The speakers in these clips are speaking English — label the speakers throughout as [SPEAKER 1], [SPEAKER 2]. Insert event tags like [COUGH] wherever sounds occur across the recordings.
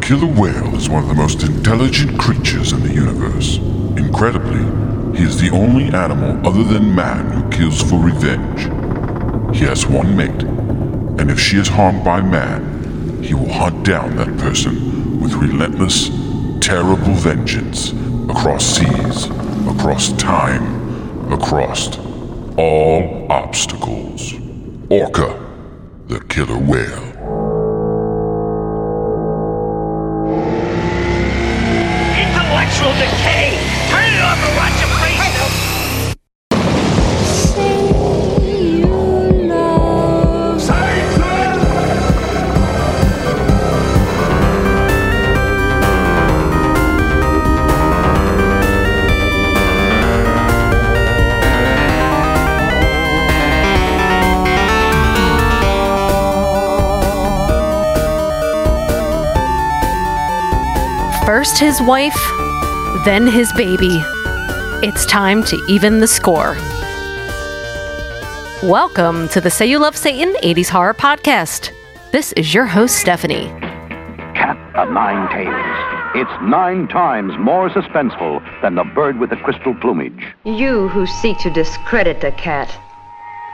[SPEAKER 1] killer whale is one of the most intelligent creatures in the universe. Incredibly, he is the only animal other than man who kills for revenge. He has one mate, and if she is harmed by man, he will hunt down that person with relentless, terrible vengeance across seas, across time, across all obstacles. Orca, the killer whale. [LAUGHS]
[SPEAKER 2] Intellectual decay! Turn it off and watch a free
[SPEAKER 3] First his wife, then his baby. It's time to even the score. Welcome to the Say You Love Satan 80s Horror Podcast. This is your host, Stephanie.
[SPEAKER 4] Cat of Nine Tails. It's nine times more suspenseful than the bird with the crystal plumage.
[SPEAKER 5] You who seek to discredit the cat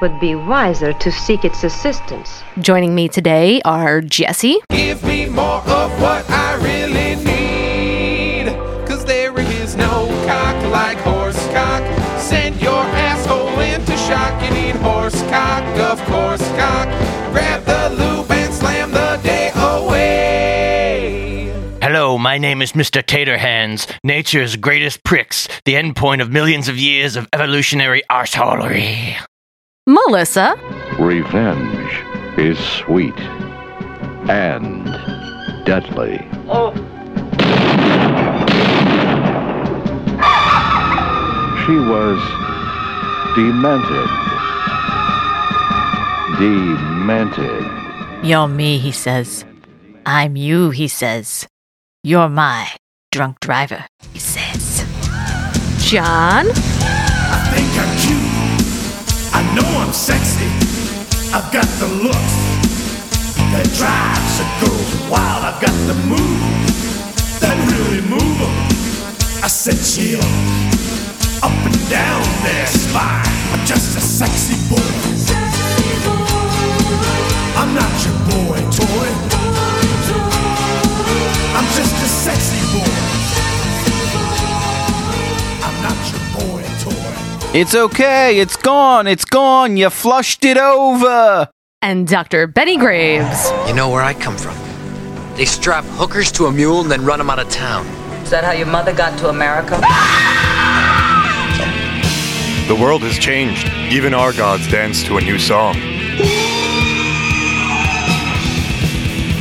[SPEAKER 5] would be wiser to seek its assistance.
[SPEAKER 3] Joining me today are Jesse,
[SPEAKER 6] Give me more of what I really need. Cause there
[SPEAKER 7] [LAUGHS]
[SPEAKER 6] is no cock like horse cock. Send your asshole into shock. You need horse cock, of course cock. Grab the loop and slam the day away.
[SPEAKER 8] Hello, my name is Mr. Tater Hands, nature's greatest pricks, the endpoint of millions of years of evolutionary arseholery.
[SPEAKER 3] Melissa,
[SPEAKER 4] Revenge is sweet and deadly. She was demented. Demented.
[SPEAKER 9] You're me, he says. I'm you, he says. You're my drunk driver, he says.
[SPEAKER 3] John,
[SPEAKER 7] think I'm cute. I know I'm sexy. I've got the look that drives a girl wild. I've got the move that really move 'em. I said chill up and down their spine. I'm just a sexy boy. I'm not your boy toy. I'm just a sexy boy. I'm not your boy toy.
[SPEAKER 6] It's okay, it's gone, it's gone, you flushed it over.
[SPEAKER 3] and Dr. Benny Graves.
[SPEAKER 10] You know where I come from. They strap hookers to a mule and then run them out of town.
[SPEAKER 11] Is that how your mother got to America?
[SPEAKER 12] The world has changed. Even our gods dance to a new song.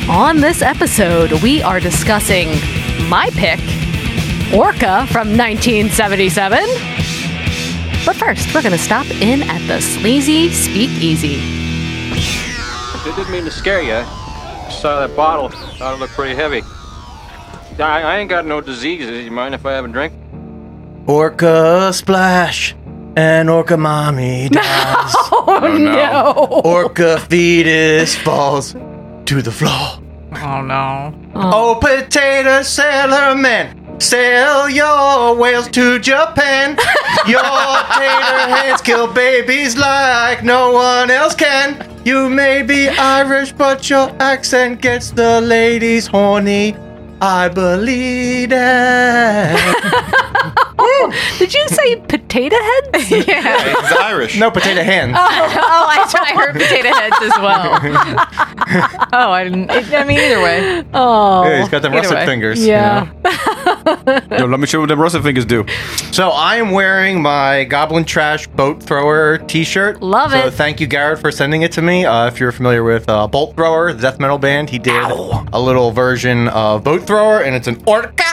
[SPEAKER 3] On this episode, we are discussing my pick, Orca from 1977. But first, we're going to stop in at the Sleazy Speakeasy.
[SPEAKER 7] It didn't mean to scare you. Saw that bottle. Thought it looked pretty heavy. I, I ain't got no diseases. You mind if I have a drink?
[SPEAKER 13] Orca splash and orca
[SPEAKER 3] [LAUGHS]
[SPEAKER 13] mommy dies.
[SPEAKER 3] [LAUGHS] Oh, no.
[SPEAKER 13] Orca fetus falls to the floor.
[SPEAKER 9] Oh no.
[SPEAKER 13] Oh, potato sailor man, sail your whales to
[SPEAKER 3] [LAUGHS]
[SPEAKER 13] Japan. Your tater hands kill babies like no one else can. You may be Irish, but your accent gets the ladies horny. I believe
[SPEAKER 3] [LAUGHS]
[SPEAKER 13] that.
[SPEAKER 3] Did you say potato
[SPEAKER 9] [LAUGHS]
[SPEAKER 3] heads?
[SPEAKER 9] Yeah.
[SPEAKER 12] It's Irish.
[SPEAKER 13] no, potato hands.
[SPEAKER 9] oh, I, I heard potato heads as well.
[SPEAKER 13] [LAUGHS]
[SPEAKER 9] oh, I didn't. I mean, either way.
[SPEAKER 3] Oh.
[SPEAKER 13] Yeah, he's got the
[SPEAKER 9] Either
[SPEAKER 13] russet
[SPEAKER 9] way.
[SPEAKER 13] fingers.
[SPEAKER 3] Yeah.
[SPEAKER 12] No, let me show you what the russet fingers do.
[SPEAKER 13] So I am wearing my Goblin Trash Boat Thrower T-shirt.
[SPEAKER 3] Love
[SPEAKER 13] so
[SPEAKER 3] it.
[SPEAKER 13] thank you, Garrett, for sending it to me. Uh, if you're familiar with uh, Bolt Thrower, the death metal band, he did a little version of Boat Thrower, and it's an orca.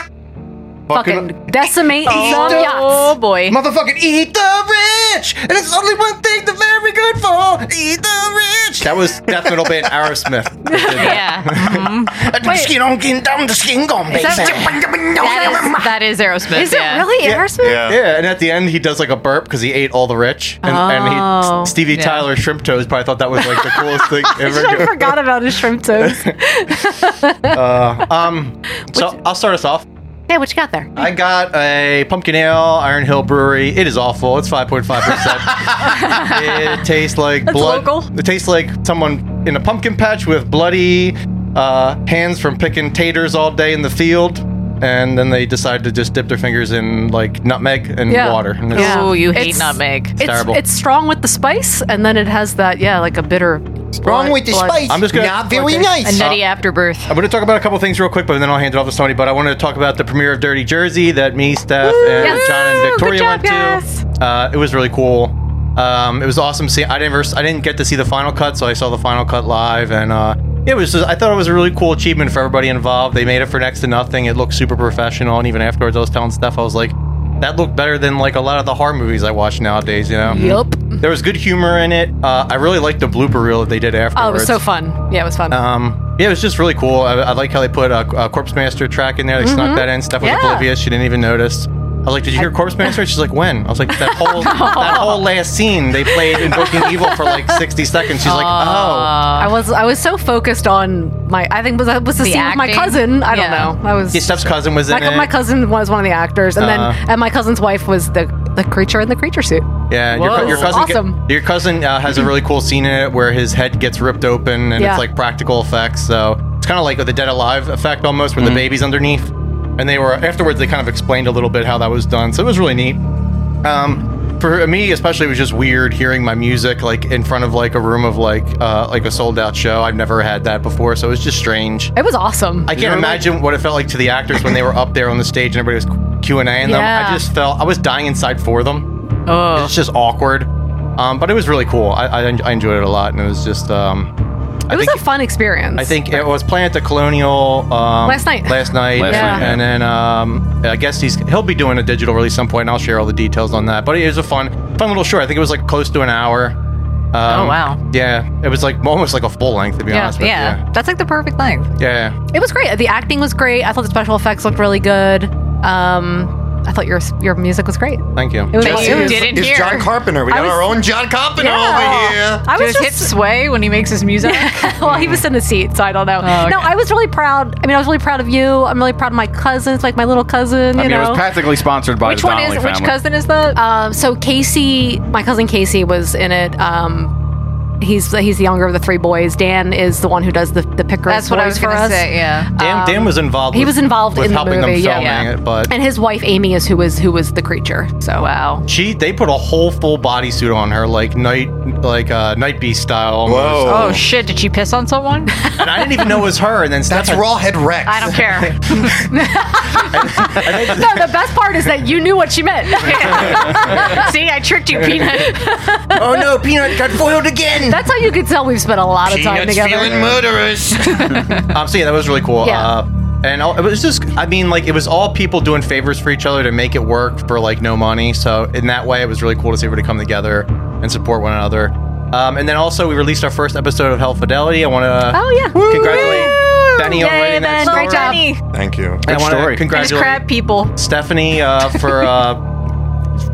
[SPEAKER 3] Fucking decimate some
[SPEAKER 9] Oh
[SPEAKER 3] yachts.
[SPEAKER 9] boy.
[SPEAKER 13] motherfucking eat the rich, and it's only one thing the very good for. Eat the rich.
[SPEAKER 14] That was death metal
[SPEAKER 10] [LAUGHS]
[SPEAKER 14] band Aerosmith.
[SPEAKER 3] [LAUGHS] yeah.
[SPEAKER 14] [LAUGHS]
[SPEAKER 3] Mm-hmm.
[SPEAKER 14] The skin on getting down, the skin gone,
[SPEAKER 3] Is that, that, is, that is Aerosmith.
[SPEAKER 10] Is it
[SPEAKER 3] yeah.
[SPEAKER 10] really
[SPEAKER 3] yeah.
[SPEAKER 14] Aerosmith? Yeah. yeah, and at the end he does like a burp because he ate all the rich, and,
[SPEAKER 10] Oh,
[SPEAKER 14] and he, Stevie
[SPEAKER 10] yeah.
[SPEAKER 14] Tyler Shrimp Toes probably thought that was like the coolest thing ever.
[SPEAKER 10] [LAUGHS] I
[SPEAKER 13] Uh,
[SPEAKER 10] forgot about his shrimp toast.
[SPEAKER 14] Uh, [LAUGHS] um, so I'll start us
[SPEAKER 3] [LAUGHS]
[SPEAKER 14] off.
[SPEAKER 3] Yeah, what you got there?
[SPEAKER 14] I got a pumpkin ale, Iron Hill Brewery. It is awful. It's
[SPEAKER 3] [LAUGHS]
[SPEAKER 14] 5.5%. it tastes like
[SPEAKER 10] That's
[SPEAKER 14] blood. It tastes like someone in a pumpkin patch with bloody uh, hands from picking taters all day in the field. And then they decide to just dip their fingers in like nutmeg and water. And it's-
[SPEAKER 3] Yeah.
[SPEAKER 9] Ooh, you hate
[SPEAKER 3] It's-
[SPEAKER 9] nutmeg.
[SPEAKER 3] It's,
[SPEAKER 14] terrible.
[SPEAKER 3] it's strong with the spice, and then it has that, yeah, like a bitter. blood- blood-
[SPEAKER 14] I'm just gonna,
[SPEAKER 3] A nutty afterbirth.
[SPEAKER 14] I'm going to talk about a couple things real quick, but then I'll hand it off to Sony. But I wanted to talk about the premiere of Dirty Jersey that me, Steph, and
[SPEAKER 3] Yes.
[SPEAKER 14] John and Victoria went to. Uh, it was really cool. Um, it was awesome. See, I never, I didn't get to see the final cut, so I saw the final cut live, and uh, it was. Just, I thought it was a really cool achievement for everybody involved. They made it for next to nothing. It looked super professional, and even afterwards, I was telling Steph, I was like, that looked better than like a lot of the horror movies I watch nowadays. You know.
[SPEAKER 3] Yup.
[SPEAKER 14] There was good humor in it. Uh, I really liked the blooper reel that they did afterwards.
[SPEAKER 3] Oh, it was so fun. Yeah, it was fun.
[SPEAKER 14] Um, yeah, it was just really cool. I, I like how they put a, a Corpse Master track in there. They
[SPEAKER 3] Mhm.
[SPEAKER 14] snuck that in. Steph was
[SPEAKER 3] Yeah.
[SPEAKER 14] oblivious; she didn't even notice. I was like, "Did you hear Corpse Master?" She's like, "When?" I was like, "That
[SPEAKER 3] [LAUGHS]
[SPEAKER 14] whole that whole last scene they played Invoking Evil for like 60 seconds." She's like,
[SPEAKER 3] Uh,
[SPEAKER 14] "Oh."
[SPEAKER 3] I was I was so focused on my I think was that was the,
[SPEAKER 14] The
[SPEAKER 3] scene with my
[SPEAKER 14] acting?
[SPEAKER 3] cousin. I
[SPEAKER 14] Yeah.
[SPEAKER 3] don't know. I was
[SPEAKER 14] Yeah, Steph's cousin was in
[SPEAKER 3] my,
[SPEAKER 14] it.
[SPEAKER 3] my cousin was one of the actors, and
[SPEAKER 14] Uh.
[SPEAKER 3] then and my cousin's wife was the the creature in the creature suit.
[SPEAKER 14] Yeah, your,
[SPEAKER 3] Whoa.
[SPEAKER 14] cou- your cousin. get-
[SPEAKER 3] Awesome.
[SPEAKER 14] your cousin uh, has a really cool scene in it where his head gets ripped open and
[SPEAKER 3] Yeah.
[SPEAKER 14] it's like practical effects. So it's kind of like the Dead Alive effect almost, where the baby's underneath. And they were afterwards. They kind of explained a little bit how that was done. So it was really neat. Um, for me, especially, it was just weird hearing my music like in front of like a room of like uh, like a sold out show. I've never had that before, so it was just strange.
[SPEAKER 3] It was awesome.
[SPEAKER 14] I can't imagine what it felt like to the actors when they were up there on the stage and everybody was Q and A them.
[SPEAKER 3] Yeah.
[SPEAKER 14] I just felt I was dying inside for them. Oh, it's just awkward. Um, but it was really cool. I, I, en- I enjoyed it a lot, and it was just. Um,
[SPEAKER 3] It
[SPEAKER 14] I
[SPEAKER 3] was
[SPEAKER 14] think
[SPEAKER 3] a fun experience.
[SPEAKER 14] I think it was playing at the Colonial um,
[SPEAKER 3] Last night.
[SPEAKER 14] Last night,
[SPEAKER 3] Last night, yeah.
[SPEAKER 14] and then um, I guess he's he'll be doing a digital release some point. And I'll share all the details on that. But it was a fun, fun little short. I think it was like close to an hour. Um,
[SPEAKER 9] Oh, wow.
[SPEAKER 14] Yeah, it was like almost like a full length to be
[SPEAKER 3] yeah,
[SPEAKER 14] honest. With
[SPEAKER 3] yeah, that's like the perfect length.
[SPEAKER 14] you. yeah.
[SPEAKER 3] It was great. The acting was great. I thought the special effects looked really good. Um, I thought your your music was great.
[SPEAKER 14] Thank you.
[SPEAKER 3] It was- it was-
[SPEAKER 12] it's John Carpenter. We
[SPEAKER 3] I
[SPEAKER 12] got
[SPEAKER 3] was-
[SPEAKER 12] our own John Carpenter over here.
[SPEAKER 3] I was
[SPEAKER 9] Does hip
[SPEAKER 3] just
[SPEAKER 9] sway when he makes his music.
[SPEAKER 3] [LAUGHS]
[SPEAKER 9] Oh,
[SPEAKER 3] well, he was in a seat, so I don't know. No, I was really proud. I mean, I was really proud of you. I'm really proud of my cousins, like my little cousin. You
[SPEAKER 10] I mean,
[SPEAKER 3] know,
[SPEAKER 10] it was practically sponsored by
[SPEAKER 3] which
[SPEAKER 10] the
[SPEAKER 3] one
[SPEAKER 10] Donnelly
[SPEAKER 3] is
[SPEAKER 10] family.
[SPEAKER 3] which cousin is that? Um, so Casey, my cousin Casey was in it. Um, he's he's the younger of the three boys. Dan is the one who does the the picker.
[SPEAKER 9] That's what I was
[SPEAKER 3] for
[SPEAKER 9] gonna
[SPEAKER 3] us.
[SPEAKER 9] say, yeah.
[SPEAKER 14] Dan,
[SPEAKER 3] Um,
[SPEAKER 14] Dan was involved.
[SPEAKER 3] he
[SPEAKER 14] with-
[SPEAKER 3] was involved
[SPEAKER 14] with
[SPEAKER 3] in the
[SPEAKER 14] helping
[SPEAKER 3] movie, yeah.
[SPEAKER 14] them filming
[SPEAKER 3] Yeah.
[SPEAKER 14] it, but
[SPEAKER 3] and his wife Amy is who was who was the creature. So wow,
[SPEAKER 14] she they put a whole full bodysuit on her, like night like uh, night beast style. Almost.
[SPEAKER 9] Oh shit! Did she piss on someone?
[SPEAKER 14] And I didn't
[SPEAKER 9] [LAUGHS]
[SPEAKER 14] even know it was her. And then that's
[SPEAKER 12] Rawhead Rex.
[SPEAKER 9] I don't
[SPEAKER 14] [LAUGHS]
[SPEAKER 9] care.
[SPEAKER 3] [LAUGHS] [LAUGHS] no, the best part is that you knew what she meant.
[SPEAKER 9] [LAUGHS] See, I tricked you,
[SPEAKER 3] [LAUGHS]
[SPEAKER 9] Peanut.
[SPEAKER 3] oh
[SPEAKER 14] no, Peanut got foiled again.
[SPEAKER 3] That's how you could tell we've spent a lot of time together.
[SPEAKER 12] murderous.
[SPEAKER 14] [LAUGHS] um, so yeah, that was really cool.
[SPEAKER 3] Yeah.
[SPEAKER 14] Uh, and all, it was just, I mean, like it was all people doing favors for each other to make it work for like no money. So in that way, it was really cool to see everybody come together and support one another. Um, and then also, we released our first episode of Hell Fidelity. I want to
[SPEAKER 3] Oh yeah,
[SPEAKER 14] uh, congratulate Benny on writing that story.
[SPEAKER 9] Great job. Benny.
[SPEAKER 12] Thank you.
[SPEAKER 14] And I want to
[SPEAKER 9] There's
[SPEAKER 14] congratulate
[SPEAKER 9] crab people.
[SPEAKER 14] Stephanie uh, for
[SPEAKER 3] [LAUGHS]
[SPEAKER 14] uh,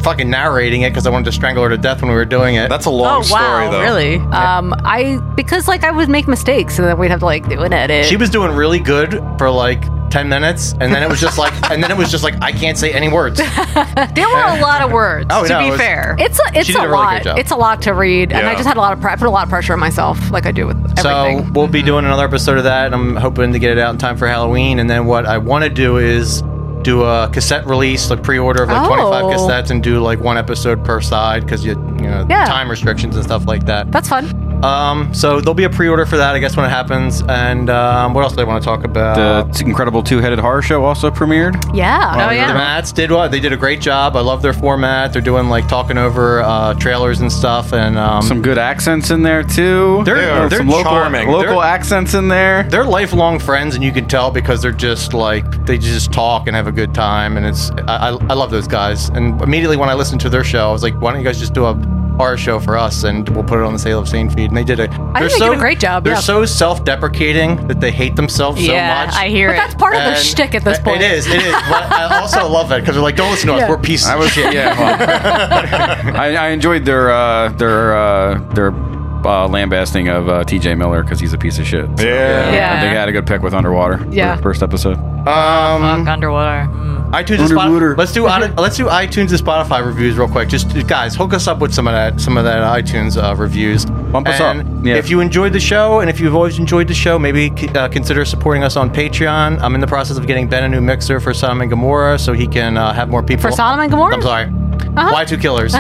[SPEAKER 14] fucking narrating it because I wanted to strangle her to death when we were doing it.
[SPEAKER 12] That's a
[SPEAKER 3] Oh,
[SPEAKER 12] long
[SPEAKER 3] Um, I because like I would make mistakes and then we'd have to like do an edit. [LAUGHS]
[SPEAKER 14] She was doing really good for like ten minutes, and then it was just like, and then it was just like, I can't say any
[SPEAKER 3] [LAUGHS]
[SPEAKER 14] words.
[SPEAKER 9] There
[SPEAKER 14] [LAUGHS]
[SPEAKER 9] were a lot of words.
[SPEAKER 14] Oh,
[SPEAKER 9] to
[SPEAKER 14] no, it
[SPEAKER 9] be
[SPEAKER 14] was-
[SPEAKER 9] fair,
[SPEAKER 3] It's a it's
[SPEAKER 14] She
[SPEAKER 3] a,
[SPEAKER 14] did a really good
[SPEAKER 3] lot.
[SPEAKER 14] job.
[SPEAKER 3] It's a lot to read, and I
[SPEAKER 14] Yeah.
[SPEAKER 3] just had a lot of pre- I put a lot of pressure on myself, like I do with everything.
[SPEAKER 14] So we'll be doing another episode of that. and I'm hoping to get it out in time for Halloween. And then what I want to do is do a cassette release, like pre-order of like 25
[SPEAKER 3] Oh.
[SPEAKER 14] cassettes, and do like one episode per side because you you know
[SPEAKER 3] Yeah.
[SPEAKER 14] time restrictions and stuff like that. [LAUGHS]
[SPEAKER 3] That's fun.
[SPEAKER 14] Um, so there'll be a pre-order for that, I guess, when it happens. And um, what else do I want to talk about?
[SPEAKER 10] the t- incredible two-headed horror show also premiered.
[SPEAKER 3] Oh, Yeah.
[SPEAKER 14] Uh, The Mats did what? They did a great job. I love their format. They're doing like talking over uh, trailers and stuff, and um,
[SPEAKER 10] Some good accents in there too.
[SPEAKER 14] They're-
[SPEAKER 10] There are
[SPEAKER 14] they're
[SPEAKER 10] some local
[SPEAKER 14] charming.
[SPEAKER 10] local
[SPEAKER 14] They're-
[SPEAKER 10] accents in there.
[SPEAKER 14] they're lifelong friends, and you can tell because they're just like they just talk and have a good time, and it's I, I, I love those guys. And immediately when I listened to their show, I was like, why don't you guys just do a horror show for us, and we'll put it on the Sale of Sane feed. And they did a.
[SPEAKER 3] I think they did a great job,
[SPEAKER 14] They're
[SPEAKER 3] yeah.
[SPEAKER 14] so self-deprecating that they hate themselves
[SPEAKER 3] yeah,
[SPEAKER 14] so much.
[SPEAKER 3] I hear it. But that's part of their
[SPEAKER 14] And
[SPEAKER 3] shtick at this point.
[SPEAKER 14] It is. It is. But I
[SPEAKER 13] [LAUGHS]
[SPEAKER 14] also love it because they're like, "Don't listen to us.
[SPEAKER 3] Yeah.
[SPEAKER 14] We're pieces."
[SPEAKER 10] I
[SPEAKER 14] of
[SPEAKER 10] was
[SPEAKER 14] shit.
[SPEAKER 10] yeah. well, I, I enjoyed their uh, their uh, their uh, lambasting of uh, T.J. Miller because he's a piece of shit.
[SPEAKER 14] Yeah.
[SPEAKER 3] Yeah.
[SPEAKER 10] They had a good pick with underwater. for
[SPEAKER 3] Yeah.
[SPEAKER 10] the First episode.
[SPEAKER 14] [LAUGHS] Um,
[SPEAKER 9] underwater.
[SPEAKER 14] iTunes and Spotify. Let's do on- let's do iTunes and Spotify reviews real quick. Just guys, hook us up with some of that some of that iTunes uh, reviews. Bump
[SPEAKER 10] us up. Yeah.
[SPEAKER 14] If you enjoyed the show, and if you've always enjoyed the show, maybe uh, consider supporting us on Patreon. I'm in the process of getting Ben a new mixer for Sodom and Gomorrah, so he can uh, have more people.
[SPEAKER 3] For Sodom and Gomorrah?
[SPEAKER 14] I'm sorry.
[SPEAKER 3] Uh-huh.
[SPEAKER 14] Y2 Killers.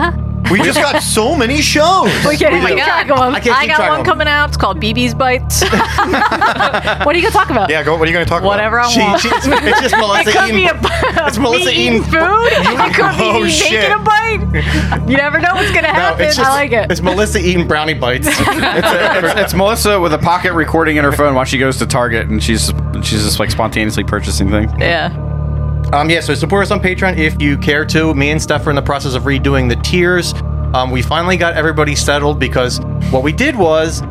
[SPEAKER 3] We just [LAUGHS] got
[SPEAKER 14] so many shows.
[SPEAKER 3] We can't keep track of 'em.
[SPEAKER 14] I can't keep
[SPEAKER 9] got
[SPEAKER 14] track
[SPEAKER 9] one
[SPEAKER 14] of 'em.
[SPEAKER 9] coming out. It's called BB's
[SPEAKER 14] [LAUGHS]
[SPEAKER 9] Bites.
[SPEAKER 3] what are you gonna talk about?
[SPEAKER 14] Yeah, go. What are you going to talk
[SPEAKER 9] Whatever I
[SPEAKER 14] She-
[SPEAKER 9] want.
[SPEAKER 14] she- it's just Melissa
[SPEAKER 9] [LAUGHS] it could
[SPEAKER 14] eating-
[SPEAKER 9] Be a,
[SPEAKER 14] [LAUGHS] it's Melissa
[SPEAKER 9] me
[SPEAKER 14] eating-
[SPEAKER 9] food. It could be
[SPEAKER 14] Oh,
[SPEAKER 9] me
[SPEAKER 14] shit.
[SPEAKER 9] taking a bite. You never know what's gonna happen.
[SPEAKER 14] it's
[SPEAKER 9] I
[SPEAKER 14] just- [LAUGHS]
[SPEAKER 9] like it.
[SPEAKER 14] It's Melissa eating brownie bites.
[SPEAKER 10] it's, it's- it's Melissa with a pocket recording in her phone while she goes to Target and she's she's just like spontaneously purchasing things.
[SPEAKER 9] Yeah.
[SPEAKER 14] Um, yeah, so support us on Patreon if you care to. Me and Steph are in the process of redoing the tiers. Um, we finally got everybody settled because what we did was,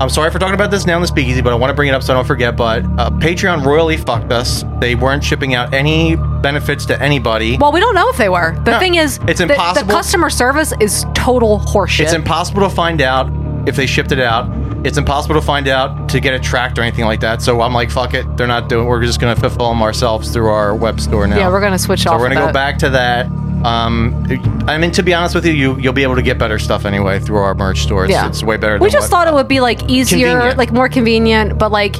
[SPEAKER 14] I'm sorry for talking about this now in the speakeasy, but I want to bring it up so I don't forget. But uh, Patreon royally fucked us. They weren't shipping out any benefits to anybody.
[SPEAKER 3] Well, we don't know if they were. The thing is,
[SPEAKER 14] it's
[SPEAKER 3] the- The,
[SPEAKER 14] impossible.
[SPEAKER 3] customer service is total horseshit.
[SPEAKER 14] It's impossible to find out if they shipped it out. It's impossible to find out to get it tracked or anything like that. So I'm like, fuck it. They're not doing. We're just gonna fulfill them ourselves through our web store now.
[SPEAKER 3] Yeah, we're gonna switch
[SPEAKER 14] so
[SPEAKER 3] off
[SPEAKER 14] we're
[SPEAKER 3] of
[SPEAKER 14] gonna go
[SPEAKER 3] that.
[SPEAKER 14] back to that. Um, I mean, to be honest with you, you you'll be able to get better stuff anyway through our merch store. It's,
[SPEAKER 3] Yeah.
[SPEAKER 14] it's way better.
[SPEAKER 3] we
[SPEAKER 14] than
[SPEAKER 3] just
[SPEAKER 14] what-
[SPEAKER 3] thought it would be like easier,
[SPEAKER 14] Convenient.
[SPEAKER 3] like more convenient, but like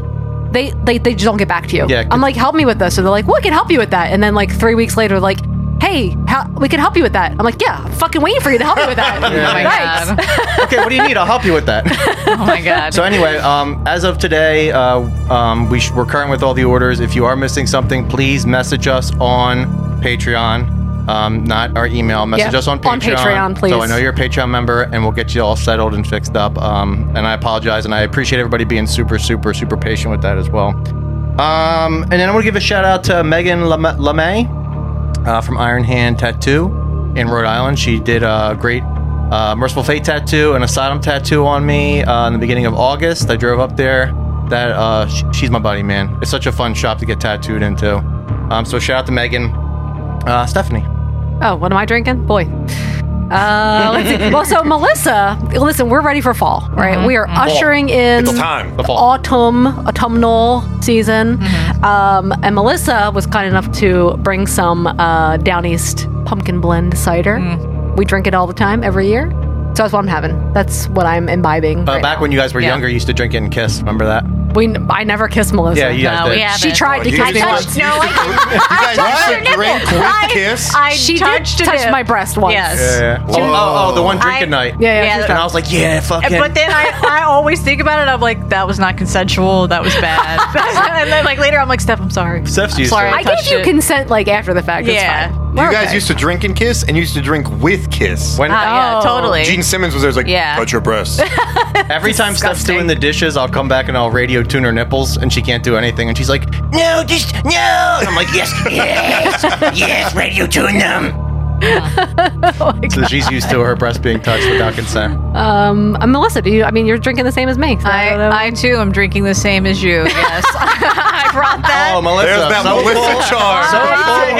[SPEAKER 3] they, they they just don't get back to you.
[SPEAKER 14] Yeah,
[SPEAKER 3] I'm like, help me with this, and they're like, we can help you with that, and then like three weeks later, like, hey, how, we can help you with that. I'm like, yeah, I'm fucking waiting for you to help me with
[SPEAKER 9] [LAUGHS]
[SPEAKER 3] that.
[SPEAKER 14] Yeah.
[SPEAKER 3] Thanks. [LAUGHS]
[SPEAKER 14] okay, what do you need? I'll help you with that.
[SPEAKER 9] Oh my god.
[SPEAKER 14] So anyway, um, as of today, uh, um, we sh- we're current with all the orders. If you are missing something, please message us on Patreon, um, not our email. Message
[SPEAKER 3] Yeah,
[SPEAKER 14] us on Patreon.
[SPEAKER 3] on Patreon, please.
[SPEAKER 14] So I know you're a Patreon member, and we'll get you all settled and fixed up. Um, and I apologize, and I appreciate everybody being super, super, super patient with that as well. Um, and then I want to give a shout out to Megan Lame- LeMay uh, from Iron Hand Tattoo in Rhode Island. She did a great uh, Merciful Fate tattoo and Asylum tattoo on me uh, in the beginning of August. I drove up there. That uh, sh- she's my buddy, man. It's such a fun shop to get tattooed into. Um, so shout out to Megan, uh, Stephanie.
[SPEAKER 3] Oh, what am I drinking? Boy. Uh, let's see. Well, so Melissa, listen, we're ready for fall, right?
[SPEAKER 14] Mm-hmm.
[SPEAKER 3] We are
[SPEAKER 12] Mhm.
[SPEAKER 3] ushering
[SPEAKER 12] Fall.
[SPEAKER 3] in
[SPEAKER 12] It's time. The fall.
[SPEAKER 3] autumn, autumnal season.
[SPEAKER 14] Mm-hmm.
[SPEAKER 3] Um, and Melissa was kind enough to bring some uh, Down East pumpkin blend cider.
[SPEAKER 14] Mm.
[SPEAKER 3] We drink it all the time, every year. So that's what I'm having. That's what I'm imbibing.
[SPEAKER 14] Uh,
[SPEAKER 3] right
[SPEAKER 14] back
[SPEAKER 3] now.
[SPEAKER 14] when you guys were
[SPEAKER 3] Yeah.
[SPEAKER 14] younger, you used to drink it and kiss. Remember that?
[SPEAKER 3] we, I never kissed Melissa.
[SPEAKER 14] Yeah, you guys No, did. we haven't.
[SPEAKER 3] She tried to
[SPEAKER 14] Oh, you
[SPEAKER 3] kiss me
[SPEAKER 14] did.
[SPEAKER 3] once. [LAUGHS]
[SPEAKER 14] No,
[SPEAKER 9] I
[SPEAKER 14] guys
[SPEAKER 9] touched
[SPEAKER 14] used to
[SPEAKER 9] your
[SPEAKER 14] drink
[SPEAKER 9] nipple.
[SPEAKER 14] with
[SPEAKER 9] I-
[SPEAKER 14] kiss?
[SPEAKER 9] I
[SPEAKER 3] She did
[SPEAKER 9] touched a
[SPEAKER 3] touch
[SPEAKER 9] nip.
[SPEAKER 3] my breast once.
[SPEAKER 9] Yes.
[SPEAKER 14] Yeah. Oh, oh, oh, the one drinking
[SPEAKER 9] I-
[SPEAKER 14] night.
[SPEAKER 9] Yeah, yeah, Yeah. she was
[SPEAKER 14] And I was like, yeah, fucking.
[SPEAKER 9] But then I, I always think about it. I'm like, that was not consensual. That was bad. [LAUGHS] and then like later, I'm like, Steph, I'm sorry.
[SPEAKER 14] Steph's
[SPEAKER 9] I'm
[SPEAKER 14] used
[SPEAKER 9] sorry.
[SPEAKER 14] to
[SPEAKER 9] I
[SPEAKER 3] I gave
[SPEAKER 9] touched
[SPEAKER 3] you
[SPEAKER 9] it.
[SPEAKER 3] consent like after the fact.
[SPEAKER 9] Yeah.
[SPEAKER 3] It's fine.
[SPEAKER 12] You
[SPEAKER 3] We're
[SPEAKER 12] guys
[SPEAKER 3] okay.
[SPEAKER 12] used to drink and kiss, and you used to drink with kiss.
[SPEAKER 14] When-
[SPEAKER 12] Oh.
[SPEAKER 14] Oh.
[SPEAKER 9] Ah, yeah, totally.
[SPEAKER 12] Gene Simmons was there, was like,
[SPEAKER 9] Yeah.
[SPEAKER 12] touch
[SPEAKER 9] [LAUGHS]
[SPEAKER 12] your breasts.
[SPEAKER 14] Every time Steph's doing the dishes, I'll come back and I'll radio tune her nipples, and she can't do anything. And she's like, No, just no. And I'm like,
[SPEAKER 12] [LAUGHS]
[SPEAKER 14] yes,
[SPEAKER 3] [LAUGHS]
[SPEAKER 14] yes, yes, radio tune them. [LAUGHS] So she's used to her breast being touched without consent.
[SPEAKER 3] Um, uh, Melissa, do you? I mean, you're drinking the same as me. I,
[SPEAKER 9] I, too am drinking the same
[SPEAKER 3] [LAUGHS]
[SPEAKER 9] as you. Yes. I brought that.
[SPEAKER 14] Oh, Melissa,
[SPEAKER 12] There's that
[SPEAKER 14] so
[SPEAKER 12] Melissa
[SPEAKER 14] full,
[SPEAKER 12] charm.
[SPEAKER 14] So
[SPEAKER 9] Oh,
[SPEAKER 3] Ah.
[SPEAKER 14] full,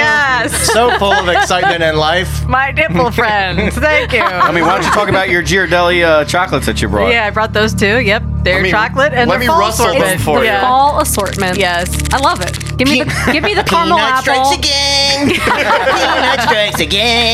[SPEAKER 9] yes.
[SPEAKER 14] so full of
[SPEAKER 9] [LAUGHS]
[SPEAKER 14] excitement and life.
[SPEAKER 9] My
[SPEAKER 3] [LAUGHS]
[SPEAKER 9] nipple friends. Thank you.
[SPEAKER 10] I mean, why don't you talk about your Ghirardelli uh, chocolates that you brought?
[SPEAKER 9] Yeah, I brought those too. Yep, they're
[SPEAKER 10] Let me-
[SPEAKER 9] chocolate and
[SPEAKER 10] let
[SPEAKER 9] they're
[SPEAKER 10] me
[SPEAKER 9] fall
[SPEAKER 10] rustle them
[SPEAKER 9] assortment.
[SPEAKER 10] for you.
[SPEAKER 3] Fall assortment.
[SPEAKER 9] Yes,
[SPEAKER 3] I love it. Give me the give me
[SPEAKER 9] [LAUGHS]
[SPEAKER 3] the caramel
[SPEAKER 15] Peanut
[SPEAKER 3] apple.
[SPEAKER 15] strikes
[SPEAKER 3] [LAUGHS]
[SPEAKER 15] again. Peanut strikes again.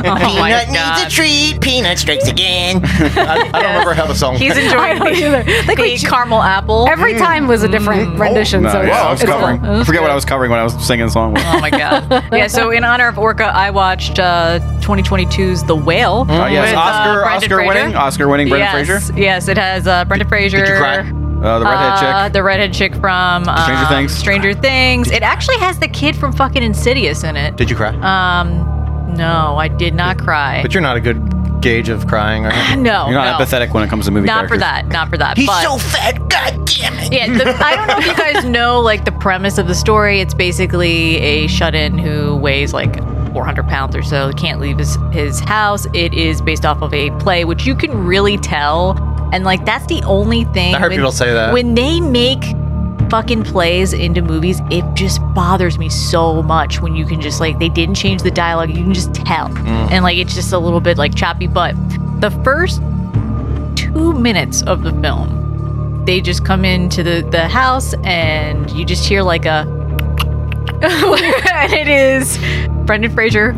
[SPEAKER 9] [LAUGHS] Oh my
[SPEAKER 15] Peanut needs
[SPEAKER 9] God.
[SPEAKER 15] a treat. Peanut strikes again.
[SPEAKER 14] I, I don't remember how the song.
[SPEAKER 9] He's
[SPEAKER 14] [LAUGHS]
[SPEAKER 9] enjoying
[SPEAKER 3] don't either.
[SPEAKER 9] the, the caramel apple.
[SPEAKER 3] Every
[SPEAKER 10] Mm.
[SPEAKER 3] time was a
[SPEAKER 10] Oh,
[SPEAKER 3] different rendition.
[SPEAKER 10] No,
[SPEAKER 3] so
[SPEAKER 10] yeah, I was
[SPEAKER 3] it's, it's
[SPEAKER 10] covering.
[SPEAKER 3] fun.
[SPEAKER 10] I forget what I was covering when I was singing the song.
[SPEAKER 9] Oh my god! yeah, so in honor of Orca, I watched uh, 2022's The Whale.
[SPEAKER 10] Oh, yes,
[SPEAKER 9] with, uh,
[SPEAKER 10] Oscar,
[SPEAKER 9] Brendan
[SPEAKER 10] Oscar
[SPEAKER 9] Fraser.
[SPEAKER 10] winning, Oscar winning, Brendan
[SPEAKER 9] yes,
[SPEAKER 10] Fraser.
[SPEAKER 9] Yes, it has uh, Brendan Fraser.
[SPEAKER 10] did you cry? Uh, the redhead chick.
[SPEAKER 9] uh, The redhead chick from um,
[SPEAKER 10] Stranger Things.
[SPEAKER 9] Stranger Things. It actually has the kid from fucking Insidious in it.
[SPEAKER 14] Did you cry?
[SPEAKER 9] Um, no, I did not cry.
[SPEAKER 14] But you're not a good gauge of crying, or
[SPEAKER 9] [SIGHS] No,
[SPEAKER 10] You're not
[SPEAKER 9] no.
[SPEAKER 10] empathetic when it comes to movie
[SPEAKER 9] Not for
[SPEAKER 10] characters.
[SPEAKER 9] that. Not for that.
[SPEAKER 15] He's
[SPEAKER 9] but
[SPEAKER 15] so fat. God damn it.
[SPEAKER 9] Yeah, the, I don't know if you
[SPEAKER 15] [LAUGHS]
[SPEAKER 9] guys know like the premise of the story. It's basically a shut-in who weighs like 400 pounds or so, can't leave his, his house. It is based off of a play, which you can really tell. And like, that's the only thing.
[SPEAKER 14] I heard
[SPEAKER 9] when-
[SPEAKER 14] people say that.
[SPEAKER 9] When they make fucking plays into movies, it just bothers me so much when you can just like, they didn't change the dialogue. You can just tell.
[SPEAKER 4] Mm.
[SPEAKER 9] And like, it's just a little bit like choppy. But the first two minutes of the film, they just come into the, the house and you just hear like a [LAUGHS] and it is Brendan Fraser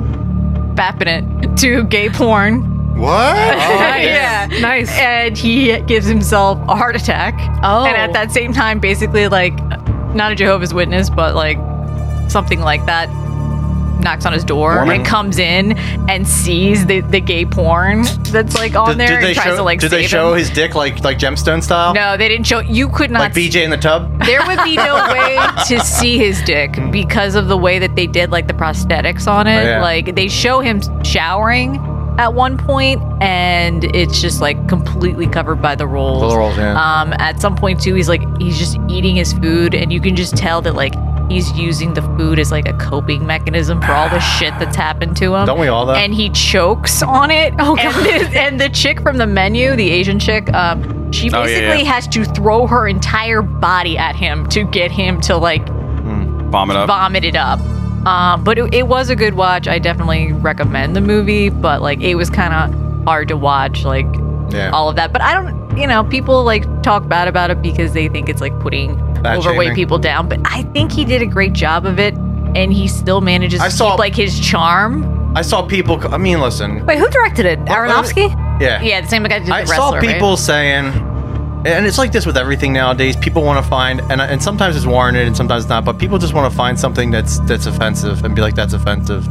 [SPEAKER 9] fapping it to gay porn.
[SPEAKER 14] [LAUGHS]
[SPEAKER 12] What?
[SPEAKER 14] Oh,
[SPEAKER 9] yeah. Nice. And he gives himself a heart attack.
[SPEAKER 3] Oh.
[SPEAKER 9] And at that same time, basically, like, not a Jehovah's Witness, but like something like that knocks on his door
[SPEAKER 14] Mormon?
[SPEAKER 9] and comes in and sees the, the gay porn that's like on
[SPEAKER 14] Did-
[SPEAKER 9] there
[SPEAKER 14] did
[SPEAKER 9] and
[SPEAKER 14] they
[SPEAKER 9] tries
[SPEAKER 14] show,
[SPEAKER 9] to like
[SPEAKER 14] did
[SPEAKER 9] save
[SPEAKER 14] they show
[SPEAKER 9] him.
[SPEAKER 14] his dick like like gemstone style?
[SPEAKER 9] no, they didn't show. You could not
[SPEAKER 14] like BJ in the tub.
[SPEAKER 9] there would
[SPEAKER 14] [LAUGHS]
[SPEAKER 9] be no way to see his dick because of the way that they did like the prosthetics on it.
[SPEAKER 14] Oh, yeah.
[SPEAKER 9] Like they show him showering at one point and it's just like completely covered by the rolls.
[SPEAKER 14] The rolls, yeah.
[SPEAKER 9] Um at some point too he's like he's just eating his food and you can just tell that like he's using the food as like a coping mechanism
[SPEAKER 14] [SIGHS]
[SPEAKER 9] for all the shit that's happened to him.
[SPEAKER 14] Don't we all, though?
[SPEAKER 9] And he chokes on it. [LAUGHS] Oh god. And the, and the chick from the menu, the Asian chick, um she
[SPEAKER 10] Oh, yeah,
[SPEAKER 9] basically
[SPEAKER 10] yeah.
[SPEAKER 9] has to throw her entire body at him to get him to like
[SPEAKER 10] Vomit up.
[SPEAKER 9] vomit it up. Um, but it, it was a good watch. I definitely recommend the movie, but like it was kind of hard to watch, like
[SPEAKER 14] Yeah.
[SPEAKER 9] all of that. But I don't, you know, people like talk bad about it because they think it's like putting
[SPEAKER 14] Fat
[SPEAKER 9] overweight
[SPEAKER 14] shaming.
[SPEAKER 9] people down. But I think he did a great job of it, and he still manages to keep like his charm.
[SPEAKER 14] I saw people. co- I mean, listen.
[SPEAKER 9] Wait, who directed it? Aronofsky?
[SPEAKER 14] Yeah.
[SPEAKER 9] yeah, the same guy that did the
[SPEAKER 14] I
[SPEAKER 9] wrestler.
[SPEAKER 14] saw people
[SPEAKER 9] right?
[SPEAKER 14] saying, and it's like this with everything nowadays. People want to find, and and sometimes it's warranted, and sometimes not. But people just want to find something that's that's offensive and be like, that's offensive.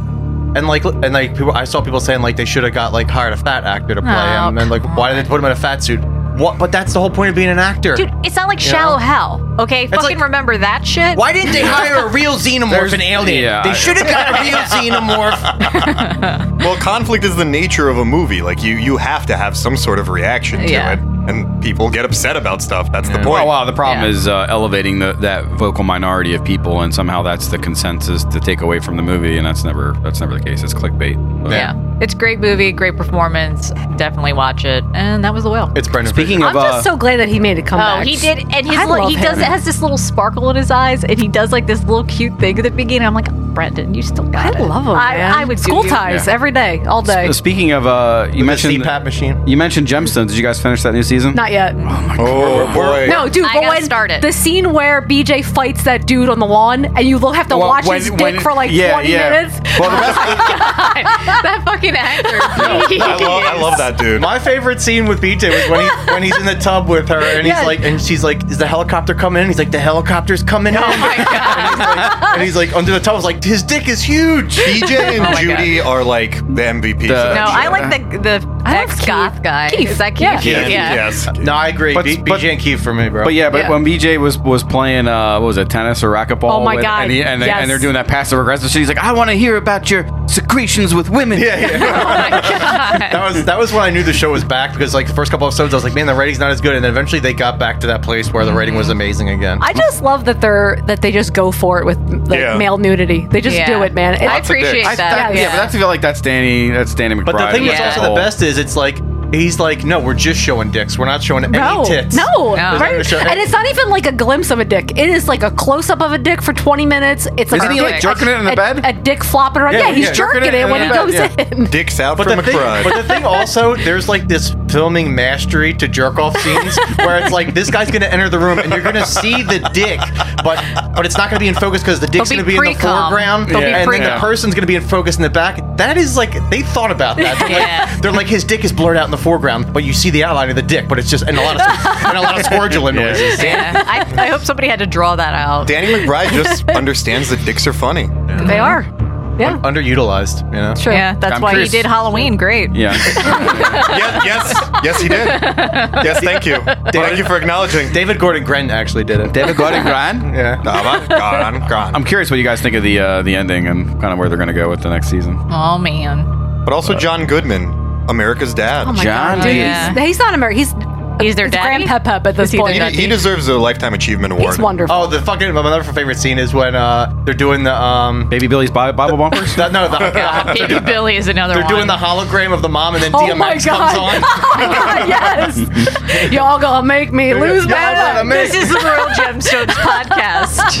[SPEAKER 14] And like, and like, people, I saw people saying like they should have got like hired a fat actor to play
[SPEAKER 9] Oh,
[SPEAKER 14] him, and like, why did they put him in a fat suit? What? But that's the whole point of being an actor.
[SPEAKER 9] Dude, it's not like
[SPEAKER 14] You know?
[SPEAKER 9] shallow hell. Okay, fucking remember that shit.
[SPEAKER 14] Why didn't they hire a
[SPEAKER 9] [LAUGHS]
[SPEAKER 14] real xenomorph
[SPEAKER 12] There's-
[SPEAKER 14] and alien?
[SPEAKER 12] yeah, I-
[SPEAKER 14] they should have got
[SPEAKER 12] [LAUGHS]
[SPEAKER 14] a real xenomorph.
[SPEAKER 12] well, conflict is the nature of a movie. Like you, you have to have some sort of reaction to
[SPEAKER 9] Yeah.
[SPEAKER 12] it, and people get upset about stuff. That's the
[SPEAKER 10] Well,
[SPEAKER 12] point.
[SPEAKER 10] wow, the problem is uh, elevating the, that vocal minority of people, and somehow that's the consensus to take away from the movie, and that's never that's never the case. It's clickbait. But-
[SPEAKER 9] Yeah. It's a great movie, great performance. Definitely watch it. And that was the whale.
[SPEAKER 14] It's Brendan.
[SPEAKER 10] Speaking
[SPEAKER 3] I'm
[SPEAKER 10] of, uh,
[SPEAKER 3] just so glad that he made a comeback.
[SPEAKER 9] Oh, he did, and his
[SPEAKER 3] I
[SPEAKER 9] li-
[SPEAKER 3] love
[SPEAKER 9] he does
[SPEAKER 3] him.
[SPEAKER 9] has this little sparkle in his eyes, and he does like this little cute thing at the beginning. I'm like, Brendan, you still got
[SPEAKER 3] I
[SPEAKER 9] it.
[SPEAKER 3] love him.
[SPEAKER 9] I,
[SPEAKER 3] man.
[SPEAKER 9] I would do
[SPEAKER 3] school
[SPEAKER 9] you.
[SPEAKER 3] ties
[SPEAKER 9] Yeah.
[SPEAKER 3] every day, all day.
[SPEAKER 9] [LAUGHS]
[SPEAKER 10] s- speaking of, uh, you mentioned CPAP
[SPEAKER 14] machine.
[SPEAKER 10] You mentioned gemstones. Did you guys finish that new season? [LAUGHS]
[SPEAKER 3] Not yet.
[SPEAKER 10] Oh boy!
[SPEAKER 3] No, dude,
[SPEAKER 9] I
[SPEAKER 3] but
[SPEAKER 9] gotta
[SPEAKER 3] when
[SPEAKER 9] start it.
[SPEAKER 3] the scene where BJ fights that dude on the lawn and you lo- have to
[SPEAKER 10] Well,
[SPEAKER 3] watch
[SPEAKER 10] when-
[SPEAKER 3] his dick
[SPEAKER 10] when-
[SPEAKER 3] for like
[SPEAKER 10] yeah,
[SPEAKER 3] 20
[SPEAKER 10] yeah.
[SPEAKER 3] minutes. Oh
[SPEAKER 12] Well, the best-
[SPEAKER 9] that fucking actor.
[SPEAKER 12] I,
[SPEAKER 9] [LAUGHS]
[SPEAKER 12] love, I love that dude.
[SPEAKER 14] My favorite scene with BJ was when he when he's in the tub with her and
[SPEAKER 9] Yeah.
[SPEAKER 14] he's like and she's like, Is the helicopter coming in? He's like, The helicopter's coming in. Oh my god. And he's like, under the tub, I was like, His dick is huge.
[SPEAKER 12] DJ and
[SPEAKER 9] Oh my
[SPEAKER 12] Judy are like the MVPs. of that
[SPEAKER 9] no, I
[SPEAKER 12] show.
[SPEAKER 9] like the the ex goth guy. Is that Keith?
[SPEAKER 12] Keith, yes.
[SPEAKER 14] No, I agree.
[SPEAKER 10] But-
[SPEAKER 14] B-
[SPEAKER 10] but-
[SPEAKER 14] BJ and Keith for me, bro.
[SPEAKER 10] But yeah, but [LAUGHS]
[SPEAKER 9] Yeah.
[SPEAKER 10] when BJ was was playing, uh, what was it, tennis or racquetball?
[SPEAKER 9] Oh my
[SPEAKER 10] with-
[SPEAKER 9] God,
[SPEAKER 10] And, he, and, they,
[SPEAKER 9] yes.
[SPEAKER 10] and they're doing that passive aggressive shit. He's like, I want to hear about your secretions with women.
[SPEAKER 14] Yeah,
[SPEAKER 10] [LAUGHS]
[SPEAKER 14] yeah. that was that was when I knew the show was back because like the first couple episodes I was like, Man, the rating's not as good and then eventually they got back to that place where the rating was amazing again.
[SPEAKER 3] I just love that they're that they just go for it with like,
[SPEAKER 14] Yeah.
[SPEAKER 3] male nudity. They just
[SPEAKER 9] Yeah.
[SPEAKER 3] do it, man. [LAUGHS]
[SPEAKER 9] I appreciate
[SPEAKER 10] I-
[SPEAKER 9] that.
[SPEAKER 10] yeah, but that's I feel like that's Danny. That's Danny McBride.
[SPEAKER 14] But the thing
[SPEAKER 10] with
[SPEAKER 14] that's
[SPEAKER 10] that
[SPEAKER 14] also the
[SPEAKER 10] whole-
[SPEAKER 14] best is it's like he's like, No, we're just showing dicks. We're not showing any
[SPEAKER 3] no,
[SPEAKER 14] tits.
[SPEAKER 3] no,
[SPEAKER 14] There's not
[SPEAKER 3] right?
[SPEAKER 14] gonna show-
[SPEAKER 3] And it's not even like a glimpse of a dick. It is like a close up of a dick for 20 minutes. It's like
[SPEAKER 12] Isn't
[SPEAKER 3] a
[SPEAKER 12] he, like,
[SPEAKER 3] dick-
[SPEAKER 12] jerking it in the
[SPEAKER 3] a-
[SPEAKER 12] bed?
[SPEAKER 3] A dick flopping around. Yeah, he's jerking, it, when he goes in.
[SPEAKER 12] [LAUGHS] Dicks out
[SPEAKER 14] But
[SPEAKER 12] for
[SPEAKER 14] the, thing,
[SPEAKER 12] McBride.
[SPEAKER 14] but the thing also, there's like this filming mastery to jerk off scenes where it's like this guy's gonna enter the room and you're gonna see the dick, but but it's not gonna be in focus because the dick's
[SPEAKER 9] They'll be
[SPEAKER 14] gonna be in the
[SPEAKER 9] pre-com.
[SPEAKER 14] foreground,
[SPEAKER 9] They'll be
[SPEAKER 14] and then the
[SPEAKER 9] pre-com.
[SPEAKER 14] person's gonna be in focus in the back. That is like they thought about that. They're,
[SPEAKER 9] Yeah.
[SPEAKER 14] like, they're like his dick is blurred out in the foreground, but you see the outline of the dick, but it's just and
[SPEAKER 9] [LAUGHS]
[SPEAKER 14] a lot of and a lot of scorgula noises.
[SPEAKER 9] Yeah. I, I hope somebody had to draw that out.
[SPEAKER 12] Danny
[SPEAKER 3] [LAUGHS]
[SPEAKER 12] McBride
[SPEAKER 9] [LAUGHS]
[SPEAKER 12] just understands that dicks are funny.
[SPEAKER 9] They are. Yeah.
[SPEAKER 14] Underutilized, you know.
[SPEAKER 9] True. Yeah, that's
[SPEAKER 12] I'm
[SPEAKER 9] why
[SPEAKER 12] curious-
[SPEAKER 9] he did Halloween. Great.
[SPEAKER 3] [LAUGHS]
[SPEAKER 10] Yeah.
[SPEAKER 12] yes, yes, yes, he did. Yes, thank you. thank you for acknowledging.
[SPEAKER 14] David Gordon Gren actually did it.
[SPEAKER 10] David [LAUGHS] Gordon Grant.
[SPEAKER 14] yeah.
[SPEAKER 10] I'm curious what you guys think of the uh, the ending and kind of where they're going to go with the next season.
[SPEAKER 9] Oh man. Uh,
[SPEAKER 12] But also John Goodman, America's
[SPEAKER 14] [LAUGHS]
[SPEAKER 12] dad.
[SPEAKER 3] Oh my god, dude. He's, he's not American. He's He's their daddy. Grandpa at this point.
[SPEAKER 12] He, he deserves a lifetime achievement award.
[SPEAKER 14] Oh, the fucking my other favorite scene is when uh, they're doing the um,
[SPEAKER 10] Baby Billy's Bible bumpers.
[SPEAKER 14] [LAUGHS] no,
[SPEAKER 9] [LAUGHS]
[SPEAKER 14] the, [LAUGHS]
[SPEAKER 9] Baby Billy is another
[SPEAKER 14] they're
[SPEAKER 9] one.
[SPEAKER 14] doing the hologram of the mom, and then
[SPEAKER 3] Oh my
[SPEAKER 14] DMX
[SPEAKER 3] god!
[SPEAKER 14] comes on.
[SPEAKER 3] [LAUGHS] Oh my god! Yes, [LAUGHS] y'all gonna make me lose
[SPEAKER 14] Y'all
[SPEAKER 3] my
[SPEAKER 14] gonna
[SPEAKER 3] mind.
[SPEAKER 14] make- This is the Royal
[SPEAKER 3] [LAUGHS]
[SPEAKER 9] Gemstones podcast.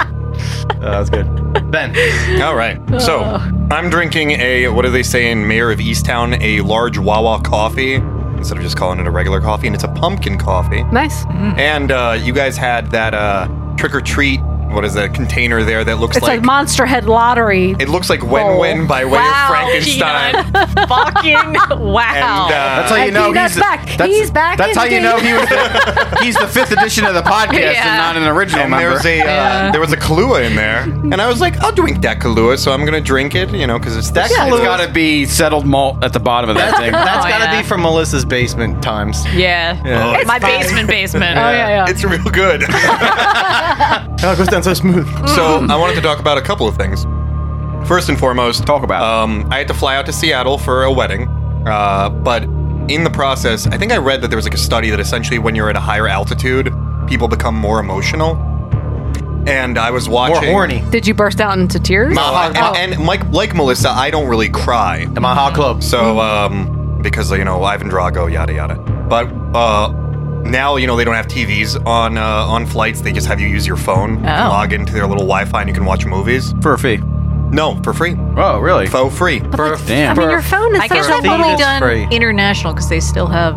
[SPEAKER 14] Uh, that's good. Ben.
[SPEAKER 12] [LAUGHS] All right. So
[SPEAKER 9] Oh.
[SPEAKER 12] I'm drinking a what do they say in Mayor of Easttown? A large Wawa coffee instead of just calling it a regular coffee, and it's a pumpkin coffee.
[SPEAKER 3] Nice.
[SPEAKER 9] Hmm.
[SPEAKER 12] And uh, you guys had that uh, trick or treat. What is that container there that looks
[SPEAKER 3] It's
[SPEAKER 12] like?
[SPEAKER 3] a monster head lottery.
[SPEAKER 12] it looks like Wen Wen by
[SPEAKER 3] Oh. [LAUGHS]
[SPEAKER 12] way
[SPEAKER 3] Wow,
[SPEAKER 12] of Frankenstein.
[SPEAKER 9] Fucking wow.
[SPEAKER 12] [LAUGHS] And, uh,
[SPEAKER 9] That's
[SPEAKER 12] how you know
[SPEAKER 3] Peanut's
[SPEAKER 12] he's-
[SPEAKER 3] back. he's back.
[SPEAKER 12] that's
[SPEAKER 3] in
[SPEAKER 12] how
[SPEAKER 3] the
[SPEAKER 12] you know
[SPEAKER 3] game.
[SPEAKER 12] he was
[SPEAKER 10] He's the fifth
[SPEAKER 3] [LAUGHS]
[SPEAKER 10] edition of the podcast
[SPEAKER 3] Yeah.
[SPEAKER 10] and not an original
[SPEAKER 12] and
[SPEAKER 10] member.
[SPEAKER 12] There was a uh, there was a Kahlua in there, and I was like, I'll drink that Kahlua, so I'm gonna drink it, you know, because it's
[SPEAKER 10] That
[SPEAKER 12] the-
[SPEAKER 10] has got to be settled malt at the bottom of that
[SPEAKER 12] That's-
[SPEAKER 10] thing.
[SPEAKER 12] that's
[SPEAKER 9] Oh,
[SPEAKER 14] gotta
[SPEAKER 9] yeah.
[SPEAKER 14] be from Melissa's basement times.
[SPEAKER 9] Yeah.
[SPEAKER 10] Yeah.
[SPEAKER 9] my basement basement.
[SPEAKER 3] Oh,
[SPEAKER 12] It's real good.
[SPEAKER 14] Oh, [LAUGHS] it goes down so smooth.
[SPEAKER 12] [LAUGHS] So I wanted to talk about a couple of things. First and foremost, talk about. Um, I had to fly out to Seattle for a wedding, uh, but in the process, I think I read that there was like a study that essentially when you're at a higher altitude, people become more emotional. And I was watching
[SPEAKER 3] Did you burst out into tears?
[SPEAKER 12] Maha,
[SPEAKER 3] Oh.
[SPEAKER 12] and, and like like Melissa, I don't really cry. The
[SPEAKER 14] Maha Club.
[SPEAKER 12] So um, because you know Ivan Drago, yada yada. But uh, now you know they don't have TVs on uh, on flights. They just have you use your phone, You can
[SPEAKER 10] Oh.
[SPEAKER 12] log into their little Wi-Fi, and you can watch movies
[SPEAKER 10] for a fee.
[SPEAKER 12] No, for free.
[SPEAKER 10] Oh, really?
[SPEAKER 12] For free.
[SPEAKER 10] For, damn.
[SPEAKER 9] I mean, your
[SPEAKER 3] phone
[SPEAKER 9] I guess
[SPEAKER 12] for
[SPEAKER 9] I've
[SPEAKER 12] feed
[SPEAKER 9] only
[SPEAKER 12] is
[SPEAKER 9] done
[SPEAKER 12] free.
[SPEAKER 9] international because they still have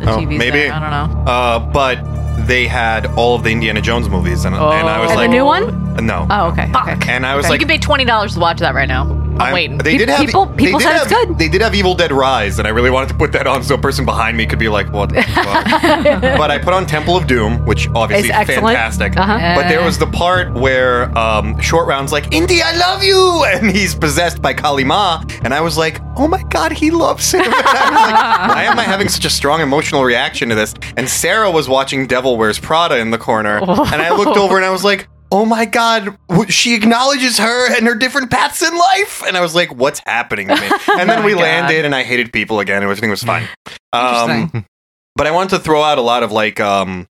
[SPEAKER 9] the
[SPEAKER 12] Oh,
[SPEAKER 9] TVs
[SPEAKER 12] maybe
[SPEAKER 9] there. I don't know.
[SPEAKER 12] Uh, but they had all of the Indiana Jones movies, and, and I was
[SPEAKER 9] Oh.
[SPEAKER 12] like,
[SPEAKER 9] And the new one?
[SPEAKER 12] No.
[SPEAKER 9] Oh, okay. okay.
[SPEAKER 12] And I was
[SPEAKER 9] Okay.
[SPEAKER 12] like,
[SPEAKER 9] you can pay twenty dollars to watch that right now. I'm,
[SPEAKER 12] I'm-
[SPEAKER 9] waiting.
[SPEAKER 12] They did have they did have, good. They did have Evil Dead Rise, and I really wanted to put that on so a person behind me could be like,
[SPEAKER 9] [LAUGHS]
[SPEAKER 12] "What?" the fuck?" but I put on Temple of Doom, which obviously
[SPEAKER 16] It's
[SPEAKER 12] is
[SPEAKER 16] excellent.
[SPEAKER 12] fantastic.
[SPEAKER 16] Uh-huh.
[SPEAKER 12] But there was the part where um, Short Round's like, "Indy, I love you," [LAUGHS] and he's possessed by Kalima, and I was like, "Oh my god, he loves him." [LAUGHS] And I was like, Why am I having such a strong emotional reaction to this? And Sarah was watching Devil Wears Prada in the
[SPEAKER 6] [LAUGHS]
[SPEAKER 12] corner, and I looked over and I was like. Oh my God! w- She acknowledges her and her different paths in life, [LAUGHS] and I was like, "What's happening
[SPEAKER 10] [LAUGHS]
[SPEAKER 12] to me?" And then
[SPEAKER 10] Oh my
[SPEAKER 12] we
[SPEAKER 10] God.
[SPEAKER 12] landed, and I hated people again, and everything
[SPEAKER 10] [LAUGHS]
[SPEAKER 12] was fine. Um, but I wanted to throw out a lot of like, um,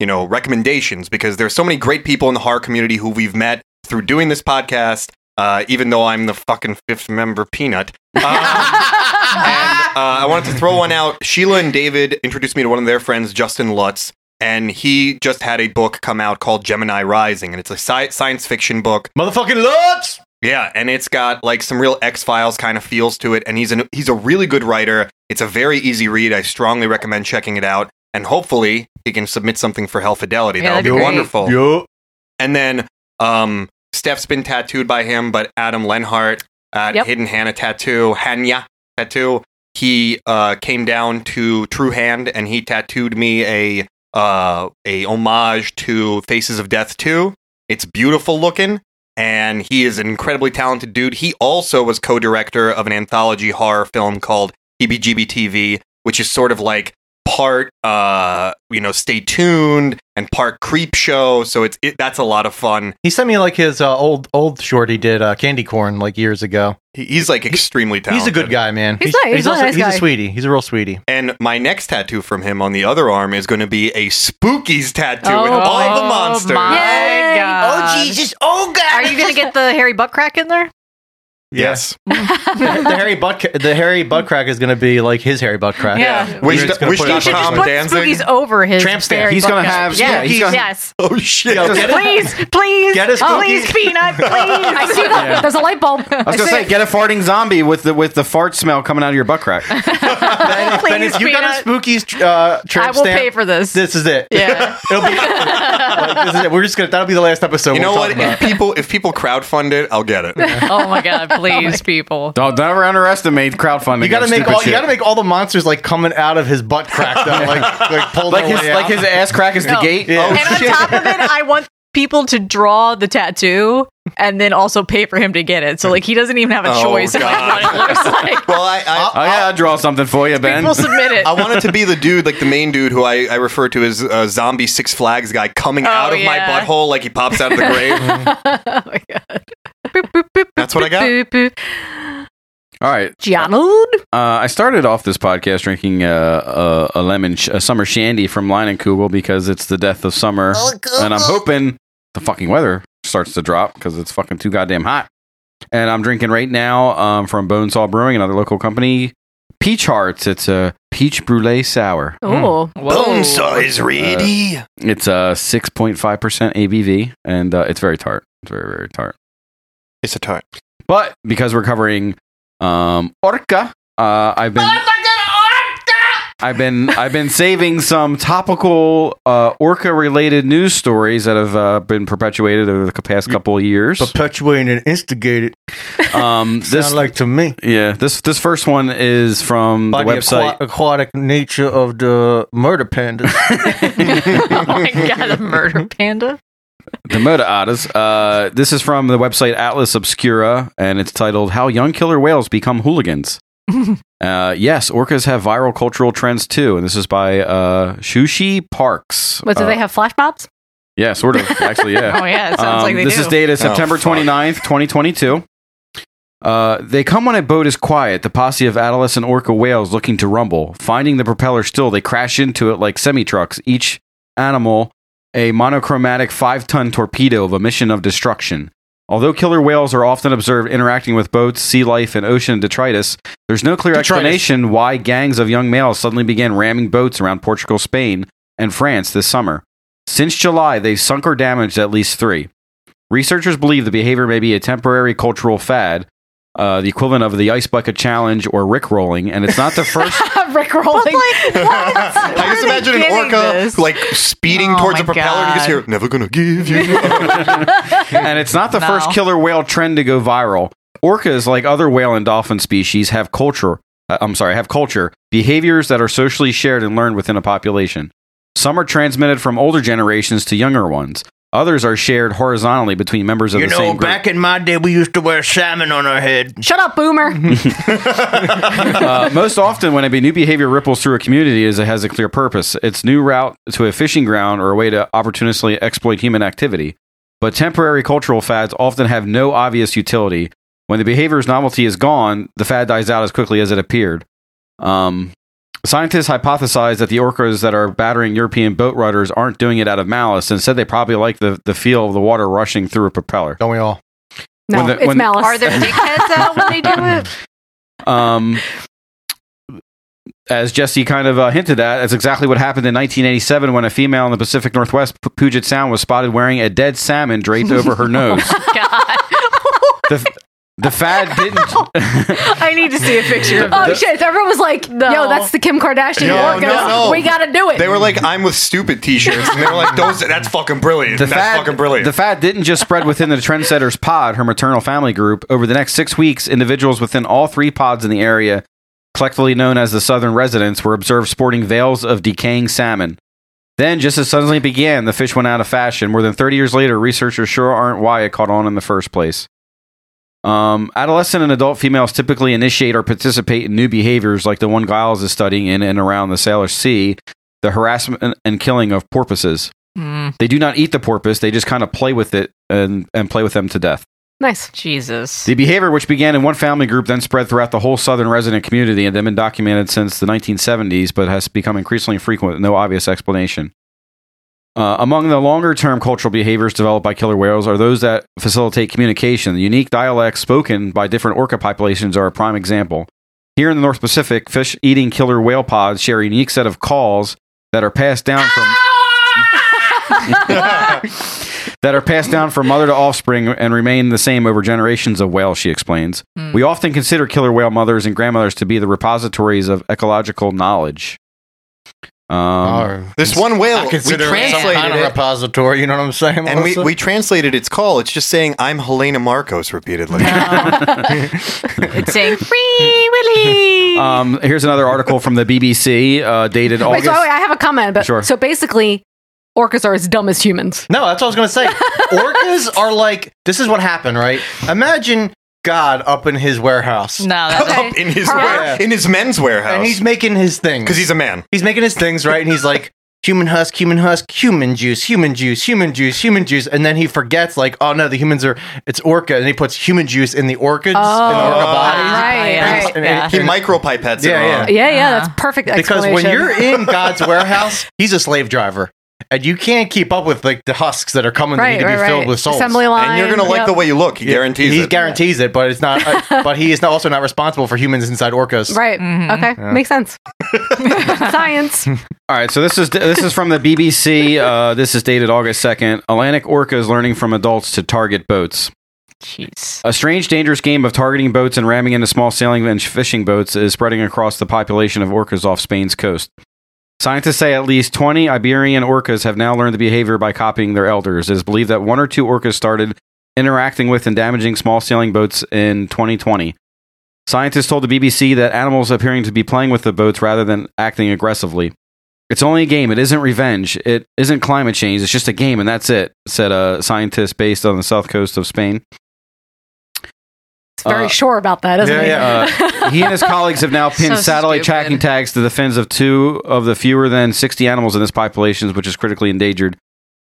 [SPEAKER 12] you know, recommendations because there's so many great people in the horror community who we've met through doing this podcast. Uh, even though I'm the fucking fifth member, Peanut. Uh, I wanted to throw one out. Sheila and David introduced me to one of their friends, Justin Lutz, and he just had a book come out called Gemini Rising, and it's a sci- science fiction book.
[SPEAKER 14] Motherfucking Lutz!
[SPEAKER 12] Yeah, and it's got like some real X Files kind of feels to it, and he's an, he's a really good writer. It's a very easy read. I strongly recommend checking it out, and hopefully he can submit something for Hell Fidelity.
[SPEAKER 14] Yeah,
[SPEAKER 12] that would
[SPEAKER 14] that'd
[SPEAKER 12] be
[SPEAKER 14] be great.
[SPEAKER 12] wonderful.
[SPEAKER 14] Yup.
[SPEAKER 12] And then um, Steph's been tattooed by him, but Adam Lenhart at
[SPEAKER 14] Yep.
[SPEAKER 12] Hidden Hannah Tattoo, Hanya Tattoo, he uh, came down to True Hand and he tattooed me a uh, a homage to Faces of Death 2. It's beautiful looking, and he is an incredibly talented dude. He also was co-director of an anthology horror film called EBGB TV, which is sort of like part uh you know stay tuned and part creep show so it's it, that's a lot of fun
[SPEAKER 14] He sent me like his uh, old old short he did uh, candy corn like years ago.
[SPEAKER 12] He- he's like extremely talented
[SPEAKER 14] He's a good guy, man.
[SPEAKER 12] He's nice, he's a
[SPEAKER 14] also,
[SPEAKER 12] nice
[SPEAKER 14] he's
[SPEAKER 12] guy.
[SPEAKER 14] a sweetie. He's a real sweetie.
[SPEAKER 12] and my next tattoo from him on the other arm is going to be a spookies tattoo with
[SPEAKER 9] Oh
[SPEAKER 12] all the
[SPEAKER 9] my
[SPEAKER 12] monsters
[SPEAKER 9] God.
[SPEAKER 17] Oh, Jesus. Oh, God.
[SPEAKER 9] Are you gonna get the Harry butt crack in there?
[SPEAKER 12] yes
[SPEAKER 14] [LAUGHS] the hairy butt the hairy butt crack is going to be like his hairy butt crack.
[SPEAKER 9] Yeah.
[SPEAKER 12] Wish- wish
[SPEAKER 9] You should just put Spookies over his
[SPEAKER 14] Tramp stamp.
[SPEAKER 9] Harry
[SPEAKER 14] He's
[SPEAKER 9] butt
[SPEAKER 14] gonna
[SPEAKER 9] crack.
[SPEAKER 14] have-
[SPEAKER 9] yes.
[SPEAKER 14] [LAUGHS] yeah, he's gonna-
[SPEAKER 9] yes. [LAUGHS]
[SPEAKER 12] Oh shit!
[SPEAKER 9] please, please,
[SPEAKER 10] Get his
[SPEAKER 9] oh,
[SPEAKER 10] cookies.
[SPEAKER 3] [LAUGHS]
[SPEAKER 9] please, peanut, please.
[SPEAKER 3] I see that.
[SPEAKER 10] Yeah.
[SPEAKER 3] There's a light bulb.
[SPEAKER 10] I was gonna say, get a farting zombie with the with the fart smell coming out of your
[SPEAKER 9] [LAUGHS]
[SPEAKER 10] butt crack.
[SPEAKER 14] Ben,
[SPEAKER 9] Please,
[SPEAKER 14] ben, if you got a
[SPEAKER 9] Peanut.
[SPEAKER 14] spooky uh, tramp
[SPEAKER 9] I will
[SPEAKER 14] stamp,
[SPEAKER 9] pay for this.
[SPEAKER 14] This is it.
[SPEAKER 9] Yeah.
[SPEAKER 14] [LAUGHS] It'll
[SPEAKER 9] [LAUGHS]
[SPEAKER 14] be. like, this is it. We're just gonna. That'll be the last episode.
[SPEAKER 12] you know
[SPEAKER 14] we'll
[SPEAKER 12] what
[SPEAKER 14] talk about.
[SPEAKER 12] if people if people crowdfund it i'll get it
[SPEAKER 9] [LAUGHS] oh my god, please, people.
[SPEAKER 10] Don't never underestimate crowdfunding.
[SPEAKER 14] You gotta
[SPEAKER 10] on
[SPEAKER 14] make
[SPEAKER 10] stupid
[SPEAKER 14] all. You
[SPEAKER 10] shit.
[SPEAKER 14] gotta make all the monsters like coming out of his butt crack though,
[SPEAKER 10] [LAUGHS]
[SPEAKER 14] like like pulled
[SPEAKER 10] Like
[SPEAKER 14] their
[SPEAKER 10] his-
[SPEAKER 6] Oh,
[SPEAKER 14] way
[SPEAKER 10] like
[SPEAKER 14] out.
[SPEAKER 10] his ass crack is the No. gate?
[SPEAKER 14] Yeah.
[SPEAKER 10] Oh,
[SPEAKER 9] and on top of it, I want people to draw the tattoo and then also pay for him to get it. So like he doesn't even have a
[SPEAKER 10] Oh,
[SPEAKER 9] choice. [LAUGHS] in,
[SPEAKER 10] God.
[SPEAKER 9] Like, what it looks like.
[SPEAKER 3] [LAUGHS]
[SPEAKER 12] well i i,
[SPEAKER 10] Oh, yeah, I'll draw something for you, Ben.
[SPEAKER 9] People submit it.
[SPEAKER 12] I wanted to be the dude, like the main dude who I, I refer to as uh, zombie Six Flags guy coming
[SPEAKER 9] Oh,
[SPEAKER 12] out of my
[SPEAKER 9] yeah.
[SPEAKER 12] butthole like he pops out of
[SPEAKER 14] [LAUGHS]
[SPEAKER 12] the grave.
[SPEAKER 9] oh my god.
[SPEAKER 12] [LAUGHS] That's what I got.
[SPEAKER 9] Boop, boop.
[SPEAKER 10] All right.
[SPEAKER 3] Gianna.
[SPEAKER 10] Uh, I started off this podcast drinking uh, uh, a lemon, sh- a summer shandy from Line and Kugel because it's the death of summer,
[SPEAKER 17] Oh, Kugel.
[SPEAKER 10] and I'm hoping the fucking weather starts to drop because it's fucking too goddamn hot. And I'm drinking right now um, from Bonesaw Brewing, another local company, Peach Hearts. It's a peach brulee sour.
[SPEAKER 12] Hmm.
[SPEAKER 3] Oh.
[SPEAKER 16] Bonesaw is ready.
[SPEAKER 10] Uh, it's a six point five percent ABV, and uh, it's very tart. It's very very tart.
[SPEAKER 12] It's a tart.
[SPEAKER 10] But because we're covering um, Orca, uh, I've been. I've been I've been saving some topical uh, orca related news stories that have uh, been perpetuated over the past couple of years.
[SPEAKER 14] Perpetuating and instigated.
[SPEAKER 10] Um,
[SPEAKER 14] [LAUGHS]
[SPEAKER 10] this
[SPEAKER 14] Sound like to me.
[SPEAKER 10] yeah this this first one is from
[SPEAKER 14] By
[SPEAKER 10] the website
[SPEAKER 14] aqua- aquatic nature of the murder [LAUGHS] pandas.
[SPEAKER 9] [LAUGHS] oh my god,
[SPEAKER 3] [LAUGHS]
[SPEAKER 9] a murder panda.
[SPEAKER 10] the Moda Otters. Uh, this is from the website Atlas Obscura, and it's titled "How Young Killer Whales Become Hooligans."
[SPEAKER 9] [LAUGHS]
[SPEAKER 10] uh, yes, orcas have viral cultural trends too, and this is by uh, Shushi Parks.
[SPEAKER 3] What do
[SPEAKER 10] Uh,
[SPEAKER 3] they have flash mobs?
[SPEAKER 10] Yeah, sort of. Actually,
[SPEAKER 3] [LAUGHS]
[SPEAKER 10] yeah. Um,
[SPEAKER 3] Oh, yeah, it sounds like they
[SPEAKER 10] This is
[SPEAKER 3] do.
[SPEAKER 10] dated
[SPEAKER 3] Oh,
[SPEAKER 10] September
[SPEAKER 3] fuck.
[SPEAKER 10] 29th, 2022. Uh, they come when a boat is quiet. The posse of adolescent orca whales looking to rumble. Finding the propeller still, they crash into it like semi trucks, each animal a monochromatic five ton torpedo of a mission of destruction. Although killer whales are often observed interacting with boats, sea life, and ocean detritus, there's no clear
[SPEAKER 14] Detritus.
[SPEAKER 10] explanation why gangs of young males suddenly began ramming boats around Portugal, Spain, and France this summer. Since July, they've sunk or damaged at least three. Researchers believe the behavior may be a temporary cultural fad, uh, the equivalent of the ice bucket challenge or rickrolling, and it's not the first.
[SPEAKER 3] Rick rolling.
[SPEAKER 9] [LAUGHS]
[SPEAKER 12] I just imagine an orca like speeding towards a propeller and you just hear, never gonna give
[SPEAKER 10] [LAUGHS]
[SPEAKER 12] you.
[SPEAKER 10] and it's not the
[SPEAKER 12] No.
[SPEAKER 10] first killer whale trend to go viral. Orcas, like other whale and dolphin species, have culture. uh, I'm sorry, have culture behaviors that are socially shared and learned within a population. Some are transmitted from older generations to younger ones. Others are shared horizontally between members of
[SPEAKER 13] you
[SPEAKER 10] the
[SPEAKER 13] know,
[SPEAKER 10] same group.
[SPEAKER 13] back in my day, we used to wear salmon on our head.
[SPEAKER 3] Shut up, boomer.
[SPEAKER 10] uh, most often, when a new behavior ripples through a community, is it has a clear purpose. It's new route to a fishing ground or a way to opportunistically exploit human activity. But temporary cultural fads often have no obvious utility. When the behavior's novelty is gone, the fad dies out as quickly as it appeared. Um, scientists hypothesize that the orcas that are battering European boat rudders aren't doing it out of malice. Instead, they probably like the, the feel of the water rushing through a propeller.
[SPEAKER 14] Don't we all?
[SPEAKER 3] No, it's malice.
[SPEAKER 9] Are their dickheads out when they do
[SPEAKER 12] [LAUGHS]
[SPEAKER 9] it?
[SPEAKER 10] um, as Jesse kind of uh, hinted at, that's exactly what happened in 1987 when a female in the Pacific Northwest, P- Puget Sound, was spotted wearing a dead salmon draped over her nose. the, f- the fad didn't.
[SPEAKER 3] I need to see a picture
[SPEAKER 10] of
[SPEAKER 3] Oh,
[SPEAKER 10] this.
[SPEAKER 3] shit. Everyone was like, yo, that's the Kim Kardashian
[SPEAKER 12] No,
[SPEAKER 3] orca.
[SPEAKER 12] no, no.
[SPEAKER 3] We got to do it.
[SPEAKER 12] They were like, I'm with stupid t shirts. And they were like, those, that's fucking brilliant.
[SPEAKER 10] The
[SPEAKER 12] that's
[SPEAKER 10] fad,
[SPEAKER 12] fucking brilliant.
[SPEAKER 10] the fad didn't just spread within the trendsetters pod, her maternal family group. Over the next six weeks, individuals within all three pods in the area, collectively known as the Southern Residents, were observed sporting veils of decaying salmon. Then, just as suddenly it began, the fish went out of fashion. More than 30 years later, researchers sure aren't why it caught on in the first place. Um, adolescent and adult females typically initiate or participate in new behaviors like the one Giles is studying in and around the Salish Sea, the harassment and killing of porpoises. They do not eat the porpoise; they just kind of play with it and and play with them to death.
[SPEAKER 3] Nice.
[SPEAKER 9] Jesus.
[SPEAKER 10] The behavior, which began in one family group, then spread throughout the whole southern resident community and has been documented since the 1970s, but has become increasingly frequent with no obvious explanation. Uh, among the longer term cultural behaviors developed by killer whales are those that facilitate communication. The unique dialects spoken by different orca populations are a prime example. Here in the North Pacific, fish eating killer whale pods share a unique set of calls that are passed down from that are passed down from mother to offspring and remain the same over generations of whales, she explains.
[SPEAKER 3] Hmm.
[SPEAKER 10] We often consider killer whale mothers and grandmothers to be the repositories of ecological knowledge. Um,
[SPEAKER 12] this one whale, we translated
[SPEAKER 14] kind of
[SPEAKER 12] it.
[SPEAKER 14] repository. You know what I'm saying?
[SPEAKER 12] And we,
[SPEAKER 14] Melissa?
[SPEAKER 12] we translated its call. It's just saying, I'm Helena Marcos repeatedly.
[SPEAKER 9] It's saying
[SPEAKER 12] [LAUGHS]
[SPEAKER 9] free
[SPEAKER 10] [LAUGHS]
[SPEAKER 9] Willy.
[SPEAKER 10] um, here's another article from the BBC uh, dated
[SPEAKER 3] Wait,
[SPEAKER 10] August.
[SPEAKER 3] so wait, I have a comment. But
[SPEAKER 10] Sure.
[SPEAKER 3] so basically, orcas are as dumb as humans.
[SPEAKER 14] No, that's what I was
[SPEAKER 3] [LAUGHS]
[SPEAKER 14] gonna say. Orcas are like this is what happened, right? Imagine God up in his warehouse.
[SPEAKER 9] No, that's
[SPEAKER 12] Up in his ware- in his men's warehouse.
[SPEAKER 14] And he's making his thing.
[SPEAKER 12] Because he's a man.
[SPEAKER 14] He's making his things, right? And he's like, human husk, human husk, human juice, human juice, human juice, human juice, and then he forgets like, oh no, the humans are it's orca, and he puts human juice in the orchids in the orca bodies.
[SPEAKER 3] Oh, right, right,
[SPEAKER 14] And it-
[SPEAKER 3] yeah.
[SPEAKER 14] and it-
[SPEAKER 12] micropipettes
[SPEAKER 14] yeah,
[SPEAKER 12] it
[SPEAKER 14] yeah.
[SPEAKER 12] wrong.
[SPEAKER 3] Yeah, yeah, that's perfect
[SPEAKER 14] because when
[SPEAKER 3] explanation.
[SPEAKER 14] you're in God's
[SPEAKER 3] [LAUGHS]
[SPEAKER 14] warehouse, he's a slave driver. And you can't keep up with like the husks that are coming
[SPEAKER 3] Right,
[SPEAKER 14] that need to be
[SPEAKER 3] right,
[SPEAKER 14] filled
[SPEAKER 3] right.
[SPEAKER 14] with souls.
[SPEAKER 3] Assembly And you're gonna line, like yep. the way
[SPEAKER 12] you look. He guarantees
[SPEAKER 14] he
[SPEAKER 12] it.
[SPEAKER 14] guarantees it, but it's
[SPEAKER 3] [LAUGHS]
[SPEAKER 14] not. uh, but he is not- also not responsible for humans inside orcas.
[SPEAKER 3] [LAUGHS] Right. Okay.
[SPEAKER 14] Yeah.
[SPEAKER 3] Makes sense. Science.
[SPEAKER 10] All right, so this is this is from the BBC. Uh, this is dated August second. Atlantic orca is learning from adults to target boats.
[SPEAKER 9] Jeez.
[SPEAKER 10] A strange, dangerous game of targeting boats and ramming into small sailing and fishing boats is spreading across the population of orcas off Spain's coast. Scientists say at least 20 Iberian orcas have now learned the behavior by copying their elders. It is believed that one or two orcas started interacting with and damaging small sailing boats in 2020. Scientists told the BBC that animals appearing to be playing with the boats rather than acting aggressively. It's only a game. It isn't revenge. It isn't climate change. It's just a game, and that's it, said a scientist based on the south coast of Spain.
[SPEAKER 3] It's very
[SPEAKER 10] Uh,
[SPEAKER 3] sure about that, isn't it?
[SPEAKER 10] Uh, [LAUGHS] he and his colleagues have now pinned
[SPEAKER 3] So
[SPEAKER 10] satellite
[SPEAKER 3] stupid.
[SPEAKER 10] tracking tags to the fins of two of the fewer than 60 animals in this population, which is critically endangered.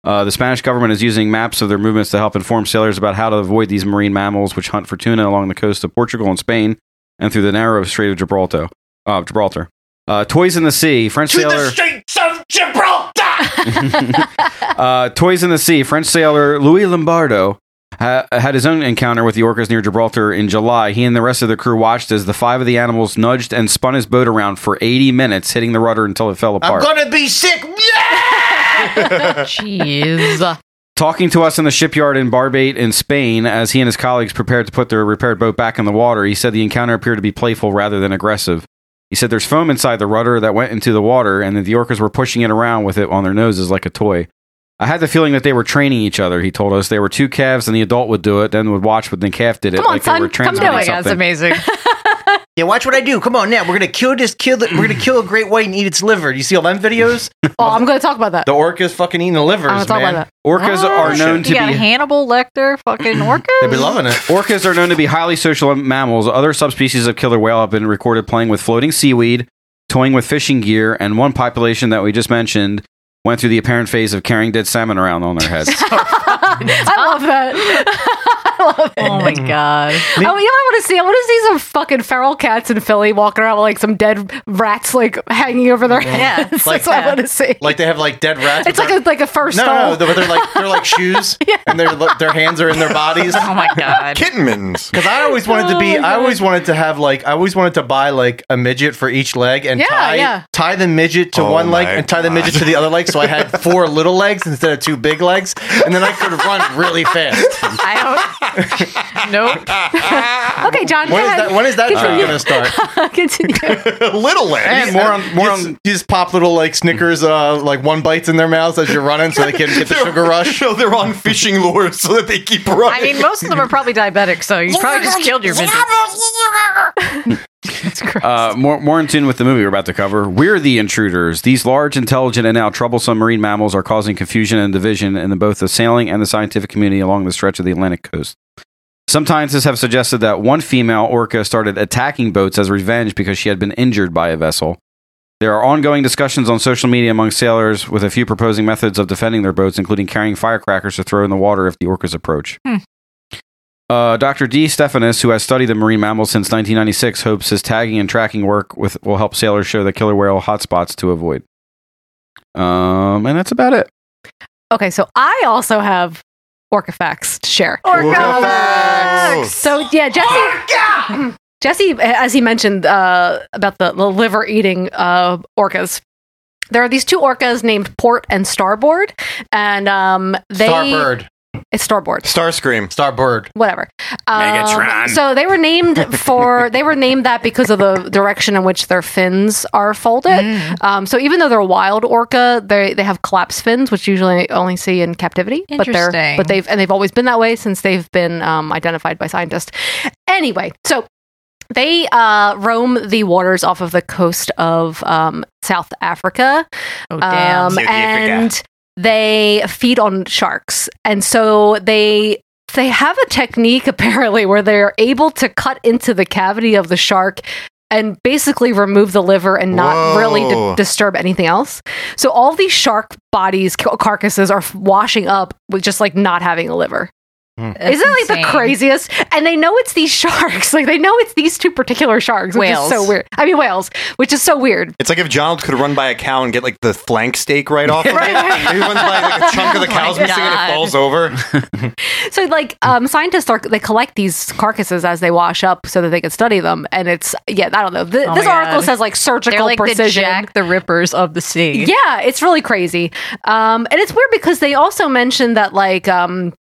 [SPEAKER 10] Uh, the Spanish government is using maps of their movements to help inform sailors about how to avoid these marine mammals, which hunt for tuna along the coast of Portugal and Spain and through the narrow Strait of Gibraltar. Uh, Gibraltar. Uh, toys in the sea. French
[SPEAKER 7] To
[SPEAKER 10] sailor.
[SPEAKER 7] the streets of Gibraltar!
[SPEAKER 10] Uh, Toys in the Sea, French sailor Louis Lombardo ha- had his own encounter with the orcas near Gibraltar in July. He and the rest of the crew watched as the five of the animals nudged and spun his boat around for 80 minutes, hitting the rudder until it fell
[SPEAKER 7] I'm
[SPEAKER 10] apart.
[SPEAKER 7] gonna be sick!
[SPEAKER 3] [LAUGHS]
[SPEAKER 9] Jeez.
[SPEAKER 10] Talking to us in the shipyard in Barbate in Spain, as he and his colleagues prepared to put their repaired boat back in the water, he said the encounter appeared to be playful rather than aggressive. He said there's foam inside the rudder that went into the water, and that the orcas were pushing it around with it on their noses like a toy. I had the feeling that they were training each other. He told us there were two calves, and the adult would do it, then would watch when the calf did it,
[SPEAKER 9] Come on,
[SPEAKER 10] like they
[SPEAKER 9] son.
[SPEAKER 10] were
[SPEAKER 9] Come do
[SPEAKER 10] transmitting
[SPEAKER 9] it. That's
[SPEAKER 10] something. [LAUGHS]
[SPEAKER 9] amazing.
[SPEAKER 14] Yeah, watch what I do. Come on now. We're gonna kill this kill. The, we're gonna kill a great white and eat its liver. Do you see all them
[SPEAKER 10] [LAUGHS]
[SPEAKER 14] videos?
[SPEAKER 3] oh, I'm going to talk about that.
[SPEAKER 14] The orcas fucking eating the livers,
[SPEAKER 9] Oh,
[SPEAKER 3] I'm gonna talk
[SPEAKER 14] man.
[SPEAKER 3] about that.
[SPEAKER 10] Orcas are known to
[SPEAKER 9] Ah, you got
[SPEAKER 10] be
[SPEAKER 9] Hannibal Lecter, fucking orca.
[SPEAKER 10] They'd be loving it. Orcas are known to be highly social mammals. Other subspecies of killer whale have been recorded playing with floating seaweed, toying with fishing gear, and one population that we just mentioned went through the apparent phase of carrying dead salmon around on
[SPEAKER 14] [LAUGHS]
[SPEAKER 10] their heads.
[SPEAKER 3] I love that. [LAUGHS] I love it. Oh my
[SPEAKER 14] Mm.
[SPEAKER 9] god!
[SPEAKER 3] Oh, you know what I want to see? I want to see some fucking feral cats in Philly walking around with like some dead rats like hanging over [LAUGHS] their heads. That's
[SPEAKER 14] Like-
[SPEAKER 3] what I want to see.
[SPEAKER 14] Like they have like dead rats.
[SPEAKER 3] It's like a, like a fur
[SPEAKER 14] no,
[SPEAKER 3] stall.
[SPEAKER 14] no, no, they're like they're like shoes, and their their hands are in their bodies.
[SPEAKER 9] Oh my god!
[SPEAKER 12] Kitten mittens.
[SPEAKER 14] Because I always wanted to be,
[SPEAKER 9] Oh,
[SPEAKER 14] I always wanted to have like, I always wanted to buy like a midget for each leg and
[SPEAKER 9] Yeah,
[SPEAKER 14] tie
[SPEAKER 9] yeah.
[SPEAKER 14] tie the midget to
[SPEAKER 12] Oh
[SPEAKER 14] one leg
[SPEAKER 12] my
[SPEAKER 14] and tie the midget to the other leg, so I
[SPEAKER 12] [LAUGHS]
[SPEAKER 14] had four little legs instead of two big legs, and then I could run really fast.
[SPEAKER 7] [LAUGHS]
[SPEAKER 9] I don't. nope.
[SPEAKER 3] okay, [LAUGHS] John.
[SPEAKER 14] When
[SPEAKER 3] go
[SPEAKER 14] is
[SPEAKER 3] ahead.
[SPEAKER 14] that? When is that trend
[SPEAKER 3] Continue.
[SPEAKER 14] gonna
[SPEAKER 3] [LAUGHS]
[SPEAKER 14] start?
[SPEAKER 3] [LAUGHS] Continue.
[SPEAKER 12] [LAUGHS] little
[SPEAKER 14] And
[SPEAKER 12] legs.
[SPEAKER 14] more on more on. You just pop little like Snickers, uh, like one bites in their mouths as you're running, so they can get the sugar rush.
[SPEAKER 12] No, [LAUGHS] they're on fishing lures so that they keep running.
[SPEAKER 9] [LAUGHS] I mean,
[SPEAKER 14] [LAUGHS]
[SPEAKER 9] most of them are probably diabetic, so you probably just killed
[SPEAKER 3] [LAUGHS]
[SPEAKER 9] your midget.
[SPEAKER 10] Uh, more, more in tune with the movie we're about to cover. We're the intruders. These large, intelligent, and now troublesome marine mammals are causing confusion and division in the- both the sailing and the scientific community along the stretch of the Atlantic coast. Some scientists have suggested that one female orca started attacking boats as revenge because she had been injured by a vessel. There are ongoing discussions on social media among sailors, with a few proposing methods of defending their boats, including carrying firecrackers to throw in the water if the orcas approach. Uh, Dr. D. Stephanus, who has studied the marine mammals since 1996, hopes his tagging and tracking work with will help sailors show the killer whale hotspots to avoid. Um, and that's about it.
[SPEAKER 3] Okay, so I also have orca facts to share.
[SPEAKER 10] Orca facts!
[SPEAKER 3] So yeah, Jesse. [CLEARS THROAT] Jesse, as he mentioned uh, about the, the liver eating uh, orcas, there are these two orcas named Port and Starboard, and um, they
[SPEAKER 14] Starbird,
[SPEAKER 3] It's Starboard.
[SPEAKER 12] Starscream,
[SPEAKER 14] Starbird.
[SPEAKER 3] Whatever. Um,
[SPEAKER 14] Megatron.
[SPEAKER 3] So they were named
[SPEAKER 9] [LAUGHS]
[SPEAKER 3] for they were named that because of the direction in which their fins are folded.
[SPEAKER 9] Mm.
[SPEAKER 3] Um, so even though they're wild orca, they they have collapsed fins, which usually only see in captivity. But
[SPEAKER 9] Interesting.
[SPEAKER 3] they're but they've and they've always been that way since they've been um, identified by scientists. Anyway, so they uh, roam the waters off of the coast of um, South Africa.
[SPEAKER 9] Oh, damn.
[SPEAKER 3] Um,
[SPEAKER 9] South Africa.
[SPEAKER 3] and they feed on sharks, and so they [LAUGHS] they have a technique apparently where they're able to cut into the cavity of the shark. and basically remove the liver and not really
[SPEAKER 4] Whoa.
[SPEAKER 3] di- disturb anything else. So all these shark bodies, ca- carcasses are f- washing up with just like not having a liver.
[SPEAKER 9] That's
[SPEAKER 3] Isn't that like the
[SPEAKER 9] insane.
[SPEAKER 3] craziest? And they know it's these [LAUGHS] sharks. Like they know it's these two particular sharks, which
[SPEAKER 9] Whales.
[SPEAKER 3] is so weird. I mean whales, which is so weird.
[SPEAKER 12] It's like if Donald could run by a cow and get like the flank steak right
[SPEAKER 9] [LAUGHS]
[SPEAKER 12] off. [LAUGHS] of
[SPEAKER 3] Right,
[SPEAKER 12] it.
[SPEAKER 3] right.
[SPEAKER 12] He runs by
[SPEAKER 3] [LAUGHS]
[SPEAKER 12] like a chunk of the
[SPEAKER 3] Oh my
[SPEAKER 12] cow's missing and
[SPEAKER 3] God.
[SPEAKER 12] it
[SPEAKER 14] [LAUGHS]
[SPEAKER 12] falls over.
[SPEAKER 3] So like um, scientists are they collect these carcasses as they wash up so that they can study them. And it's yeah, I don't know. Th-
[SPEAKER 9] Oh
[SPEAKER 3] this
[SPEAKER 9] my
[SPEAKER 3] article
[SPEAKER 9] God.
[SPEAKER 3] says like
[SPEAKER 9] [LAUGHS]
[SPEAKER 3] surgical
[SPEAKER 9] They're like
[SPEAKER 3] precision.
[SPEAKER 9] the Jack the Rippers of the sea.
[SPEAKER 3] Yeah, it's really crazy. Um, and it's weird because they also mentioned that like um,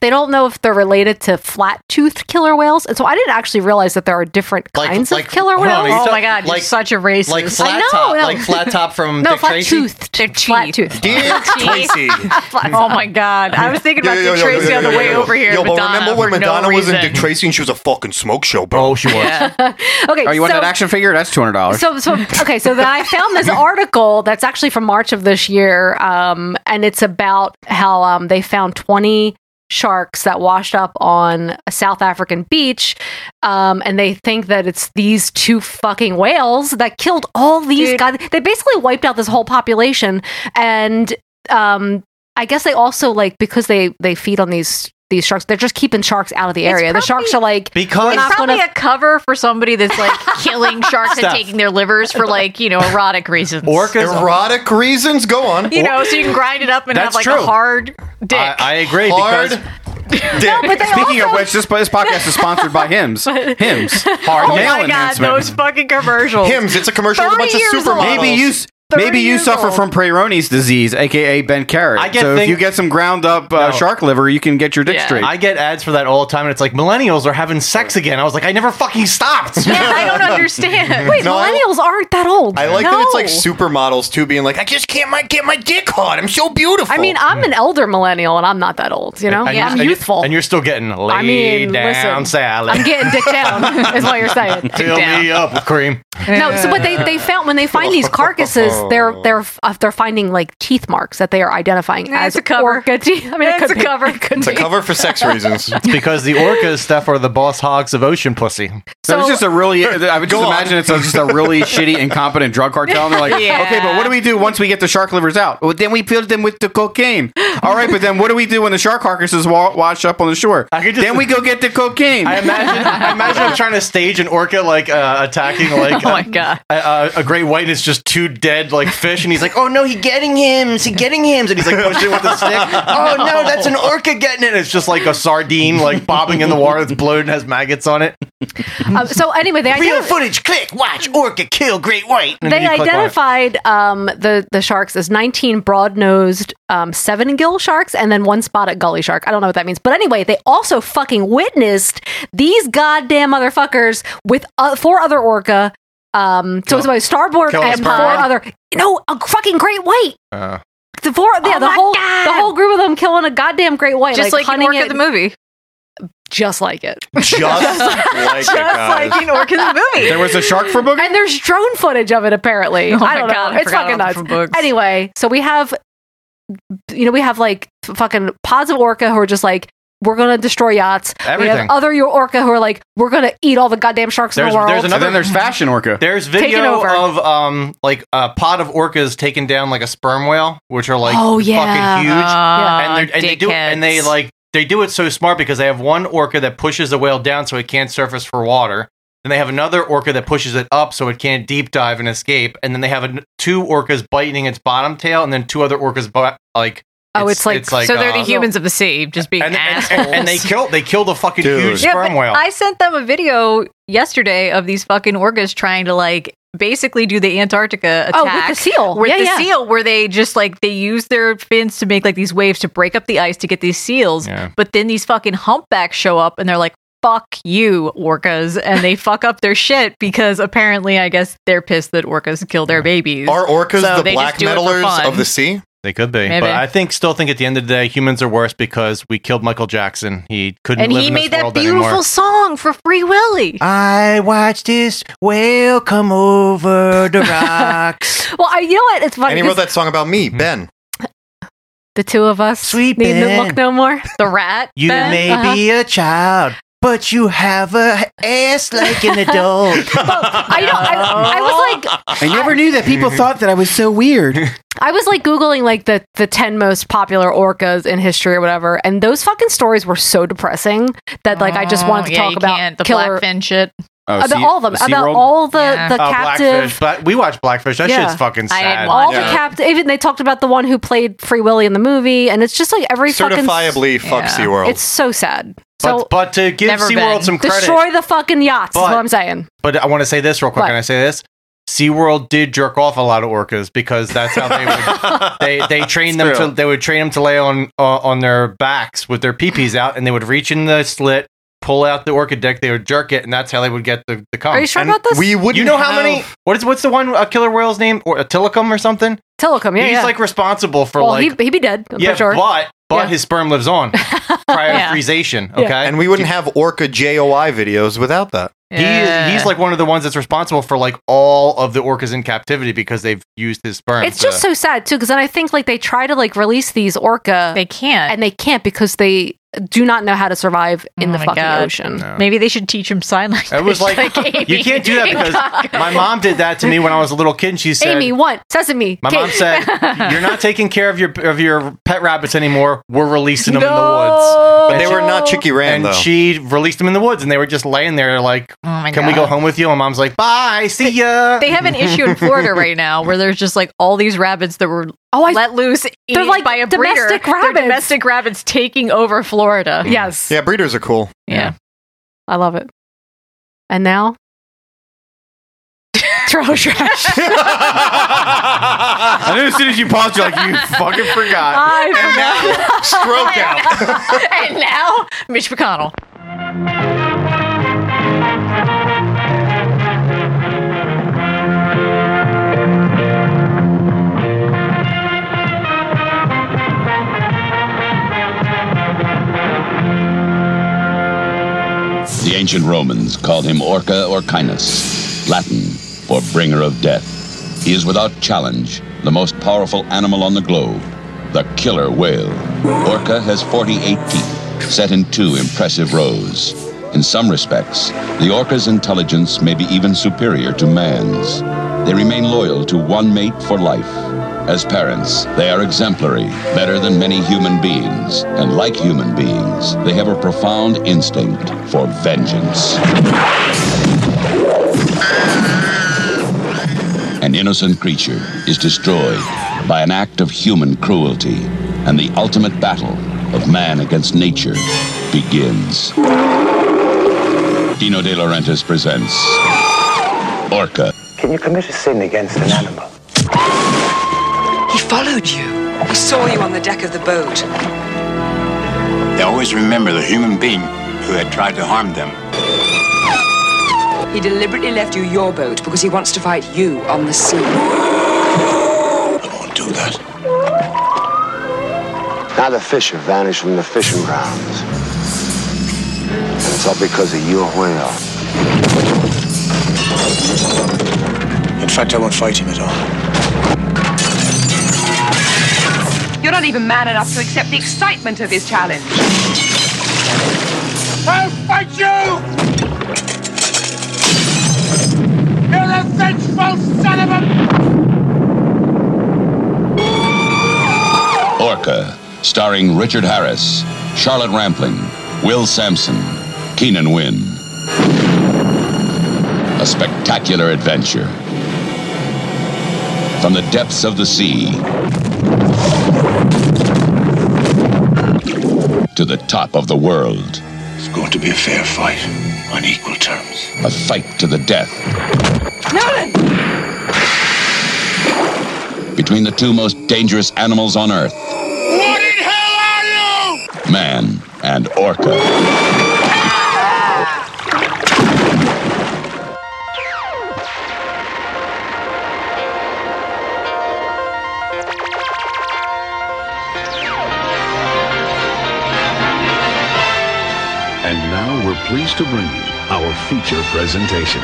[SPEAKER 3] they don't know if they're related to flat tooth killer whales, and so I didn't actually realize that there are different kinds of killer
[SPEAKER 14] hold
[SPEAKER 3] whales.
[SPEAKER 14] on, are you
[SPEAKER 9] Oh
[SPEAKER 14] ta-
[SPEAKER 3] you're such a racist!
[SPEAKER 14] Like flat top, like flat top
[SPEAKER 9] [LAUGHS]
[SPEAKER 14] from
[SPEAKER 3] no
[SPEAKER 14] Dick
[SPEAKER 3] flat
[SPEAKER 14] Tracy.
[SPEAKER 3] toothed, flat toothed,
[SPEAKER 14] Dick Tracy.
[SPEAKER 9] [LAUGHS] oh my god, I was thinking about
[SPEAKER 12] Yo, yo,
[SPEAKER 9] Dick
[SPEAKER 12] yo, yo,
[SPEAKER 9] Tracy
[SPEAKER 12] yo,
[SPEAKER 9] on the
[SPEAKER 12] yo,
[SPEAKER 9] way
[SPEAKER 12] yo, yo.
[SPEAKER 9] over here.
[SPEAKER 12] Yo, but
[SPEAKER 9] Madonna,
[SPEAKER 12] remember when
[SPEAKER 9] for no
[SPEAKER 12] Madonna was in
[SPEAKER 9] reason.
[SPEAKER 12] Dick Tracy and she was a fucking smoke show, bro? Oh, she was.
[SPEAKER 9] [LAUGHS]
[SPEAKER 3] okay,
[SPEAKER 10] Oh, you want
[SPEAKER 3] so-
[SPEAKER 10] that action figure? That's two hundred dollars.
[SPEAKER 3] So, so okay, so then I found this article that's actually from March of this year, um, and it's about how um, they found 20 sharks that washed up on a South African beach, um, and they think that it's these two fucking whales that killed all these guys. They basically wiped out this whole population, and um, I guess they also like because they they feed on these. These sharks, they're just keeping sharks out of the area. the sharks are like,
[SPEAKER 9] It's probably a cover for somebody that's like
[SPEAKER 14] [LAUGHS]
[SPEAKER 9] killing sharks
[SPEAKER 3] Stuff.
[SPEAKER 9] and taking their livers for like you know erotic reasons.
[SPEAKER 12] Erotic reasons? Go on.
[SPEAKER 9] you know, so you can grind it up and
[SPEAKER 10] That's
[SPEAKER 9] have like
[SPEAKER 10] true.
[SPEAKER 9] a hard dick.
[SPEAKER 10] I, I agree
[SPEAKER 9] Hard
[SPEAKER 10] [LAUGHS] because speaking of which, this, this podcast is sponsored
[SPEAKER 9] [LAUGHS]
[SPEAKER 10] by Hims. Hims. Hard
[SPEAKER 9] oh
[SPEAKER 10] male
[SPEAKER 9] my god,
[SPEAKER 10] enhancement.
[SPEAKER 9] those fucking commercials.
[SPEAKER 12] Hims, it's a commercial with a
[SPEAKER 9] 30
[SPEAKER 12] bunch of
[SPEAKER 9] years
[SPEAKER 12] supermodels.
[SPEAKER 9] old.
[SPEAKER 10] Maybe you. s-
[SPEAKER 9] 30
[SPEAKER 10] Maybe you
[SPEAKER 9] years
[SPEAKER 10] suffer
[SPEAKER 9] old.
[SPEAKER 10] from Peyronie's disease, aka Ben Carrot.
[SPEAKER 14] I get
[SPEAKER 10] so if
[SPEAKER 14] thing-
[SPEAKER 10] you get some ground up uh,
[SPEAKER 14] No.
[SPEAKER 10] shark liver, you can get your dick straight.
[SPEAKER 14] I get ads for that all the time, and it's like millennials are having sex again. I was like, I never fucking
[SPEAKER 3] [LAUGHS]
[SPEAKER 14] stopped.
[SPEAKER 9] I don't
[SPEAKER 14] [LAUGHS]
[SPEAKER 12] [LAUGHS]
[SPEAKER 9] understand.
[SPEAKER 3] Wait,
[SPEAKER 12] No, I-
[SPEAKER 3] millennials aren't that old.
[SPEAKER 12] I like that it's like
[SPEAKER 3] No.
[SPEAKER 12] supermodels too, being like, I just can't my, get my dick hard. I'm so beautiful.
[SPEAKER 3] I mean, I'm an elder millennial and I'm not that old, you know?
[SPEAKER 14] And
[SPEAKER 3] I'm
[SPEAKER 14] you're-
[SPEAKER 3] youthful.
[SPEAKER 14] and you're still getting laid
[SPEAKER 3] I mean,
[SPEAKER 14] down,
[SPEAKER 3] listen,
[SPEAKER 14] salad.
[SPEAKER 3] I'm getting dick [LAUGHS]
[SPEAKER 12] [LAUGHS]
[SPEAKER 3] down, is what you're saying.
[SPEAKER 14] Fill me up with cream.
[SPEAKER 3] No, so but they, they found when they find these
[SPEAKER 12] [LAUGHS]
[SPEAKER 3] carcasses, they're they're uh, they're finding like teeth marks that they are identifying as a cover. orca teeth. [LAUGHS] I mean, it's a cover. It could be.
[SPEAKER 14] [LAUGHS]
[SPEAKER 12] for sex reasons.
[SPEAKER 14] it's because the orcas stuff are the boss hogs of ocean pussy.
[SPEAKER 10] So it's just a really. I
[SPEAKER 14] [LAUGHS]
[SPEAKER 10] would just imagine it's a- just a really shitty, incompetent drug cartel, and
[SPEAKER 9] [LAUGHS]
[SPEAKER 10] they're like,
[SPEAKER 14] Yeah.
[SPEAKER 10] "Okay, but what do we do once we get the shark livers out? Well, then we fill them with the cocaine. All right, but then what do we do when the shark carcasses wa- wash up on the shore? then we go get the cocaine.
[SPEAKER 14] I imagine. I imagine
[SPEAKER 10] [LAUGHS]
[SPEAKER 14] I'm trying to stage an orca like uh, attacking like
[SPEAKER 9] Oh my
[SPEAKER 14] god a, a, a great white and it's just two dead like fish and he's like oh no he getting hims he getting hims and he's like pushing it with a
[SPEAKER 10] [LAUGHS]
[SPEAKER 14] stick oh no that's an orca getting it it's just like a sardine like bobbing in the water that's bloated and has maggots on it
[SPEAKER 3] [LAUGHS] Um, so anyway, they
[SPEAKER 14] Real
[SPEAKER 3] identif-
[SPEAKER 14] footage click watch orca kill great white And then
[SPEAKER 3] they
[SPEAKER 14] you click on it.
[SPEAKER 3] identified um, the the sharks as 19 broad-nosed um, seven gill sharks and then one spotted gully shark. I don't know what that means, but anyway, they also fucking witnessed these goddamn motherfuckers with uh, four other orca. Um, so it was about starboard
[SPEAKER 9] Kill a
[SPEAKER 3] and four
[SPEAKER 9] sperm.
[SPEAKER 3] other. No, a fucking great white.
[SPEAKER 14] [LAUGHS] Uh,
[SPEAKER 3] The four, yeah, the
[SPEAKER 9] Oh my
[SPEAKER 3] whole the whole group of them killing a goddamn great white,
[SPEAKER 9] Just like in
[SPEAKER 3] hunting
[SPEAKER 9] Orca
[SPEAKER 3] it-
[SPEAKER 9] the movie.
[SPEAKER 3] just like it,
[SPEAKER 12] just like
[SPEAKER 9] Just like in Orca the movie.
[SPEAKER 10] There was a shark for book,
[SPEAKER 3] and there's drone footage of it. Apparently,
[SPEAKER 9] [LAUGHS] Oh my
[SPEAKER 3] I don't
[SPEAKER 9] God,
[SPEAKER 3] know.
[SPEAKER 9] I
[SPEAKER 3] it's
[SPEAKER 9] forgot
[SPEAKER 3] fucking
[SPEAKER 9] about
[SPEAKER 3] nuts.
[SPEAKER 9] the books.
[SPEAKER 3] Anyway, so we have, you know, we have like f- fucking pods of orca who are just like. We're gonna destroy yachts. We
[SPEAKER 14] Everything.
[SPEAKER 3] have other your orca who are like, we're gonna eat all the goddamn sharks in
[SPEAKER 14] There's-
[SPEAKER 3] the world.
[SPEAKER 14] there's another-
[SPEAKER 10] and then there's fashion orca.
[SPEAKER 14] There's
[SPEAKER 3] Taking
[SPEAKER 14] video
[SPEAKER 3] over.
[SPEAKER 14] of um like a pod of orcas taking down like a sperm whale, which are like
[SPEAKER 3] Oh, yeah.
[SPEAKER 14] fucking huge,
[SPEAKER 9] Yeah. Ah,
[SPEAKER 14] and, they're- and they do and they
[SPEAKER 9] Dickheads.
[SPEAKER 14] like they do it so smart because they have one orca that pushes the whale down so it can't surface for water. Then they have another orca that pushes it up so it can't deep dive and escape. And then they have an two orcas biting its bottom tail, and then two other orcas bi- like
[SPEAKER 9] Oh, it's, like, so they're the
[SPEAKER 14] uh,
[SPEAKER 9] humans of the sea, just being
[SPEAKER 14] and, and,
[SPEAKER 9] assholes.
[SPEAKER 14] and, and they kill they kill the fucking huge
[SPEAKER 9] Yeah,
[SPEAKER 14] sperm
[SPEAKER 9] but
[SPEAKER 14] whale.
[SPEAKER 9] I sent them a video yesterday of these fucking orcas trying to like basically do the Antarctica attack.
[SPEAKER 3] Oh, with the seal.
[SPEAKER 9] With
[SPEAKER 3] Yeah,
[SPEAKER 9] the
[SPEAKER 3] yeah.
[SPEAKER 9] seal, where they just like they use their fins to make like these waves to break up the ice to get these seals.
[SPEAKER 14] Yeah.
[SPEAKER 9] But then these fucking humpbacks show up and they're like, fuck you, orcas. And they fuck up their shit because apparently, I guess they're pissed that orcas kill their babies.
[SPEAKER 12] Are orcas
[SPEAKER 9] So
[SPEAKER 12] the
[SPEAKER 9] they
[SPEAKER 12] black
[SPEAKER 9] just do it for
[SPEAKER 12] meddlers
[SPEAKER 9] fun.
[SPEAKER 12] of the sea?
[SPEAKER 14] They could be,
[SPEAKER 9] Maybe.
[SPEAKER 14] but I think still think at the end of the day, humans are worse because we killed Michael Jackson. He couldn't.
[SPEAKER 9] And
[SPEAKER 14] live
[SPEAKER 9] he
[SPEAKER 14] in
[SPEAKER 9] made
[SPEAKER 14] this
[SPEAKER 9] that
[SPEAKER 14] world
[SPEAKER 9] beautiful
[SPEAKER 14] Anymore.
[SPEAKER 9] song for Free Willy.
[SPEAKER 14] I watched this whale come over the
[SPEAKER 9] [LAUGHS]
[SPEAKER 14] rocks.
[SPEAKER 3] well, I, you know what? It's funny.
[SPEAKER 12] And he wrote
[SPEAKER 3] 'cause
[SPEAKER 12] that song about me,
[SPEAKER 14] Hmm.
[SPEAKER 12] Ben.
[SPEAKER 3] the two of us need to
[SPEAKER 14] Ben.
[SPEAKER 3] look no more.
[SPEAKER 9] The rat.
[SPEAKER 14] you
[SPEAKER 3] Ben?
[SPEAKER 14] may
[SPEAKER 3] Uh-huh.
[SPEAKER 14] be a child,
[SPEAKER 13] but you have a ass like an
[SPEAKER 3] [LAUGHS]
[SPEAKER 13] adult.
[SPEAKER 3] I know. I, I
[SPEAKER 16] Oh.
[SPEAKER 3] was like,
[SPEAKER 13] I never knew that people thought that I was so
[SPEAKER 10] [LAUGHS]
[SPEAKER 13] weird.
[SPEAKER 3] I was like googling like the the ten most popular orcas in history or whatever, and those fucking stories were so depressing that like I just wanted to
[SPEAKER 9] Oh, yeah,
[SPEAKER 3] talk
[SPEAKER 9] you
[SPEAKER 3] about
[SPEAKER 9] can't. The
[SPEAKER 3] killer
[SPEAKER 9] blackfin shit.
[SPEAKER 10] Oh,
[SPEAKER 3] about
[SPEAKER 10] sea-
[SPEAKER 3] all of them, about
[SPEAKER 10] SeaWorld?
[SPEAKER 3] all the
[SPEAKER 9] Yeah.
[SPEAKER 3] the
[SPEAKER 9] Oh,
[SPEAKER 3] captive.
[SPEAKER 14] Blackfish, but we watch Blackfish. That
[SPEAKER 3] Yeah.
[SPEAKER 14] shit's fucking sad.
[SPEAKER 3] All the captive. Even they talked about the one who played Free Willy in the movie, and it's just like every fucking
[SPEAKER 12] Certifiably fuck Yeah. SeaWorld.
[SPEAKER 3] It's so sad.
[SPEAKER 14] But-
[SPEAKER 3] So
[SPEAKER 14] but to give Never SeaWorld been. some credit-
[SPEAKER 3] destroy the fucking yachts. is
[SPEAKER 14] But-
[SPEAKER 3] what I'm saying.
[SPEAKER 14] But I want to say this real quick.
[SPEAKER 3] What?
[SPEAKER 14] Can I say this? SeaWorld did jerk off a lot of orcas because that's how they [LAUGHS] would they they trained them
[SPEAKER 12] It's true.
[SPEAKER 14] to they would train them to lay on uh, on their backs with their peepees out and they would reach in the slit pull out the orca dick they would jerk it and that's how they would get the, the cum.
[SPEAKER 3] Are you sure
[SPEAKER 14] And
[SPEAKER 3] about this?
[SPEAKER 12] we wouldn't
[SPEAKER 14] You know how many
[SPEAKER 12] have-
[SPEAKER 14] what is what's the one uh, killer whale's name or a Tillicum or something?
[SPEAKER 3] Telecom, yeah,
[SPEAKER 14] He's
[SPEAKER 3] yeah.
[SPEAKER 14] like responsible for
[SPEAKER 3] well,
[SPEAKER 14] like
[SPEAKER 3] he he'd be dead
[SPEAKER 14] yeah,
[SPEAKER 3] for sure.
[SPEAKER 14] but but
[SPEAKER 3] Yeah.
[SPEAKER 14] his sperm lives on.
[SPEAKER 9] [LAUGHS]
[SPEAKER 14] Cryophreezation, okay?
[SPEAKER 12] And we wouldn't have Orca JOI videos without that.
[SPEAKER 14] He is, he's like one of the ones that's responsible for like all of the orcas in captivity because they've used his sperm.
[SPEAKER 3] It's just so sad too, because then I think like they try to like release these orca, they
[SPEAKER 9] can't, Oh
[SPEAKER 3] and they can't because they do not know how to survive in the
[SPEAKER 9] my
[SPEAKER 3] fucking
[SPEAKER 9] God.
[SPEAKER 3] ocean.
[SPEAKER 9] Maybe they should teach him sign language.
[SPEAKER 14] It
[SPEAKER 3] [LAUGHS]
[SPEAKER 9] [LAUGHS]
[SPEAKER 14] was like you can't do that because my mom did that to me when I was a little kid. And she said,
[SPEAKER 3] Amy, [LAUGHS] what sesame?
[SPEAKER 14] "My mom
[SPEAKER 3] Kate. [LAUGHS]
[SPEAKER 14] said you're not taking care of your of your pet rabbits anymore. We're releasing them in the
[SPEAKER 3] No.
[SPEAKER 14] woods."
[SPEAKER 12] But they were not Chicky Ran,
[SPEAKER 14] And
[SPEAKER 12] though.
[SPEAKER 14] she released them in the woods, and they were just laying there like,
[SPEAKER 3] Oh
[SPEAKER 9] my
[SPEAKER 14] "Can we
[SPEAKER 9] God.
[SPEAKER 14] go home with you?" And mom's like, "Bye, see ya."
[SPEAKER 9] They have an issue in Florida right now where there's just like all these rabbits that were
[SPEAKER 3] oh, I,
[SPEAKER 9] let loose.
[SPEAKER 3] They're
[SPEAKER 9] eaten
[SPEAKER 3] like
[SPEAKER 9] by a
[SPEAKER 3] domestic
[SPEAKER 9] breeder. They're
[SPEAKER 3] rabbits.
[SPEAKER 9] domestic rabbits taking over
[SPEAKER 12] [LAUGHS]
[SPEAKER 9] Florida.
[SPEAKER 12] Mm.
[SPEAKER 3] Yes,
[SPEAKER 12] Yeah, breeders are cool.
[SPEAKER 9] Yeah.
[SPEAKER 3] I love it. And now, [LAUGHS] throw
[SPEAKER 9] [LAUGHS]
[SPEAKER 3] trash.
[SPEAKER 10] I knew as soon as you paused, you're like, you fucking
[SPEAKER 9] [LAUGHS]
[SPEAKER 10] forgot.
[SPEAKER 3] I
[SPEAKER 12] forgot. Stroke out.
[SPEAKER 9] and now Mitch McConnell.
[SPEAKER 4] The ancient Romans called him Orca Orcinus, Latin for bringer of death. He is without challenge the most powerful animal on the globe, the killer whale. Orca has 48 teeth, set in two impressive rows. In some respects, the orca's intelligence may be even superior to man's. They remain loyal to one mate for life. As parents, they are exemplary, better than many human beings, and like human beings, they have a profound instinct for vengeance. An innocent creature is destroyed by an act of human cruelty, and the ultimate battle of man against nature begins. Dino De Laurentiis presents Orca.
[SPEAKER 18] Can you commit a sin against an animal?
[SPEAKER 19] [LAUGHS] He followed you. He saw you on the deck of the boat.
[SPEAKER 20] They always remember the human being who had tried to harm them.
[SPEAKER 19] He deliberately left you your boat because he wants to fight you on the sea.
[SPEAKER 18] Now the fish have vanished from the fishing grounds. And it's all because of your whale. In fact, I won't fight him at all.
[SPEAKER 19] You're not even man enough to accept the excitement of his challenge.
[SPEAKER 16] I'll fight you! You're a vengeful son of a...
[SPEAKER 4] Orca, starring Richard Harris, Charlotte Rampling, Will Sampson, Keenan Wynn. A spectacular adventure. From the depths of the sea to the top of the world. It's going to be a fair fight on equal terms. A fight to the death. Between the two most dangerous animals on earth.
[SPEAKER 16] What in hell are you?
[SPEAKER 4] man and orca.
[SPEAKER 21] And now we're pleased to bring you our feature presentation.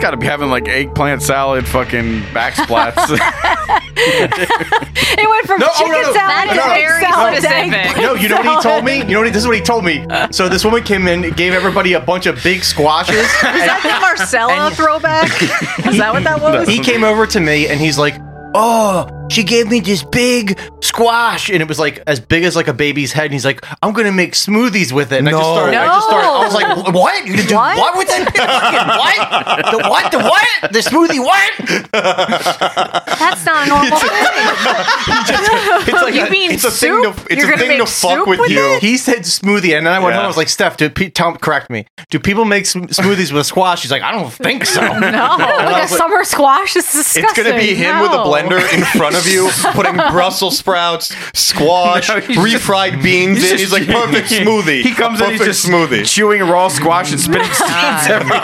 [SPEAKER 10] got to be having like eggplant salad, fucking
[SPEAKER 9] [LAUGHS]
[SPEAKER 10] backsplats.
[SPEAKER 9] it went from
[SPEAKER 14] No, oh,
[SPEAKER 9] chicken
[SPEAKER 14] no, no.
[SPEAKER 9] salad to
[SPEAKER 14] No, no.
[SPEAKER 9] very specific.
[SPEAKER 14] No, you know what he told
[SPEAKER 9] [LAUGHS]
[SPEAKER 14] me? You know what? He, this is what he told me. So this woman came in, and gave everybody a bunch of big
[SPEAKER 9] [LAUGHS]
[SPEAKER 14] squashes.
[SPEAKER 9] Was that the Marcella throwback? Is that what that [LAUGHS] was?
[SPEAKER 14] he came over to me and he's like, "Oh, she gave me this big squash, and it was like as big as like a baby's head." And he's like, "I'm gonna make smoothies with it." And I just
[SPEAKER 7] No.
[SPEAKER 14] started. I just started. I was like, "Wh- "What? You did
[SPEAKER 7] What?
[SPEAKER 14] what? what with that?
[SPEAKER 9] [LAUGHS]
[SPEAKER 14] Fucking what? The what? The what? The smoothie what?"
[SPEAKER 9] That's not a normal thing.
[SPEAKER 14] It's like
[SPEAKER 9] you
[SPEAKER 14] a,
[SPEAKER 9] mean
[SPEAKER 14] it's a
[SPEAKER 9] soup?
[SPEAKER 14] thing to, it's
[SPEAKER 9] You're
[SPEAKER 14] a
[SPEAKER 9] gonna
[SPEAKER 14] thing to
[SPEAKER 9] make
[SPEAKER 14] fuck
[SPEAKER 9] soup
[SPEAKER 14] with, you.
[SPEAKER 9] it?
[SPEAKER 14] He said smoothie, and then I went
[SPEAKER 22] Yeah.
[SPEAKER 14] home. I was like, Steph, do pe- tell, correct me. Do people make sm- smoothies with squash? She's like, I don't think
[SPEAKER 9] [LAUGHS]
[SPEAKER 14] so.
[SPEAKER 3] No, like a summer squash is disgusting.
[SPEAKER 12] It's gonna be him with a
[SPEAKER 3] No.
[SPEAKER 12] blender in front of you, putting Brussels sprouts, squash, refried beans. in. he's like perfect smoothie. [LAUGHS]
[SPEAKER 10] He comes
[SPEAKER 12] a
[SPEAKER 10] in, he's
[SPEAKER 12] perfect
[SPEAKER 10] just
[SPEAKER 12] smoothie.
[SPEAKER 10] chewing raw squash and [LAUGHS] spinach seeds everywhere.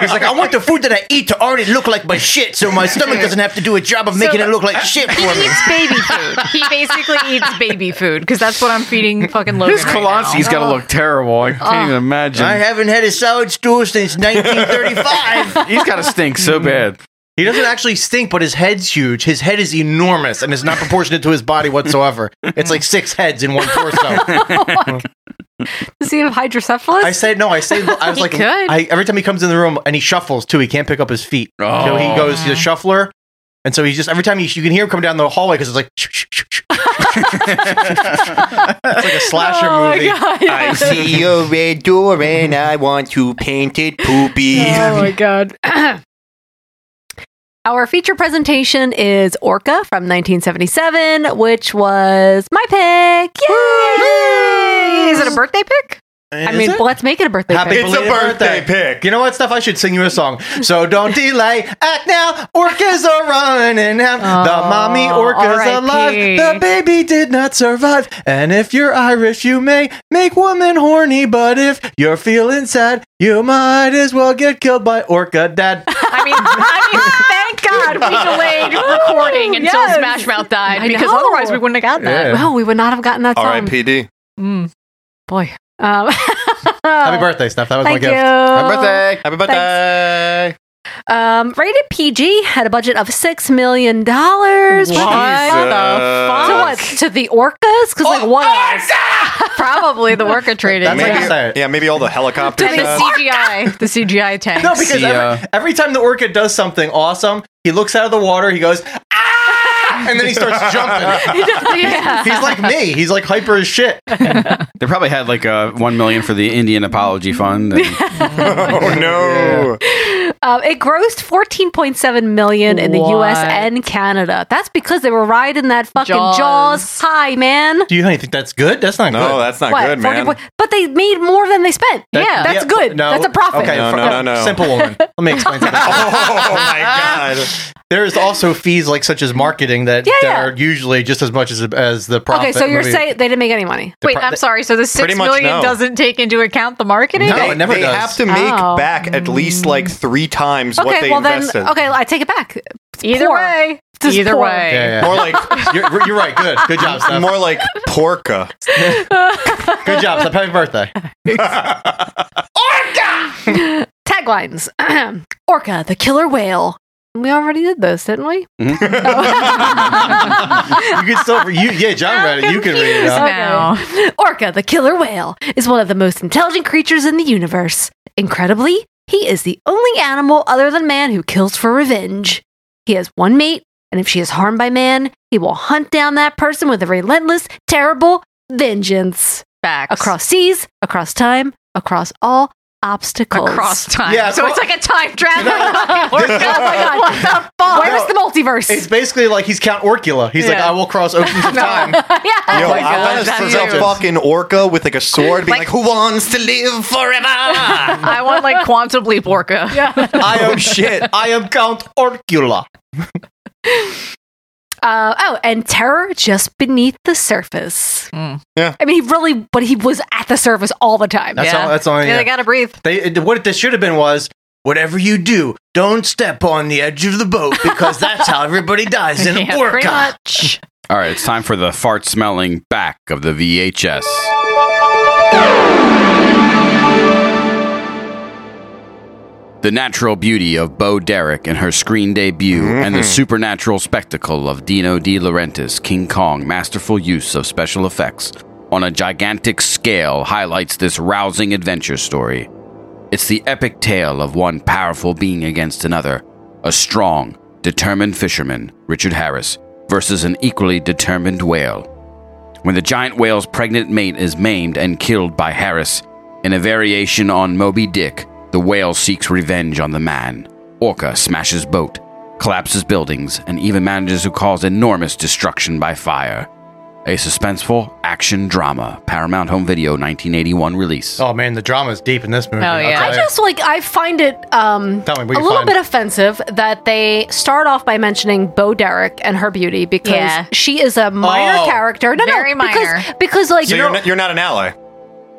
[SPEAKER 14] He's like, I want the food that I eat to already look like my shit, so my stomach doesn't have to do a job of making it look like shit
[SPEAKER 9] He
[SPEAKER 14] [LAUGHS] for me.
[SPEAKER 9] eats baby food. He basically eats baby food because that's what I'm feeding fucking Logan.
[SPEAKER 10] This
[SPEAKER 9] right
[SPEAKER 10] Kalonski's
[SPEAKER 9] now.
[SPEAKER 10] got to look terrible. I can't
[SPEAKER 9] Oh.
[SPEAKER 10] even imagine.
[SPEAKER 14] Uh, I haven't had a salad stool since
[SPEAKER 12] [LAUGHS]
[SPEAKER 14] 1935.
[SPEAKER 10] He's got to stink so bad.
[SPEAKER 14] He doesn't actually stink, but his head's huge. His head is enormous and is not proportionate to his body whatsoever. It's like six heads in one
[SPEAKER 3] [LAUGHS]
[SPEAKER 14] torso.
[SPEAKER 3] Does he have hydrocephalus?
[SPEAKER 14] I said no. I said I was
[SPEAKER 3] He
[SPEAKER 14] like
[SPEAKER 3] could.
[SPEAKER 14] I, every time he comes in the room and he shuffles too. He can't pick up his feet, so he
[SPEAKER 10] Oh.
[SPEAKER 14] goes. He's a shuffler, and so he's just every time he, you can hear him come down the hallway because it's like it's like a slasher
[SPEAKER 7] Oh my
[SPEAKER 14] movie.
[SPEAKER 7] God, yes. I see
[SPEAKER 14] a red door and I want to paint it poopy.
[SPEAKER 12] [LAUGHS]
[SPEAKER 3] Oh my god. [COUGHS] Our feature presentation is Orca from 1977, which was my pick. Yay! Is it a birthday pick? I
[SPEAKER 14] Is
[SPEAKER 3] mean,
[SPEAKER 14] it?
[SPEAKER 3] let's make it a birthday
[SPEAKER 14] Happy
[SPEAKER 3] pick.
[SPEAKER 14] belated pick. You know what, Steph? I should sing you a song. So
[SPEAKER 13] [LAUGHS]
[SPEAKER 14] don't delay. Act now. Orcas are running out.
[SPEAKER 3] Oh,
[SPEAKER 14] the mommy orca's
[SPEAKER 7] R.I.P..
[SPEAKER 14] alive. The baby did not survive. And if you're Irish, you may make woman horny. But if you're feeling sad, you might as well get killed by orca dad.
[SPEAKER 9] I mean, I mean, thank God
[SPEAKER 3] [LAUGHS]
[SPEAKER 9] we delayed recording until
[SPEAKER 3] Yes.
[SPEAKER 9] Smash Mouth died
[SPEAKER 3] I
[SPEAKER 9] because
[SPEAKER 3] know.
[SPEAKER 9] otherwise we wouldn't have got that.
[SPEAKER 3] No, we would not have gotten that song.
[SPEAKER 12] R.I.P.D.
[SPEAKER 3] Mm. Boy. Um,
[SPEAKER 14] Happy birthday, Steph. That was
[SPEAKER 3] Thank
[SPEAKER 14] my gift.
[SPEAKER 3] you.
[SPEAKER 14] Happy birthday. Happy
[SPEAKER 3] Thanks.
[SPEAKER 14] birthday.
[SPEAKER 3] Um, rated PG had a budget of six million dollars.
[SPEAKER 7] What the fuck?
[SPEAKER 3] To what? To the orcas? Because like
[SPEAKER 9] [LAUGHS]
[SPEAKER 3] what? else? Probably the orca traded.
[SPEAKER 12] maybe,
[SPEAKER 9] yeah.
[SPEAKER 12] yeah, maybe all the helicopters.
[SPEAKER 9] To the CGI,
[SPEAKER 14] [LAUGHS]
[SPEAKER 9] the CGI tanks.
[SPEAKER 14] No, because every, every time the orca does something awesome, he looks out of the water, he goes, ah! And then he
[SPEAKER 12] [LAUGHS]
[SPEAKER 14] starts jumping. [LAUGHS]
[SPEAKER 9] Yeah.
[SPEAKER 14] He's like me. He's like hyper as shit.
[SPEAKER 10] They probably had like a one million for the Indian Apology Fund.
[SPEAKER 12] oh no!
[SPEAKER 3] [LAUGHS] Um, it grossed 14.7 million in the US and Canada. That's because they were riding that fucking
[SPEAKER 14] Jaws.
[SPEAKER 3] jaws, high, man.
[SPEAKER 14] Do you think that's good? That's not good.
[SPEAKER 12] No, that's not
[SPEAKER 3] What?
[SPEAKER 12] good, man.
[SPEAKER 3] 40 But they made more than they spent.
[SPEAKER 14] That-
[SPEAKER 3] yeah, that's good.
[SPEAKER 14] no,
[SPEAKER 3] that's a profit.
[SPEAKER 14] Okay,
[SPEAKER 12] No,
[SPEAKER 14] for-
[SPEAKER 12] no, no, no.
[SPEAKER 14] Simple woman. Let me explain to
[SPEAKER 12] that. oh my [LAUGHS] god!
[SPEAKER 14] There is also fees like such as marketing that,
[SPEAKER 3] Yeah,
[SPEAKER 14] that
[SPEAKER 3] yeah.
[SPEAKER 14] are usually just as much as as the profit.
[SPEAKER 3] okay, so you're
[SPEAKER 14] movie.
[SPEAKER 3] saying they didn't make any money.
[SPEAKER 9] Wait, I'm sorry. So the six
[SPEAKER 14] Pretty much
[SPEAKER 9] million
[SPEAKER 14] no.
[SPEAKER 9] doesn't take into account the marketing.
[SPEAKER 14] No, it never
[SPEAKER 12] [LAUGHS] they
[SPEAKER 14] does.
[SPEAKER 12] have to make
[SPEAKER 9] Oh.
[SPEAKER 12] back at least like three times what
[SPEAKER 3] Okay,
[SPEAKER 12] they
[SPEAKER 3] well
[SPEAKER 12] invested.
[SPEAKER 3] then, okay, I take it back. It's
[SPEAKER 9] Either
[SPEAKER 3] poor.
[SPEAKER 9] way,
[SPEAKER 3] It's just
[SPEAKER 9] either
[SPEAKER 3] poor. [LAUGHS]
[SPEAKER 9] way.
[SPEAKER 12] Yeah, yeah. More like
[SPEAKER 14] you're, you're right. Good, good
[SPEAKER 12] [LAUGHS]
[SPEAKER 14] job. Steph.
[SPEAKER 12] More like porca.
[SPEAKER 14] Good job. Steph. Happy birthday.
[SPEAKER 3] Taglines [CLEARS THROAT] Orca, the killer whale. We already did those, didn't we?
[SPEAKER 14] [LAUGHS] you can still you yeah. John read it. You can read it.
[SPEAKER 3] Okay.
[SPEAKER 14] Now.
[SPEAKER 3] [LAUGHS] Orca, the killer whale, is one of the most intelligent creatures in the universe. Incredibly, he is the only animal other than man who kills for revenge. He has one mate, and if she is harmed by man, he will hunt down that person with a relentless, terrible vengeance.
[SPEAKER 9] Facts.
[SPEAKER 3] Across seas, across time, across all obstacles.
[SPEAKER 9] Across time.
[SPEAKER 14] Uh, Yeah,
[SPEAKER 9] so
[SPEAKER 14] well-
[SPEAKER 9] it's like a time travel. [LAUGHS] oh
[SPEAKER 14] This-
[SPEAKER 9] my god!
[SPEAKER 14] [LAUGHS]
[SPEAKER 9] What the fuck?
[SPEAKER 3] Where's the multiverse?
[SPEAKER 14] It's basically like he's Count Orcula. He's like,
[SPEAKER 9] Yeah.
[SPEAKER 14] I will cross oceans of
[SPEAKER 9] [LAUGHS] No.
[SPEAKER 14] time.
[SPEAKER 3] yeah.
[SPEAKER 12] Yo,
[SPEAKER 14] Oh my
[SPEAKER 12] I
[SPEAKER 14] God,
[SPEAKER 12] want
[SPEAKER 14] that's
[SPEAKER 12] to see a
[SPEAKER 14] huge.
[SPEAKER 12] fucking orca with like a sword, being like, "Who wants to live forever?"
[SPEAKER 9] [LAUGHS] I want like quantum leap orca. Yeah.
[SPEAKER 14] I am shit. I am Count Orcula.
[SPEAKER 3] Uh, oh, and terror just beneath the surface.
[SPEAKER 9] Hmm.
[SPEAKER 12] Yeah.
[SPEAKER 3] I mean, he really, but he was at the surface all the time.
[SPEAKER 14] That's all. That's all.
[SPEAKER 9] Yeah, they gotta breathe.
[SPEAKER 14] They what this should have been was whatever you do, don't step on the edge of the boat
[SPEAKER 9] [LAUGHS]
[SPEAKER 14] because that's how everybody dies in
[SPEAKER 9] Yeah,
[SPEAKER 14] a
[SPEAKER 9] pretty
[SPEAKER 14] orca.
[SPEAKER 9] much.
[SPEAKER 10] All right, it's time for the fart smelling back of the VHS.
[SPEAKER 23] The natural beauty of Bo Derek in her screen debut and the
[SPEAKER 12] Mhm.
[SPEAKER 23] supernatural spectacle of Dino De Laurentiis' King Kong masterful use of special effects on a gigantic scale highlights this rousing adventure story. It's the epic tale of one powerful being against another, a strong, determined fisherman, Richard Harris, versus an equally determined whale. When the giant whale's pregnant mate is maimed and killed by Harris, in a variation on Moby Dick, the whale seeks revenge on the man. Orca smashes boat, collapses buildings, and even manages to cause enormous destruction by fire. A suspenseful action drama, Paramount Home Video 1981 release.
[SPEAKER 14] Oh man, the drama's deep in this movie.
[SPEAKER 9] Oh, yeah.
[SPEAKER 3] I just like I find it um,
[SPEAKER 14] Tell me
[SPEAKER 3] a
[SPEAKER 14] what you
[SPEAKER 3] little
[SPEAKER 14] find.
[SPEAKER 3] bit offensive that they start off by mentioning Bo Derek and her beauty because
[SPEAKER 9] Yeah.
[SPEAKER 3] she is a minor
[SPEAKER 12] Oh.
[SPEAKER 3] character. No,
[SPEAKER 9] Very
[SPEAKER 3] no, because-
[SPEAKER 9] minor.
[SPEAKER 3] Because, like
[SPEAKER 12] so you're, not, you're not an ally.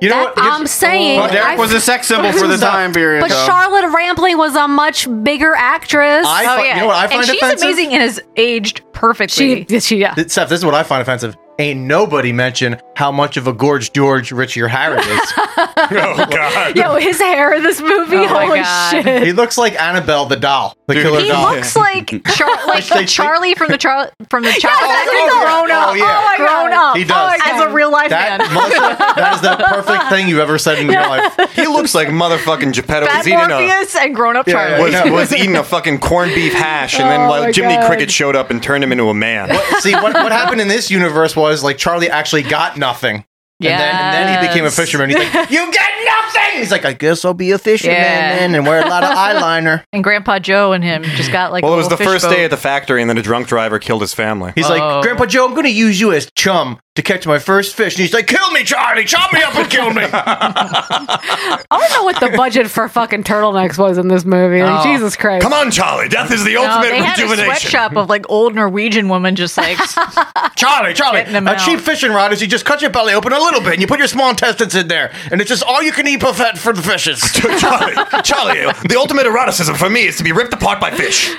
[SPEAKER 14] You
[SPEAKER 3] know That what? I'm
[SPEAKER 12] Oh,
[SPEAKER 3] saying- Well, Derek I've- was a
[SPEAKER 10] sex
[SPEAKER 3] symbol [LAUGHS] for the time
[SPEAKER 10] period.
[SPEAKER 3] but Charlotte Rampling was a much bigger actress.
[SPEAKER 14] I
[SPEAKER 9] Oh,
[SPEAKER 14] fi- you know what I find
[SPEAKER 9] and she's
[SPEAKER 14] offensive?
[SPEAKER 9] amazing and has aged [LAUGHS] perfectly.
[SPEAKER 3] She, she, yeah.
[SPEAKER 14] Th- Seth, this is what I find offensive. Ain't nobody mention how much of a gorge George Richard Harris
[SPEAKER 3] [LAUGHS]
[SPEAKER 14] is. [LAUGHS] oh [LAUGHS] God!
[SPEAKER 3] Yo, his hair in this movie,
[SPEAKER 9] Oh my
[SPEAKER 3] holy
[SPEAKER 9] God.
[SPEAKER 3] shit.
[SPEAKER 14] He looks like Annabelle the doll, the killer
[SPEAKER 9] He
[SPEAKER 14] doll.
[SPEAKER 9] looks like
[SPEAKER 14] [LAUGHS]
[SPEAKER 9] Char- like
[SPEAKER 14] They- they-
[SPEAKER 9] Charlie from the Char- from the Charlie
[SPEAKER 14] oh,
[SPEAKER 9] grown
[SPEAKER 14] yeah.
[SPEAKER 9] up.
[SPEAKER 14] Oh, yeah.
[SPEAKER 9] my grown up.
[SPEAKER 14] He does.
[SPEAKER 9] As a real life
[SPEAKER 14] that
[SPEAKER 9] man. [LAUGHS]
[SPEAKER 14] must- that is the perfect thing you've ever said in your life.
[SPEAKER 12] He looks like motherfucking Geppetto
[SPEAKER 9] Bad
[SPEAKER 12] was eating a
[SPEAKER 9] Morpheus and grown up Charlie.
[SPEAKER 12] was,
[SPEAKER 9] [LAUGHS]
[SPEAKER 12] was eating a fucking corned beef hash, and
[SPEAKER 9] Oh
[SPEAKER 12] then
[SPEAKER 9] my
[SPEAKER 12] like, Jiminy
[SPEAKER 9] God.
[SPEAKER 12] Cricket showed up and turned him into a man.
[SPEAKER 14] See what, what happened in this universe was like Charlie actually got nothing. And, then, and then he became a
[SPEAKER 9] Yes.
[SPEAKER 14] fisherman. He's like, "You get nothing." He's like, "I guess I'll be a fisherman
[SPEAKER 9] Yeah.
[SPEAKER 14] then and wear a lot
[SPEAKER 9] [LAUGHS]
[SPEAKER 14] of eyeliner."
[SPEAKER 9] And Grandpa Joe and him just got like.
[SPEAKER 12] well,
[SPEAKER 9] a
[SPEAKER 12] it was the
[SPEAKER 9] little
[SPEAKER 12] first
[SPEAKER 9] fishbowl.
[SPEAKER 12] day at the factory, and then a drunk driver killed his family.
[SPEAKER 14] He's
[SPEAKER 9] Oh.
[SPEAKER 14] like, Grandpa Joe, I'm going to use you as chum to catch my first fish. And he's like, kill me, Charlie. Chop me up and kill
[SPEAKER 9] [LAUGHS]
[SPEAKER 14] me.
[SPEAKER 3] I don't know what the budget for fucking turtlenecks was in this movie. Like,
[SPEAKER 9] Oh.
[SPEAKER 3] Jesus Christ.
[SPEAKER 12] Come on, Charlie. Death is the
[SPEAKER 9] No,
[SPEAKER 12] ultimate
[SPEAKER 9] they had
[SPEAKER 12] rejuvenation.
[SPEAKER 9] a sweatshop of like old Norwegian woman
[SPEAKER 14] [LAUGHS]
[SPEAKER 9] just like [LAUGHS]
[SPEAKER 14] Charlie, Charlie,
[SPEAKER 9] Getting him
[SPEAKER 14] a
[SPEAKER 9] out.
[SPEAKER 14] cheap fishing rod is you just cut your belly open a little bit and you put your small intestines in there. And it's just all you can eat buffet for the
[SPEAKER 9] [LAUGHS]
[SPEAKER 14] fishes. [LAUGHS]
[SPEAKER 12] Charlie, Charlie, the ultimate eroticism for me is to be ripped apart
[SPEAKER 14] [LAUGHS]
[SPEAKER 12] by fish.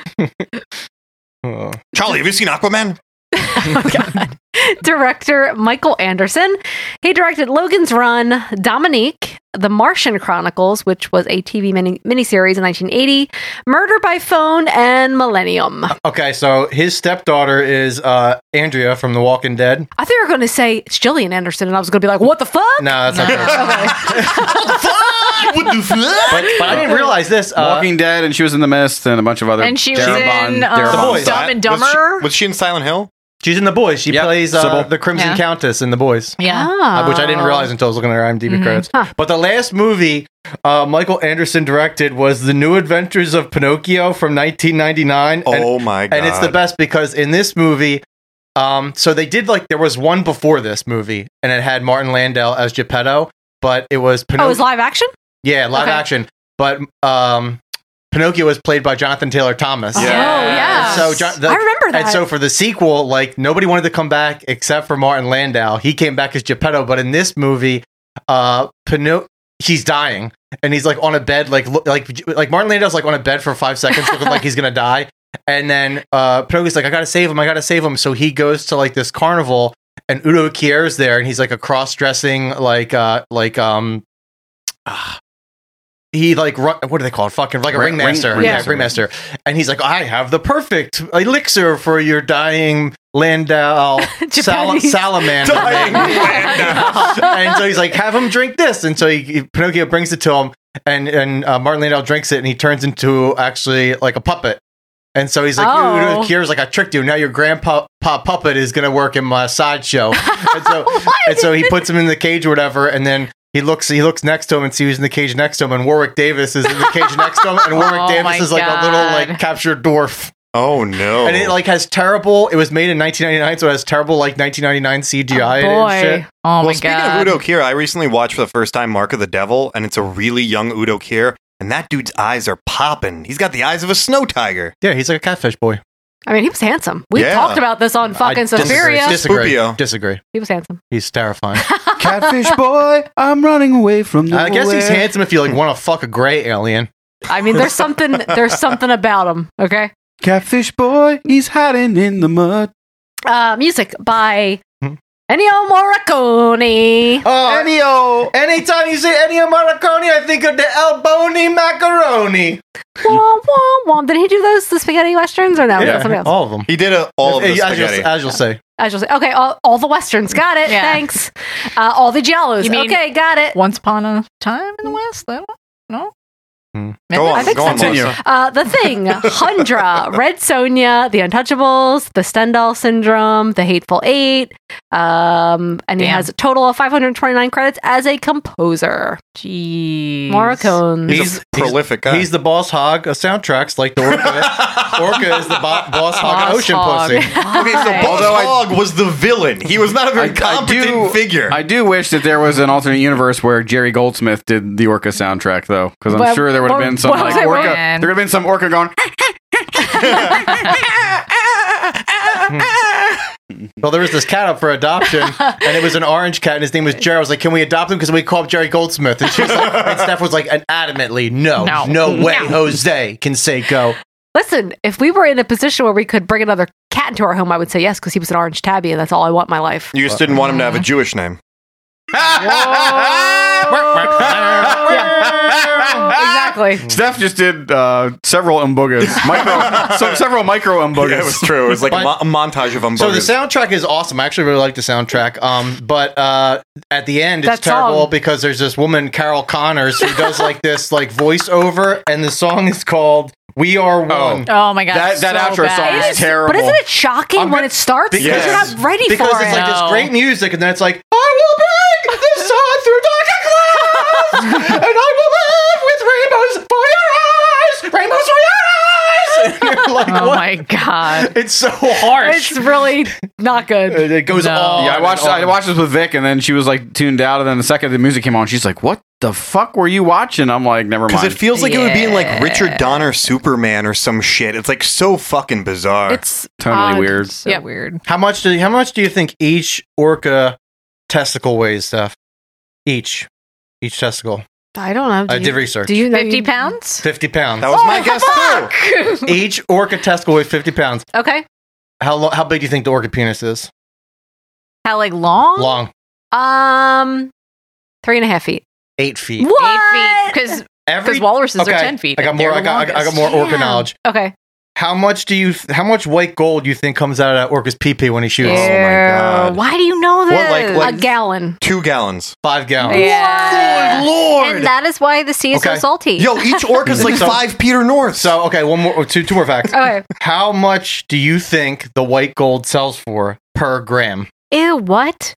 [SPEAKER 14] Oh.
[SPEAKER 12] Charlie, have you seen Aquaman?
[SPEAKER 3] director Michael Anderson. He directed Logan's Run, Dominique, The Martian Chronicles, which was a TV mini- miniseries in 1980, Murder by Phone, and Millennium. I
[SPEAKER 14] okay, so his stepdaughter is uh, Andrea from The Walking Dead.
[SPEAKER 3] thought you were going to say it's Gillian Anderson, and I was going to be like, what the fuck?
[SPEAKER 14] No, that's not her. [LAUGHS] But, but I didn't [LAUGHS] realize this. Uh,
[SPEAKER 10] Walking Dead, and she was in The Mist, and a bunch of other.
[SPEAKER 9] And she was in,
[SPEAKER 10] Darabont.
[SPEAKER 9] um, The Boys. Dumb and
[SPEAKER 12] Was she-
[SPEAKER 9] Dumber?
[SPEAKER 12] Was she, in Silent Hill?
[SPEAKER 14] She's in
[SPEAKER 10] [LAUGHS]
[SPEAKER 14] The Boys. She plays uh,
[SPEAKER 12] Sybil.
[SPEAKER 14] the Crimson
[SPEAKER 9] Yeah.
[SPEAKER 14] Countess in The Boys.
[SPEAKER 9] yeah.
[SPEAKER 10] Ah.
[SPEAKER 14] Uh, which I
[SPEAKER 3] Oh.
[SPEAKER 14] didn't realize until I was looking at her IMDb
[SPEAKER 3] Mm-hmm.
[SPEAKER 9] Mhm.
[SPEAKER 14] credits. But the last movie uh, Michael Anderson directed was The New Adventures of Pinocchio from 1999.
[SPEAKER 12] Oh
[SPEAKER 14] and,
[SPEAKER 12] my
[SPEAKER 14] And it's the
[SPEAKER 12] God.
[SPEAKER 14] best because in this movie, um, so they did like there was one before this movie, and it had Martin Landau as Geppetto, but it was
[SPEAKER 3] Oh, it
[SPEAKER 14] Pinocchio.
[SPEAKER 3] was live action?
[SPEAKER 14] yeah, live
[SPEAKER 3] Okay.
[SPEAKER 14] action, but um, Pinocchio was played by Jonathan Taylor Thomas.
[SPEAKER 3] Oh, yeah.
[SPEAKER 14] And so John,
[SPEAKER 3] I remember that.
[SPEAKER 14] And so for the sequel, like nobody wanted to come back except for Martin Landau. He came back as Geppetto, but in this movie, uh, Pino- he's dying and he's like on a bed, like look, like like Martin Landau's like on a bed for five seconds, looking like he's
[SPEAKER 3] [LAUGHS]
[SPEAKER 14] gonna die. And then uh, Pinocchio's like, I gotta save him, I gotta save him. So he goes to like this carnival, and Udo Kier's there, and he's like a cross-dressing, like uh, like um. ah, He like run, what do they call it? Fucking like a
[SPEAKER 10] Ring-
[SPEAKER 14] ringmaster,
[SPEAKER 10] ring-
[SPEAKER 14] yeah,
[SPEAKER 10] ringmaster.
[SPEAKER 14] ringmaster. And he's like, I have the perfect elixir for your dying Landau sal-
[SPEAKER 16] [LAUGHS] Japanese.
[SPEAKER 14] salamander.
[SPEAKER 16] Dying Landau.
[SPEAKER 14] [LAUGHS] and so he's like, have him drink this. And so he, he- Pinocchio brings it to him, and and uh, Martin Landau drinks it, and he turns into actually like a puppet. And so he's like,
[SPEAKER 16] Oh.
[SPEAKER 14] "You, Udo Kier's like, I tricked you. Now your grandpa pa- puppet is gonna work in my
[SPEAKER 16] [LAUGHS]
[SPEAKER 14] sideshow." and so, and so he puts him in the cage or whatever, and then he looks he looks next to him and sees who's in the cage next to him, and Warwick Davis is in the
[SPEAKER 3] [LAUGHS]
[SPEAKER 14] cage next to him, and Warwick
[SPEAKER 16] Oh my
[SPEAKER 14] Davis is like a little
[SPEAKER 16] God.
[SPEAKER 14] like captured dwarf.
[SPEAKER 12] Oh no!
[SPEAKER 14] And it like has terrible. It was made in 1999, so it has terrible like 1999 CGI and shit.
[SPEAKER 9] Oh
[SPEAKER 12] well, speaking of Udo Kier, I recently watched for the first time Mark of the Devil, and it's a really young Udo Kier, and that dude's eyes are popping. He's got the eyes of a snow tiger.
[SPEAKER 14] Yeah, he's like a catfish boy.
[SPEAKER 3] I mean, he was handsome. We
[SPEAKER 12] Yeah.
[SPEAKER 3] talked about this on fucking Suspiria.
[SPEAKER 14] Disagree. Disagree.
[SPEAKER 12] Spoopio.
[SPEAKER 14] disagree.
[SPEAKER 3] He was handsome. [LAUGHS]
[SPEAKER 14] He's terrifying.
[SPEAKER 10] Catfish boy, I'm running away from the.
[SPEAKER 14] I guess he's
[SPEAKER 10] whale.
[SPEAKER 14] handsome if you like want to fuck a gray alien.
[SPEAKER 3] I mean, there's something there's something about him, okay?
[SPEAKER 10] Catfish boy, he's hiding in the mud.
[SPEAKER 12] Hmm?
[SPEAKER 3] Uh, music by Ennio Morricone.
[SPEAKER 13] Oh, Ennio. Anytime you say Ennio Morricone, I think of the El Boni Macaroni.
[SPEAKER 3] womp, womp, womp. Did Oh, he do those, the spaghetti westerns, or no? Was that something
[SPEAKER 12] [LAUGHS]
[SPEAKER 3] else?
[SPEAKER 14] all of them.
[SPEAKER 12] He did a, all of the
[SPEAKER 14] As you'll-
[SPEAKER 12] spaghetti.
[SPEAKER 14] As you'll say.
[SPEAKER 3] I just okay. All, all the westerns, got it.
[SPEAKER 9] Yeah.
[SPEAKER 3] Thanks. Uh, all the Jellos.
[SPEAKER 9] You mean-
[SPEAKER 3] okay, got it.
[SPEAKER 9] Once upon a time in the West, that one? No?
[SPEAKER 12] Go on,
[SPEAKER 3] I think
[SPEAKER 12] go
[SPEAKER 3] so.
[SPEAKER 12] on, Melissa.
[SPEAKER 14] [LAUGHS]
[SPEAKER 3] Uh, the
[SPEAKER 9] [LAUGHS]
[SPEAKER 3] Thing, Hundra, Red Sonia, The Untouchables, The Stendhal Syndrome, The Hateful Eight, um, and he
[SPEAKER 9] Damn.
[SPEAKER 3] has a total of 529 credits as a composer.
[SPEAKER 9] Jeez. Um,
[SPEAKER 3] Morricone.
[SPEAKER 12] He's a prolific guy.
[SPEAKER 14] He's the boss hog of soundtracks, like the
[SPEAKER 12] [LAUGHS]
[SPEAKER 14] orca. orca is the bo- boss hog of
[SPEAKER 9] Boss
[SPEAKER 14] ocean
[SPEAKER 9] hog.
[SPEAKER 14] pussy.
[SPEAKER 9] [LAUGHS]
[SPEAKER 12] Okay, so Boss
[SPEAKER 10] Although I-
[SPEAKER 12] Hogg was the villain. He was not a very competent figure.
[SPEAKER 10] I do wish that there was an alternate universe where Jerry Goldsmith did the Orca soundtrack, though, because I'm
[SPEAKER 3] But-
[SPEAKER 10] sure there would have
[SPEAKER 3] but-
[SPEAKER 10] been some
[SPEAKER 3] but
[SPEAKER 10] like
[SPEAKER 3] I
[SPEAKER 10] Orca.
[SPEAKER 9] won't.
[SPEAKER 10] There would have been some Orca going.
[SPEAKER 14] Well, there was this cat up for adoption, and it was an orange cat, and his name was Jerry. I was like, "Can we adopt him?" Because we called Jerry Goldsmith, and she was like, and Steph was like, "An adamantly, no,
[SPEAKER 9] No.
[SPEAKER 14] no,
[SPEAKER 9] [LAUGHS]
[SPEAKER 14] way,
[SPEAKER 9] No.
[SPEAKER 14] Jose can say go."
[SPEAKER 3] Listen, if we were in a position where we could bring another cat into our home, I would say yes because he was an orange tabby, and that's all I want in my life.
[SPEAKER 12] You just didn't want him to have a Jewish name.
[SPEAKER 3] exactly.
[SPEAKER 10] "Ah!" Steph just did uh, several
[SPEAKER 12] [LAUGHS]
[SPEAKER 10] umbogas, micro, so, several micro umbogas.
[SPEAKER 12] Yeah, it was true. It was like a, mo-
[SPEAKER 14] But-
[SPEAKER 12] a montage of umbogas.
[SPEAKER 14] So the soundtrack is awesome. I actually really like the soundtrack. Um, but uh, at the end, it's
[SPEAKER 3] That
[SPEAKER 14] terrible
[SPEAKER 3] song.
[SPEAKER 14] because there's this woman, Carol Connors, who does like [LAUGHS] this like voiceover, and the song is called "We Are One."
[SPEAKER 9] Oh my god.
[SPEAKER 10] That- that
[SPEAKER 9] so
[SPEAKER 10] outro song
[SPEAKER 9] bad.
[SPEAKER 10] is terrible.
[SPEAKER 3] But isn't it shocking when it starts because you're
[SPEAKER 14] Yes.
[SPEAKER 3] not ready
[SPEAKER 14] because
[SPEAKER 3] for
[SPEAKER 14] it's
[SPEAKER 3] it?
[SPEAKER 14] like
[SPEAKER 9] No.
[SPEAKER 14] this great music, and then it's like, I will break this heart through darker clouds, and I will live with rainbows for your eyes, rainbows for your eyes.
[SPEAKER 9] [LAUGHS]
[SPEAKER 14] And you're like,
[SPEAKER 9] Oh
[SPEAKER 14] what?
[SPEAKER 9] my god.
[SPEAKER 14] It's so harsh.
[SPEAKER 3] it's really not good.
[SPEAKER 14] it it goes
[SPEAKER 9] No.
[SPEAKER 14] on.
[SPEAKER 10] Yeah, I
[SPEAKER 14] and
[SPEAKER 10] watched.
[SPEAKER 14] on.
[SPEAKER 10] I watched this with Vic, and then she was like tuned out, and then the second the music came on, she's like, "What the fuck were you watching?" I'm like, "Never
[SPEAKER 12] because
[SPEAKER 10] mind."
[SPEAKER 12] it feels like it would be in like Richard Donner Superman or some shit. It's like so fucking bizarre.
[SPEAKER 9] It's
[SPEAKER 10] Totally
[SPEAKER 9] odd.
[SPEAKER 10] weird.
[SPEAKER 9] So
[SPEAKER 3] Yep.
[SPEAKER 9] weird.
[SPEAKER 14] How much do you, how much do you think each orca testicle weighs, Steph? Each, each testicle.
[SPEAKER 3] I don't know. Do
[SPEAKER 14] I
[SPEAKER 3] you-
[SPEAKER 14] did research.
[SPEAKER 3] Do you know?
[SPEAKER 9] Fifty
[SPEAKER 3] you-
[SPEAKER 9] pounds?
[SPEAKER 14] Fifty pounds.
[SPEAKER 12] that was
[SPEAKER 9] Oh
[SPEAKER 12] my guess too.
[SPEAKER 14] each orca testicle weighs fifty pounds.
[SPEAKER 3] Okay.
[SPEAKER 14] How lo- how big do you think the orca penis is?
[SPEAKER 9] How like long?
[SPEAKER 14] Long,
[SPEAKER 3] Um, three and a half feet.
[SPEAKER 14] eight feet.
[SPEAKER 3] What?
[SPEAKER 9] Eight feet.
[SPEAKER 14] Every
[SPEAKER 9] Because walruses are ten feet.
[SPEAKER 14] I got more.
[SPEAKER 9] They're the
[SPEAKER 14] I got, I got. I got
[SPEAKER 9] longest.
[SPEAKER 14] more orca
[SPEAKER 9] Damn.
[SPEAKER 14] knowledge.
[SPEAKER 3] Okay.
[SPEAKER 14] How much do you? How much white gold do you think comes out of that orca's pee pee when he shoots? Oh
[SPEAKER 9] Ew, Why do you know this?
[SPEAKER 12] What, like, what-
[SPEAKER 3] a gallon.
[SPEAKER 12] Two gallons.
[SPEAKER 14] Five gallons.
[SPEAKER 9] Yeah.
[SPEAKER 12] Good lord.
[SPEAKER 9] And that is why the sea is
[SPEAKER 14] Oh. Okay.
[SPEAKER 9] so salty.
[SPEAKER 12] Yo, each orca's
[SPEAKER 14] [LAUGHS]
[SPEAKER 12] like
[SPEAKER 14] So-
[SPEAKER 9] [LAUGHS]
[SPEAKER 12] five Peter North.
[SPEAKER 14] So okay, one more, two, two more facts.
[SPEAKER 3] Okay.
[SPEAKER 14] How much do you think the white gold sells for per gram?
[SPEAKER 9] Ew, what?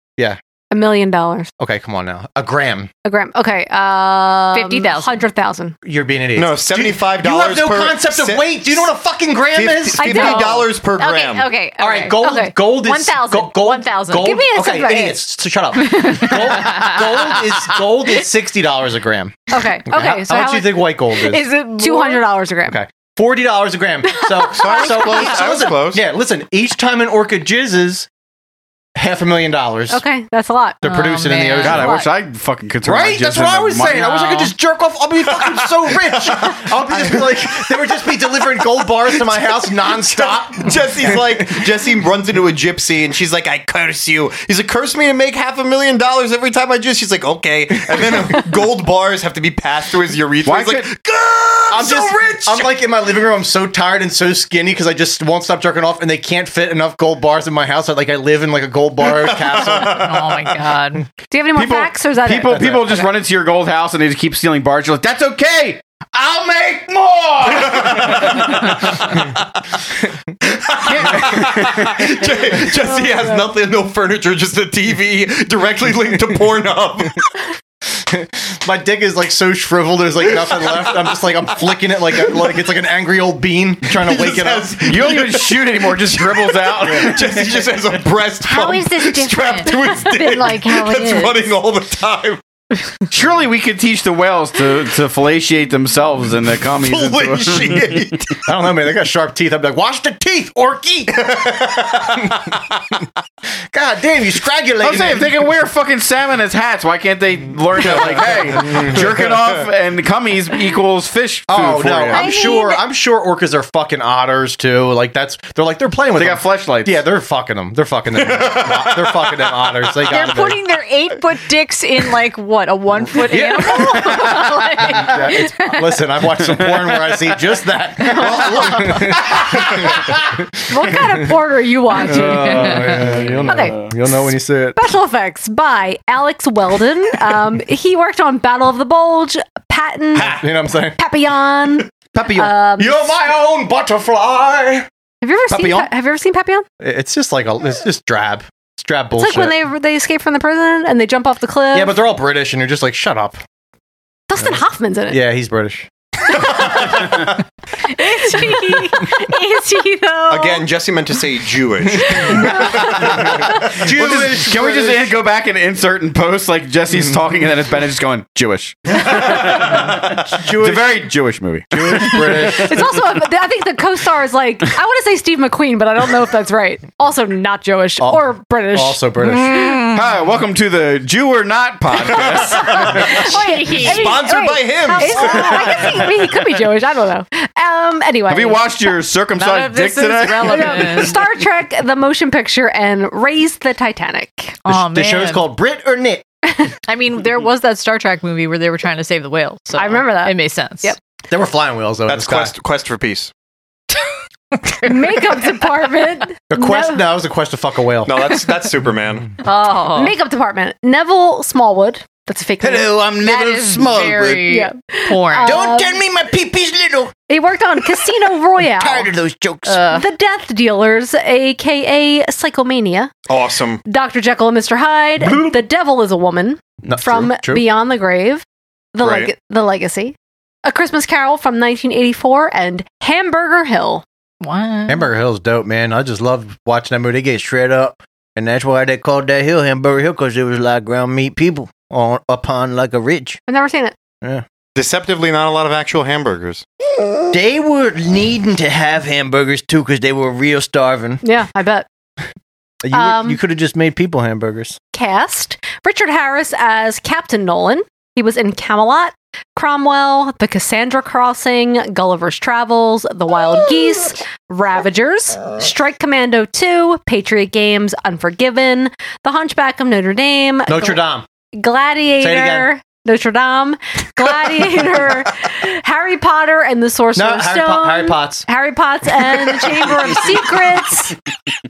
[SPEAKER 3] A million dollars.
[SPEAKER 14] Okay, come on now, a gram.
[SPEAKER 3] A gram. Okay. Um,
[SPEAKER 9] 50,000.
[SPEAKER 3] Hundred thousand.
[SPEAKER 14] You're being an idiot.
[SPEAKER 12] no,
[SPEAKER 14] Do-
[SPEAKER 12] seventy-five
[SPEAKER 14] You have
[SPEAKER 12] dollars.
[SPEAKER 14] no concept of weight. Do you know what a fucking gram is?
[SPEAKER 12] Fifty dollars per
[SPEAKER 9] Okay,
[SPEAKER 12] gram.
[SPEAKER 9] okay, okay.
[SPEAKER 14] All right, gold.
[SPEAKER 9] Okay.
[SPEAKER 14] Gold is
[SPEAKER 9] 1,000.
[SPEAKER 14] go- gold.
[SPEAKER 9] 1,000.
[SPEAKER 14] gold-
[SPEAKER 9] Give me a
[SPEAKER 14] okay,
[SPEAKER 9] second.
[SPEAKER 14] idiots. So shut up. gold, gold
[SPEAKER 9] [LAUGHS]
[SPEAKER 14] is gold is sixty dollars a gram.
[SPEAKER 3] Okay. Okay.
[SPEAKER 14] How-
[SPEAKER 3] so
[SPEAKER 14] how, much
[SPEAKER 3] how
[SPEAKER 14] do you think white gold is?
[SPEAKER 9] Is it
[SPEAKER 3] Two hundred dollars a gram.
[SPEAKER 14] Okay. Forty dollars a
[SPEAKER 9] [LAUGHS]
[SPEAKER 14] gram. So,
[SPEAKER 12] I was
[SPEAKER 14] so-
[SPEAKER 12] close.
[SPEAKER 14] so
[SPEAKER 12] I was
[SPEAKER 14] listen-
[SPEAKER 12] close.
[SPEAKER 14] Yeah, listen. Each time an orca jizzes, half a million dollars.
[SPEAKER 3] Okay, that's a lot.
[SPEAKER 14] They're
[SPEAKER 9] Oh,
[SPEAKER 14] producing in the
[SPEAKER 9] man.
[SPEAKER 14] ocean.
[SPEAKER 10] God, I
[SPEAKER 3] What?
[SPEAKER 10] wish I fucking could. turn my
[SPEAKER 14] Right? That's
[SPEAKER 10] jizz
[SPEAKER 14] what I
[SPEAKER 10] into
[SPEAKER 14] was
[SPEAKER 10] money.
[SPEAKER 14] saying. I wish I could
[SPEAKER 9] No.
[SPEAKER 14] just jerk off. I'll be fucking so rich. I'll be just like they would just be delivering gold bars to my house nonstop.
[SPEAKER 12] Jesse's like Jesse runs into a gypsy and she's like, "I curse you." He's like, "Curse me and make half a million dollars every time I just." She's like, "Okay," and then uh, gold bars have to be passed through his urethra.
[SPEAKER 10] Why
[SPEAKER 12] He's like,
[SPEAKER 10] could-
[SPEAKER 12] "God,
[SPEAKER 14] [LAUGHS]
[SPEAKER 12] I'm, so rich."
[SPEAKER 14] I'm like in my living room. I'm so tired and so skinny because I just won't stop jerking off, and they can't fit enough gold bars in my house. I, like I live in like a gold
[SPEAKER 10] [LAUGHS]
[SPEAKER 14] bar castle.
[SPEAKER 9] Oh my god.
[SPEAKER 3] Do you have any more facts, or is that
[SPEAKER 10] people
[SPEAKER 3] it?
[SPEAKER 10] people just run into your gold house and they just keep stealing bars. You're like, that's okay. I'll
[SPEAKER 14] [LAUGHS]
[SPEAKER 10] make more.
[SPEAKER 12] Je- Jesse has nothing, no furniture, just a TV directly linked to Pornhub.
[SPEAKER 14] My dick is like so shriveled. There's like nothing left. I'm just like I'm flicking it like a, like it's like an angry old
[SPEAKER 10] [LAUGHS]
[SPEAKER 14] bean trying to wake it up.
[SPEAKER 10] you
[SPEAKER 12] [LAUGHS]
[SPEAKER 10] don't even shoot anymore; it just dribbles out.
[SPEAKER 12] Jesse just has a breast
[SPEAKER 9] How
[SPEAKER 12] pump
[SPEAKER 9] is this
[SPEAKER 12] [LAUGHS] strapped
[SPEAKER 9] different
[SPEAKER 12] to his dick
[SPEAKER 9] than like how it
[SPEAKER 12] that's
[SPEAKER 9] is?
[SPEAKER 12] running all the time.
[SPEAKER 10] Surely we could teach the whales to, to fellatiate themselves and the commies. into-
[SPEAKER 14] Fellatiate. [LAUGHS] I don't know, man. They got sharp teeth. I'd be like, wash the teeth, Orky. [LAUGHS] God damn, you strangulate.
[SPEAKER 10] I'm saying if they can wear fucking salmon as hats, why can't they learn that? Like, hey, jerking off and cummies equals fish. Food
[SPEAKER 14] Oh
[SPEAKER 10] for
[SPEAKER 14] no!
[SPEAKER 10] you.
[SPEAKER 14] I'm sure. I'm sure orcas are fucking otters too. Like that's they're like they're playing with. They got
[SPEAKER 10] flashlights.
[SPEAKER 14] Yeah, they're fucking them. They're fucking
[SPEAKER 10] [LAUGHS]
[SPEAKER 14] them. they're fucking them otters. They
[SPEAKER 9] They're
[SPEAKER 14] got
[SPEAKER 9] putting their eight foot dicks in like what a
[SPEAKER 14] [LAUGHS]
[SPEAKER 9] one foot animal. [LAUGHS] Like-
[SPEAKER 14] Listen, I've watched some porn where I see just that.
[SPEAKER 3] What kind of porn are
[SPEAKER 14] [LAUGHS]
[SPEAKER 3] you watching? [LAUGHS]
[SPEAKER 14] you'll know.
[SPEAKER 3] Okay.
[SPEAKER 14] You'll know when you see it.
[SPEAKER 3] Special effects by Alex Weldon.
[SPEAKER 14] [LAUGHS]
[SPEAKER 3] Um, he worked on Battle of the Bulge, Patton,
[SPEAKER 14] You know what I'm saying?
[SPEAKER 3] Papillon.
[SPEAKER 10] Papillon.
[SPEAKER 3] Um,
[SPEAKER 14] You're my own butterfly.
[SPEAKER 3] Have you ever
[SPEAKER 14] Papillon?
[SPEAKER 3] seen? Pa- have you ever seen Papillon?
[SPEAKER 14] It's just like a. It's just drab. It's drab bullshit.
[SPEAKER 3] It's like when they uh, they escape from the prison and they jump off the cliff.
[SPEAKER 14] yeah, but they're all British, and you're just like, shut up.
[SPEAKER 3] Dustin Hoffman's in it. [LAUGHS]
[SPEAKER 14] Yeah, he's British.
[SPEAKER 9] Is he? Is he though?
[SPEAKER 3] Oh.
[SPEAKER 12] Again, Jesse meant to
[SPEAKER 3] [LAUGHS]
[SPEAKER 12] say Jewish.
[SPEAKER 10] [LAUGHS] We'll just- can we just in- go back and insert and post like
[SPEAKER 14] Mm.
[SPEAKER 10] Jesse's talking and then it's Bennett just going
[SPEAKER 14] [LAUGHS]
[SPEAKER 10] Jewish. It's a very Jewish movie.
[SPEAKER 14] Jewish, British.
[SPEAKER 3] It's also, I think the co-star is like, I want to say Steve McQueen, but I don't know if that's right. Also, not Jewish
[SPEAKER 10] Al-
[SPEAKER 3] or British. Oh, Mm. [LAUGHS]
[SPEAKER 10] also British. Hi, welcome to the Jew or Not podcast.
[SPEAKER 3] [LAUGHS] Wait, hey,
[SPEAKER 10] Sponsored
[SPEAKER 3] wait,
[SPEAKER 10] by
[SPEAKER 3] is-
[SPEAKER 10] him.
[SPEAKER 3] I guess he, I mean, he could be Jewish. I don't know. Um. Anyway,
[SPEAKER 10] Have you watched your circumcised
[SPEAKER 3] None of
[SPEAKER 10] dick
[SPEAKER 3] this is
[SPEAKER 10] today?
[SPEAKER 3] No, Star Trek: The Motion Picture and Raise the Titanic.
[SPEAKER 9] Oh, The sh- the show's man. called
[SPEAKER 14] Brit or Knit.
[SPEAKER 9] [LAUGHS] I mean, there was that Star Trek movie where they were trying to save the whale. So I remember that. It made sense. Yep.
[SPEAKER 14] They were flying wheels though.
[SPEAKER 12] That's quest quest for peace.
[SPEAKER 3] Makeup department.
[SPEAKER 14] A quest? No. it was a quest to fuck a whale.
[SPEAKER 12] No, that's
[SPEAKER 14] [LAUGHS]
[SPEAKER 12] that's Superman.
[SPEAKER 3] Oh. Makeup department. Neville Smallwood. That's a fake.
[SPEAKER 12] Hello, I'm
[SPEAKER 3] That
[SPEAKER 12] Neville
[SPEAKER 3] is
[SPEAKER 12] Smallwood.
[SPEAKER 3] very Yeah.
[SPEAKER 9] Porn.
[SPEAKER 3] Um,
[SPEAKER 17] Don't tell me my peepee's little.
[SPEAKER 3] He worked on Casino Royale.
[SPEAKER 17] Tired of those jokes.
[SPEAKER 14] Uh.
[SPEAKER 3] the Death Dealers, aka Psychomania,
[SPEAKER 12] Awesome.
[SPEAKER 3] Dr. Jekyll and Mr. Hyde, The Devil is a Woman
[SPEAKER 12] No,
[SPEAKER 3] from
[SPEAKER 12] true, true.
[SPEAKER 3] Beyond the Grave, The
[SPEAKER 12] Right.
[SPEAKER 3] Leg- The Legacy, A Christmas Carol from 1984, and Hamburger Hill.
[SPEAKER 9] Wow.
[SPEAKER 14] Hamburger Hill's dope, man. I just love watching that movie. They get shred up, and that's why they called that hill Hamburger Hill because it was like ground meat people on upon like a ridge.
[SPEAKER 3] I've never seen it.
[SPEAKER 14] Yeah.
[SPEAKER 12] Deceptively, not a lot of actual hamburgers.
[SPEAKER 14] They were needing to have hamburgers too because they were real starving.
[SPEAKER 3] Yeah, I bet.
[SPEAKER 14] You,
[SPEAKER 3] Um,
[SPEAKER 14] you could have just made people hamburgers.
[SPEAKER 3] Cast Richard Harris as Captain Nolan. He was in Camelot, Cromwell, The Cassandra Crossing, Gulliver's Travels, The Wild Geese, Ravagers,
[SPEAKER 14] Uh.
[SPEAKER 3] Strike Commando 2, Patriot Games, Unforgiven, The Hunchback of Notre Dame,
[SPEAKER 14] Notre
[SPEAKER 3] Gla-
[SPEAKER 14] Dame. Say it
[SPEAKER 3] Gladiator,
[SPEAKER 14] again.
[SPEAKER 3] Notre Dame,
[SPEAKER 14] [LAUGHS]
[SPEAKER 3] Gladiator, Harry Potter and the Sorcerer's
[SPEAKER 14] No, Harry
[SPEAKER 3] Stone,
[SPEAKER 14] Po- Harry Potts.
[SPEAKER 3] Harry Potts and the Chamber
[SPEAKER 14] [LAUGHS]
[SPEAKER 3] of Secrets.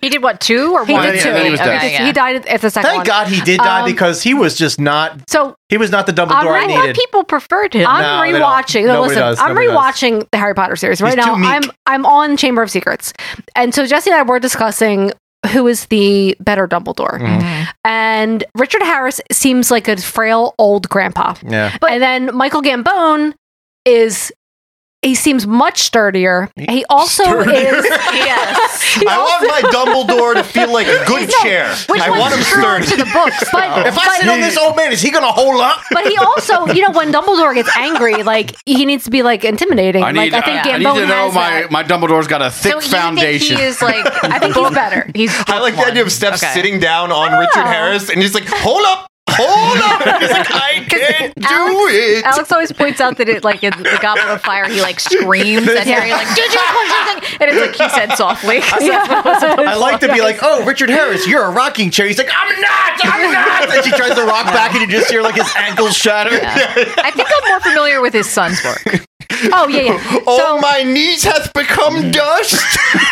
[SPEAKER 9] He did what two or
[SPEAKER 3] He
[SPEAKER 14] one?
[SPEAKER 3] did
[SPEAKER 14] Yeah,
[SPEAKER 3] two.
[SPEAKER 14] I think he was dead.
[SPEAKER 3] Okay,
[SPEAKER 14] Yeah.
[SPEAKER 3] He died at- at the second.
[SPEAKER 14] Thank
[SPEAKER 3] one.
[SPEAKER 14] God he did die
[SPEAKER 3] Um,
[SPEAKER 14] because he was just not.
[SPEAKER 3] So uh,
[SPEAKER 14] he was not the Dumbledore I
[SPEAKER 3] I'm-
[SPEAKER 14] needed.
[SPEAKER 9] people preferred him.
[SPEAKER 14] No,
[SPEAKER 3] I'm
[SPEAKER 14] they don't.
[SPEAKER 3] rewatching. No,
[SPEAKER 14] Nobody
[SPEAKER 3] listen,
[SPEAKER 14] does.
[SPEAKER 3] I'm
[SPEAKER 14] Nobody does.
[SPEAKER 3] rewatching the Harry Potter series right
[SPEAKER 14] He's
[SPEAKER 3] now.
[SPEAKER 14] too meek.
[SPEAKER 3] I'm I'm on Chamber of Secrets, and so Jesse and I were discussing who is the better Dumbledore,
[SPEAKER 14] Mm-hmm.
[SPEAKER 9] [LAUGHS]
[SPEAKER 3] and Richard Harris seems like a frail old grandpa.
[SPEAKER 14] Yeah.
[SPEAKER 3] But and then Michael Gambone is. He seems much sturdier. He
[SPEAKER 14] [LAUGHS]
[SPEAKER 3] also is. Yes. He
[SPEAKER 12] I want my
[SPEAKER 3] also-
[SPEAKER 12] Dumbledore to feel like a good
[SPEAKER 3] No,
[SPEAKER 12] chair.
[SPEAKER 3] which
[SPEAKER 12] I want him
[SPEAKER 3] one's true
[SPEAKER 12] sturdy.
[SPEAKER 3] to the books, but
[SPEAKER 14] if I
[SPEAKER 3] but-
[SPEAKER 14] sit on this old man, is he gonna hold up?
[SPEAKER 3] but he also, you know, when Dumbledore gets angry, like he needs to be like intimidating.
[SPEAKER 10] I need,
[SPEAKER 3] like I think
[SPEAKER 10] I, I need
[SPEAKER 3] Gambone
[SPEAKER 10] to know
[SPEAKER 3] has
[SPEAKER 10] my,
[SPEAKER 3] that.
[SPEAKER 10] my Dumbledore's got a thick
[SPEAKER 3] So you think he
[SPEAKER 10] foundation.
[SPEAKER 3] is, like- I think
[SPEAKER 10] [LAUGHS]
[SPEAKER 3] he's better. He's
[SPEAKER 12] I like the idea of Steph sitting down on
[SPEAKER 3] Oh.
[SPEAKER 12] Richard Harris and he's like, hold up,
[SPEAKER 9] [LAUGHS]
[SPEAKER 12] hold up. He's like, I can't do
[SPEAKER 9] Alex,
[SPEAKER 12] it.
[SPEAKER 9] Alex always points out that it like in the Goblet of Fire he like screams at Harry like did you push the thing? And it's like he said
[SPEAKER 14] [LAUGHS]
[SPEAKER 9] softly. [LAUGHS] 'cause that's what it was [LAUGHS] supposed
[SPEAKER 14] I like to be like, oh, Richard Harris, you're a rocking chair. He's like, I'm not,
[SPEAKER 3] [LAUGHS]
[SPEAKER 14] I'm not. And she tries to rock back, and you just hear like his ankles shatter.
[SPEAKER 9] I think I'm more familiar with his son's work.
[SPEAKER 3] Oh yeah, yeah.
[SPEAKER 12] Oh, my knees hath become dust.
[SPEAKER 3] [LAUGHS]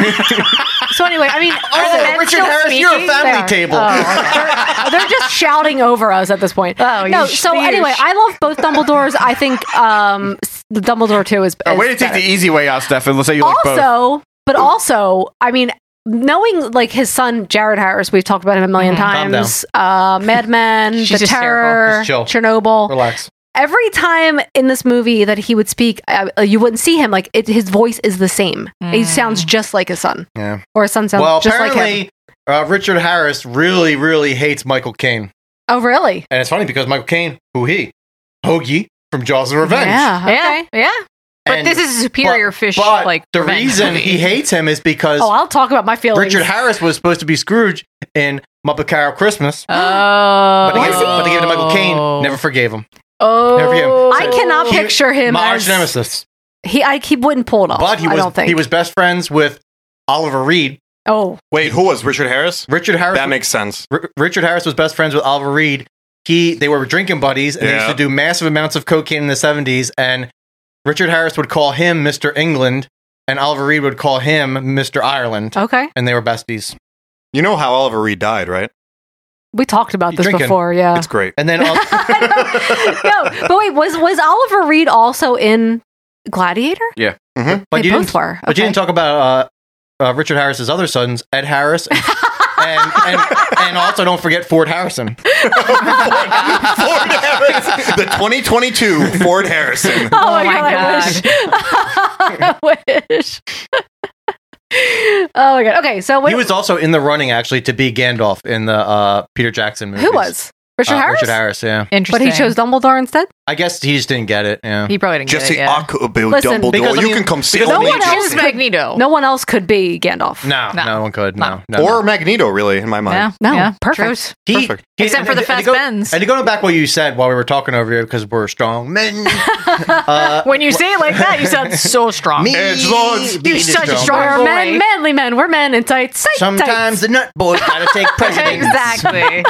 [SPEAKER 3] So anyway, I mean, are
[SPEAKER 14] Oh,
[SPEAKER 3] the men
[SPEAKER 14] Richard
[SPEAKER 3] still
[SPEAKER 14] Harris, you're a
[SPEAKER 3] speaking?
[SPEAKER 14] family
[SPEAKER 3] They are.
[SPEAKER 14] table. [LAUGHS]
[SPEAKER 3] Oh, okay. they're, they're just shouting over us at this point. Oh,
[SPEAKER 9] you
[SPEAKER 3] no. So
[SPEAKER 9] sheesh.
[SPEAKER 3] anyway, I love both Dumbledores. I think um, s- the Dumbledore too is.
[SPEAKER 10] Oh,
[SPEAKER 3] is
[SPEAKER 10] way to take
[SPEAKER 3] better.
[SPEAKER 10] the easy way out, Stefan. Let's say you like both.
[SPEAKER 3] also, but also, I mean, knowing like his son Jared Harris, we've talked about him a 1000000
[SPEAKER 14] Mhm. Calm
[SPEAKER 3] times. Uh, Mad Men,
[SPEAKER 9] Mm-hmm. She's
[SPEAKER 3] The
[SPEAKER 9] hysterical.
[SPEAKER 3] Terror,
[SPEAKER 14] Just chill.
[SPEAKER 3] Chernobyl.
[SPEAKER 14] Relax.
[SPEAKER 3] Every time in this movie that he would speak, uh, you wouldn't see him. Like it, his voice is the same.
[SPEAKER 9] Mm.
[SPEAKER 3] He sounds just like his son,
[SPEAKER 14] Yeah.
[SPEAKER 3] or his son sounds
[SPEAKER 14] Well,
[SPEAKER 3] just like him.
[SPEAKER 14] apparently, uh, Richard Harris really, really hates Michael Caine.
[SPEAKER 3] Oh, really?
[SPEAKER 14] And it's funny because Michael Caine, who he, Hoagie from Jaws of Revenge.
[SPEAKER 3] Yeah. Okay.
[SPEAKER 9] Yeah. But
[SPEAKER 14] And-
[SPEAKER 9] this is a superior fish.
[SPEAKER 14] But
[SPEAKER 9] like
[SPEAKER 14] the
[SPEAKER 9] revenge
[SPEAKER 14] reason
[SPEAKER 9] movie. [LAUGHS]
[SPEAKER 14] he hates him is because
[SPEAKER 3] Oh, I'll talk about my feelings.
[SPEAKER 14] Richard Harris was supposed to be Scrooge in Muppet Carol Christmas.
[SPEAKER 9] Oh,
[SPEAKER 14] but, they gave, but they gave it to Michael Caine. Never forgave him.
[SPEAKER 3] Oh,
[SPEAKER 14] Never forgave him.
[SPEAKER 3] I cannot picture him
[SPEAKER 14] My arch
[SPEAKER 3] as
[SPEAKER 14] nemesis.
[SPEAKER 3] he. I he wouldn't pull it off.
[SPEAKER 14] But he
[SPEAKER 3] I
[SPEAKER 14] was
[SPEAKER 3] don't think
[SPEAKER 14] he was best friends with Oliver Reed.
[SPEAKER 3] Oh,
[SPEAKER 12] Wait, who was Richard Harris?
[SPEAKER 14] Richard Harris.
[SPEAKER 12] That makes sense.
[SPEAKER 14] R- Richard Harris was best friends with Oliver Reed. He they were drinking buddies and they used
[SPEAKER 12] Yeah.
[SPEAKER 14] to do massive amounts of cocaine in the seventies. And Richard Harris would call him Mister England, and Oliver Reed would call him Mister Ireland.
[SPEAKER 3] Okay,
[SPEAKER 14] and they were besties.
[SPEAKER 12] You know how Oliver Reed died, right?
[SPEAKER 3] we talked about this
[SPEAKER 14] Drinking.
[SPEAKER 3] before.
[SPEAKER 14] [LAUGHS]
[SPEAKER 3] Yeah.
[SPEAKER 12] It's great.
[SPEAKER 14] And then Ol-
[SPEAKER 3] no, but wait, was was Oliver Reed also in Gladiator?
[SPEAKER 10] yeah,
[SPEAKER 12] Mm-hmm.
[SPEAKER 3] They
[SPEAKER 14] you
[SPEAKER 3] both
[SPEAKER 14] didn't,
[SPEAKER 3] were.
[SPEAKER 14] But you didn't talk about uh, uh, Richard Harris's other sons, Ed Harris,
[SPEAKER 3] [LAUGHS]
[SPEAKER 14] and, and, and and also don't forget Ford Harrison. Oh
[SPEAKER 12] Ford Harris, [LAUGHS] the 2022 Ford
[SPEAKER 3] [LAUGHS]
[SPEAKER 12] Harrison.
[SPEAKER 3] Oh, my god, I wish. [LAUGHS] I wish. oh my god. Okay, so what,
[SPEAKER 14] He was also in the running actually to be Gandalf in the uh, Peter Jackson movie.
[SPEAKER 3] who was Richard Harris?
[SPEAKER 14] Uh, Richard Harris, yeah.
[SPEAKER 3] But he chose Dumbledore instead.
[SPEAKER 14] I guess he just didn't get it. Yeah.
[SPEAKER 3] He probably didn't get
[SPEAKER 12] Jesse
[SPEAKER 3] it, yeah.
[SPEAKER 12] Ockerbill
[SPEAKER 3] Listen,
[SPEAKER 12] Dumbledore.
[SPEAKER 3] because, I
[SPEAKER 12] you
[SPEAKER 3] mean,
[SPEAKER 12] can come see
[SPEAKER 3] because no
[SPEAKER 12] me.
[SPEAKER 3] one else
[SPEAKER 12] Jesse.
[SPEAKER 3] could, Magneto. No one else could be Gandalf.
[SPEAKER 14] No, no, one could. No, no.
[SPEAKER 12] Or Magneto, really, in my mind.
[SPEAKER 3] No,
[SPEAKER 9] Yeah,
[SPEAKER 3] perfect.
[SPEAKER 14] He- he- and-
[SPEAKER 9] Except for
[SPEAKER 14] and-
[SPEAKER 9] the
[SPEAKER 14] and
[SPEAKER 9] fast
[SPEAKER 14] to go-
[SPEAKER 9] bends.
[SPEAKER 14] And to go back what you said while we were talking over here, because we're strong
[SPEAKER 9] [LAUGHS]
[SPEAKER 14] men. Uh,
[SPEAKER 9] when you say it like that,
[SPEAKER 14] [LAUGHS]
[SPEAKER 9] you sound so strong.
[SPEAKER 14] Me- Edge lords.
[SPEAKER 9] You such a strong
[SPEAKER 3] We're
[SPEAKER 9] boy.
[SPEAKER 3] men, manly men. We're men in tights. tight
[SPEAKER 14] Sometimes
[SPEAKER 3] tights.
[SPEAKER 14] the nut boys gotta
[SPEAKER 3] [LAUGHS]
[SPEAKER 14] take precedence.
[SPEAKER 9] exactly.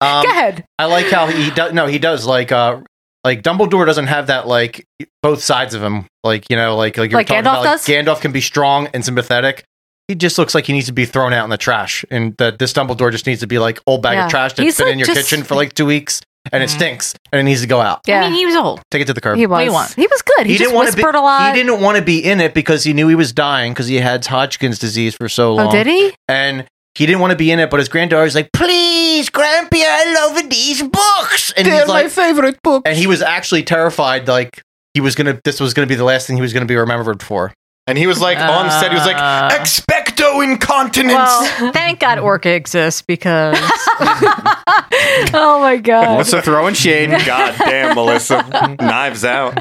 [SPEAKER 14] Um,
[SPEAKER 3] Go ahead.
[SPEAKER 14] I like how he does. No, he does. Like, uh, like Dumbledore doesn't have that. Like both sides of him. Like you know, like like you were
[SPEAKER 3] Like
[SPEAKER 14] talking
[SPEAKER 3] Gandalf
[SPEAKER 14] about. like,
[SPEAKER 3] does?
[SPEAKER 14] Gandalf can be strong and sympathetic. He just looks like he needs to be thrown out in the trash, and that this Dumbledore just needs to be like old bag
[SPEAKER 3] Yeah.
[SPEAKER 14] of trash that's
[SPEAKER 3] He's,
[SPEAKER 14] been
[SPEAKER 3] like,
[SPEAKER 14] in your
[SPEAKER 3] just- Mm.
[SPEAKER 14] kitchen for like two weeks, and it stinks, and it needs to go out.
[SPEAKER 3] Yeah.
[SPEAKER 9] I mean, he was old.
[SPEAKER 14] Take it to the curb.
[SPEAKER 3] He was. He, was good. He, just
[SPEAKER 14] wanna be,
[SPEAKER 3] whispered a lot.
[SPEAKER 14] He didn't want to be in it because he knew he was dying because he had Hodgkin's disease for so long.
[SPEAKER 3] Oh, did he?
[SPEAKER 14] And he didn't want to be in it, but his granddaughter was like, "Please, Grandpa, I love these books." And he's like,
[SPEAKER 10] favorite book.
[SPEAKER 14] and he was actually terrified, like he was gonna. This was gonna be the last thing he was gonna be remembered for.
[SPEAKER 12] And he was like, on set, he was like,
[SPEAKER 3] Uh.
[SPEAKER 12] expecto incontinence.
[SPEAKER 9] Well, thank God Orca exists because [LAUGHS]
[SPEAKER 3] oh my god.
[SPEAKER 10] Melissa throwing shade.
[SPEAKER 12] [LAUGHS] God
[SPEAKER 3] [LAUGHS]
[SPEAKER 12] damn, Melissa. Knives out.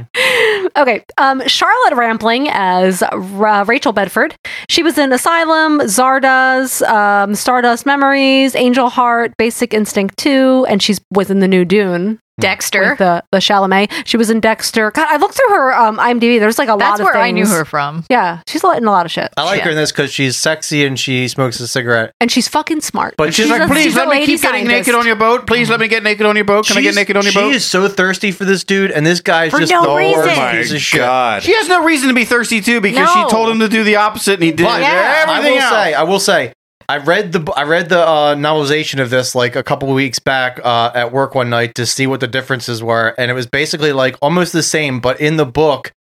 [SPEAKER 3] Okay, um, Charlotte Rampling as Ra- Rachel Bedford. She was in Asylum, Zardoz, um, Stardust Memories, Angel Heart, Basic Instinct 2, and she's was in the new Dune.
[SPEAKER 9] Dexter.
[SPEAKER 3] with the, the Chalamet. She was in Dexter. God, I looked through her um, IMDb. There's like a lot
[SPEAKER 9] That's
[SPEAKER 3] of
[SPEAKER 9] where I knew
[SPEAKER 3] things.
[SPEAKER 9] her from.
[SPEAKER 3] Yeah, she's in a lot of shit.
[SPEAKER 14] [LAUGHS] I like her in this because she's sexy and she smokes a cigarette.
[SPEAKER 3] And she's fucking smart.
[SPEAKER 14] But she's like,
[SPEAKER 3] a-
[SPEAKER 14] "Please
[SPEAKER 3] she's a
[SPEAKER 14] let
[SPEAKER 3] lady scientist."
[SPEAKER 10] your boat. Please let me get naked on your boat.
[SPEAKER 14] She's- She is so thirsty for this dude, and this guy's
[SPEAKER 9] For
[SPEAKER 14] just
[SPEAKER 9] no
[SPEAKER 14] the
[SPEAKER 9] reason.
[SPEAKER 14] worst
[SPEAKER 9] Oh my
[SPEAKER 14] piece of shit.
[SPEAKER 12] God.
[SPEAKER 10] She has no reason to be thirsty too because
[SPEAKER 9] No.
[SPEAKER 10] she told him to do the opposite and he did
[SPEAKER 14] But I
[SPEAKER 10] everything
[SPEAKER 14] will
[SPEAKER 10] else.
[SPEAKER 14] say, I will say, I read the I read the uh, novelization of this like a couple of weeks back uh, at work one night to see what the differences were, and it was basically like almost the same, but in the book,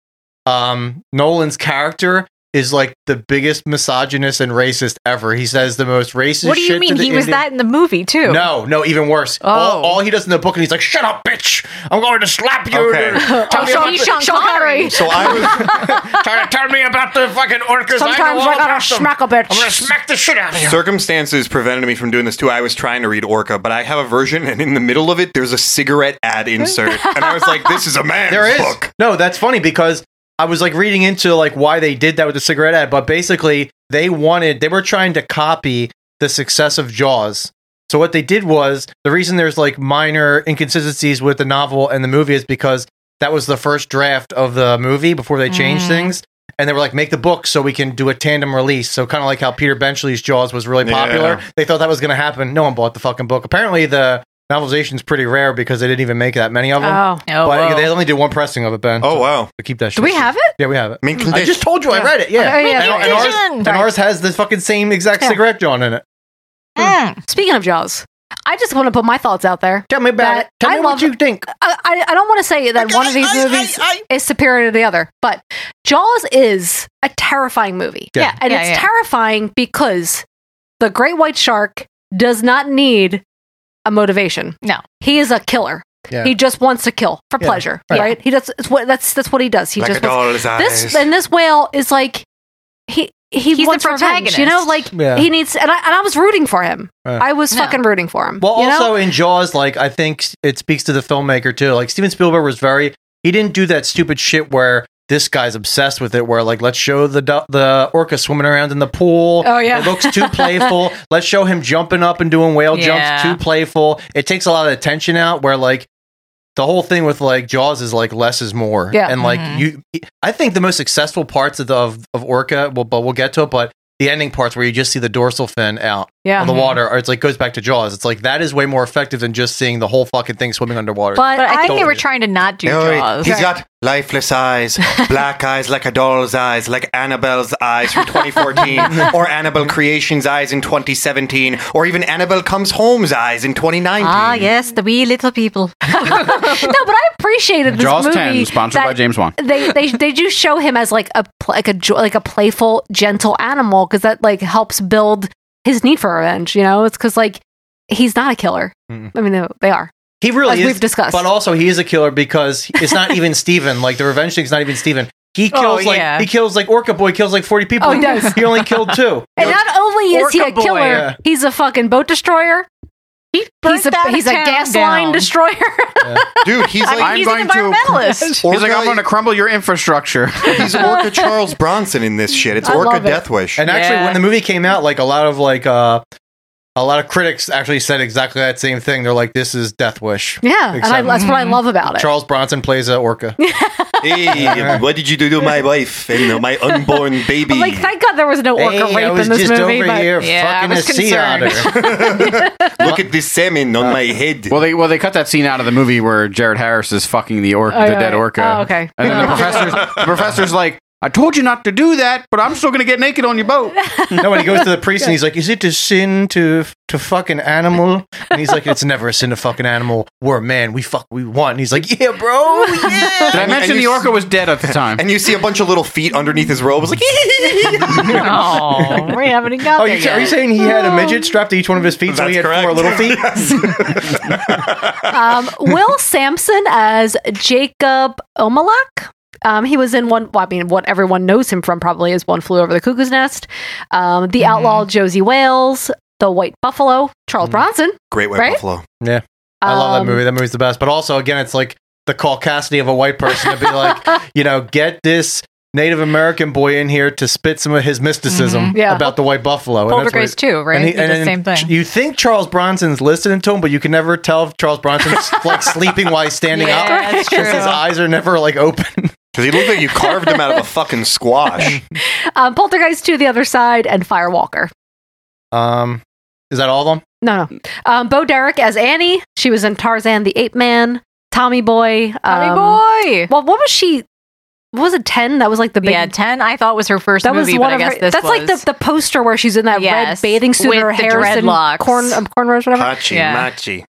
[SPEAKER 14] um, Nolan's character is like the biggest misogynist and racist ever. He says the most racist.
[SPEAKER 9] What do you
[SPEAKER 14] shit to
[SPEAKER 9] mean?
[SPEAKER 14] the
[SPEAKER 9] He was
[SPEAKER 14] Indian-
[SPEAKER 9] that in the movie too. Oh.
[SPEAKER 14] No, no, even worse. All, all he does in the book, and he's like, "Shut up, bitch! I'm going to slap you."
[SPEAKER 12] Okay.
[SPEAKER 14] Tell
[SPEAKER 9] Oh,
[SPEAKER 14] me
[SPEAKER 9] Sean-
[SPEAKER 14] about the-
[SPEAKER 9] Sean Connery.
[SPEAKER 12] So I was,
[SPEAKER 17] [LAUGHS]
[SPEAKER 14] tell, tell me about the fucking orcas.
[SPEAKER 3] Sometimes I, gotta smack a bitch.
[SPEAKER 14] smack the shit
[SPEAKER 17] [LAUGHS]
[SPEAKER 14] out of
[SPEAKER 12] circumstances prevented me from doing this too. I was trying to read Orca, but I have a version, and in the middle of it, there's a cigarette ad insert. And I was like, this is [LAUGHS] a man's
[SPEAKER 14] There is.
[SPEAKER 12] book.
[SPEAKER 14] No, that's funny because I was like reading into like why they did that with the cigarette ad, but basically they wanted they were trying to copy the success of Jaws. So what they did was the reason there's like minor inconsistencies with the novel and the movie is because that was the first draft of the movie before they changed
[SPEAKER 9] Mm.
[SPEAKER 14] things. And they were like, make the book so we can do a tandem release. So kind of like how Peter Benchley's Jaws was really
[SPEAKER 12] Yeah.
[SPEAKER 14] popular. They thought that was going to happen. No one bought the fucking book. Apparently, the novelization's pretty rare because they didn't even make that many of them.
[SPEAKER 3] Oh.
[SPEAKER 9] Oh,
[SPEAKER 14] but
[SPEAKER 9] whoa.
[SPEAKER 14] they only did one pressing of it, Ben.
[SPEAKER 12] Oh, wow.
[SPEAKER 14] So keep that. Shit.
[SPEAKER 3] Do we have it?
[SPEAKER 14] Yeah, we have it.
[SPEAKER 12] Mint
[SPEAKER 14] I
[SPEAKER 12] condition.
[SPEAKER 14] just told you I read it. Yeah,
[SPEAKER 3] Okay, yeah,
[SPEAKER 14] and,
[SPEAKER 3] mint
[SPEAKER 14] and ours,
[SPEAKER 9] condition.
[SPEAKER 14] and ours has the fucking same exact [LAUGHS]
[SPEAKER 3] Yeah.
[SPEAKER 14] cigarette John in it. Hmm.
[SPEAKER 9] Mm.
[SPEAKER 3] Ah. Speaking of Jaws, I just want to put my thoughts out there.
[SPEAKER 14] Tell me about it.
[SPEAKER 3] That
[SPEAKER 14] Tell
[SPEAKER 3] I
[SPEAKER 14] me what
[SPEAKER 3] love-
[SPEAKER 14] you think.
[SPEAKER 3] I, I, I don't want to say that one of these movies is superior to the other, but Jaws is a terrifying movie.
[SPEAKER 14] Yeah. Yeah.
[SPEAKER 3] And
[SPEAKER 9] Yeah,
[SPEAKER 3] it's
[SPEAKER 9] yeah.
[SPEAKER 3] terrifying because the great white shark does not need a motivation.
[SPEAKER 9] No.
[SPEAKER 3] He is a killer.
[SPEAKER 14] Yeah.
[SPEAKER 3] He just wants to kill for
[SPEAKER 14] Yeah.
[SPEAKER 3] pleasure,
[SPEAKER 14] Right.
[SPEAKER 3] right? He does it's what that's that's what he does. He
[SPEAKER 12] Like
[SPEAKER 3] just
[SPEAKER 12] a
[SPEAKER 3] wants,
[SPEAKER 12] doll's eyes.
[SPEAKER 3] this and this whale is like he he
[SPEAKER 9] He's the
[SPEAKER 3] wants revenge. You know, like
[SPEAKER 9] protagonist. Yeah.
[SPEAKER 3] he needs, and I, and I was rooting for him.
[SPEAKER 14] Yeah.
[SPEAKER 3] I was fucking rooting for him.
[SPEAKER 14] Well,
[SPEAKER 3] you know?
[SPEAKER 14] also in Jaws, like I think it speaks to the filmmaker too. Like Steven Spielberg was very he didn't do that stupid shit where this guy's obsessed with it. Where like let's show the du- the orca swimming around in the pool.
[SPEAKER 13] Oh, yeah.
[SPEAKER 14] it looks too
[SPEAKER 3] [LAUGHS]
[SPEAKER 14] playful. Let's show him jumping up and doing whale
[SPEAKER 13] Yeah.
[SPEAKER 14] jumps too playful. It takes a lot of the tension out. Where like. The whole thing with like Jaws is like less is more,
[SPEAKER 13] Yeah.
[SPEAKER 14] and like
[SPEAKER 3] Mm-hmm.
[SPEAKER 13] Mhm.
[SPEAKER 14] you, I think the most successful parts of the, of, of Orca, well, but we'll get to it. But the ending parts where you just see the dorsal fin out
[SPEAKER 3] Yeah.
[SPEAKER 14] on the
[SPEAKER 3] Mhm.
[SPEAKER 14] water, or it's like goes back to Jaws. It's like that is way more effective than just seeing the whole fucking thing swimming underwater.
[SPEAKER 9] But, I think they
[SPEAKER 14] Totally.
[SPEAKER 9] were trying to not do
[SPEAKER 12] No,
[SPEAKER 9] Jaws.
[SPEAKER 12] He's got lifeless eyes, black eyes like a doll's eyes, like Annabelle's eyes from 2014, or Annabelle Creation's eyes in 2017, or even Annabelle Comes Home's eyes in 2019.
[SPEAKER 9] Ah, yes, the wee little people.
[SPEAKER 3] [LAUGHS] no, but I appreciated this
[SPEAKER 12] Jaws
[SPEAKER 3] movie.
[SPEAKER 12] 10, sponsored
[SPEAKER 3] that
[SPEAKER 12] by James Wan.
[SPEAKER 3] They they they do show him as like a pl- like a jo- like a playful, gentle animal because that like helps build his need for revenge. You know, it's because like he's not a killer.
[SPEAKER 14] Mm.
[SPEAKER 3] I mean, they, they are.
[SPEAKER 14] He really
[SPEAKER 3] as
[SPEAKER 14] is,
[SPEAKER 3] we've discussed.
[SPEAKER 14] But also, he is a killer because it's not even [LAUGHS] Steven. Like the revenge thing's not even Steven. He
[SPEAKER 3] Oh,
[SPEAKER 14] kills like
[SPEAKER 3] yeah.
[SPEAKER 14] he kills like Orca Boy kills like forty people.
[SPEAKER 3] Oh, he does.
[SPEAKER 14] [LAUGHS] He only killed two.
[SPEAKER 3] [LAUGHS] and not only is he a
[SPEAKER 14] Orca boy.
[SPEAKER 3] killer,
[SPEAKER 14] Yeah.
[SPEAKER 3] he's a fucking boat destroyer. he's a
[SPEAKER 9] that
[SPEAKER 3] he's a
[SPEAKER 9] town
[SPEAKER 3] gas
[SPEAKER 9] down.
[SPEAKER 3] line destroyer.
[SPEAKER 12] Dude, he's
[SPEAKER 3] I
[SPEAKER 12] like,
[SPEAKER 3] mean, he's an environmentalist.
[SPEAKER 12] Orca-
[SPEAKER 10] He's like, I'm going to crumble your infrastructure.
[SPEAKER 12] He's
[SPEAKER 3] [LAUGHS]
[SPEAKER 12] Orca Charles Bronson in this shit. It's
[SPEAKER 10] I
[SPEAKER 12] Orca
[SPEAKER 10] love it.
[SPEAKER 12] Death Wish.
[SPEAKER 14] And actually, when the movie came out, like a lot of like uh, a lot of critics actually said exactly that same thing. They're like, "This is Death Wish."
[SPEAKER 3] Yeah, and I,
[SPEAKER 14] Except
[SPEAKER 3] that's what I love about it. [LAUGHS]
[SPEAKER 14] Charles Bronson plays an orca.
[SPEAKER 12] Hey, [LAUGHS] what did [LAUGHS] you do to my wife and uh, my
[SPEAKER 9] [LAUGHS]
[SPEAKER 12] unborn baby?
[SPEAKER 3] Like, thank God there was no orca
[SPEAKER 12] Hey, I
[SPEAKER 3] rape
[SPEAKER 12] was
[SPEAKER 3] in this
[SPEAKER 12] just
[SPEAKER 3] movie.
[SPEAKER 12] over
[SPEAKER 3] but
[SPEAKER 12] here
[SPEAKER 3] yeah, I
[SPEAKER 12] fucking
[SPEAKER 3] was
[SPEAKER 12] a sea
[SPEAKER 3] concerned.
[SPEAKER 9] [LAUGHS]
[SPEAKER 12] Look at this salmon on my head.
[SPEAKER 10] Uh, Well, they well they cut that scene out of the movie where Jared Harris is fucking the orc,
[SPEAKER 3] Oh,
[SPEAKER 10] the
[SPEAKER 3] yeah,
[SPEAKER 10] dead
[SPEAKER 3] yeah.
[SPEAKER 10] orca.
[SPEAKER 3] Oh, okay.
[SPEAKER 10] And then the professor's the professor's like, I told you not to do that, but I'm still gonna get naked on
[SPEAKER 17] [LAUGHS]
[SPEAKER 10] your boat.
[SPEAKER 14] no, when he goes to the priest and
[SPEAKER 10] [LAUGHS]
[SPEAKER 14] he's like, "Is it a sin to to fuck an animal?" And he's like, "It's never a sin to fuck an animal. We're a man. We fuck. We want." And he's like, [LAUGHS] "Yeah, bro. Yeah."
[SPEAKER 10] Did I
[SPEAKER 17] [LAUGHS]
[SPEAKER 10] mention the orca was dead at the time?
[SPEAKER 12] [LAUGHS] And you see a bunch of little feet underneath his robe. It's like,
[SPEAKER 9] oh, we haven't even got
[SPEAKER 14] Oh,
[SPEAKER 9] there
[SPEAKER 14] you are you
[SPEAKER 9] yet.
[SPEAKER 14] saying he had a midget strapped to each one of his feet, so he had
[SPEAKER 12] That's
[SPEAKER 14] four
[SPEAKER 12] correct.
[SPEAKER 14] little
[SPEAKER 12] [LAUGHS]
[SPEAKER 14] feet?
[SPEAKER 3] [LAUGHS] um, Will Sampson as Jacob Omalak. Um, he was in one. Well, I mean, what everyone knows him from probably is One Flew Over the Cuckoo's Nest, um, The Outlaw Josie Wales, The White Buffalo, Charles Bronson.
[SPEAKER 12] Great
[SPEAKER 3] right?
[SPEAKER 14] Yeah, I love
[SPEAKER 3] Um,
[SPEAKER 14] that movie. That movie's the best. But also, again, it's like the caucasity of a white person to be
[SPEAKER 9] [LAUGHS]
[SPEAKER 14] like, you know, get this. Native American boy in here to spit some of his mysticism
[SPEAKER 9] Mhm. Yeah.
[SPEAKER 14] about the white buffalo. And
[SPEAKER 9] Boulder
[SPEAKER 14] that's what
[SPEAKER 9] Grace
[SPEAKER 14] it-
[SPEAKER 9] too, right? He did the same thing.
[SPEAKER 14] You think Charles Bronson's listening to him, but you can never tell if Charles
[SPEAKER 9] [LAUGHS]
[SPEAKER 14] Bronson's like sleeping while he's standing
[SPEAKER 9] Yeah,
[SPEAKER 14] up.
[SPEAKER 9] that's
[SPEAKER 14] 'cause
[SPEAKER 9] true.
[SPEAKER 14] His eyes are never like
[SPEAKER 12] [LAUGHS]
[SPEAKER 14] open.
[SPEAKER 12] Because he looked like you carved him out of a fucking squash.
[SPEAKER 3] Um, Poltergeist 2, The Other Side, and Firewalker.
[SPEAKER 14] [LAUGHS] Um, is that all of them?
[SPEAKER 3] No,
[SPEAKER 9] Mm.
[SPEAKER 3] no. Um, Bo Derek as Annie. She was in Tarzan the Ape Man, Tommy Boy.
[SPEAKER 9] Tommy
[SPEAKER 3] Boy. Well, what was she? What was it? Ten? That was like the big,
[SPEAKER 9] yeah, ten. I thought was her first
[SPEAKER 3] That
[SPEAKER 9] movie,
[SPEAKER 3] was
[SPEAKER 9] but
[SPEAKER 3] one
[SPEAKER 9] I
[SPEAKER 3] of
[SPEAKER 9] guess
[SPEAKER 3] her,
[SPEAKER 9] this
[SPEAKER 3] That's like
[SPEAKER 9] was-
[SPEAKER 3] the, the poster where she's in that
[SPEAKER 9] Yes,
[SPEAKER 3] red bathing suit,
[SPEAKER 9] with
[SPEAKER 3] her
[SPEAKER 9] the
[SPEAKER 3] hair and
[SPEAKER 9] dreadlocks.
[SPEAKER 3] corn um, cornrows, whatever.
[SPEAKER 12] Hachi machi.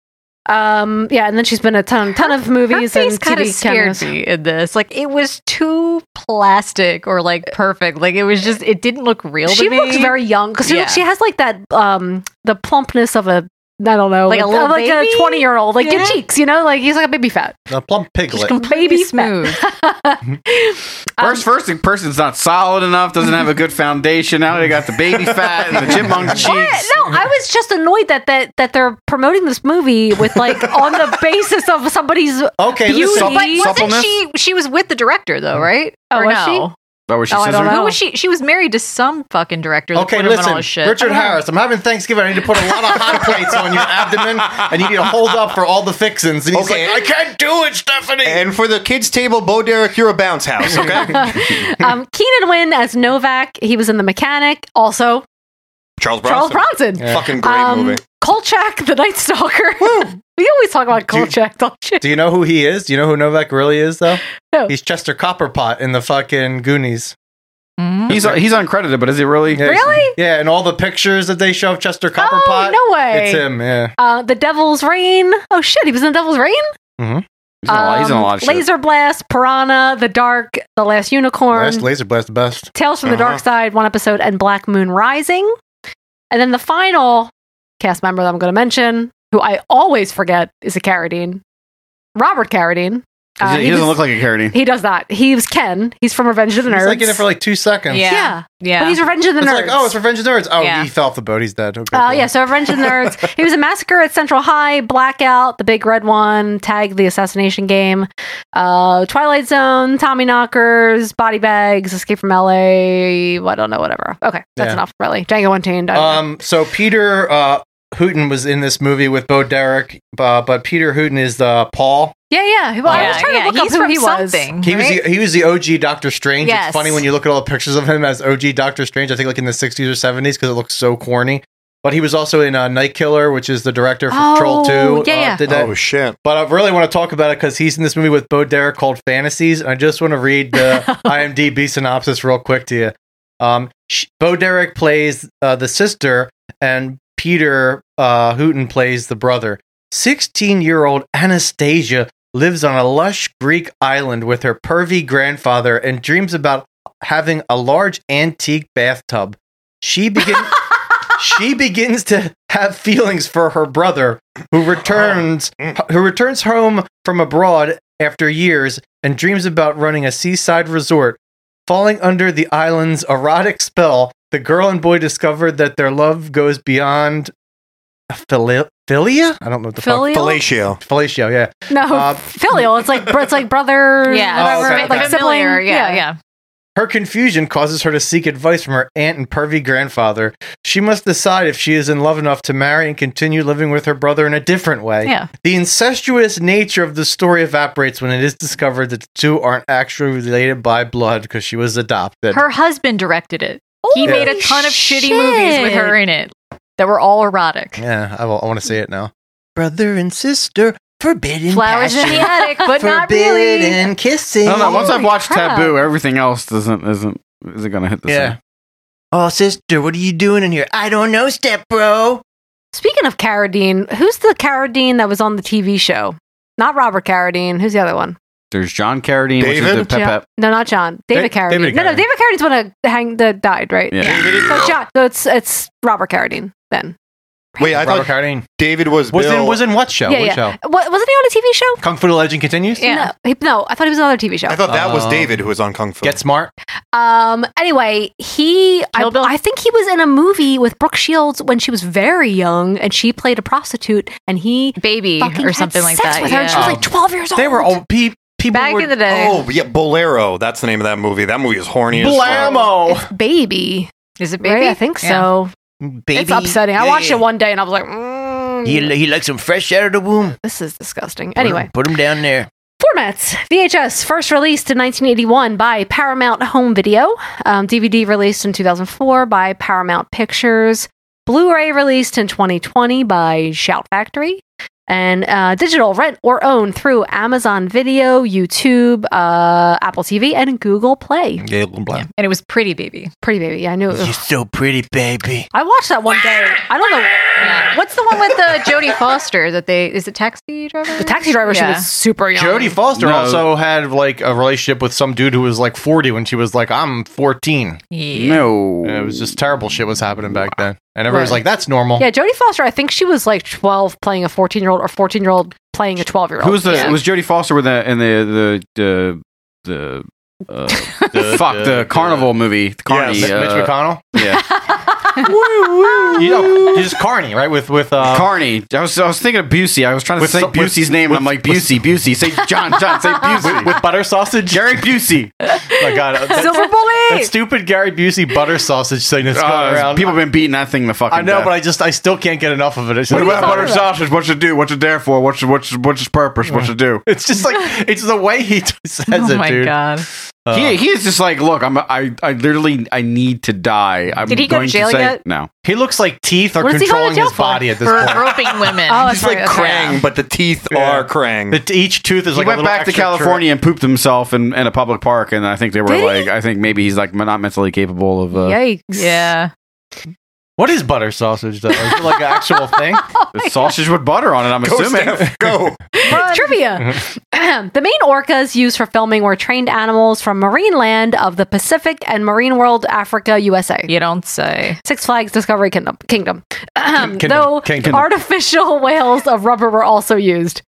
[SPEAKER 3] Um, yeah, and then she's been a ton, ton of movies
[SPEAKER 9] face
[SPEAKER 3] and
[SPEAKER 9] kind of
[SPEAKER 3] TV
[SPEAKER 9] scared
[SPEAKER 3] cameos.
[SPEAKER 9] me in this. Like it was too plastic or like perfect. Like it was just it didn't look real.
[SPEAKER 3] She
[SPEAKER 9] to me.
[SPEAKER 3] looks very young because she,
[SPEAKER 9] Yeah.
[SPEAKER 3] looks- she has like that um the plumpness of a I don't know
[SPEAKER 9] Like a little
[SPEAKER 3] of, like
[SPEAKER 9] baby?
[SPEAKER 3] a twenty year old like
[SPEAKER 9] Yeah.
[SPEAKER 3] your cheeks you know like he's like a baby fat
[SPEAKER 14] A plump piglet.
[SPEAKER 3] completely baby smooth. um,
[SPEAKER 10] First, first the person's not solid enough, doesn't have a good foundation. Now they got the
[SPEAKER 3] [LAUGHS]
[SPEAKER 10] baby fat and the chipmunk cheeks.
[SPEAKER 3] What? No, I was just annoyed that that that they're promoting this movie with like on the basis of somebody's
[SPEAKER 14] okay.
[SPEAKER 3] beauty.
[SPEAKER 9] wasn't she? She was with the director though, right?
[SPEAKER 3] Oh,
[SPEAKER 9] or
[SPEAKER 3] was
[SPEAKER 9] [LAUGHS] no?
[SPEAKER 10] Oh, was she
[SPEAKER 3] Oh, I don't
[SPEAKER 10] scissoring?
[SPEAKER 3] know.
[SPEAKER 9] Who was she? She was married to some fucking director. That
[SPEAKER 14] Okay,
[SPEAKER 9] put him on all
[SPEAKER 14] listen,
[SPEAKER 9] this shit.
[SPEAKER 14] Richard Harris. I'm having Thanksgiving. I need to put a lot of hot plates on your abdomen, and you need to hold up for all the fixins. And he's
[SPEAKER 12] Okay.
[SPEAKER 14] like, I can't do it, Stephanie.
[SPEAKER 12] And for the kids' table, Bo Derek, you're a bounce
[SPEAKER 3] [LAUGHS]
[SPEAKER 12] house, okay?
[SPEAKER 3] um, Keenan Wynn as Novak. He was in The Mechanic. Also,
[SPEAKER 12] Charles
[SPEAKER 3] Charles
[SPEAKER 12] Bronson.
[SPEAKER 3] Bronson.
[SPEAKER 12] Fucking great
[SPEAKER 3] Um,
[SPEAKER 12] movie.
[SPEAKER 3] Kolchak, the Night Stalker. [LAUGHS] we always talk about Kolchak, don't you?
[SPEAKER 14] Do you know who he is? Do you know who Novak really is, though?
[SPEAKER 3] No.
[SPEAKER 14] He's Chester Copperpot in the fucking Goonies.
[SPEAKER 10] He's
[SPEAKER 14] uh,
[SPEAKER 10] he's uncredited, but is he really?
[SPEAKER 14] Yeah, he's-
[SPEAKER 3] Hmm? Really? Oh,
[SPEAKER 14] Yeah, and all the pictures that they show of Chester Copperpot.
[SPEAKER 3] no way.
[SPEAKER 14] It's him, yeah.
[SPEAKER 3] Uh, the Devil's Rain. Oh shit, he was in The Devil's Rain.
[SPEAKER 14] Mm-hmm. He's, in a lot, he's in a
[SPEAKER 3] Um,
[SPEAKER 14] lot of shit.
[SPEAKER 3] Laser Blast, Piranha, The Dark, The Last Unicorn,
[SPEAKER 14] Last Laser Blast the best.
[SPEAKER 3] Tales from the
[SPEAKER 14] Uh-huh.
[SPEAKER 3] Dark Side, one episode, and Black Moon Rising. And then the final cast member that I'm going to mention, who I always forget, is a Carradine. Robert Carradine. Uh,
[SPEAKER 10] he, doesn't
[SPEAKER 3] was-
[SPEAKER 10] look like a carotene.
[SPEAKER 3] He does not. He was Ken. He's from Revenge of the Nerds.
[SPEAKER 14] He's like in it for like two seconds.
[SPEAKER 3] Yeah. Yeah. Yeah. But he's Revenge of the
[SPEAKER 14] It's
[SPEAKER 3] Nerds.
[SPEAKER 14] Like, oh, it's Revenge of the Nerds. Oh,
[SPEAKER 3] Yeah.
[SPEAKER 14] he fell off the boat. He's dead. Okay.
[SPEAKER 3] Uh, yeah, so Revenge of the Nerds.
[SPEAKER 17] [LAUGHS]
[SPEAKER 3] he was a massacre at Central High, Blackout, The Big Red One, Tag, The Assassination Game, uh, Twilight Zone, Tommy Knockers, Body Bags, Escape from LA. Well, I don't know, whatever. Okay, that's
[SPEAKER 14] Yeah.
[SPEAKER 3] enough, really. Django Untamed. I don't
[SPEAKER 17] Uh,
[SPEAKER 3] know.
[SPEAKER 14] Um, so Peter uh, Hooton was in this movie with Bo Derek, uh, but Peter Hooton is the Paul.
[SPEAKER 3] yeah, yeah. Well, I was
[SPEAKER 9] Yeah,
[SPEAKER 3] trying
[SPEAKER 9] yeah,
[SPEAKER 3] to look up
[SPEAKER 9] he's
[SPEAKER 3] who
[SPEAKER 9] from
[SPEAKER 3] he was.
[SPEAKER 9] something,
[SPEAKER 14] He was
[SPEAKER 3] right?
[SPEAKER 14] the, he was the OG Doctor Strange.
[SPEAKER 3] Yes.
[SPEAKER 14] It's funny when you look at all the pictures of him as OG Doctor Strange. I think like in the '60s or '70s because it looks so corny. But he was also in uh, Night Killer, which is the director for
[SPEAKER 7] Oh,
[SPEAKER 14] Troll Two.
[SPEAKER 7] yeah,
[SPEAKER 14] uh,
[SPEAKER 7] yeah.
[SPEAKER 14] did that.
[SPEAKER 7] Oh,
[SPEAKER 14] shit! But I really want to talk about it because he's in this movie with Bo Derek called Fantasies, and I just want to read the
[SPEAKER 7] [LAUGHS]
[SPEAKER 14] IMDb synopsis real quick to you. Um, sh- Bo Derek plays uh, the sister, and Peter uh, Hooton plays the brother. 16 year old Anastasia lives on a lush Greek island with her pervy grandfather and dreams about having a large antique bathtub. She
[SPEAKER 7] [LAUGHS]
[SPEAKER 14] begins. she begins to have feelings for her brother, who returns who returns home from abroad after years and dreams about running a seaside resort. Falling under the island's erotic spell, the girl and boy discover that their love goes beyond fili- filia. I don't know what the
[SPEAKER 3] Filial?
[SPEAKER 14] fuck Fellatio, yeah.
[SPEAKER 3] No,
[SPEAKER 14] Uh,
[SPEAKER 3] filial. It's like br- it's like brother.
[SPEAKER 9] Yeah,
[SPEAKER 12] Oh,
[SPEAKER 3] whatever,
[SPEAKER 14] okay,
[SPEAKER 3] like
[SPEAKER 14] okay.
[SPEAKER 3] sibling.
[SPEAKER 9] Familiar, yeah, yeah.
[SPEAKER 14] Her confusion causes her to seek advice from her aunt and pervy grandfather. She must decide if she is in love enough to marry and continue living with her brother in a different way.
[SPEAKER 9] Yeah.
[SPEAKER 14] The incestuous nature of the story evaporates when it is discovered that the two aren't actually related by blood because she was adopted.
[SPEAKER 9] Her husband directed it. he
[SPEAKER 14] Holy
[SPEAKER 9] made a ton of shitty movies with her in it that were all erotic.
[SPEAKER 14] yeah, I, want to see it now. Brother and sister, forbidden
[SPEAKER 9] Flowers in the attic, but not really.
[SPEAKER 14] forbidden kissing.
[SPEAKER 10] I don't know. Once I've watched
[SPEAKER 9] crap.
[SPEAKER 10] Taboo, everything else doesn't isn't isn't gonna hit the
[SPEAKER 14] Yeah.
[SPEAKER 10] same.
[SPEAKER 17] Oh, sister, what are you doing in here? I don't know, step bro.
[SPEAKER 3] Speaking of Carradine, who's the Carradine that was on the TV show? Not Robert Carradine. Who's the other one?
[SPEAKER 10] There's John Carradine, which is
[SPEAKER 12] David?
[SPEAKER 10] the
[SPEAKER 3] Jo-
[SPEAKER 10] Pep
[SPEAKER 3] No, not John. David
[SPEAKER 10] Da-
[SPEAKER 3] Carradine.
[SPEAKER 10] David
[SPEAKER 3] no, no,
[SPEAKER 10] Carradine.
[SPEAKER 3] David Carradine's the one that hang that died, right?
[SPEAKER 10] Yeah.
[SPEAKER 3] So John, so it's it's Robert Carradine then.
[SPEAKER 12] Wait, I
[SPEAKER 14] Robert
[SPEAKER 12] thought David was
[SPEAKER 14] Was
[SPEAKER 12] Bill.
[SPEAKER 14] in was in what show?
[SPEAKER 3] yeah,
[SPEAKER 14] what
[SPEAKER 3] yeah.
[SPEAKER 14] show?
[SPEAKER 3] What, wasn't he on a TV show?
[SPEAKER 14] Kung Fu the Legend continues.
[SPEAKER 3] No, he, no, I thought he was on another TV show.
[SPEAKER 12] I thought [LAUGHS] that was
[SPEAKER 14] Oh.
[SPEAKER 12] David who was on Kung Fu.
[SPEAKER 14] Get smart.
[SPEAKER 3] Um. Anyway, he. I, I think he was in a movie with Brooke Shields when she was very young, and she played a prostitute, and he
[SPEAKER 9] baby
[SPEAKER 3] fucking
[SPEAKER 9] or
[SPEAKER 3] had
[SPEAKER 9] something like
[SPEAKER 3] sex
[SPEAKER 9] that,
[SPEAKER 3] With her, and she
[SPEAKER 12] yeah.
[SPEAKER 3] was like twelve years old.
[SPEAKER 14] They were all pe- people
[SPEAKER 3] Back
[SPEAKER 14] were-
[SPEAKER 3] in the day.
[SPEAKER 12] Oh yeah, Bolero. That's the name of that movie. That movie is horny as fuck.
[SPEAKER 14] Blammo.
[SPEAKER 3] baby.
[SPEAKER 9] Is it
[SPEAKER 3] baby? I think so.
[SPEAKER 17] Baby.
[SPEAKER 3] It's upsetting. I
[SPEAKER 17] Yeah,
[SPEAKER 3] watched
[SPEAKER 17] yeah.
[SPEAKER 3] it one day, and I was like, mm,
[SPEAKER 17] He, he likes him fresh out of the womb.
[SPEAKER 3] "This is disgusting." Anyway.
[SPEAKER 17] Put him down there.
[SPEAKER 3] Formats VHS, first released in 1981 by Paramount Home Video, um, DVD released in 2004 by Paramount Pictures, Blu ray released in 2020 by Shout Factory, and uh, digital rent or own through Amazon Video, YouTube, uh, Apple TV, and Google Play.
[SPEAKER 17] Yeah, blah.
[SPEAKER 9] And it was Pretty Baby.
[SPEAKER 3] Pretty baby, I knew it.
[SPEAKER 17] You're
[SPEAKER 3] was-
[SPEAKER 17] so pretty, baby.
[SPEAKER 3] I watched that one day. I don't know.
[SPEAKER 9] What's the one
[SPEAKER 14] [LAUGHS]
[SPEAKER 9] with the Jodie Foster that they is it Taxi Driver?
[SPEAKER 3] The taxi driver, she
[SPEAKER 9] Yeah.
[SPEAKER 3] was super young.
[SPEAKER 14] Jodie Foster
[SPEAKER 10] No.
[SPEAKER 14] also had like a relationship with some dude who was like 40 when she was like, I'm 14.
[SPEAKER 9] Yeah.
[SPEAKER 10] No,
[SPEAKER 14] And it was just terrible shit was happening back then, and everyone was
[SPEAKER 3] Right.
[SPEAKER 14] like, "That's normal."
[SPEAKER 3] Yeah, Jodie Foster, I think she was like 12 playing a 14 year old or 14 year old playing a 12 year old.
[SPEAKER 10] Who was the was Jodie Foster with the in the the the the
[SPEAKER 12] [LAUGHS]
[SPEAKER 10] uh, fuck the, carnival movie the Carney,
[SPEAKER 14] Yes, Mitch
[SPEAKER 10] uh,
[SPEAKER 14] McConnell.
[SPEAKER 3] [LAUGHS]
[SPEAKER 10] yeah
[SPEAKER 14] You know, he's Carney, right? With with uh,
[SPEAKER 10] Carney I was I was thinking of Busey I was trying to
[SPEAKER 14] With
[SPEAKER 10] say
[SPEAKER 14] some- with-
[SPEAKER 10] Busey's name and I'm like Busey Busey say John John [LAUGHS] say Busey
[SPEAKER 14] with, with butter sausage.
[SPEAKER 10] Gary [LAUGHS] Busey
[SPEAKER 14] Oh my God, uh, that,
[SPEAKER 3] Silver
[SPEAKER 14] that
[SPEAKER 3] Bullet!
[SPEAKER 14] stupid Gary Busey butter sausage thing that's going
[SPEAKER 10] Uh,
[SPEAKER 14] around.
[SPEAKER 10] people been beating that thing the fucking
[SPEAKER 14] I know,
[SPEAKER 10] death.
[SPEAKER 14] but I just I still can't get enough of it. It's just,
[SPEAKER 10] What about butter
[SPEAKER 3] about?
[SPEAKER 10] sausage? What's it do? What's it there for? What's what's what's its purpose? What's it do?
[SPEAKER 14] it's just
[SPEAKER 3] [LAUGHS]
[SPEAKER 14] like it's the way he t- says
[SPEAKER 9] Oh
[SPEAKER 14] it,
[SPEAKER 9] my
[SPEAKER 14] dude.
[SPEAKER 9] god.
[SPEAKER 14] Uh,
[SPEAKER 10] he he's just like, look, I'm I I literally I need to die. I'm
[SPEAKER 9] Did he go to
[SPEAKER 10] going
[SPEAKER 9] jail
[SPEAKER 10] say,
[SPEAKER 9] yet?
[SPEAKER 10] No,
[SPEAKER 14] he looks like teeth are
[SPEAKER 3] What does he go to
[SPEAKER 14] controlling
[SPEAKER 3] jail
[SPEAKER 14] his
[SPEAKER 3] for?
[SPEAKER 14] body at this
[SPEAKER 9] For
[SPEAKER 14] point.
[SPEAKER 9] roping women.
[SPEAKER 3] Oh,
[SPEAKER 12] It's like Krang, but the teeth are Krang.
[SPEAKER 14] The t- each tooth is
[SPEAKER 10] he
[SPEAKER 14] like a
[SPEAKER 10] went
[SPEAKER 14] little
[SPEAKER 10] back to
[SPEAKER 14] extra
[SPEAKER 10] California and pooped himself in, in a public park, and I think they were
[SPEAKER 3] Did he?
[SPEAKER 10] like, I think maybe he's like not mentally capable of. Uh,
[SPEAKER 3] Yikes.
[SPEAKER 9] yeah.
[SPEAKER 14] What is butter sausage
[SPEAKER 3] [LAUGHS]
[SPEAKER 14] though? Oh Is it [LAUGHS] like an actual
[SPEAKER 9] [LAUGHS]
[SPEAKER 14] thing?
[SPEAKER 10] it's sausage with butter on it. I'm
[SPEAKER 12] Go,
[SPEAKER 10] assuming.
[SPEAKER 12] Steph, go.
[SPEAKER 3] Trivia. [CLEARS THROAT] the main orcas used for filming were trained animals from marine land of the Pacific and marine world Africa, USA.
[SPEAKER 9] You don't say.
[SPEAKER 3] Six Flags Discovery Kingdom. Kingdom.
[SPEAKER 14] Kingdom.
[SPEAKER 3] Though
[SPEAKER 14] Kingdom.
[SPEAKER 9] [LAUGHS]
[SPEAKER 3] artificial whales of rubber were also used.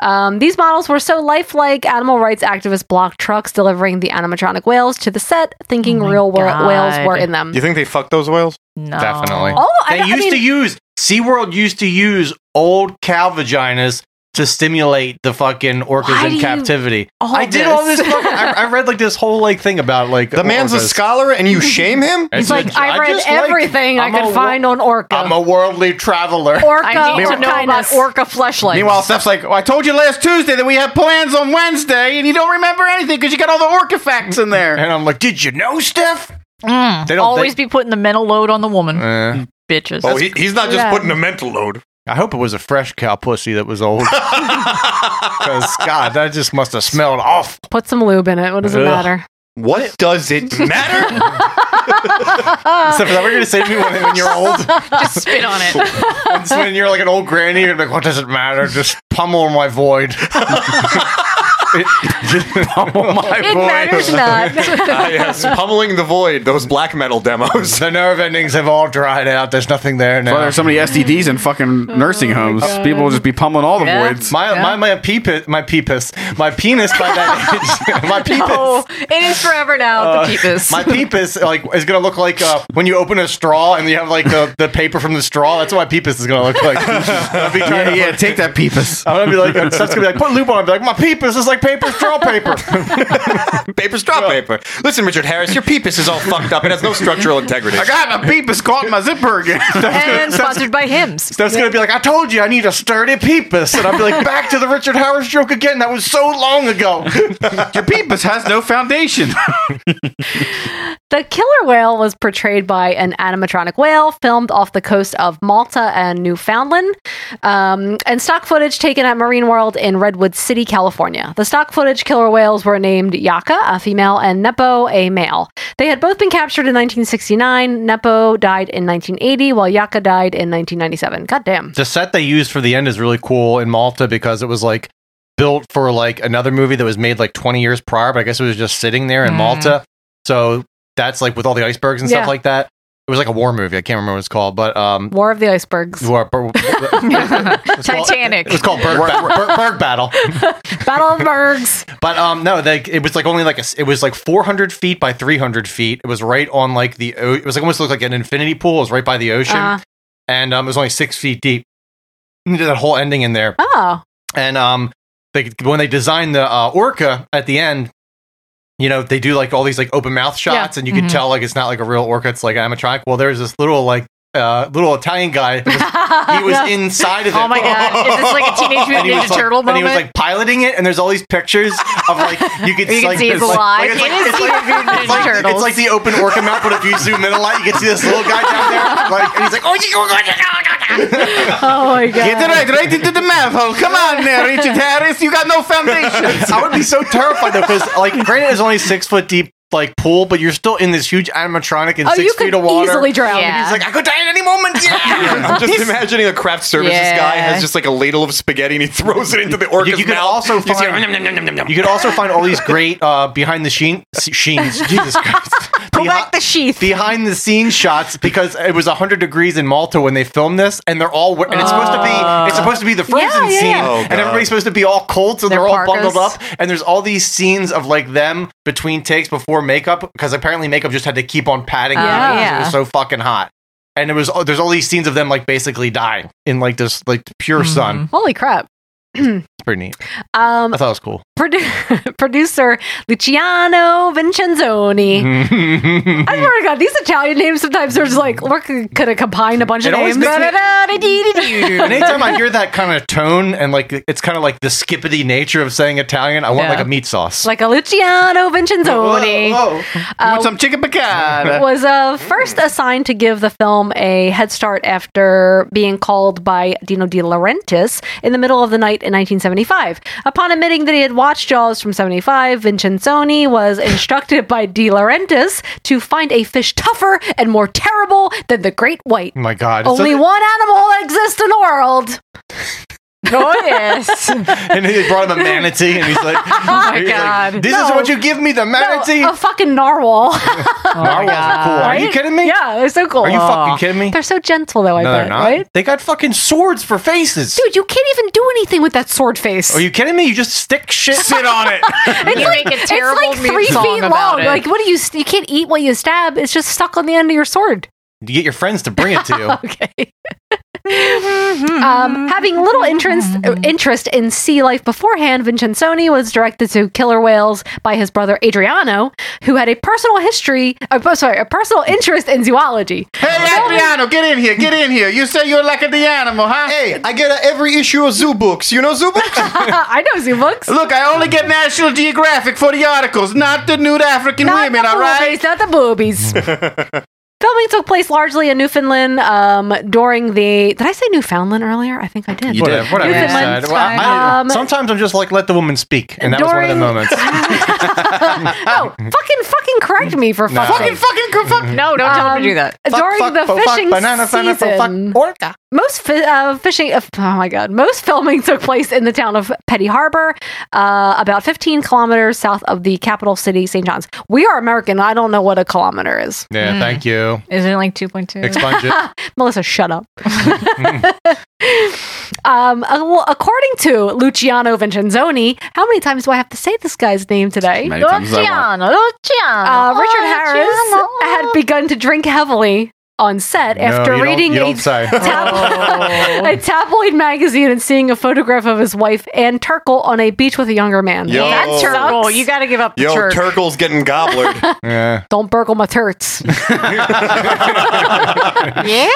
[SPEAKER 3] Um, these models were so lifelike, animal rights activists blocked trucks delivering the animatronic whales to the set,
[SPEAKER 9] Oh
[SPEAKER 3] thinking real wor- whales were
[SPEAKER 14] [LAUGHS]
[SPEAKER 3] in them.
[SPEAKER 12] Do you think they fucked those whales?
[SPEAKER 3] No.
[SPEAKER 14] Definitely.
[SPEAKER 3] Oh, I-
[SPEAKER 14] they
[SPEAKER 3] I
[SPEAKER 14] used
[SPEAKER 3] mean-
[SPEAKER 14] to use SeaWorld used to use old cow vaginas to stimulate the fucking orcas
[SPEAKER 12] Why do
[SPEAKER 14] in
[SPEAKER 12] you-
[SPEAKER 14] captivity.
[SPEAKER 3] Oh.
[SPEAKER 12] all
[SPEAKER 14] I did all this.
[SPEAKER 12] this?
[SPEAKER 14] [LAUGHS] fucking, I, I read like this whole like thing about like
[SPEAKER 12] The man's a scholar and you shame him?
[SPEAKER 3] He's like, I read everything I could find on Orca.
[SPEAKER 14] I'm a worldly traveler.
[SPEAKER 3] [LAUGHS] Orca,
[SPEAKER 14] I need to
[SPEAKER 3] or
[SPEAKER 14] know
[SPEAKER 3] kindness. Orca fleshlights.
[SPEAKER 10] Meanwhile, Steph's like, oh, I told you last Tuesday that we had plans on Wednesday, and you don't remember anything because you got all the orca facts in there.
[SPEAKER 14] And I'm like, did you know, Steph?
[SPEAKER 9] Mm,
[SPEAKER 14] They don't
[SPEAKER 9] always
[SPEAKER 14] think-
[SPEAKER 9] be putting the mental load on
[SPEAKER 14] [LAUGHS]
[SPEAKER 9] the woman.
[SPEAKER 14] Eh.
[SPEAKER 9] Bitches.
[SPEAKER 14] Oh, he-
[SPEAKER 12] he's not just
[SPEAKER 9] Yeah.
[SPEAKER 12] putting a mental load.
[SPEAKER 14] I hope it was a fresh cow pussy that was old.
[SPEAKER 12] [LAUGHS]
[SPEAKER 14] Because God, that just must have smelled off.
[SPEAKER 3] Put some lube in it. What does it
[SPEAKER 14] Ugh.
[SPEAKER 3] matter?
[SPEAKER 12] What does it matter?
[SPEAKER 14] Except for that, we're gonna say to me when, when you're old,
[SPEAKER 9] Just spit on it.
[SPEAKER 14] It's when you're like an old granny, you're like, what does it matter? Just pummel my
[SPEAKER 12] [LAUGHS]
[SPEAKER 14] void. It- just pummel my
[SPEAKER 12] It
[SPEAKER 14] void. [LAUGHS]
[SPEAKER 12] matters not. Ah, yes, pummeling the void. Those black metal demos.
[SPEAKER 14] The nerve endings have all dried out. There's nothing there now.
[SPEAKER 10] [LAUGHS] Well, there's so many STDs in
[SPEAKER 3] [LAUGHS]
[SPEAKER 10] fucking nursing homes. People will just be pummeling all
[SPEAKER 14] [LAUGHS]
[SPEAKER 10] the voids.
[SPEAKER 14] My, my my peepus, my peepus, my penis by
[SPEAKER 9] [LAUGHS]
[SPEAKER 12] [LAUGHS]
[SPEAKER 14] that age, [LAUGHS] my peepus.
[SPEAKER 9] No, it is forever now.
[SPEAKER 14] Uh,
[SPEAKER 9] the peepus.
[SPEAKER 14] My peepus like is gonna look like uh, when you open a straw and you have like the, the paper from the straw. That's what my peepus is gonna look [LAUGHS] like. I'll be trying
[SPEAKER 10] yeah,
[SPEAKER 14] to-
[SPEAKER 10] yeah, take that peepus.
[SPEAKER 14] I'm gonna be like, that's gonna be like, put lube on. I'll be like, my peepus is like paper straw
[SPEAKER 10] [LAUGHS]
[SPEAKER 14] paper. [LAUGHS]
[SPEAKER 12] paper straw paper. Listen, Richard Harris, your peepus is all fucked up. It has no structural integrity.
[SPEAKER 10] I got my peepus caught in my zipper again.
[SPEAKER 9] [LAUGHS] and sponsored by Hims.
[SPEAKER 14] Steph's gonna be like, I told you, I need a sturdy peepus, and I'll be
[SPEAKER 9] [LAUGHS]
[SPEAKER 14] like, back to the Richard Harris joke again. That was so long ago.
[SPEAKER 10] [LAUGHS] Your peepus has
[SPEAKER 9] [LAUGHS]
[SPEAKER 10] no foundation.
[SPEAKER 3] The killer whale was portrayed by an animatronic whale filmed off the coast of Malta and Newfoundland, um, and stock footage taken at Marine World in Redwood City, California. The stock footage killer whales were named Yaka, a female, and Nepo, a male. They had both been captured in 1969. Nepo died in 1980, while Yaka died in 1997. God damn.
[SPEAKER 14] the set they used for the end is really cool in Malta because it was like built for like another movie that was made like 20 years prior, but I guess it was just sitting there in
[SPEAKER 9] Mm.
[SPEAKER 14] Malta. So that's like with all the icebergs and
[SPEAKER 3] Yeah.
[SPEAKER 14] stuff like that. It was like a war movie. I can't remember what it's called, but um,
[SPEAKER 3] War of the Icebergs.
[SPEAKER 14] war, bur-
[SPEAKER 9] Titanic.
[SPEAKER 14] it was called Berg, Ba- Berg- Berg Battle.
[SPEAKER 3] Battle of
[SPEAKER 14] [LAUGHS]
[SPEAKER 3] Bergs.
[SPEAKER 14] But um, no, they, it was like only like a, s- it was like 400 feet by 300 feet. It was right on like the o- it was like almost looked like an infinity pool. It was right by the ocean,
[SPEAKER 3] Uh-huh.
[SPEAKER 14] and um, it was only six feet deep. And they did that whole ending in there.
[SPEAKER 3] Oh.
[SPEAKER 14] And um, they, when they designed the uh, orca at the end, you know, they do like all these like open mouth shots, and you can
[SPEAKER 9] Mhm.
[SPEAKER 14] tell like it's not like a real orca; it's like animatronic. Well, there's this little like uh, little Italian guy.
[SPEAKER 19] [LAUGHS]
[SPEAKER 14] He
[SPEAKER 9] [LAUGHS]
[SPEAKER 14] was inside of it.
[SPEAKER 9] Oh my god! Is
[SPEAKER 14] [LAUGHS]
[SPEAKER 9] this like a teenage
[SPEAKER 14] And he
[SPEAKER 9] mutant
[SPEAKER 14] was
[SPEAKER 9] ninja
[SPEAKER 14] like-
[SPEAKER 9] turtle
[SPEAKER 14] And he
[SPEAKER 9] moment?
[SPEAKER 14] was like piloting it, and there's all these pictures of like you could
[SPEAKER 9] [LAUGHS] You can
[SPEAKER 14] like,
[SPEAKER 9] see his
[SPEAKER 14] this,
[SPEAKER 9] alive.
[SPEAKER 14] it's
[SPEAKER 9] It is
[SPEAKER 14] it's
[SPEAKER 9] Teenage Mutant
[SPEAKER 14] it's
[SPEAKER 9] [LAUGHS] Ninja
[SPEAKER 14] like-
[SPEAKER 9] Turtles.
[SPEAKER 14] it's like the open
[SPEAKER 9] [LAUGHS]
[SPEAKER 14] orca mouth, but if you zoom in a lot, you can see this little guy down there. Like and he's like, oh, you go, go,
[SPEAKER 9] [LAUGHS]
[SPEAKER 3] Oh my god.
[SPEAKER 10] Get it right, right into the mouth hole. Come
[SPEAKER 9] [LAUGHS]
[SPEAKER 10] on there, Richard Harris. You got no foundation.
[SPEAKER 14] [LAUGHS] I would be so terrified though, because like granted, it's only six foot deep. Like pool, but you're still in this huge animatronic in
[SPEAKER 3] Oh,
[SPEAKER 14] six
[SPEAKER 3] you
[SPEAKER 14] feet
[SPEAKER 3] could
[SPEAKER 14] of water.
[SPEAKER 3] easily drown.
[SPEAKER 14] And he's like, I could die at any
[SPEAKER 3] [LAUGHS]
[SPEAKER 14] moment.
[SPEAKER 9] [LAUGHS]
[SPEAKER 12] I'm just imagining a craft [LAUGHS] services
[SPEAKER 14] Yeah.
[SPEAKER 12] guy has just like a ladle of spaghetti and he throws it into the orca's
[SPEAKER 14] you could
[SPEAKER 12] mouth.
[SPEAKER 14] also
[SPEAKER 12] You see-
[SPEAKER 14] [LAUGHS]
[SPEAKER 12] [LAUGHS]
[SPEAKER 14] You could also find all these great uh, behind the sheen
[SPEAKER 9] [LAUGHS]
[SPEAKER 14] sheens. Jesus Christ. Pull back
[SPEAKER 9] the sheath.
[SPEAKER 14] Behind the scenes shots because it was 100 degrees in Malta when they filmed this, and they're all we- and it's supposed to be it's supposed to be the frozen
[SPEAKER 9] Ah. yeah, yeah.
[SPEAKER 14] scene,
[SPEAKER 9] Oh,
[SPEAKER 14] and everybody's supposed to be all cold, so they're all bundled
[SPEAKER 9] parkas.
[SPEAKER 14] up, and there's all these scenes of like them between takes before makeup because apparently makeup just had to keep on padding people
[SPEAKER 9] Yeah.
[SPEAKER 14] 'cause it was so fucking hot. And it was oh, there's all these scenes of them like basically dying in like this like pure
[SPEAKER 9] Mm-hmm.
[SPEAKER 14] sun.
[SPEAKER 3] Holy crap. [CLEARS THROAT]
[SPEAKER 14] It's pretty neat.
[SPEAKER 3] Um,
[SPEAKER 14] I thought it was cool.
[SPEAKER 3] produ- [LAUGHS] producer Luciano Vincenzoni. [LAUGHS] I swear to God, these Italian names sometimes are just like we're gonna combine a bunch
[SPEAKER 14] It
[SPEAKER 3] of
[SPEAKER 14] always
[SPEAKER 3] names.
[SPEAKER 14] makes me-
[SPEAKER 3] Da-da-da-da-dee-dee-doo.
[SPEAKER 14] Anytime I hear that kind of tone and like it's kind of like the skippity nature of saying Italian, I want
[SPEAKER 3] Yeah.
[SPEAKER 14] like a meat sauce.
[SPEAKER 3] like a Luciano Vincenzoni.
[SPEAKER 14] Whoa,
[SPEAKER 3] Uh,
[SPEAKER 10] Want some chicken
[SPEAKER 3] [LAUGHS]
[SPEAKER 10] picada?
[SPEAKER 3] was uh, first assigned to give the film a head start after being called by Dino De Laurentiis in the middle of the night in 1975. Upon admitting that he had watched Jaws from 75, Vincenzoni was [LAUGHS] instructed by De Laurentiis to find a fish tougher and more terrible than the great white.
[SPEAKER 14] Oh my God.
[SPEAKER 3] Only
[SPEAKER 14] So- [LAUGHS]
[SPEAKER 3] one animal exists in the world.
[SPEAKER 9] Oh yes.
[SPEAKER 14] and he brought him a manatee, and he's like,
[SPEAKER 3] [LAUGHS] Oh my
[SPEAKER 14] he's like,
[SPEAKER 3] god.
[SPEAKER 14] this is
[SPEAKER 3] No.
[SPEAKER 14] what you give me, the manatee."
[SPEAKER 3] No, a
[SPEAKER 14] [LAUGHS]
[SPEAKER 3] fucking narwhal.
[SPEAKER 14] Narwhals are cool. Are you
[SPEAKER 3] Oh Right?
[SPEAKER 14] kidding me?
[SPEAKER 3] Yeah, they're so cool.
[SPEAKER 14] Are you fucking kidding me?
[SPEAKER 3] They're so gentle though, I
[SPEAKER 14] no,
[SPEAKER 3] bet,
[SPEAKER 14] they're not.
[SPEAKER 3] right?
[SPEAKER 14] They got fucking swords for faces. Oh,
[SPEAKER 3] Dude, you can't even do anything with that sword face.
[SPEAKER 14] Are you kidding me? You just stick
[SPEAKER 3] [LAUGHS]
[SPEAKER 14] shit. Sit on [LAUGHS] it.
[SPEAKER 3] It's like, it's like three feet long. Like, what do you? You can't eat what you stab. It's just stuck on the end of your sword.
[SPEAKER 14] You get your friends to bring it to
[SPEAKER 3] Oh,
[SPEAKER 14] you.
[SPEAKER 3] [LAUGHS] okay. um, having little interest uh, interest in sea life beforehand, Vincenzoni was directed to killer whales by his brother Adriano, who had a personal history. Uh, sorry, a personal interest in zoology.
[SPEAKER 14] Hey, Adriano, get in here. Get in here. You say you're like the animal, huh? Hey, I get uh, every issue of zoo books. You know zoo books?
[SPEAKER 3] [LAUGHS] I know zoo books.
[SPEAKER 14] Look, I only get National Geographic for the articles, not the nude African
[SPEAKER 3] Not the boobies, Not the boobies.
[SPEAKER 14] [LAUGHS]
[SPEAKER 3] Filming took place largely in Newfoundland um, during the. Did I say Newfoundland earlier? I think I did.
[SPEAKER 14] You did. Whatever you
[SPEAKER 3] Newfoundland.
[SPEAKER 14] said. Well, I-
[SPEAKER 3] Um,
[SPEAKER 14] sometimes I'm just like, let the woman speak. And that was one of the
[SPEAKER 3] during-
[SPEAKER 14] moments.
[SPEAKER 3] [LAUGHS] oh, fucking, fucking correct me for
[SPEAKER 14] No. Ah.
[SPEAKER 3] fucking,
[SPEAKER 14] Fucking,
[SPEAKER 9] [LAUGHS]
[SPEAKER 3] fucking, fuck.
[SPEAKER 9] No, don't tell me to do that. Fuck,
[SPEAKER 3] Um, During
[SPEAKER 9] fuck,
[SPEAKER 3] the
[SPEAKER 9] fuck, fuck,
[SPEAKER 3] fishing
[SPEAKER 9] banana, banana, fuck, fuck,
[SPEAKER 3] season, most fi- uh, fishing. uh, oh my god, most filming took place in the town of Petty Harbor, uh, about 15 kilometers south of the capital city, St. John's. We are American. I don't know what a kilometer is.
[SPEAKER 14] [LAUGHS] Yeah, thank you.
[SPEAKER 9] Isn't it like 2.2?
[SPEAKER 14] Expunge it.
[SPEAKER 3] [LAUGHS] Melissa, shut
[SPEAKER 14] [LAUGHS]
[SPEAKER 3] up. um, uh, well, according to Luciano Vincenzoni, how many times do I have to say this guy's name today?
[SPEAKER 9] Many times as I want. Luciano,
[SPEAKER 3] Uh,
[SPEAKER 9] Luciano.
[SPEAKER 3] Richard
[SPEAKER 9] Oh,
[SPEAKER 3] Harris
[SPEAKER 9] Luciano.
[SPEAKER 3] had begun to drink heavily on set
[SPEAKER 14] No,
[SPEAKER 3] after
[SPEAKER 14] you don't-
[SPEAKER 3] reading
[SPEAKER 14] you
[SPEAKER 3] a,
[SPEAKER 14] don't say.
[SPEAKER 3] tab-
[SPEAKER 9] Oh.
[SPEAKER 3] a [LAUGHS] tabloid magazine and seeing a photograph of his wife Anne Turkle on a beach with a younger man.
[SPEAKER 12] Yo.
[SPEAKER 3] That
[SPEAKER 14] Oh.
[SPEAKER 12] That's
[SPEAKER 3] Turkle.
[SPEAKER 12] Turkle.
[SPEAKER 3] You got to give up
[SPEAKER 12] Yo, Turkle's getting gobblered.
[SPEAKER 14] [LAUGHS] yeah.
[SPEAKER 3] Don't burgle my turts.
[SPEAKER 14] [LAUGHS]
[SPEAKER 9] yeah?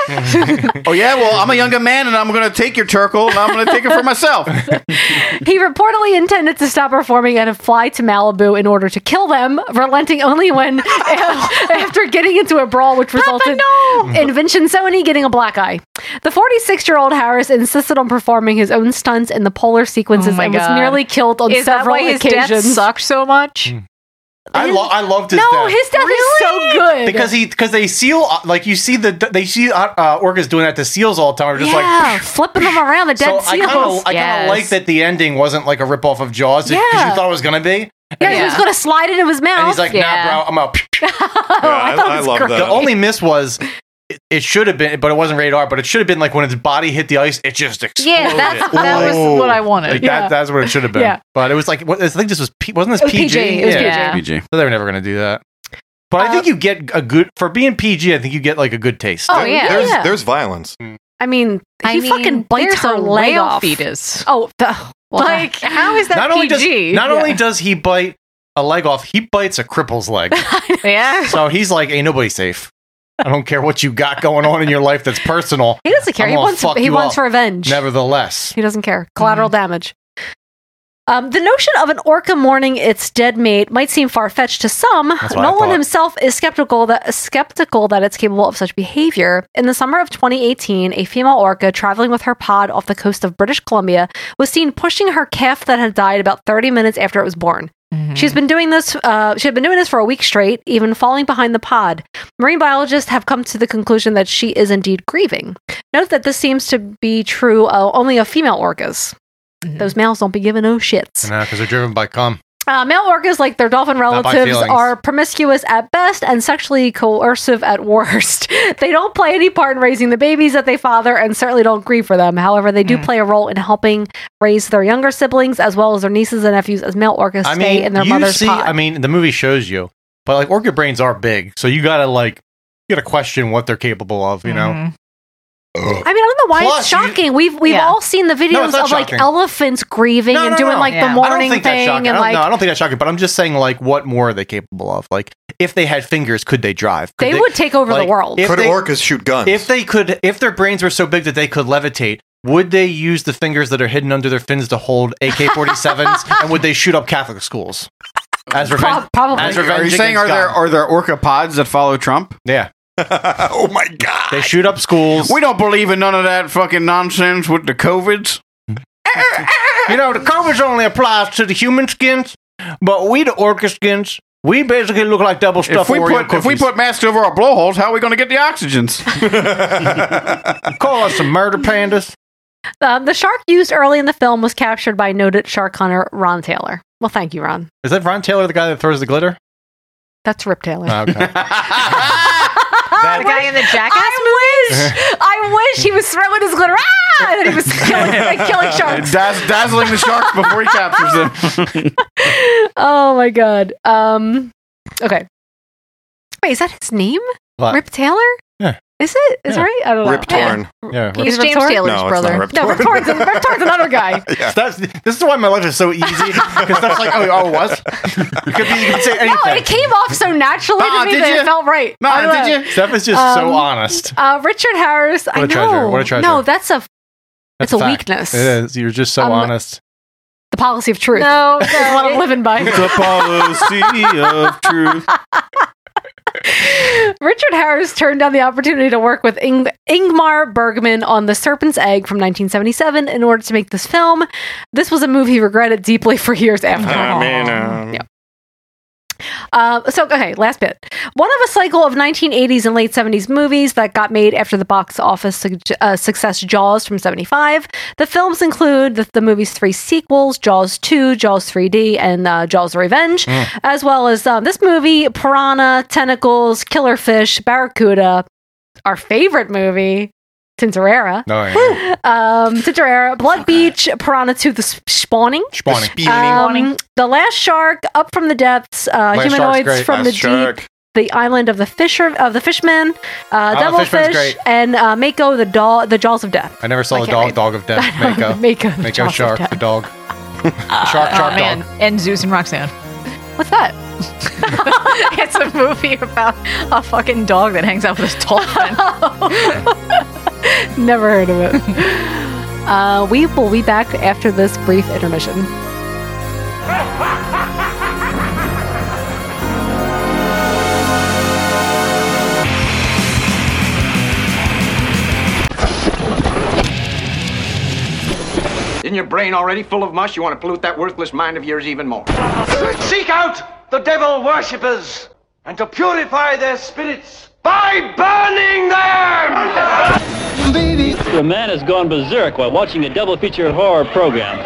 [SPEAKER 14] oh, yeah? Well, I'm a younger man and I'm going to take your turkle and I'm going to take it for [LAUGHS] myself.
[SPEAKER 3] He reportedly intended to stop performing and fly to Malibu in order to kill them, relenting only when [LAUGHS] after getting into a brawl, which resulted in Vincenzoni getting a black eye. The 46 year old Harris insisted on performing his own stunts in the polar sequences
[SPEAKER 9] Oh my
[SPEAKER 3] and
[SPEAKER 9] God.
[SPEAKER 3] was nearly killed on
[SPEAKER 9] Is that
[SPEAKER 3] several
[SPEAKER 9] why his death
[SPEAKER 3] occasions.
[SPEAKER 9] sucked so much?
[SPEAKER 14] Mm. I, lo- I loved his
[SPEAKER 3] no,
[SPEAKER 14] death.
[SPEAKER 3] his death is so good
[SPEAKER 14] because he because they seal uh, like you see the they see uh, uh, orcas doing that to seals all the time. Are just
[SPEAKER 3] yeah,
[SPEAKER 14] like
[SPEAKER 3] flipping them around the
[SPEAKER 14] so
[SPEAKER 3] dead
[SPEAKER 14] I
[SPEAKER 3] seals.
[SPEAKER 14] kind of I kind of like that the ending wasn't like a ripoff of Jaws because
[SPEAKER 3] Yeah.
[SPEAKER 14] you thought it was gonna be.
[SPEAKER 3] Yeah, he was gonna slide it into his mouth.
[SPEAKER 14] And he's like, nah, bro, I'm out.
[SPEAKER 3] [LAUGHS]
[SPEAKER 9] Oh,
[SPEAKER 3] I thought it was great.
[SPEAKER 14] The only miss was it, it should have been, but it wasn't radar. But it should have been like when his body hit the ice, it just exploded.
[SPEAKER 9] Yeah, that's- that was
[SPEAKER 14] Ooh.
[SPEAKER 9] what I wanted.
[SPEAKER 14] Like,
[SPEAKER 9] Yeah.
[SPEAKER 14] that, that's what it should have been.
[SPEAKER 9] Yeah.
[SPEAKER 14] But it was like what, I think this was P, wasn't this
[SPEAKER 9] It was
[SPEAKER 14] PG?
[SPEAKER 9] PG, it was Uh, PG.
[SPEAKER 14] So they were never gonna do that. But I think you get a good for being PG. I think you get like a good taste.
[SPEAKER 3] Oh, There- yeah.
[SPEAKER 12] There's,
[SPEAKER 3] Yeah.
[SPEAKER 12] there's violence.
[SPEAKER 3] I mean, he
[SPEAKER 9] I mean,
[SPEAKER 3] fucking bites
[SPEAKER 9] there's a
[SPEAKER 3] her leg
[SPEAKER 9] whale
[SPEAKER 3] off.
[SPEAKER 9] fetus.
[SPEAKER 3] Oh, the,
[SPEAKER 9] Like, how is that
[SPEAKER 14] not only does
[SPEAKER 9] PG?
[SPEAKER 14] not
[SPEAKER 9] Yeah.
[SPEAKER 14] only does he bite a leg off, he bites a cripple's leg.
[SPEAKER 3] [LAUGHS]
[SPEAKER 9] yeah.
[SPEAKER 14] so he's like, "Ain't nobody safe. I don't care what you got going on in your life that's personal.
[SPEAKER 3] He doesn't care.
[SPEAKER 14] I'm
[SPEAKER 3] He
[SPEAKER 14] gonna
[SPEAKER 3] wants-
[SPEAKER 14] fuck
[SPEAKER 3] he
[SPEAKER 14] you
[SPEAKER 3] wants
[SPEAKER 14] up.
[SPEAKER 3] revenge.
[SPEAKER 14] Nevertheless,
[SPEAKER 3] He doesn't care. Collateral damage. Um, the notion of an orca mourning its dead mate might seem far fetched to some.
[SPEAKER 9] That's what I
[SPEAKER 3] Nolan
[SPEAKER 9] thought.
[SPEAKER 3] himself is skeptical that skeptical that it's capable of such behavior. In the summer of 2018, a female orca traveling with her pod off the coast of British Columbia was seen pushing her calf that had died about 30 minutes after it was born.
[SPEAKER 9] Mm-hmm.
[SPEAKER 3] She's been doing this. Uh, she had been doing this for a week straight, even falling behind the pod. Marine biologists have come to the conclusion that she is indeed grieving. Note that this seems to be true uh, only of female orcas. Those males don't be giving no shits.
[SPEAKER 14] because they're driven by cum.
[SPEAKER 3] Uh, male orcas, like their dolphin
[SPEAKER 14] Not by
[SPEAKER 3] relatives,
[SPEAKER 14] feelings.
[SPEAKER 3] are promiscuous at best and sexually coercive at worst. [LAUGHS] they don't play any part in raising the babies that they father and certainly don't grieve for them. However, they do play a role in helping raise their younger siblings as well as their nieces and nephews as male orcas
[SPEAKER 14] I
[SPEAKER 3] stay
[SPEAKER 14] mean,
[SPEAKER 3] in their
[SPEAKER 14] you
[SPEAKER 3] mother's
[SPEAKER 14] see.
[SPEAKER 3] pod.
[SPEAKER 14] I mean, the movie shows you, but like orchid brains are big, so you gotta like you gotta question what they're capable of. You know,
[SPEAKER 3] I mean, I don't know why it's
[SPEAKER 14] Plus, you-
[SPEAKER 3] shocking. we've we've all seen the
[SPEAKER 14] No,
[SPEAKER 3] videos
[SPEAKER 14] it's not
[SPEAKER 3] of like
[SPEAKER 14] shocking.
[SPEAKER 3] elephants grieving and doing like the
[SPEAKER 14] I don't
[SPEAKER 3] mourning
[SPEAKER 14] think that's
[SPEAKER 3] thing
[SPEAKER 14] shocking.
[SPEAKER 3] and
[SPEAKER 14] I don't,
[SPEAKER 3] like
[SPEAKER 14] no, I don't think that's shocking. But I'm just saying, like, what more are they capable of? Like, if they had fingers, could they drive? Could
[SPEAKER 3] They would take over the world.
[SPEAKER 14] if
[SPEAKER 12] Could orcas shoot guns?
[SPEAKER 14] If they could, if their brains were so big that they could levitate, would they use the fingers that are hidden under their fins to hold
[SPEAKER 3] [LAUGHS]
[SPEAKER 14] AK-47s? and would they shoot up Catholic schools as revenge?
[SPEAKER 3] probably.
[SPEAKER 14] As revenge
[SPEAKER 10] Are you saying
[SPEAKER 14] against
[SPEAKER 10] are there
[SPEAKER 14] God.
[SPEAKER 10] are there orca pods that follow Trump?
[SPEAKER 14] Yeah.
[SPEAKER 12] oh my god.
[SPEAKER 14] They shoot up schools.
[SPEAKER 10] We don't believe in none of that fucking nonsense with the COVIDs.
[SPEAKER 14] you know, [LAUGHS] the COVID only applies to the human skins, but we the orca skins, we basically look like double
[SPEAKER 10] If
[SPEAKER 14] stuffed
[SPEAKER 10] we,
[SPEAKER 14] Oreo
[SPEAKER 10] put, if we
[SPEAKER 14] cookies.
[SPEAKER 10] put masks over our
[SPEAKER 12] [LAUGHS]
[SPEAKER 10] blowholes, how are we going to get the oxygens?
[SPEAKER 14] Call us some murder pandas.
[SPEAKER 3] Um, the shark used early in the film was captured by noted shark hunter Ron Taylor. Well, thank you, Ron.
[SPEAKER 14] Is that Ron Taylor, the guy that throws the glitter? Oh,
[SPEAKER 3] That's Rip
[SPEAKER 14] [LAUGHS]
[SPEAKER 3] Taylor.
[SPEAKER 14] Okay.
[SPEAKER 9] the guy in the jackass
[SPEAKER 3] I wish, I wish he was throwing his glitter, ah, and [LAUGHS] he was
[SPEAKER 6] [LAUGHS]
[SPEAKER 3] killing, like, killing
[SPEAKER 10] Uh,
[SPEAKER 3] sharks.
[SPEAKER 6] Dazz- dazzling the sharks before he captures them.
[SPEAKER 3] Oh my god. Um. Okay. Wait, is that his name?
[SPEAKER 6] What?
[SPEAKER 3] Rip Taylor?
[SPEAKER 6] Yeah.
[SPEAKER 3] Is it? Is it
[SPEAKER 6] Yeah.
[SPEAKER 3] right? [LAUGHS] I don't know.
[SPEAKER 24] Rip
[SPEAKER 3] [LAUGHS]
[SPEAKER 24] Torn.
[SPEAKER 14] Yeah,
[SPEAKER 3] He's Rip James Torn? Taylor's
[SPEAKER 24] no,
[SPEAKER 3] brother.
[SPEAKER 24] It's
[SPEAKER 3] No,
[SPEAKER 24] not
[SPEAKER 3] Rip
[SPEAKER 24] Rip Torn.
[SPEAKER 3] Torn's, Rip Torn's
[SPEAKER 14] [LAUGHS]
[SPEAKER 3] another guy.
[SPEAKER 14] That's, this is why my life is so easy. Because that's like, oh, oh, it was. It could be, you could say anything.
[SPEAKER 3] No, it came off so naturally
[SPEAKER 14] Ah,
[SPEAKER 3] to me
[SPEAKER 14] did
[SPEAKER 3] that
[SPEAKER 14] you?
[SPEAKER 3] it felt right.
[SPEAKER 14] Nah,
[SPEAKER 3] I don't
[SPEAKER 14] did
[SPEAKER 3] know.
[SPEAKER 14] you? Steph is just so honest.
[SPEAKER 3] Uh, Richard Harris. I
[SPEAKER 14] What a
[SPEAKER 3] know.
[SPEAKER 14] treasure, what a treasure.
[SPEAKER 3] No, that's a.
[SPEAKER 14] That's
[SPEAKER 3] it's a
[SPEAKER 14] fact.
[SPEAKER 3] weakness.
[SPEAKER 14] It is. You're just so
[SPEAKER 3] Um,
[SPEAKER 14] honest.
[SPEAKER 3] The policy of truth. No, no. [LAUGHS] is what I'm living by. [LAUGHS]
[SPEAKER 14] of truth.
[SPEAKER 3] Richard Harris turned down the opportunity to work with Ing- Ingmar Bergman on The Serpent's Egg from 1977 in order to make this film. This was a move he regretted deeply for years after.
[SPEAKER 7] Ah,
[SPEAKER 24] I mean, um,
[SPEAKER 3] Uh, so, okay, last bit. One of a cycle of 1980s and late 70s movies that got made after the box office su- uh, success Jaws from 75. The films include the, the movie's three sequels Jaws 2, Jaws 3D, and uh, Jaws Revenge,
[SPEAKER 9] Mm.
[SPEAKER 3] as well as um, this movie, Piranha, Tentacles, Killer Fish, Barracuda, our favorite movie, Tintorera.
[SPEAKER 14] No, Oh, yeah.
[SPEAKER 3] um, Tintorera, Blood Beach, Piranha 2, The Sp- Spawning.
[SPEAKER 14] Spawning. The Spawning.
[SPEAKER 3] Um, the Last Shark, Up from the Depths, uh,
[SPEAKER 14] Last Shark's
[SPEAKER 3] Humanoids
[SPEAKER 14] great.
[SPEAKER 3] from
[SPEAKER 14] Last
[SPEAKER 3] the
[SPEAKER 14] Shark.
[SPEAKER 3] Deep, The Island of the Fisher of the Fishman, uh,
[SPEAKER 14] Island of
[SPEAKER 3] Devil
[SPEAKER 14] Fishman's
[SPEAKER 3] Fish,
[SPEAKER 14] great.
[SPEAKER 3] and uh, Mako, the doll, the Jaws of Death.
[SPEAKER 14] I never saw
[SPEAKER 3] I
[SPEAKER 14] the
[SPEAKER 3] can't
[SPEAKER 14] dog,
[SPEAKER 3] read.
[SPEAKER 14] dog of death.
[SPEAKER 3] [LAUGHS] I know,
[SPEAKER 14] Mako.
[SPEAKER 3] Mako, the
[SPEAKER 14] Mako
[SPEAKER 3] Jaws of
[SPEAKER 14] shark,
[SPEAKER 3] Death.
[SPEAKER 14] the [LAUGHS] dog. shark, shark,
[SPEAKER 9] oh, man.
[SPEAKER 14] dog.
[SPEAKER 9] And Zeus and Roxanne.
[SPEAKER 3] What's [LAUGHS] that?
[SPEAKER 9] [LAUGHS] it's a movie about a fucking dog that hangs out with
[SPEAKER 3] [LAUGHS]
[SPEAKER 9] his dolphin.
[SPEAKER 3] Never heard of it. [LAUGHS] uh, we will be back after this brief intermission.
[SPEAKER 7] Isn't your brain already full of mush? You want to pollute that worthless mind of yours even more. Seek out the devil worshippers and to purify their spirits by burning them!
[SPEAKER 12] The man has gone berserk while watching a double feature horror program.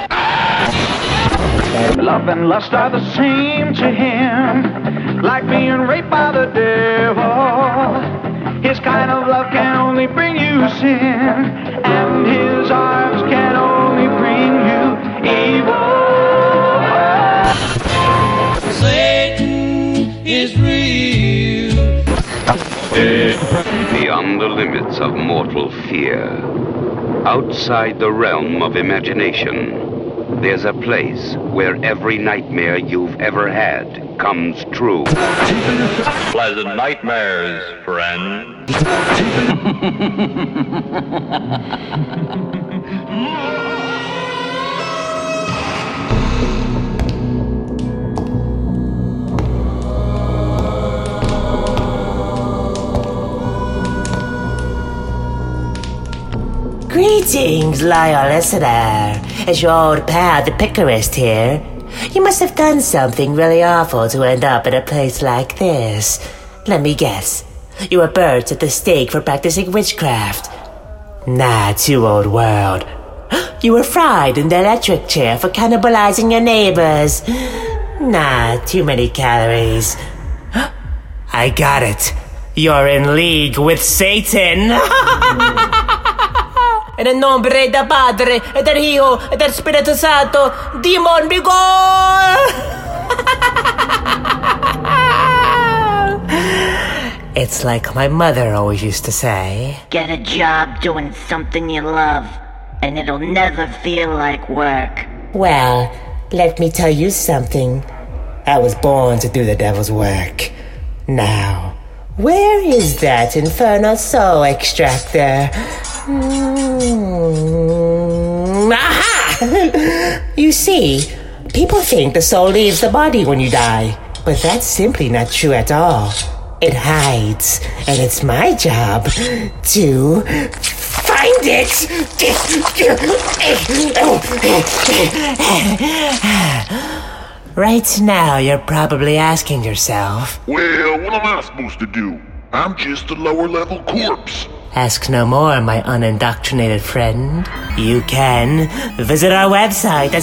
[SPEAKER 7] Love and lust are the same to him, like being raped by the devil. His kind of love can only bring you sin, and his arms can only bring you evil. Satan is real.
[SPEAKER 4] Beyond Eh, the limits of mortal fear, outside the realm of imagination, there's a place where every nightmare you've ever had comes true. Pleasant nightmares, friend.
[SPEAKER 15] Greetings, loyal listener. It's your old pal, the Picarist here. You must have done something really awful to end up in a place like this. Let me guess. You were burnt at the stake for practicing witchcraft. Nah, too old world. [GASPS] You were fried in the electric chair for cannibalizing your neighbors. Nah, too many calories. [GASPS] I got it. You're in league with Satan. [LAUGHS] En E nombre del Padre, e del Hijo, e del Spirito Santo, Demon be gone! It's like my mother always used to say.
[SPEAKER 25] Get a job doing something you love, and it'll never feel like work.
[SPEAKER 15] Well, let me tell you something. I was born to do the devil's work. Now, where is that infernal soul extractor? Hmm. Mm, aha! [LAUGHS] you see, people think the soul leaves the body when you die, but that's simply not true at all. It hides, and it's my job to find it! [SIGHS] Right now, you're probably asking yourself,
[SPEAKER 1] Well, what am I supposed to do? I'm just a lower level corpse.
[SPEAKER 15] Ask no more, my unindoctrinated friend. You can visit our website at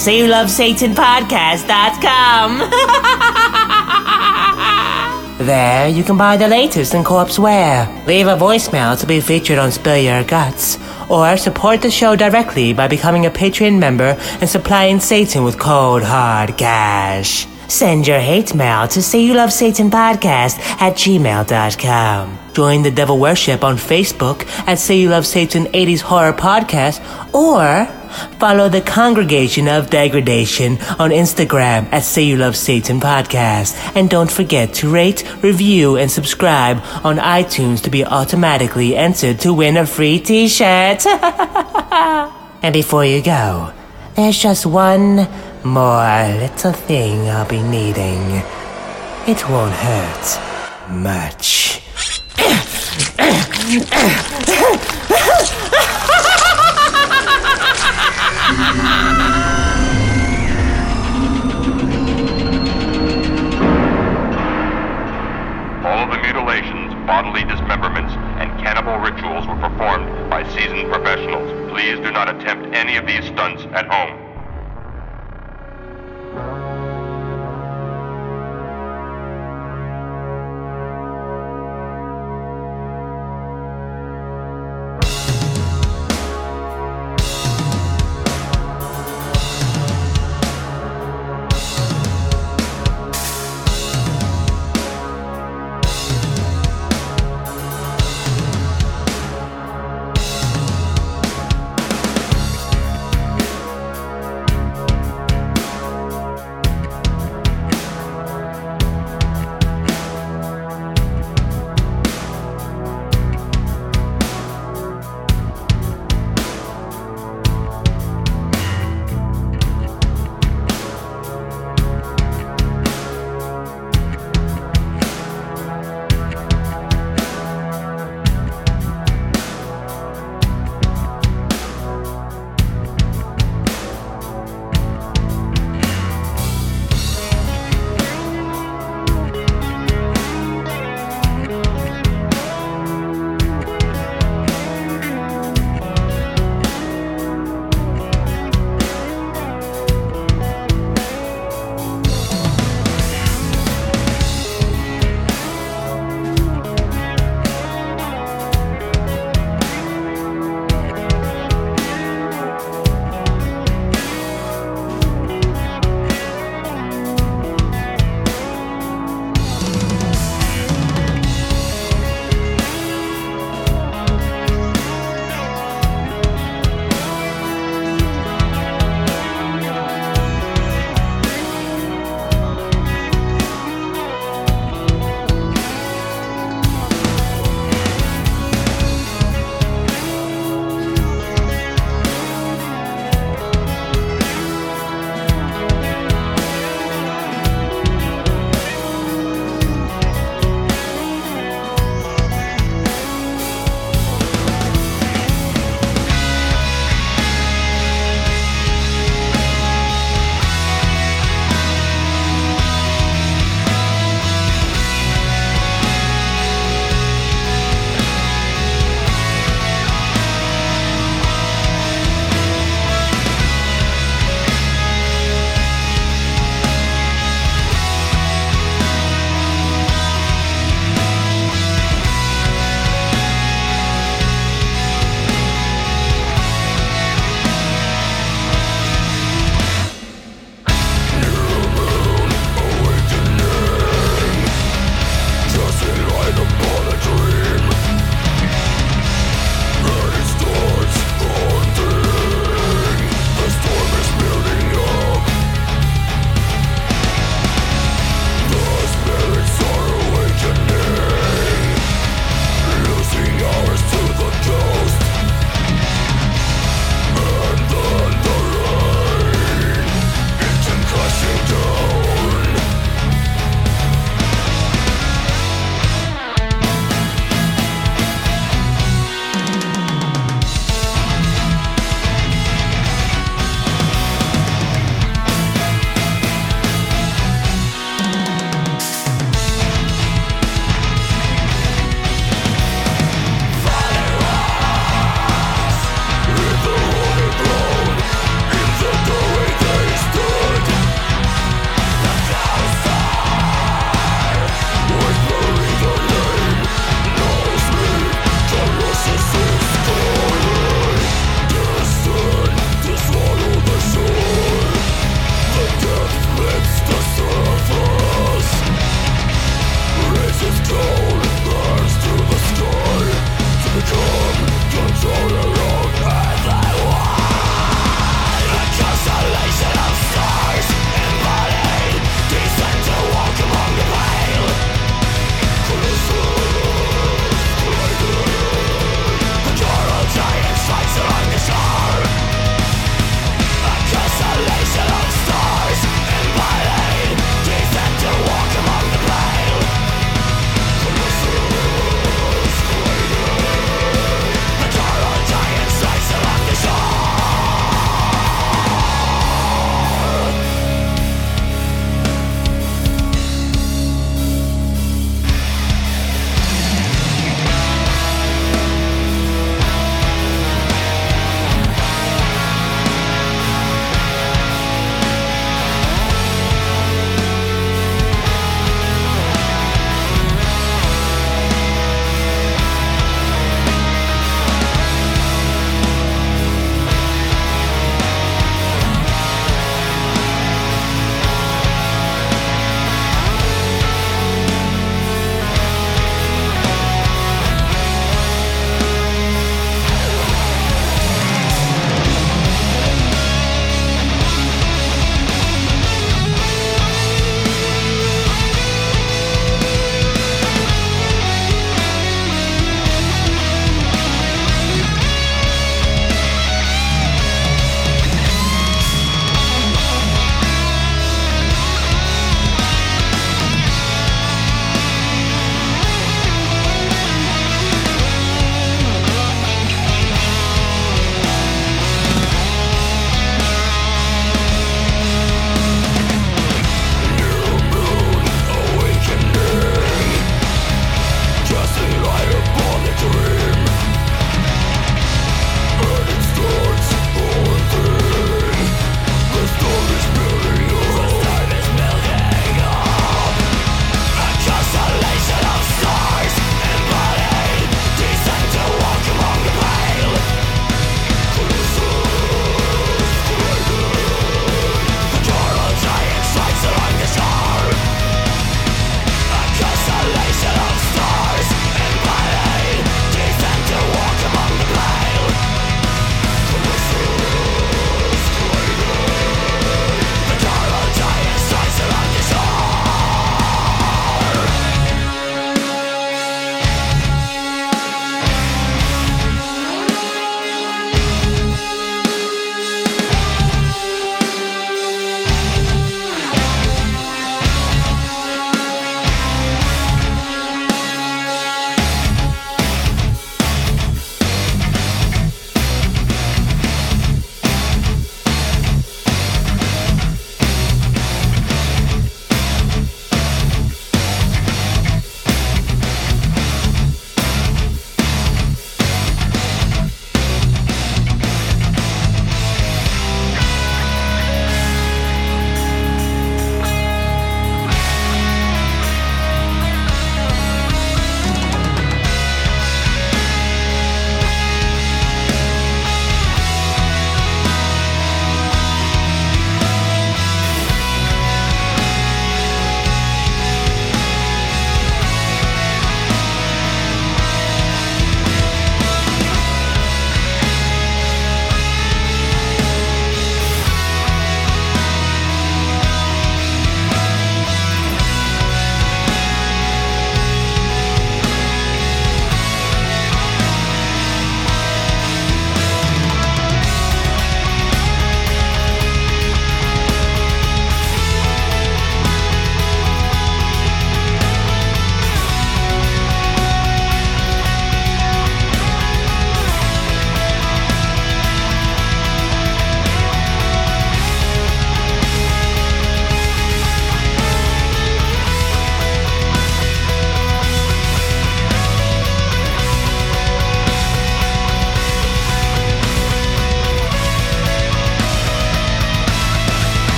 [SPEAKER 15] [LAUGHS] sayoulovesatanpodcast.com. there you can buy the latest in corpse wear, leave a voicemail to be featured on Spill Your Guts, or support the show directly by becoming a Patreon member and supplying Satan with cold hard cash. Send your hate mail to say you love Satan podcast at gmail.com. Join the devil worship on Facebook at Say You Love Satan 80s Horror Podcast or follow the Congregation of Degradation on Instagram at Say You Love Satan Podcast. And don't forget to rate, review, and subscribe on iTunes to be automatically entered to win a free t shirt. [LAUGHS] and before you go, there's just one more little thing I'll be needing. It won't hurt much.
[SPEAKER 26] All the mutilations, bodily dismemberments, and cannibal rituals were performed by seasoned professionals. Please do not attempt any of these stunts at home.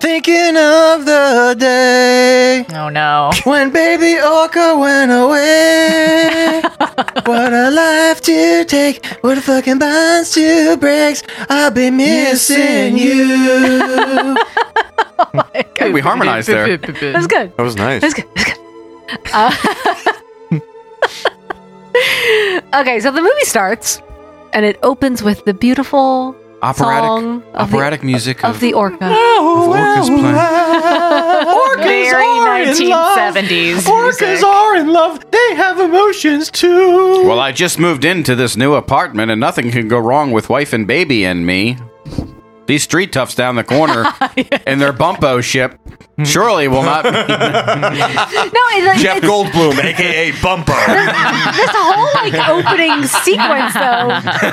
[SPEAKER 13] Thinking of the day.
[SPEAKER 9] Oh no.
[SPEAKER 13] [LAUGHS] When baby Orca went away. [LAUGHS] what a life to take. What a fucking bonds to breaks. I'll be missing you.
[SPEAKER 10] Hey, we harmonized there.
[SPEAKER 3] That was good.
[SPEAKER 10] That was nice.
[SPEAKER 3] That was good. Uh, That was good. Uh, [LAUGHS] okay, so the movie starts and it opens with the beautiful
[SPEAKER 23] Operatic-
[SPEAKER 3] song of the-
[SPEAKER 23] operatic music
[SPEAKER 3] of,
[SPEAKER 23] of-
[SPEAKER 3] the orca. Oh,
[SPEAKER 23] Orca's
[SPEAKER 13] [LAUGHS] Orcas
[SPEAKER 9] Very
[SPEAKER 13] are in love.
[SPEAKER 9] 1970s.
[SPEAKER 13] Orcas
[SPEAKER 9] music.
[SPEAKER 13] are in love. They have emotions too.
[SPEAKER 23] Well, I just moved into this new apartment and nothing can go wrong with wife and baby and me. These street toughs down
[SPEAKER 3] [LAUGHS]
[SPEAKER 23] the corner and their bumpo ship surely
[SPEAKER 3] [LAUGHS]
[SPEAKER 23] will
[SPEAKER 3] [LAUGHS]
[SPEAKER 23] not.
[SPEAKER 3] No, it, like,
[SPEAKER 12] Jeff
[SPEAKER 3] it's,
[SPEAKER 12] Goldblum, aka
[SPEAKER 3] [LAUGHS]
[SPEAKER 12] Bumpo.
[SPEAKER 3] this whole
[SPEAKER 12] [LAUGHS]
[SPEAKER 3] like opening sequence though.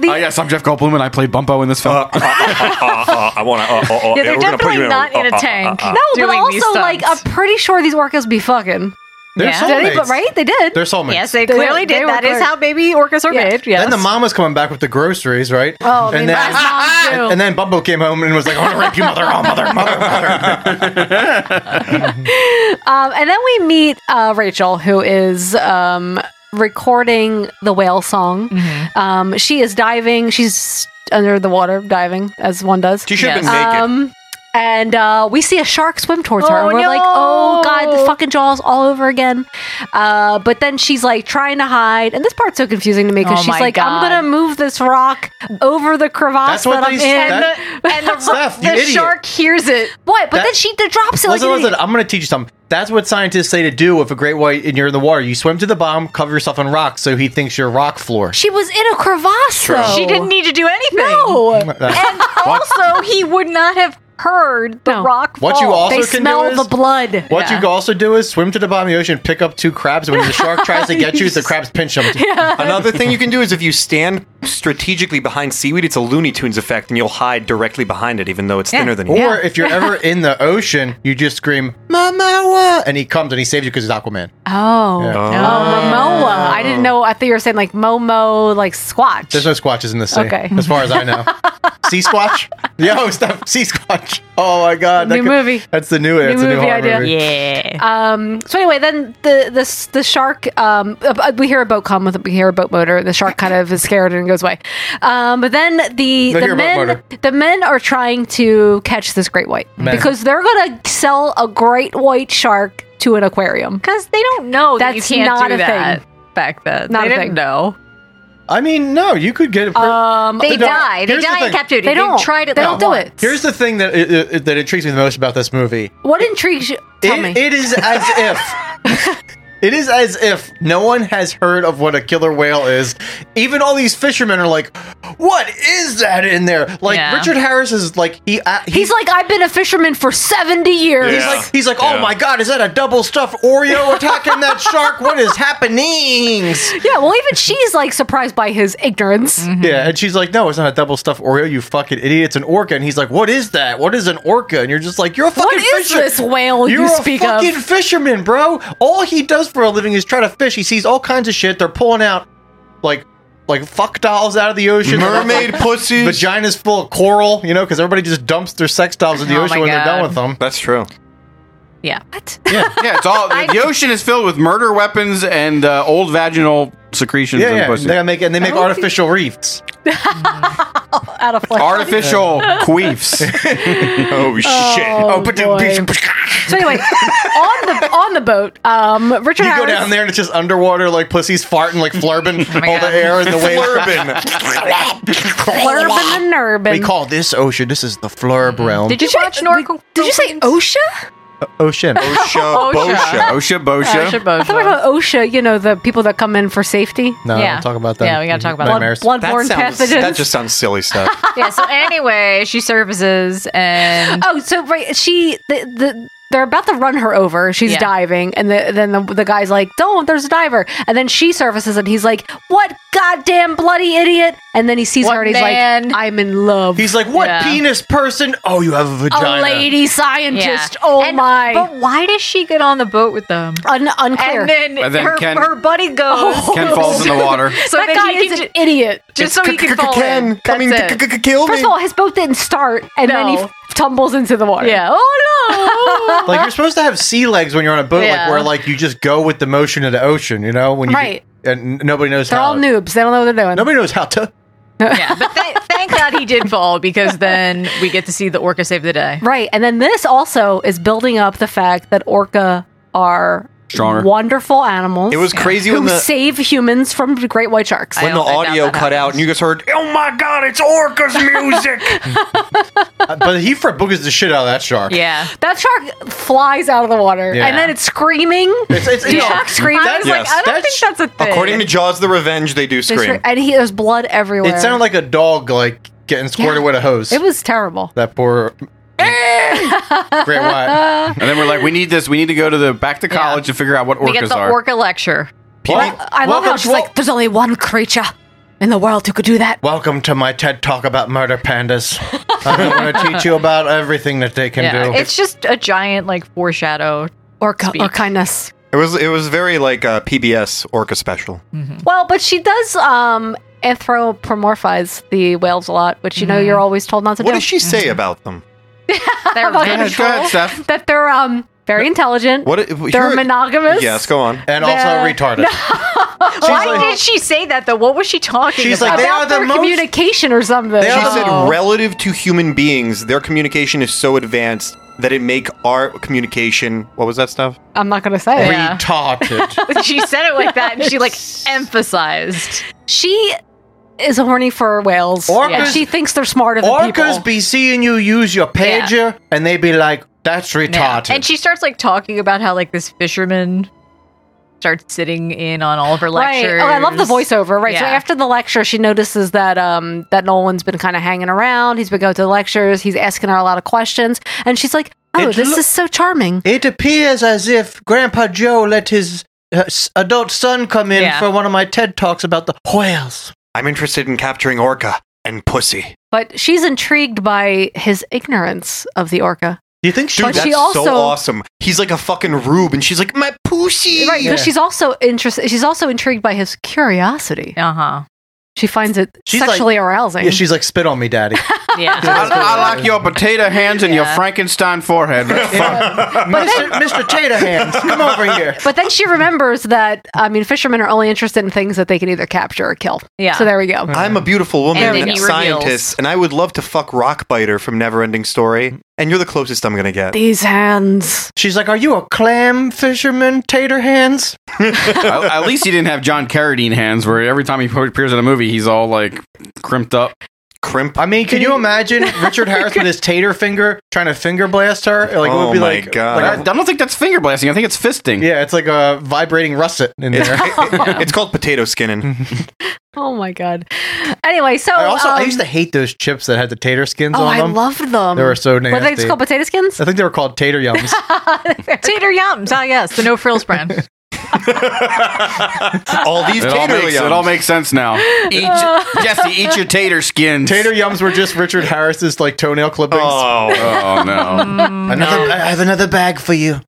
[SPEAKER 10] Oh yes, I'm Jeff Goldblum and I play Bumpo in
[SPEAKER 3] [LAUGHS]
[SPEAKER 10] this
[SPEAKER 3] Uh,
[SPEAKER 10] film.
[SPEAKER 12] I want to.
[SPEAKER 3] Yeah, they're definitely not in a uh, Oh, tank. No, but
[SPEAKER 9] doing these
[SPEAKER 3] also like I'm pretty sure these orcas be fucking.
[SPEAKER 14] They're
[SPEAKER 3] Did they,
[SPEAKER 14] soulmates.
[SPEAKER 3] but right? They did.
[SPEAKER 14] They're soulmates.
[SPEAKER 9] Yes, they clearly did. That is how baby orcas are made. Yes.
[SPEAKER 14] Then the mom was coming back with the groceries, right?
[SPEAKER 9] Oh, I mean, that's moms
[SPEAKER 14] [LAUGHS]
[SPEAKER 9] do.
[SPEAKER 14] and, and then Bumbo came home and was like, "I want to rape you, mother! Oh, mother, mother, mother!" [LAUGHS]
[SPEAKER 3] Um, and then we meet uh, Rachel, who is um, recording the whale song.
[SPEAKER 9] Mm-hmm.
[SPEAKER 3] Um, she is diving. She's under the water diving, as one does.
[SPEAKER 12] She should have been naked.
[SPEAKER 3] Um, and uh, we see a shark swim towards her.
[SPEAKER 9] Oh,
[SPEAKER 3] And we're like,
[SPEAKER 9] no.
[SPEAKER 3] oh god, the fucking jaws all over again. Uh, but then she's like trying to hide, and this part's so confusing to me because
[SPEAKER 9] Oh,
[SPEAKER 3] she's
[SPEAKER 9] my
[SPEAKER 3] like, I'm
[SPEAKER 9] God.
[SPEAKER 3] gonna move this rock over the crevasse
[SPEAKER 14] That's what
[SPEAKER 3] that I'm
[SPEAKER 14] they
[SPEAKER 3] in,
[SPEAKER 14] said.
[SPEAKER 3] and the, and the,
[SPEAKER 14] Steph, you
[SPEAKER 3] the
[SPEAKER 14] idiot.
[SPEAKER 3] shark hears it. What? But
[SPEAKER 14] That-
[SPEAKER 3] then she drops it.
[SPEAKER 14] listen,
[SPEAKER 3] like, an
[SPEAKER 14] listen.
[SPEAKER 3] idiot.
[SPEAKER 14] I'm going to teach you something. That's what scientists say to do if a great white and you're in the water. You swim to the bottom, cover yourself in rocks, so he thinks you're rock floor.
[SPEAKER 9] [LAUGHS]
[SPEAKER 3] She was in a crevasse. Though.
[SPEAKER 9] She didn't need to do anything.
[SPEAKER 3] [LAUGHS] No.
[SPEAKER 14] [LAUGHS] Mm.
[SPEAKER 9] and also, he would not have heard the rock
[SPEAKER 14] What you
[SPEAKER 9] fall.
[SPEAKER 14] also
[SPEAKER 3] They
[SPEAKER 14] can
[SPEAKER 3] smell
[SPEAKER 14] do is,
[SPEAKER 3] the blood.
[SPEAKER 14] What
[SPEAKER 9] Yeah.
[SPEAKER 14] you can also do is swim to the bottom of the ocean, pick up two crabs, and when the shark tries to get you,
[SPEAKER 3] [LAUGHS]
[SPEAKER 14] the crabs pinch
[SPEAKER 9] [LAUGHS]
[SPEAKER 14] them.
[SPEAKER 12] Another thing you can do is if you stand strategically behind seaweed, it's a Looney Tunes effect, and you'll hide directly behind it, even though it's thinner than you.
[SPEAKER 14] Or if you're ever
[SPEAKER 9] [LAUGHS]
[SPEAKER 14] in the ocean, you just scream, Mama, wa! and he comes and he saves you because he's Aquaman.
[SPEAKER 3] Oh.
[SPEAKER 14] Yeah.
[SPEAKER 3] Oh, Momoa. I didn't know. I thought you were saying like Momo, like Squatch.
[SPEAKER 14] Oh. There's no squatches in the sea,
[SPEAKER 3] Okay.
[SPEAKER 14] as far as I
[SPEAKER 3] [LAUGHS]
[SPEAKER 14] know. sea squatch? Yo, stop. Sea squatch. Oh my god.
[SPEAKER 3] New movie.
[SPEAKER 14] That's the new,
[SPEAKER 3] New
[SPEAKER 14] that's a new
[SPEAKER 3] movie
[SPEAKER 14] horror
[SPEAKER 3] idea.
[SPEAKER 14] movie.
[SPEAKER 9] Yeah.
[SPEAKER 3] Um. So anyway, then the this the shark. Um. uh, We hear a boat come with. We hear a boat motor. The shark kind of is scared and goes away. Um. But then the
[SPEAKER 14] They hear
[SPEAKER 3] the
[SPEAKER 14] a boat
[SPEAKER 3] men
[SPEAKER 14] motor.
[SPEAKER 3] the men are trying to catch this great white
[SPEAKER 14] Men.
[SPEAKER 3] because they're gonna sell a great white shark to an aquarium.
[SPEAKER 9] Because they don't know that
[SPEAKER 3] That's
[SPEAKER 9] you can't
[SPEAKER 3] not
[SPEAKER 9] do
[SPEAKER 3] a
[SPEAKER 9] that
[SPEAKER 3] thing.
[SPEAKER 9] back then.
[SPEAKER 3] Not
[SPEAKER 9] they
[SPEAKER 3] a
[SPEAKER 9] didn't
[SPEAKER 3] thing.
[SPEAKER 9] know.
[SPEAKER 14] I mean, no, you could get a
[SPEAKER 3] Um.
[SPEAKER 9] They
[SPEAKER 14] They don't-
[SPEAKER 9] die. They
[SPEAKER 14] here's the
[SPEAKER 9] die in
[SPEAKER 14] thing.
[SPEAKER 9] captivity.
[SPEAKER 3] They don't.
[SPEAKER 9] tried it.
[SPEAKER 3] They
[SPEAKER 9] like
[SPEAKER 3] don't do
[SPEAKER 9] once.
[SPEAKER 3] it.
[SPEAKER 14] Here's the thing that it, it, that intrigues me the most about this movie.
[SPEAKER 3] What intrigues you? Tell me.
[SPEAKER 14] It, it is
[SPEAKER 3] [LAUGHS]
[SPEAKER 14] as if it is as if no one has heard of what a killer whale is. Even all these fishermen are like, "What is that in there?" Like
[SPEAKER 9] Yeah.
[SPEAKER 14] Richard Harris is like he uh, he-
[SPEAKER 3] He's like, I've been a fisherman for 70 years.
[SPEAKER 14] He's like, he's like, oh my god, is that a double stuffed Oreo attacking
[SPEAKER 3] [LAUGHS]
[SPEAKER 14] that shark? What is happening?
[SPEAKER 3] Yeah, well, even she's like surprised by his ignorance.
[SPEAKER 14] Yeah, and she's like, no, it's not a double stuffed Oreo, you fucking idiot. It's an orca. And he's like, what is that? What is an orca? And you're just like, you're a fucking
[SPEAKER 3] What is
[SPEAKER 14] fisher-
[SPEAKER 3] this whale you
[SPEAKER 14] You're [LAUGHS]
[SPEAKER 3] speak
[SPEAKER 14] a
[SPEAKER 3] of?
[SPEAKER 14] fucking fisherman, bro. All he does for a living is try to fish. He sees all kinds of shit. They're pulling out like like fuck dolls out of the ocean.
[SPEAKER 12] Mermaid pussies.
[SPEAKER 14] Vaginas full of coral, you know, because everybody just dumps their sex dolls in the
[SPEAKER 9] Oh my
[SPEAKER 14] ocean when they're
[SPEAKER 9] God.
[SPEAKER 14] done with them.
[SPEAKER 12] That's true.
[SPEAKER 9] Yeah. What?
[SPEAKER 3] [LAUGHS]
[SPEAKER 23] yeah, it's all. The ocean is filled with murder weapons and uh, old vaginal secretions
[SPEAKER 14] Yeah,
[SPEAKER 23] and
[SPEAKER 14] yeah.
[SPEAKER 23] pussy.
[SPEAKER 14] They make and they make artificial reefs.
[SPEAKER 3] Out of flesh. [LAUGHS]
[SPEAKER 23] Artificial queefs.
[SPEAKER 12] Oh
[SPEAKER 3] Uh,
[SPEAKER 12] shit!
[SPEAKER 14] Oh, but
[SPEAKER 3] boy. So anyway, on the on the boat, um, Richard
[SPEAKER 14] You go
[SPEAKER 3] Harris.
[SPEAKER 14] down there and it's just underwater, like pussies farting,
[SPEAKER 3] [LAUGHS]
[SPEAKER 14] like flurbing
[SPEAKER 3] Oh
[SPEAKER 9] my
[SPEAKER 14] all
[SPEAKER 9] God.
[SPEAKER 14] the air
[SPEAKER 12] [LAUGHS]
[SPEAKER 14] and the waves. [LAUGHS]
[SPEAKER 3] Flurb and the Nurbin.
[SPEAKER 14] We call this ocean. This is the
[SPEAKER 3] Mm-hmm.
[SPEAKER 14] flurb realm.
[SPEAKER 9] Did you watch Norco?
[SPEAKER 3] Did you say OSHA? Oh,
[SPEAKER 14] ocean.
[SPEAKER 3] [LAUGHS]
[SPEAKER 12] [LAUGHS] Osha,
[SPEAKER 9] Bosha.
[SPEAKER 12] Bosha.
[SPEAKER 23] OSHA, BOSHA.
[SPEAKER 3] I thought we were talking OSHA, you know, the people that come in for safety.
[SPEAKER 14] No,
[SPEAKER 9] Yeah.
[SPEAKER 14] don't talk about that.
[SPEAKER 9] Yeah, we gotta talk about that.
[SPEAKER 14] nightmares.
[SPEAKER 3] Bloodborne pathogens.
[SPEAKER 12] that just sounds silly stuff.
[SPEAKER 9] [LAUGHS] yeah. So anyway, she services and
[SPEAKER 3] oh, so right, she the the they're about to run her over. She's
[SPEAKER 9] Yeah.
[SPEAKER 3] diving, and the, then the, the guy's like, "Don't! There's a diver!" And then she surfaces, and he's like, "What goddamn bloody idiot!" And then he sees her, and he's like, "I'm in love."
[SPEAKER 14] He's like, what penis person? Oh, you have a vagina.
[SPEAKER 3] A lady scientist. Oh my!
[SPEAKER 9] But why does she get on the boat with them?
[SPEAKER 3] Un- unclear. Oh,
[SPEAKER 9] And then,
[SPEAKER 10] And then
[SPEAKER 9] her,
[SPEAKER 10] Ken-
[SPEAKER 3] [LAUGHS]
[SPEAKER 9] her buddy goes.
[SPEAKER 10] Ken falls in the water.
[SPEAKER 9] So
[SPEAKER 3] that
[SPEAKER 9] then
[SPEAKER 3] guy
[SPEAKER 9] he
[SPEAKER 3] is an idiot.
[SPEAKER 9] Just It's so he can fall Ken in. coming That's to it.
[SPEAKER 3] kill me. First of all, his boat didn't start, and then he
[SPEAKER 9] No.
[SPEAKER 3] f- tumbles into the water.
[SPEAKER 9] Yeah. Oh
[SPEAKER 3] [LAUGHS]
[SPEAKER 14] Like you're supposed to have sea legs when you're on a boat,
[SPEAKER 3] Yeah.
[SPEAKER 14] like where like you just go with the motion of the ocean, you know? When you
[SPEAKER 3] Right.
[SPEAKER 14] and n- nobody knows
[SPEAKER 3] they're
[SPEAKER 14] how.
[SPEAKER 3] all noobs. They don't know what they're doing.
[SPEAKER 14] Nobody knows how to.
[SPEAKER 9] yeah, but th- thank God he did fall because then we get to see the orca save the day.
[SPEAKER 3] Right. And then this also is building up the fact that orca are
[SPEAKER 12] Stronger.
[SPEAKER 3] wonderful animals.
[SPEAKER 12] It was crazy
[SPEAKER 3] who
[SPEAKER 12] when the-
[SPEAKER 3] save humans from great white sharks.
[SPEAKER 12] when the audio cut out and you just heard, oh my god, it's Orca's music.
[SPEAKER 14] Uh, [LAUGHS] but he fret boogers the shit out of that shark.
[SPEAKER 9] Yeah.
[SPEAKER 3] That shark flies out of the water
[SPEAKER 14] Yeah.
[SPEAKER 3] and then it's screaming.
[SPEAKER 14] it's-
[SPEAKER 3] the
[SPEAKER 14] no.
[SPEAKER 3] shark screams.
[SPEAKER 14] That's- Yes.
[SPEAKER 3] I don't think that's a thing.
[SPEAKER 12] According to Jaws the Revenge, they do
[SPEAKER 3] They
[SPEAKER 12] scream.
[SPEAKER 3] scream- And he, there's blood everywhere.
[SPEAKER 14] It sounded like a dog like getting squirted
[SPEAKER 3] Yeah.
[SPEAKER 14] with a hose.
[SPEAKER 3] It was terrible.
[SPEAKER 14] that poor great white.
[SPEAKER 9] [LAUGHS]
[SPEAKER 10] And then we're like, we need this. We need to go to the back to college to figure out what
[SPEAKER 9] we get
[SPEAKER 10] orcas
[SPEAKER 9] the
[SPEAKER 10] are.
[SPEAKER 9] orca lecture.
[SPEAKER 3] I love how she's like, there's only one creature in the world who could do that.
[SPEAKER 14] Welcome to my TED talk about murder pandas. I'm
[SPEAKER 3] [LAUGHS]
[SPEAKER 14] going to teach you about everything that they can
[SPEAKER 9] Yeah,
[SPEAKER 14] do.
[SPEAKER 9] it's just a giant like foreshadow
[SPEAKER 3] orca
[SPEAKER 9] speech.
[SPEAKER 3] kindness.
[SPEAKER 12] It was it was very like uh, a PBS Orca special.
[SPEAKER 3] Mm-hmm. Well, but she does um anthropomorphize the whales a lot, which you know
[SPEAKER 14] Mm.
[SPEAKER 3] you're always told not to
[SPEAKER 12] What
[SPEAKER 3] do.
[SPEAKER 12] does
[SPEAKER 3] [LAUGHS]
[SPEAKER 12] she say about them?
[SPEAKER 3] they're
[SPEAKER 12] Go ahead, go ahead, Steph.
[SPEAKER 3] That they're um very intelligent.
[SPEAKER 12] What if-
[SPEAKER 3] they're
[SPEAKER 12] you're-
[SPEAKER 3] monogamous.
[SPEAKER 12] Yes,
[SPEAKER 3] [LAUGHS]
[SPEAKER 12] go on.
[SPEAKER 14] And also
[SPEAKER 3] They're-
[SPEAKER 14] retarded.
[SPEAKER 9] [LAUGHS] Why
[SPEAKER 14] like-
[SPEAKER 9] did she say that though? What was she talking
[SPEAKER 14] She's like,
[SPEAKER 9] about?
[SPEAKER 14] they
[SPEAKER 3] About
[SPEAKER 14] are the
[SPEAKER 3] their
[SPEAKER 14] most-
[SPEAKER 3] communication or something.
[SPEAKER 12] She said, relative to human beings, their communication is so advanced that it make our communication. What was that stuff?
[SPEAKER 3] I'm not gonna
[SPEAKER 9] Oh,
[SPEAKER 3] say it.
[SPEAKER 14] Retarded.
[SPEAKER 9] [LAUGHS] she said it like that and she like
[SPEAKER 3] [LAUGHS]
[SPEAKER 9] emphasized.
[SPEAKER 3] She is horny for whales.
[SPEAKER 14] Orcas-
[SPEAKER 3] and she thinks they're smarter than
[SPEAKER 14] Orcas
[SPEAKER 3] people.
[SPEAKER 14] be seeing you use your
[SPEAKER 9] Yeah.
[SPEAKER 14] pager and they be like, that's
[SPEAKER 9] Yeah.
[SPEAKER 14] retarded.
[SPEAKER 9] And she starts like talking about how like this fisherman starts sitting in on all of her lectures.
[SPEAKER 3] Right. Oh, I love the voiceover. Right. So
[SPEAKER 9] Yeah.
[SPEAKER 3] after the lecture, she notices that um that Nolan's been kind of hanging around. He's been going to the lectures. He's asking her a lot of questions, and she's like, "Oh,
[SPEAKER 14] It
[SPEAKER 3] this
[SPEAKER 14] lo-
[SPEAKER 3] is so charming."
[SPEAKER 14] it appears as if Grandpa Joe let his uh, s- adult son come in
[SPEAKER 3] Yeah.
[SPEAKER 14] for one of my TED talks about the whales.
[SPEAKER 12] I'm interested in capturing orca and pussy.
[SPEAKER 3] But she's intrigued by his ignorance of the orca.
[SPEAKER 14] Do you think
[SPEAKER 3] she-
[SPEAKER 12] Dude,
[SPEAKER 3] But
[SPEAKER 12] that's
[SPEAKER 3] she
[SPEAKER 12] so
[SPEAKER 3] also-
[SPEAKER 12] awesome. He's like a fucking rube, and she's like, my pussy.
[SPEAKER 3] Right,
[SPEAKER 12] Yeah.
[SPEAKER 3] because she's also interested. She's also intrigued by his curiosity.
[SPEAKER 9] Uh huh.
[SPEAKER 3] She finds it
[SPEAKER 14] She's like-
[SPEAKER 3] sexually arousing.
[SPEAKER 14] Yeah, she's like, spit on me,
[SPEAKER 3] [LAUGHS]
[SPEAKER 14] daddy. [LAUGHS]
[SPEAKER 9] Yeah.
[SPEAKER 10] I, I like your potato hands and your
[SPEAKER 3] Uh, Yeah.
[SPEAKER 10] Frankenstein forehead.
[SPEAKER 3] [LAUGHS]
[SPEAKER 10] That's fun.
[SPEAKER 14] Mr. Mr. Tater Hands, come over here.
[SPEAKER 3] but then she remembers that I mean, fishermen are only interested in things that they can either capture or kill.
[SPEAKER 9] Yeah.
[SPEAKER 3] So there we go.
[SPEAKER 12] I'm a beautiful woman
[SPEAKER 3] And
[SPEAKER 12] and,
[SPEAKER 3] then
[SPEAKER 12] a
[SPEAKER 3] he
[SPEAKER 12] scientist,
[SPEAKER 3] reveals-
[SPEAKER 12] and I would love to fuck Rockbiter from Neverending Story, and you're the closest I'm gonna get.
[SPEAKER 3] These hands.
[SPEAKER 14] She's like, are you a clam fisherman, Tater
[SPEAKER 3] [LAUGHS]
[SPEAKER 14] Hands?
[SPEAKER 10] [LAUGHS] at, at least he didn't have John Carradine hands, where every time he appears in a movie, he's all like crimped up.
[SPEAKER 12] Crimp.
[SPEAKER 14] I mean, can you imagine Richard Harris with
[SPEAKER 3] [LAUGHS]
[SPEAKER 14] his tater finger trying to finger blast her? Like, it
[SPEAKER 10] Oh
[SPEAKER 14] would be
[SPEAKER 10] my
[SPEAKER 14] like,
[SPEAKER 10] God.
[SPEAKER 14] like a-
[SPEAKER 10] I don't think that's finger blasting. I think it's fisting.
[SPEAKER 14] yeah, it's like a vibrating russet in there.
[SPEAKER 10] [LAUGHS]
[SPEAKER 12] it's called
[SPEAKER 14] [LAUGHS]
[SPEAKER 12] potato skinning.
[SPEAKER 3] Oh my god. Anyway, so
[SPEAKER 14] I also I
[SPEAKER 3] um,
[SPEAKER 14] used to hate those chips that had the tater skins
[SPEAKER 3] Oh,
[SPEAKER 14] on
[SPEAKER 3] I
[SPEAKER 14] them.
[SPEAKER 3] loved them.
[SPEAKER 14] They were so
[SPEAKER 3] Were they
[SPEAKER 14] nasty.
[SPEAKER 3] just called potato skins?
[SPEAKER 14] I think they were called tater
[SPEAKER 3] [LAUGHS]
[SPEAKER 14] yums.
[SPEAKER 9] Tater yums. Ah, yes, the no frills brand.
[SPEAKER 12] all
[SPEAKER 3] [LAUGHS]
[SPEAKER 12] these
[SPEAKER 10] it all,
[SPEAKER 12] tater
[SPEAKER 10] makes,
[SPEAKER 12] yums.
[SPEAKER 10] it all makes sense now. Eat, Jesse, eat your tater skins.
[SPEAKER 14] tater yums were just Richard Harris's like toenail clippings.
[SPEAKER 10] Oh,
[SPEAKER 14] [LAUGHS]
[SPEAKER 10] oh,
[SPEAKER 9] [LAUGHS]
[SPEAKER 10] no.
[SPEAKER 14] Another, I have another bag for you.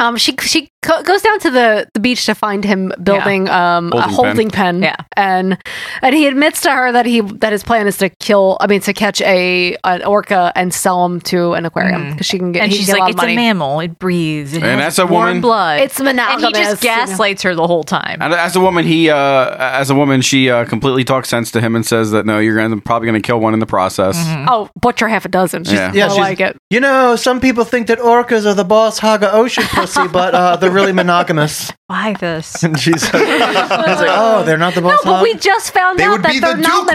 [SPEAKER 3] Um, she she co- goes down to the, the beach to find him building um
[SPEAKER 10] Holding
[SPEAKER 3] a
[SPEAKER 10] pen.
[SPEAKER 3] holding pen.
[SPEAKER 9] Yeah.
[SPEAKER 3] and and he admits to her that he that his plan is to kill. I mean, to catch a an orca and sell him to an aquarium because she can get.
[SPEAKER 9] Mm. And
[SPEAKER 3] he can
[SPEAKER 9] she's
[SPEAKER 3] get a
[SPEAKER 9] like,
[SPEAKER 3] lot of
[SPEAKER 9] it's a
[SPEAKER 3] money."
[SPEAKER 9] mammal. It breathes. It
[SPEAKER 10] And
[SPEAKER 9] has
[SPEAKER 10] that's a
[SPEAKER 9] warm
[SPEAKER 10] woman?
[SPEAKER 9] blood.
[SPEAKER 3] It's monogamous.
[SPEAKER 9] And he just
[SPEAKER 3] you know.
[SPEAKER 9] gaslights her the whole time.
[SPEAKER 10] And as a woman, he uh, as a woman, she uh, completely talks sense to him and says that no, you're gonna, probably going to kill one in the process.
[SPEAKER 9] Mm-hmm.
[SPEAKER 3] Oh, butcher half a dozen. She's,
[SPEAKER 10] Yeah.
[SPEAKER 3] yeah,
[SPEAKER 10] Yeah,
[SPEAKER 3] I
[SPEAKER 10] she's-
[SPEAKER 3] like it.
[SPEAKER 14] Mm-hmm. You know, some people think that orcas are the boss Haga
[SPEAKER 3] [LAUGHS]
[SPEAKER 14] ocean pussy, but uh, they're really monogamous.
[SPEAKER 9] Why
[SPEAKER 14] [LAUGHS]
[SPEAKER 9] this?
[SPEAKER 14] And she's like, it's like, oh, they're not the boss.
[SPEAKER 3] No, but
[SPEAKER 14] hog?
[SPEAKER 3] we just found
[SPEAKER 14] They
[SPEAKER 3] out
[SPEAKER 14] would
[SPEAKER 3] that
[SPEAKER 14] be
[SPEAKER 3] they're
[SPEAKER 14] the Duke
[SPEAKER 3] not
[SPEAKER 14] boys.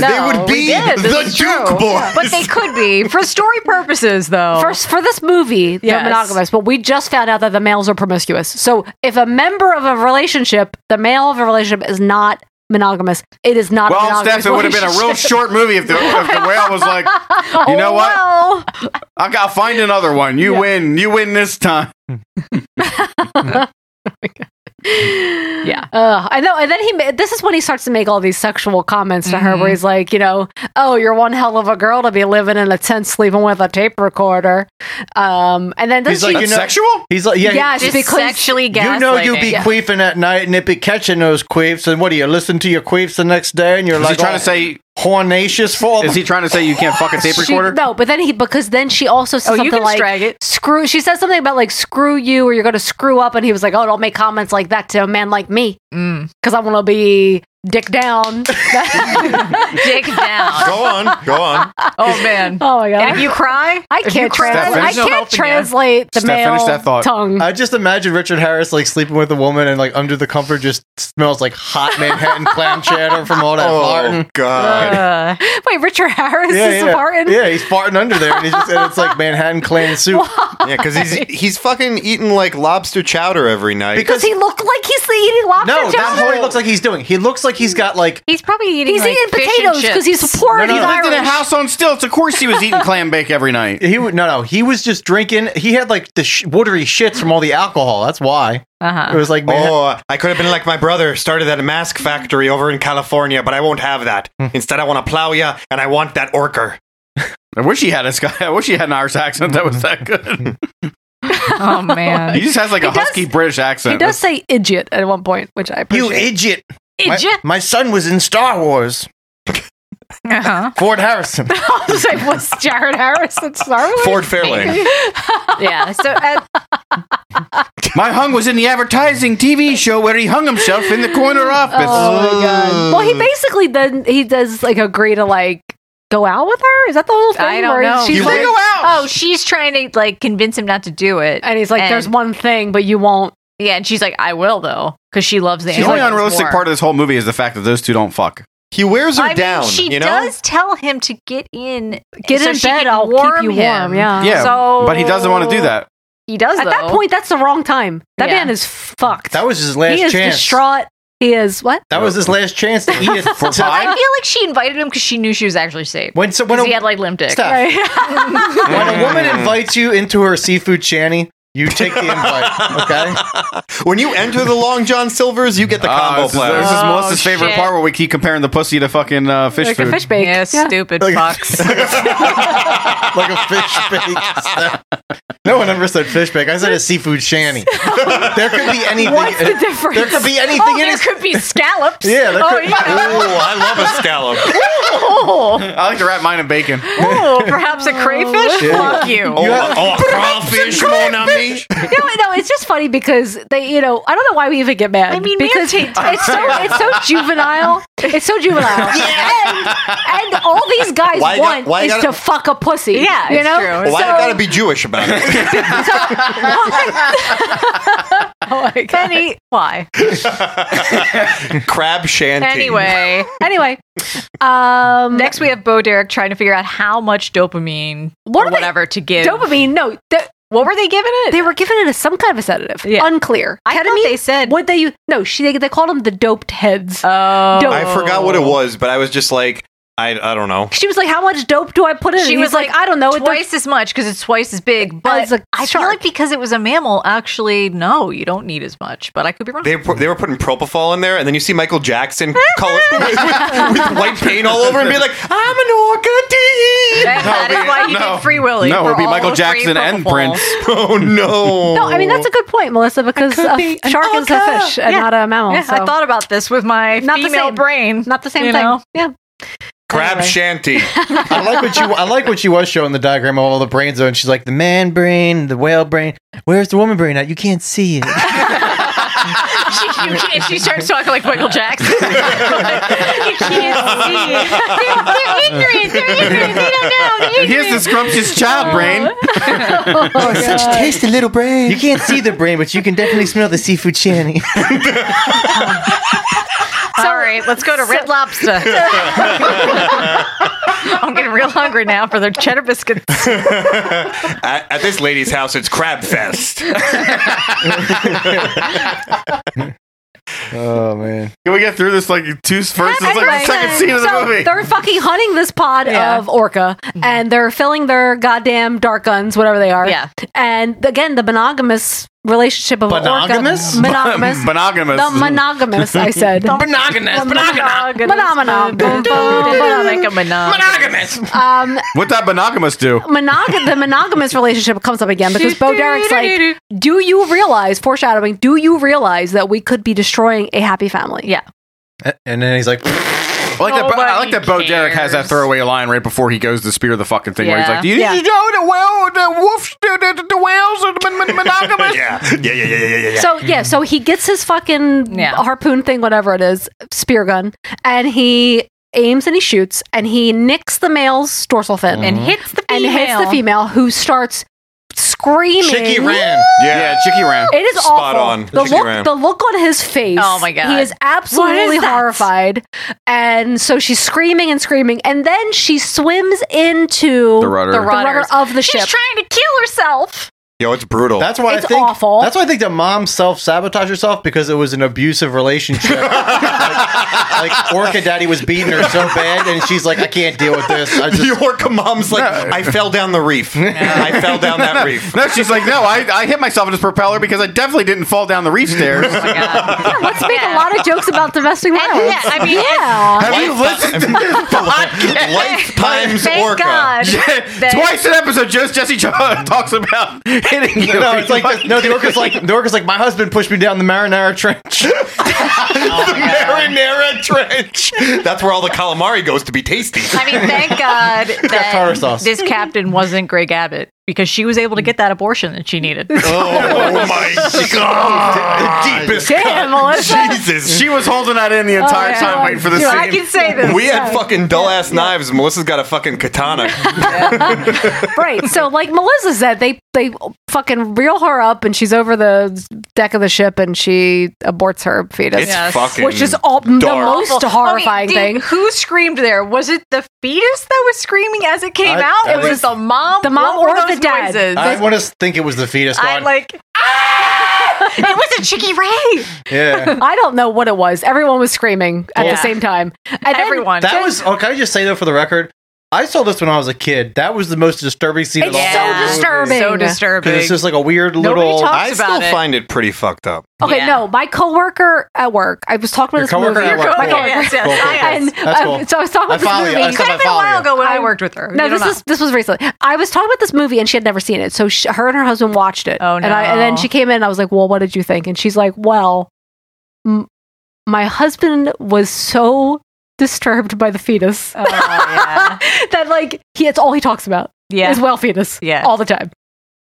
[SPEAKER 14] They
[SPEAKER 3] No,
[SPEAKER 14] would be
[SPEAKER 3] we did. This
[SPEAKER 14] the
[SPEAKER 3] is true.
[SPEAKER 14] Duke boys.
[SPEAKER 9] But they could be for story purposes, though.
[SPEAKER 3] First, for this movie, they're
[SPEAKER 9] Yes.
[SPEAKER 3] monogamous, but we just found out that the males are promiscuous. So, if a member of a relationship, the male of a relationship is not monogamous. It is not. a
[SPEAKER 10] Well,
[SPEAKER 3] monogamous
[SPEAKER 10] Steph, it
[SPEAKER 3] [LAUGHS]
[SPEAKER 10] would have been a real
[SPEAKER 3] relationship.
[SPEAKER 10] short movie if the, if the whale
[SPEAKER 3] [LAUGHS]
[SPEAKER 10] was like, you know what?
[SPEAKER 3] Oh,
[SPEAKER 10] I got to find another one. You
[SPEAKER 3] Yeah.
[SPEAKER 10] win. You win this [LAUGHS] time.
[SPEAKER 3] Yeah. Uh, I know. And then he, ma- this is when he starts to make all these sexual comments to
[SPEAKER 9] Mm-hmm.
[SPEAKER 3] her, where he's like, you know, oh, you're one hell of a girl to be living in a tent sleeping with a tape recorder. Um, and then does
[SPEAKER 14] He's
[SPEAKER 3] she,
[SPEAKER 14] like, you know, He's like, yeah,
[SPEAKER 3] Yes,
[SPEAKER 14] he-
[SPEAKER 3] because- Sexually
[SPEAKER 14] You know, you be
[SPEAKER 3] gaslighting.
[SPEAKER 14] queefing at night and it be catching those queefs. And what do you listen to your queefs the next day? And you're
[SPEAKER 10] Is he
[SPEAKER 14] like,
[SPEAKER 10] trying
[SPEAKER 14] all
[SPEAKER 10] to say-
[SPEAKER 14] hornacious for?
[SPEAKER 10] Is he trying to say you
[SPEAKER 14] [LAUGHS]
[SPEAKER 10] can't fuck a tape
[SPEAKER 3] She-
[SPEAKER 10] recorder?
[SPEAKER 3] no, but then he because then she also says
[SPEAKER 9] Oh, you
[SPEAKER 3] something
[SPEAKER 9] can
[SPEAKER 3] like
[SPEAKER 9] drag it.
[SPEAKER 3] screw. She says something about like screw you or you're going to screw up, and he was like, oh, don't make comments like that to a man like me
[SPEAKER 9] Mm.
[SPEAKER 3] because I want to be dick
[SPEAKER 14] [LAUGHS]
[SPEAKER 3] down. [LAUGHS]
[SPEAKER 9] Dick down.
[SPEAKER 6] Go on,
[SPEAKER 3] [LAUGHS]
[SPEAKER 6] go on.
[SPEAKER 9] Oh man.
[SPEAKER 3] Oh my god.
[SPEAKER 9] And if you cry,
[SPEAKER 3] I
[SPEAKER 9] if
[SPEAKER 3] can't
[SPEAKER 9] cry,
[SPEAKER 3] trans- I
[SPEAKER 14] there's no
[SPEAKER 3] can't
[SPEAKER 14] helping you.
[SPEAKER 3] translate the male tongue.
[SPEAKER 14] I just imagine Richard Harris like sleeping with a woman and like under the comfort just smells like hot Manhattan clam chowder from all that
[SPEAKER 6] Oh,
[SPEAKER 14] farting.
[SPEAKER 6] God.
[SPEAKER 3] Wait, Richard Harris Uh, is
[SPEAKER 14] yeah.
[SPEAKER 3] farting.
[SPEAKER 9] [LAUGHS]
[SPEAKER 14] Yeah, he's farting under there, and, he's just, and it's like Manhattan clam soup.
[SPEAKER 12] Yeah, because he's he's fucking eating like lobster chowder every night.
[SPEAKER 3] Does he look like he's eating lobster?
[SPEAKER 14] No, that's
[SPEAKER 3] chowder?
[SPEAKER 14] what he looks like he's doing. He looks like he's got like
[SPEAKER 9] He's probably eating.
[SPEAKER 3] He's
[SPEAKER 9] like,
[SPEAKER 3] eating
[SPEAKER 9] fish and
[SPEAKER 3] potatoes because
[SPEAKER 9] chips.
[SPEAKER 3] he's poor. and
[SPEAKER 14] No,
[SPEAKER 3] he's
[SPEAKER 14] no. He
[SPEAKER 3] Irish.
[SPEAKER 14] lived in a
[SPEAKER 10] house on stilts. Of
[SPEAKER 3] [LAUGHS]
[SPEAKER 10] course, he was eating clam bake every night.
[SPEAKER 14] He would no, no. He was just drinking. He had like the sh- watery shits from all the alcohol. That's why
[SPEAKER 9] Uh-huh.
[SPEAKER 14] it was like man.
[SPEAKER 12] Oh, [LAUGHS] I could have been like my brother, started at a mask factory over in California, but I won't have that.
[SPEAKER 3] Hmm.
[SPEAKER 12] Instead, I want to plow ya, and I want that orker.
[SPEAKER 10] I wish he had a Sky. I wish he had an Irish accent that was that
[SPEAKER 12] [LAUGHS]
[SPEAKER 10] good.
[SPEAKER 9] Oh man.
[SPEAKER 10] he just has like
[SPEAKER 3] Uh, He
[SPEAKER 10] a
[SPEAKER 3] does-
[SPEAKER 10] husky British accent.
[SPEAKER 3] He does say idiot at one point, which I appreciate.
[SPEAKER 14] You
[SPEAKER 3] [LAUGHS]
[SPEAKER 14] idiot! My,
[SPEAKER 3] Idiot.
[SPEAKER 14] my son was in Star Wars.
[SPEAKER 9] Uh-huh.
[SPEAKER 14] Ford [LAUGHS] Harrison.
[SPEAKER 3] I was like, was Jared Harris in Star Wars?
[SPEAKER 14] Ford Fairlane.
[SPEAKER 3] [LAUGHS]
[SPEAKER 9] yeah. So uh,
[SPEAKER 10] My hung was in the advertising TV show where he hung himself in the corner office.
[SPEAKER 3] Oh my god! Well, he basically then he does like agree to like go out with her. Is that the whole thing?
[SPEAKER 9] I don't
[SPEAKER 3] Where
[SPEAKER 9] know.
[SPEAKER 3] She's like,
[SPEAKER 9] Oh, she's trying to like convince him not to do it,
[SPEAKER 3] and he's like, "There's one thing, but you won't."
[SPEAKER 9] Yeah, and she's like, "I will though," because she loves the.
[SPEAKER 10] The only
[SPEAKER 9] aliens
[SPEAKER 10] unrealistic
[SPEAKER 9] more.
[SPEAKER 10] part of this whole movie is the fact that those two don't fuck.
[SPEAKER 12] He wears
[SPEAKER 9] I mean, she does tell him to get in,
[SPEAKER 3] Get
[SPEAKER 9] so
[SPEAKER 3] in
[SPEAKER 9] she
[SPEAKER 3] bed.
[SPEAKER 9] can
[SPEAKER 3] I'll
[SPEAKER 9] warm
[SPEAKER 3] keep you
[SPEAKER 9] him.
[SPEAKER 14] [LAUGHS]
[SPEAKER 3] warm. Yeah.
[SPEAKER 10] Yeah,
[SPEAKER 9] So-
[SPEAKER 10] but he doesn't want to do that.
[SPEAKER 9] He does
[SPEAKER 3] At that
[SPEAKER 9] though.
[SPEAKER 3] point, that's the wrong time. That
[SPEAKER 9] Yeah.
[SPEAKER 3] man is fucked.
[SPEAKER 14] That was his last
[SPEAKER 3] he is
[SPEAKER 14] chance.
[SPEAKER 3] distraught. He is what? [LAUGHS]
[SPEAKER 14] That was his last chance to eat it. [LAUGHS]
[SPEAKER 9] [LAUGHS]
[SPEAKER 14] So-
[SPEAKER 9] I feel like she invited him because she knew she was actually safe.
[SPEAKER 14] When so- when
[SPEAKER 9] 'Cause
[SPEAKER 14] a-
[SPEAKER 9] he had like limp dick.
[SPEAKER 14] Steph. [LAUGHS]
[SPEAKER 3] [LAUGHS]
[SPEAKER 14] when a woman
[SPEAKER 10] Mm.
[SPEAKER 14] invites you into her seafood shanty, you take the
[SPEAKER 3] [LAUGHS]
[SPEAKER 14] invite. Okay.
[SPEAKER 12] When you enter the Long John Silver's, you get the
[SPEAKER 10] Ah,
[SPEAKER 12] combo
[SPEAKER 10] this, is,
[SPEAKER 12] platter.
[SPEAKER 10] this is Melissa's favorite
[SPEAKER 9] Oh, shit.
[SPEAKER 10] part where we keep comparing the pussy to fucking uh, fish
[SPEAKER 3] like
[SPEAKER 10] food.
[SPEAKER 3] a fish bake.
[SPEAKER 9] Yeah, stupid fucks.
[SPEAKER 14] [LAUGHS] like a fish bake. no one ever said fish bake. I said a seafood shanty. There could be anything.
[SPEAKER 9] What's
[SPEAKER 14] in-
[SPEAKER 9] the difference?
[SPEAKER 14] There could be anything
[SPEAKER 9] Oh,
[SPEAKER 14] in
[SPEAKER 9] there
[SPEAKER 14] it.
[SPEAKER 9] could be
[SPEAKER 3] [LAUGHS]
[SPEAKER 9] scallops.
[SPEAKER 14] Yeah, there
[SPEAKER 9] oh,
[SPEAKER 14] could-
[SPEAKER 12] Oh, I love a scallop.
[SPEAKER 9] yeah.
[SPEAKER 10] I like to wrap mine in bacon. [LAUGHS]
[SPEAKER 9] Oh, perhaps a crayfish?
[SPEAKER 10] Yeah.
[SPEAKER 9] Fuck you.
[SPEAKER 12] Oh, oh, crawfish, mon ami.
[SPEAKER 3] no, no, it's just funny because they, you know, I don't know why we even get mad. I mean,
[SPEAKER 9] man
[SPEAKER 3] because
[SPEAKER 9] take
[SPEAKER 3] it's so it's so juvenile. It's so juvenile.
[SPEAKER 12] [LAUGHS]
[SPEAKER 3] and, and all these guys
[SPEAKER 12] Why you got-
[SPEAKER 3] want
[SPEAKER 12] why you
[SPEAKER 3] is
[SPEAKER 12] gotta-
[SPEAKER 3] to fuck a pussy.
[SPEAKER 9] Yeah,
[SPEAKER 3] you
[SPEAKER 9] it's
[SPEAKER 3] know.
[SPEAKER 9] true.
[SPEAKER 12] Well, Why
[SPEAKER 3] So-
[SPEAKER 12] I gotta be Jewish
[SPEAKER 10] [LAUGHS]
[SPEAKER 12] about it?
[SPEAKER 3] Oh
[SPEAKER 9] Penny, why?
[SPEAKER 12] Crab shanty.
[SPEAKER 9] Anyway,
[SPEAKER 3] [LAUGHS] anyway, um,
[SPEAKER 9] next we have Bo Derek trying to figure out how much dopamine
[SPEAKER 3] What
[SPEAKER 9] or
[SPEAKER 3] are they-
[SPEAKER 9] whatever to give.
[SPEAKER 3] dopamine. No, the-
[SPEAKER 9] What were they giving it?
[SPEAKER 3] they were giving it as some kind of a sedative.
[SPEAKER 9] Yeah.
[SPEAKER 3] Unclear.
[SPEAKER 9] I thought they said.
[SPEAKER 3] What they no, she they, they called them the doped heads.
[SPEAKER 9] Oh,
[SPEAKER 12] I forgot what it was, but I was just like, I, I don't know.
[SPEAKER 3] She was like, "How much dope do I put in?"
[SPEAKER 9] She
[SPEAKER 3] And he's
[SPEAKER 9] was like,
[SPEAKER 3] "I don't know." It
[SPEAKER 9] twice as much because it's twice as big. But
[SPEAKER 3] As a
[SPEAKER 9] I feel like because it was a mammal, actually, no, you don't need as much. But I could be wrong.
[SPEAKER 12] They, were- they were putting propofol in there, and then you see Michael Jackson color with, with
[SPEAKER 9] [LAUGHS]
[SPEAKER 12] white paint all over, and be like, "I'm an orca." E."
[SPEAKER 9] That- that is why he did Free Willy.
[SPEAKER 10] No,
[SPEAKER 9] for
[SPEAKER 10] it would be
[SPEAKER 9] all
[SPEAKER 10] Michael
[SPEAKER 9] of free
[SPEAKER 10] Jackson and
[SPEAKER 9] propofol.
[SPEAKER 10] Prince. [LAUGHS]
[SPEAKER 12] Oh no!
[SPEAKER 3] No, I mean that's a good point, Melissa, because
[SPEAKER 9] could
[SPEAKER 3] a
[SPEAKER 9] be an
[SPEAKER 3] shark is a
[SPEAKER 9] orca.
[SPEAKER 3] fish and
[SPEAKER 9] Yeah.
[SPEAKER 3] not a mammal.
[SPEAKER 9] Yeah,
[SPEAKER 3] so.
[SPEAKER 9] I thought about this with my
[SPEAKER 3] Not the
[SPEAKER 9] female
[SPEAKER 3] same.
[SPEAKER 9] brain.
[SPEAKER 3] not the same
[SPEAKER 9] you
[SPEAKER 3] thing.
[SPEAKER 9] know?
[SPEAKER 3] [LAUGHS] Yeah, [LAUGHS]
[SPEAKER 12] Crab shanty.
[SPEAKER 14] I like what you. I like what she was showing the diagram of all the brain zones. She's like the man brain, the whale brain. Where's the woman brain at? You can't see it.
[SPEAKER 9] she, you can't, she starts talking like Michael [LAUGHS] Jackson. you
[SPEAKER 14] [LAUGHS]
[SPEAKER 9] can't see. They're, they're ignorant. They're ignorant. They don't know. They're ignorant.
[SPEAKER 10] And here's the scrumptious child
[SPEAKER 9] [LAUGHS]
[SPEAKER 10] brain.
[SPEAKER 14] oh, such tasty little brain. You can't see the brain, but you can definitely smell the seafood shanty.
[SPEAKER 9] All right, let's go to
[SPEAKER 3] [LAUGHS]
[SPEAKER 9] Red Lobster. I'm getting real hungry now for their cheddar
[SPEAKER 12] [LAUGHS]
[SPEAKER 9] biscuits.
[SPEAKER 12] at, at this lady's house, it's crab fest.
[SPEAKER 14] Oh man.
[SPEAKER 10] Can we get through this like two first? It's like
[SPEAKER 3] Anyway,
[SPEAKER 10] the second scene of the
[SPEAKER 3] so
[SPEAKER 10] movie.
[SPEAKER 3] They're fucking hunting this pod
[SPEAKER 9] Yeah.
[SPEAKER 3] of
[SPEAKER 9] Mm-hmm.
[SPEAKER 3] orca, and they're filling their goddamn dart guns, whatever they are. Yeah. And again, the monogamous relationship of
[SPEAKER 10] Monogamous?
[SPEAKER 3] an orca, [LAUGHS] monogamous,
[SPEAKER 10] Mon- [LAUGHS] monogamous.
[SPEAKER 3] the monogamous. I
[SPEAKER 9] [LAUGHS]
[SPEAKER 3] said
[SPEAKER 10] Monogamous,
[SPEAKER 3] monogamous, monogamous, monogamous. Um,
[SPEAKER 10] What that monogamous do?
[SPEAKER 3] monog- the monogamous relationship comes up again because Bo Derek's like, "Do you realize foreshadowing? Do you realize that we could be destroying a happy family?" Yeah.
[SPEAKER 14] A- And then he's like,
[SPEAKER 10] I like, that, Bo- I like that Bo Derek has that throwaway line right before he goes to spear the fucking thing where he's like, Do you,
[SPEAKER 16] you know the whale, the wolves, the, the, the whales are mon- mon- monogamous?
[SPEAKER 10] yeah. yeah, yeah, yeah, yeah, yeah, yeah.
[SPEAKER 3] So yeah, so he gets his fucking harpoon thing, whatever it is, spear gun, and he aims and he shoots and he nicks the male's dorsal fin
[SPEAKER 9] And Mhm. hits the
[SPEAKER 3] and hits the female
[SPEAKER 9] female.
[SPEAKER 3] who starts screaming.
[SPEAKER 14] Chicky ran.
[SPEAKER 10] Yeah, Chicky ran.
[SPEAKER 3] It is
[SPEAKER 12] Spot
[SPEAKER 3] awful.
[SPEAKER 12] on.
[SPEAKER 3] The
[SPEAKER 12] Chicky
[SPEAKER 3] look,
[SPEAKER 12] ran.
[SPEAKER 3] the look on his face.
[SPEAKER 9] Oh my God.
[SPEAKER 3] he is
[SPEAKER 9] What
[SPEAKER 3] absolutely
[SPEAKER 9] is that?
[SPEAKER 3] horrified. And so she's screaming and screaming, and then she swims into
[SPEAKER 12] The rudder.
[SPEAKER 3] the
[SPEAKER 9] Rudders.
[SPEAKER 3] of the ship.
[SPEAKER 9] She's trying to kill herself.
[SPEAKER 12] Yo, it's brutal.
[SPEAKER 14] That's why
[SPEAKER 3] It's
[SPEAKER 14] I think
[SPEAKER 3] awful.
[SPEAKER 14] that's why I think the mom self sabotaged herself because it was an abusive relationship. like, like Orca Daddy was beating her so bad, and she's like, I can't deal with this. I just,
[SPEAKER 12] the orca mom's like, I fell down the reef. I fell down that reef.
[SPEAKER 10] No, she's like, No, I, I hit myself in this propeller because I definitely didn't fall down the reef
[SPEAKER 9] Oh
[SPEAKER 3] [LAUGHS]
[SPEAKER 10] stairs.
[SPEAKER 3] Let's make a lot of jokes about domestic violence.
[SPEAKER 9] yeah, I mean,
[SPEAKER 3] yeah.
[SPEAKER 10] Have you
[SPEAKER 9] [LAUGHS]
[SPEAKER 10] listened to the podcast?
[SPEAKER 12] Lifetime's Thank Orca. God
[SPEAKER 10] Yeah,
[SPEAKER 6] [LAUGHS]
[SPEAKER 12] that-
[SPEAKER 10] Twice an episode, just Jesse Jo- [LAUGHS] talks about hitting you.
[SPEAKER 14] [LAUGHS] no, it's like the, no. The orca's like the orca's like my husband pushed me down the marinara [LAUGHS] trench.
[SPEAKER 12] the marinara trench. That's where all the calamari goes to be tasty.
[SPEAKER 9] I mean, thank God
[SPEAKER 12] tartar
[SPEAKER 9] that
[SPEAKER 12] sauce.
[SPEAKER 9] this captain wasn't Greg Abbott because she was able to get that abortion that she needed.
[SPEAKER 12] Oh my god! Deepest
[SPEAKER 9] Damn, Melissa.
[SPEAKER 12] Jesus,
[SPEAKER 10] She was holding that in the
[SPEAKER 9] Oh,
[SPEAKER 10] entire
[SPEAKER 9] yeah.
[SPEAKER 10] time, waiting for the
[SPEAKER 9] Dude,
[SPEAKER 10] scene.
[SPEAKER 9] I can say this.
[SPEAKER 12] We had
[SPEAKER 3] Sorry.
[SPEAKER 12] fucking dull ass knives. Melissa's got a
[SPEAKER 9] [LAUGHS]
[SPEAKER 12] fucking katana.
[SPEAKER 3] right. So, like Melissa said, they they fucking reel her up, and she's over the deck of the ship, and she aborts her fetus.
[SPEAKER 12] It's Yes. fucking
[SPEAKER 3] which is all the
[SPEAKER 12] dark.
[SPEAKER 3] most
[SPEAKER 9] Awful.
[SPEAKER 3] horrifying
[SPEAKER 9] Okay, did-
[SPEAKER 3] thing.
[SPEAKER 9] Who screamed there? Was it the fetus that was screaming as it came
[SPEAKER 14] I-
[SPEAKER 9] out?
[SPEAKER 14] I
[SPEAKER 9] It was
[SPEAKER 14] think-
[SPEAKER 9] the mom.
[SPEAKER 3] The mom
[SPEAKER 9] What were
[SPEAKER 3] or the
[SPEAKER 9] those
[SPEAKER 3] dad.
[SPEAKER 9] noises?
[SPEAKER 14] I want to think it was the fetus.
[SPEAKER 9] I
[SPEAKER 14] Gone.
[SPEAKER 9] like. "Ah!" [LAUGHS] it was a Chicky Ray.
[SPEAKER 14] yeah.
[SPEAKER 3] [LAUGHS] I don't know what it was. Everyone was screaming at
[SPEAKER 14] Yeah.
[SPEAKER 3] the same time. And then-
[SPEAKER 9] Everyone.
[SPEAKER 14] That was. Oh, can I just say though, for the record, I saw this when I was a kid. That was the most disturbing scene.
[SPEAKER 3] It's so disturbing. So disturbing.
[SPEAKER 14] Because it's just like a weird
[SPEAKER 3] Nobody
[SPEAKER 14] little.
[SPEAKER 3] talks
[SPEAKER 12] I still find it pretty fucked up.
[SPEAKER 3] Okay, no, my coworker at work. I was talking about
[SPEAKER 12] Your
[SPEAKER 3] this
[SPEAKER 12] coworker
[SPEAKER 3] movie.
[SPEAKER 12] at work,
[SPEAKER 3] My
[SPEAKER 12] cool.
[SPEAKER 3] coworker.
[SPEAKER 12] Yes, yes, Cool, cool, cool.
[SPEAKER 3] And,
[SPEAKER 12] That's
[SPEAKER 3] um,
[SPEAKER 12] cool.
[SPEAKER 3] so I was talking
[SPEAKER 12] I
[SPEAKER 3] about this
[SPEAKER 12] follow you.
[SPEAKER 3] movie.
[SPEAKER 12] I said Could have I been a follow while you.
[SPEAKER 9] ago when I worked with her.
[SPEAKER 3] No,
[SPEAKER 9] You
[SPEAKER 3] this
[SPEAKER 9] don't
[SPEAKER 3] is this was recently. I was talking about this movie and she had never seen it. So she, her and her husband watched it. Oh
[SPEAKER 9] no.
[SPEAKER 3] And, I, and then she came in. and I was like, "Well, what did you think?" And she's like, "Well, m- my husband was so disturbed by the fetus
[SPEAKER 9] Oh,
[SPEAKER 3] [LAUGHS] that like he it's all he talks about.
[SPEAKER 9] Yeah.
[SPEAKER 3] is whale fetus.
[SPEAKER 9] Yeah.
[SPEAKER 3] all the time.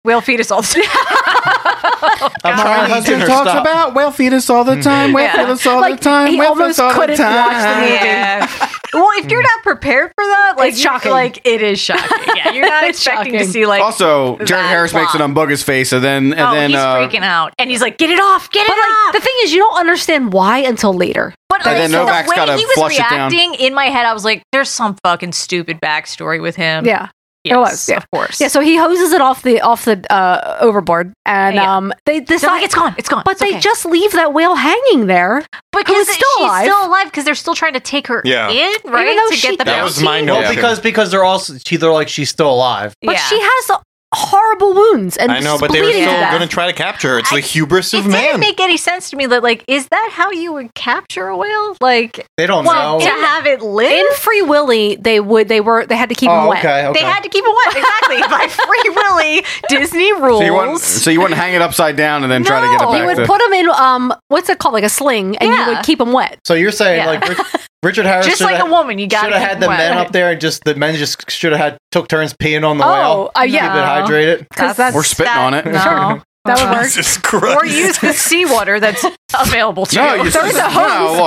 [SPEAKER 9] Whale [LAUGHS]
[SPEAKER 12] [LAUGHS]
[SPEAKER 9] fetus all the time.
[SPEAKER 10] My husband talks about whale fetus all the time, whale
[SPEAKER 9] Yeah.
[SPEAKER 10] fetus all the time,
[SPEAKER 9] he
[SPEAKER 10] whale
[SPEAKER 9] almost
[SPEAKER 10] fetus all the
[SPEAKER 9] couldn't
[SPEAKER 10] time.
[SPEAKER 9] watch the movie. well, if you're not prepared for that, like
[SPEAKER 3] It's
[SPEAKER 9] you-
[SPEAKER 3] shocking.
[SPEAKER 9] like it is shocking. Yeah,
[SPEAKER 3] [LAUGHS]
[SPEAKER 9] you're not expecting to see like
[SPEAKER 10] also, Jared
[SPEAKER 9] that
[SPEAKER 10] Harris makes an
[SPEAKER 9] plot.
[SPEAKER 10] umbugus face, and then and
[SPEAKER 9] oh,
[SPEAKER 10] then
[SPEAKER 9] he's
[SPEAKER 10] uh,
[SPEAKER 9] freaking out, and he's like, "Get it off, get
[SPEAKER 3] But
[SPEAKER 9] it
[SPEAKER 3] like
[SPEAKER 9] off."
[SPEAKER 3] the thing is, you don't understand why until later.
[SPEAKER 9] But
[SPEAKER 10] And
[SPEAKER 9] also,
[SPEAKER 10] then Novak's
[SPEAKER 9] the
[SPEAKER 10] gotta
[SPEAKER 9] way he was
[SPEAKER 10] flush it down.
[SPEAKER 9] reacting in my head, I was like, "There's some fucking stupid backstory with him."
[SPEAKER 3] Yeah.
[SPEAKER 9] Yes,
[SPEAKER 3] it was, yeah.
[SPEAKER 9] of course.
[SPEAKER 3] Yeah, so he hoses it off the off the uh, overboard, and
[SPEAKER 9] Yeah.
[SPEAKER 3] um, they decide
[SPEAKER 9] like, "It's gone, it's gone,
[SPEAKER 3] But
[SPEAKER 9] it's
[SPEAKER 3] they
[SPEAKER 9] okay."
[SPEAKER 3] just leave that whale hanging there
[SPEAKER 9] because
[SPEAKER 3] who is still
[SPEAKER 9] she's
[SPEAKER 3] alive.
[SPEAKER 9] still alive because they're still trying to take her
[SPEAKER 14] Yeah.
[SPEAKER 9] in, right?
[SPEAKER 3] Even though
[SPEAKER 9] to
[SPEAKER 3] she-
[SPEAKER 9] get the
[SPEAKER 3] That
[SPEAKER 14] was
[SPEAKER 9] my
[SPEAKER 14] Well, because because they're all she, they're like she's still alive.
[SPEAKER 3] but she has uh, horrible wounds and
[SPEAKER 12] I know, but they were
[SPEAKER 3] bleeding
[SPEAKER 12] still
[SPEAKER 3] to death.
[SPEAKER 12] going to try to capture her. It's the hubris of
[SPEAKER 9] It didn't
[SPEAKER 12] man.
[SPEAKER 9] make any sense to me that like, is that how you would capture a whale? Like
[SPEAKER 14] They don't
[SPEAKER 9] well,
[SPEAKER 14] know.
[SPEAKER 9] to have it live
[SPEAKER 3] in Free Willy. They would they were they had to keep
[SPEAKER 10] Oh,
[SPEAKER 3] him wet.
[SPEAKER 10] okay, okay.
[SPEAKER 9] They had to keep it wet
[SPEAKER 3] [LAUGHS]
[SPEAKER 9] exactly by Free Willy Disney rules.
[SPEAKER 10] So you, wouldn't, so you wouldn't hang it upside down and then try to
[SPEAKER 3] [LAUGHS]
[SPEAKER 10] get it
[SPEAKER 3] No,
[SPEAKER 10] back.
[SPEAKER 3] you would
[SPEAKER 10] to-
[SPEAKER 3] put him in um what's it called like a sling, and you would keep him wet.
[SPEAKER 14] So you're saying
[SPEAKER 3] Yeah.
[SPEAKER 14] like
[SPEAKER 3] [LAUGHS]
[SPEAKER 14] Rich, Richard Harris
[SPEAKER 3] Just
[SPEAKER 14] shoulda-
[SPEAKER 3] like a woman, you gotta
[SPEAKER 14] shoulda
[SPEAKER 3] keep
[SPEAKER 14] had the
[SPEAKER 3] wet.
[SPEAKER 14] men up there and just the men just should have had took turns peeing on the
[SPEAKER 3] Oh,
[SPEAKER 14] whale.
[SPEAKER 3] uh, yeah.
[SPEAKER 14] keep it hydrated.
[SPEAKER 3] 'Cause that's-
[SPEAKER 10] We're spitting on
[SPEAKER 3] [LAUGHS]
[SPEAKER 14] [LAUGHS]
[SPEAKER 10] it.
[SPEAKER 9] no. That would work.
[SPEAKER 12] Jesus
[SPEAKER 9] Or use the seawater
[SPEAKER 10] [LAUGHS]
[SPEAKER 9] that's available to
[SPEAKER 10] No,
[SPEAKER 9] you.
[SPEAKER 10] you No, look, no,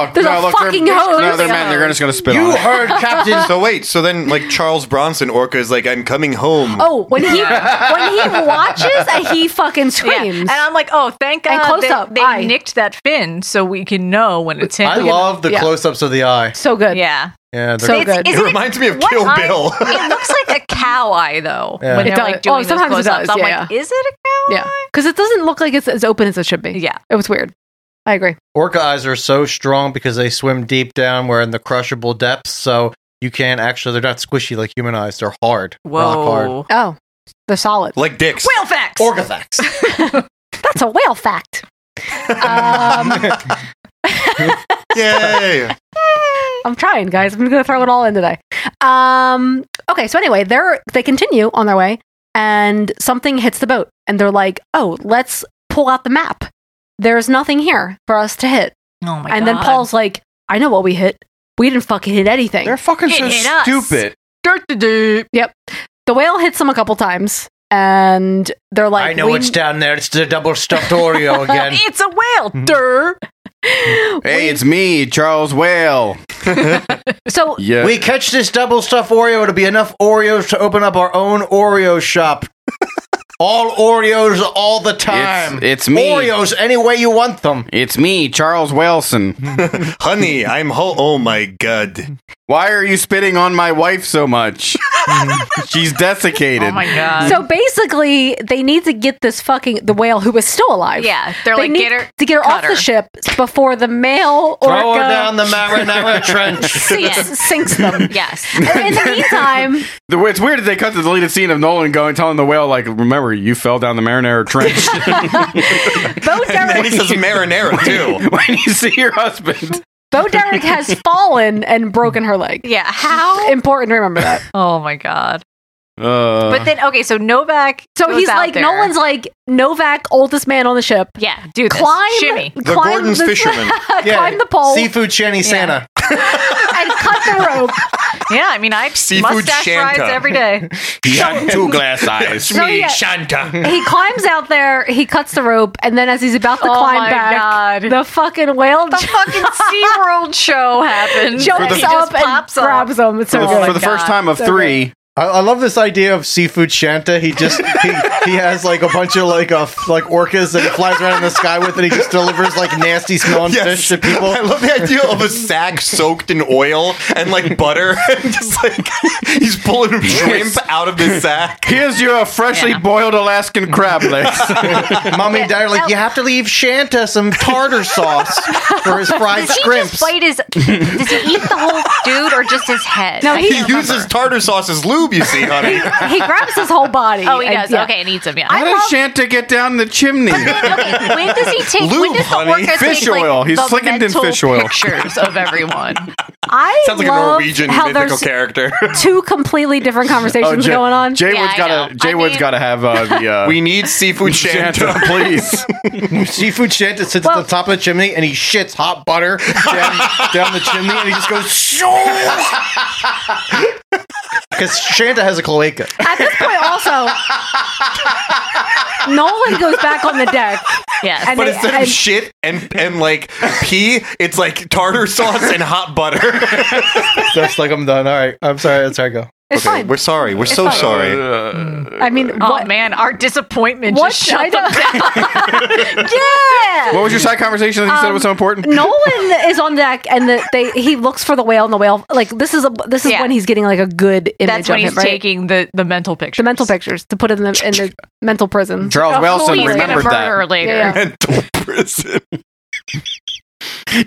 [SPEAKER 10] look, they're- No, they're men. They're just going to spit on it. [LAUGHS]
[SPEAKER 12] So wait, so then like Charles Bronson Orca is like, I'm coming home.
[SPEAKER 3] Oh, when
[SPEAKER 10] [LAUGHS]
[SPEAKER 3] he when he watches, and he
[SPEAKER 9] [LAUGHS]
[SPEAKER 3] fucking screams.
[SPEAKER 9] And I'm like, oh, thank God
[SPEAKER 3] And close
[SPEAKER 9] they,
[SPEAKER 3] up,
[SPEAKER 9] they
[SPEAKER 3] eye.
[SPEAKER 9] nicked that fin so we can know when it's him.
[SPEAKER 14] I love the
[SPEAKER 9] Yeah.
[SPEAKER 14] close-ups of the eye.
[SPEAKER 3] So good.
[SPEAKER 9] Yeah.
[SPEAKER 14] Yeah,
[SPEAKER 9] So
[SPEAKER 14] they're-
[SPEAKER 9] good. It reminds
[SPEAKER 12] me of
[SPEAKER 9] What eye- [LAUGHS] it looks like a cow eye though.
[SPEAKER 14] Yeah.
[SPEAKER 9] When
[SPEAKER 14] It
[SPEAKER 9] they're like
[SPEAKER 3] does. Oh,
[SPEAKER 9] doing those
[SPEAKER 3] sometimes it
[SPEAKER 9] close-ups.
[SPEAKER 3] does,
[SPEAKER 9] I'm
[SPEAKER 3] yeah.
[SPEAKER 9] like, is it a cow?
[SPEAKER 3] Yeah, because it doesn't look like it's as open as it should be. Yeah, it was weird. I agree.
[SPEAKER 14] Orca eyes are so strong because they swim deep down. We're in the crushable depths, so you can't actually. They're not squishy like human eyes. They're hard. Rock hard.
[SPEAKER 3] Oh, they're solid.
[SPEAKER 14] Like dicks.
[SPEAKER 3] Whale facts.
[SPEAKER 14] Orca facts.
[SPEAKER 3] That's a whale fact. Um,
[SPEAKER 12] Yay.
[SPEAKER 3] I'm trying, guys. I'm going to throw it all in today. Um, okay, so anyway, they're they continue on their way, and something hits the boat, and they're like, "Oh, let's pull out the map. There's nothing here for us to hit."
[SPEAKER 9] Oh my
[SPEAKER 3] and then
[SPEAKER 9] God.
[SPEAKER 3] Paul's like, "I know what we hit. We didn't fucking hit anything. They're
[SPEAKER 14] fucking
[SPEAKER 9] It so hit us. stupid.
[SPEAKER 3] Yep. The whale hits them a couple times, and they're like,
[SPEAKER 14] I know
[SPEAKER 3] "We
[SPEAKER 14] it's down there. It's the double stuffed Oreo [LAUGHS] again.
[SPEAKER 9] it's a whale, der.
[SPEAKER 10] Hey, it's me, Charles Whale.
[SPEAKER 3] [LAUGHS] so
[SPEAKER 10] Yeah.
[SPEAKER 14] we catch this double stuffed Oreo to be enough Oreos to open up our own Oreo
[SPEAKER 10] [LAUGHS]
[SPEAKER 14] shop. all Oreos, all the time.
[SPEAKER 10] It's, it's me.
[SPEAKER 14] Oreos any way you want them.
[SPEAKER 10] It's me, Charles
[SPEAKER 12] [LAUGHS]
[SPEAKER 10] Wilson.
[SPEAKER 12] Honey, I'm ho. Oh my god.
[SPEAKER 10] Why are you spitting on my wife so
[SPEAKER 12] [LAUGHS]
[SPEAKER 10] much? She's desiccated.
[SPEAKER 9] Uh,
[SPEAKER 3] So basically, they need to get this fucking the whale who is still alive.
[SPEAKER 9] Yeah, they're
[SPEAKER 3] They
[SPEAKER 9] like,
[SPEAKER 3] need
[SPEAKER 9] "Get her-
[SPEAKER 3] to get her
[SPEAKER 9] cut
[SPEAKER 3] off
[SPEAKER 9] her."
[SPEAKER 3] the ship before the male orca
[SPEAKER 14] Throw her down the Marinara
[SPEAKER 9] [LAUGHS]
[SPEAKER 14] Trench.
[SPEAKER 3] sinks, [LAUGHS] sinks them.
[SPEAKER 9] Yes.
[SPEAKER 3] And in the meantime,
[SPEAKER 10] [LAUGHS] The, it's weird that they cut the deleted scene of Nolan going telling the whale like, "Remember, you fell down the
[SPEAKER 3] [LAUGHS]
[SPEAKER 10] marinara trench." [LAUGHS]
[SPEAKER 3] Bo Derek,
[SPEAKER 12] marinara too.
[SPEAKER 10] when you see your husband,
[SPEAKER 3] Bo Derek has fallen and broken her leg.
[SPEAKER 9] Yeah, how
[SPEAKER 3] important to remember that.
[SPEAKER 9] [LAUGHS] Oh my god.
[SPEAKER 10] Uh,
[SPEAKER 9] But then okay, so Novak.
[SPEAKER 3] So
[SPEAKER 9] goes
[SPEAKER 3] he's
[SPEAKER 9] out
[SPEAKER 3] like
[SPEAKER 9] there.
[SPEAKER 3] Nolan's like Novak, oldest man on the ship.
[SPEAKER 9] Yeah, do this.
[SPEAKER 3] climb,
[SPEAKER 9] Shimmy.
[SPEAKER 3] climb this- [LAUGHS] climb the pole,
[SPEAKER 14] Seafood Channy Santa.
[SPEAKER 3] and cut
[SPEAKER 14] [LAUGHS]
[SPEAKER 3] the rope.
[SPEAKER 9] Yeah, I mean, I
[SPEAKER 14] Seafood
[SPEAKER 9] mustache
[SPEAKER 14] Shanta.
[SPEAKER 3] [LAUGHS]
[SPEAKER 9] rides
[SPEAKER 14] [LAUGHS]
[SPEAKER 9] every day.
[SPEAKER 10] he had two glass eyes.
[SPEAKER 3] So, yeah.
[SPEAKER 12] Shanta.
[SPEAKER 3] He climbs out there, he cuts the rope, and then as he's about to
[SPEAKER 9] Oh
[SPEAKER 3] climb
[SPEAKER 9] my
[SPEAKER 3] back,
[SPEAKER 9] God.
[SPEAKER 3] the fucking whale
[SPEAKER 9] The fucking SeaWorld show happens.
[SPEAKER 3] Jumps
[SPEAKER 9] and he
[SPEAKER 3] up
[SPEAKER 9] just
[SPEAKER 3] and
[SPEAKER 9] pops up.
[SPEAKER 3] grabs him. It's
[SPEAKER 14] For
[SPEAKER 3] so Oh
[SPEAKER 14] the-
[SPEAKER 3] good.
[SPEAKER 14] for the first time of
[SPEAKER 3] So
[SPEAKER 14] three. I, I love this idea of seafood shanta. He just he, he has like a bunch of like uh, like orcas that he flies around in the sky with, and he just delivers like nasty smelling fish to people.
[SPEAKER 12] I love the idea of a sack soaked in oil and like butter, [LAUGHS] and just like he's pulling shrimp out of the sack.
[SPEAKER 10] Here's your freshly boiled Alaskan crab
[SPEAKER 12] [LAUGHS]
[SPEAKER 10] legs. [LAUGHS]
[SPEAKER 14] Mommy and dad are like, you have to leave Shanta some tartar sauce
[SPEAKER 3] Oh.
[SPEAKER 12] [LAUGHS]
[SPEAKER 14] for his fried
[SPEAKER 9] [LAUGHS] does he
[SPEAKER 14] scrimps.
[SPEAKER 9] just bite his? Does he eat the whole dude or just his
[SPEAKER 14] [LAUGHS]
[SPEAKER 9] head?
[SPEAKER 3] No,
[SPEAKER 9] I
[SPEAKER 12] he
[SPEAKER 9] can't remember.
[SPEAKER 12] uses tartar sauce as lube. You
[SPEAKER 9] [LAUGHS]
[SPEAKER 12] see, honey.
[SPEAKER 3] good. He grabs his whole body.
[SPEAKER 9] Oh, he
[SPEAKER 3] and-
[SPEAKER 9] does.
[SPEAKER 3] yeah.
[SPEAKER 9] Okay, and eats him. Yeah.
[SPEAKER 10] How does Shanta get down the chimney?
[SPEAKER 9] when does
[SPEAKER 10] [LAUGHS]
[SPEAKER 9] he take? when
[SPEAKER 10] Lube,
[SPEAKER 9] does the
[SPEAKER 10] honey.
[SPEAKER 9] orca
[SPEAKER 10] Fish
[SPEAKER 9] take, like,
[SPEAKER 10] oil. He's
[SPEAKER 9] the
[SPEAKER 10] slicking in
[SPEAKER 9] mental
[SPEAKER 10] fish oil.
[SPEAKER 9] Pictures of everyone.
[SPEAKER 3] [LAUGHS] I
[SPEAKER 12] Sounds like a
[SPEAKER 3] love
[SPEAKER 12] Norwegian
[SPEAKER 3] how
[SPEAKER 12] mythical
[SPEAKER 3] there's
[SPEAKER 12] character.
[SPEAKER 3] [LAUGHS] Two completely different conversations
[SPEAKER 10] Jay-
[SPEAKER 3] going on.
[SPEAKER 10] Jay Oh, Wood's
[SPEAKER 9] [LAUGHS]
[SPEAKER 10] gotta. Jay Wood's gotta have uh, the. Uh,
[SPEAKER 12] we need seafood
[SPEAKER 10] Shanta,
[SPEAKER 12] shanta.
[SPEAKER 10] please.
[SPEAKER 14] [LAUGHS] seafood shanta sits at the top of the chimney and he shits hot butter down, down the chimney, and he just goes because Shanta has a cloaca.
[SPEAKER 3] At this point, also, [LAUGHS] Nolan goes back on the deck.
[SPEAKER 9] Yes.
[SPEAKER 3] And
[SPEAKER 12] but
[SPEAKER 3] they-
[SPEAKER 12] instead of
[SPEAKER 3] and-
[SPEAKER 12] shit and and like pee, it's like tartar sauce and hot butter.
[SPEAKER 14] [LAUGHS]
[SPEAKER 12] [LAUGHS]
[SPEAKER 14] That's like I'm done. All right, I'm sorry. That's how I go. Uh,
[SPEAKER 3] It's fine.
[SPEAKER 12] We're sorry. We're
[SPEAKER 3] It's
[SPEAKER 12] so
[SPEAKER 3] fine.
[SPEAKER 12] sorry.
[SPEAKER 3] I mean,
[SPEAKER 9] Oh
[SPEAKER 3] what?
[SPEAKER 9] man, our disappointment
[SPEAKER 3] What?
[SPEAKER 9] just shut
[SPEAKER 3] I
[SPEAKER 9] them
[SPEAKER 3] [LAUGHS]
[SPEAKER 9] down.
[SPEAKER 3] Yeah.
[SPEAKER 10] What was your side conversation that you said
[SPEAKER 3] Um,
[SPEAKER 10] was so important?
[SPEAKER 3] Nolan is on deck, and the, they he looks for the whale, and the whale like this is a this is
[SPEAKER 9] Yeah.
[SPEAKER 3] when he's getting like a good image.
[SPEAKER 9] That's when
[SPEAKER 3] of
[SPEAKER 9] he's
[SPEAKER 3] him, right?
[SPEAKER 9] taking the, the mental picture.
[SPEAKER 3] the mental pictures to put in the in the mental prison.
[SPEAKER 10] Charles
[SPEAKER 9] Oh,
[SPEAKER 10] Wilson
[SPEAKER 9] he's gonna
[SPEAKER 10] remembered
[SPEAKER 9] murder her
[SPEAKER 10] that.
[SPEAKER 9] later.
[SPEAKER 10] [LAUGHS]
[SPEAKER 3] Yeah, yeah.
[SPEAKER 12] Mental prison.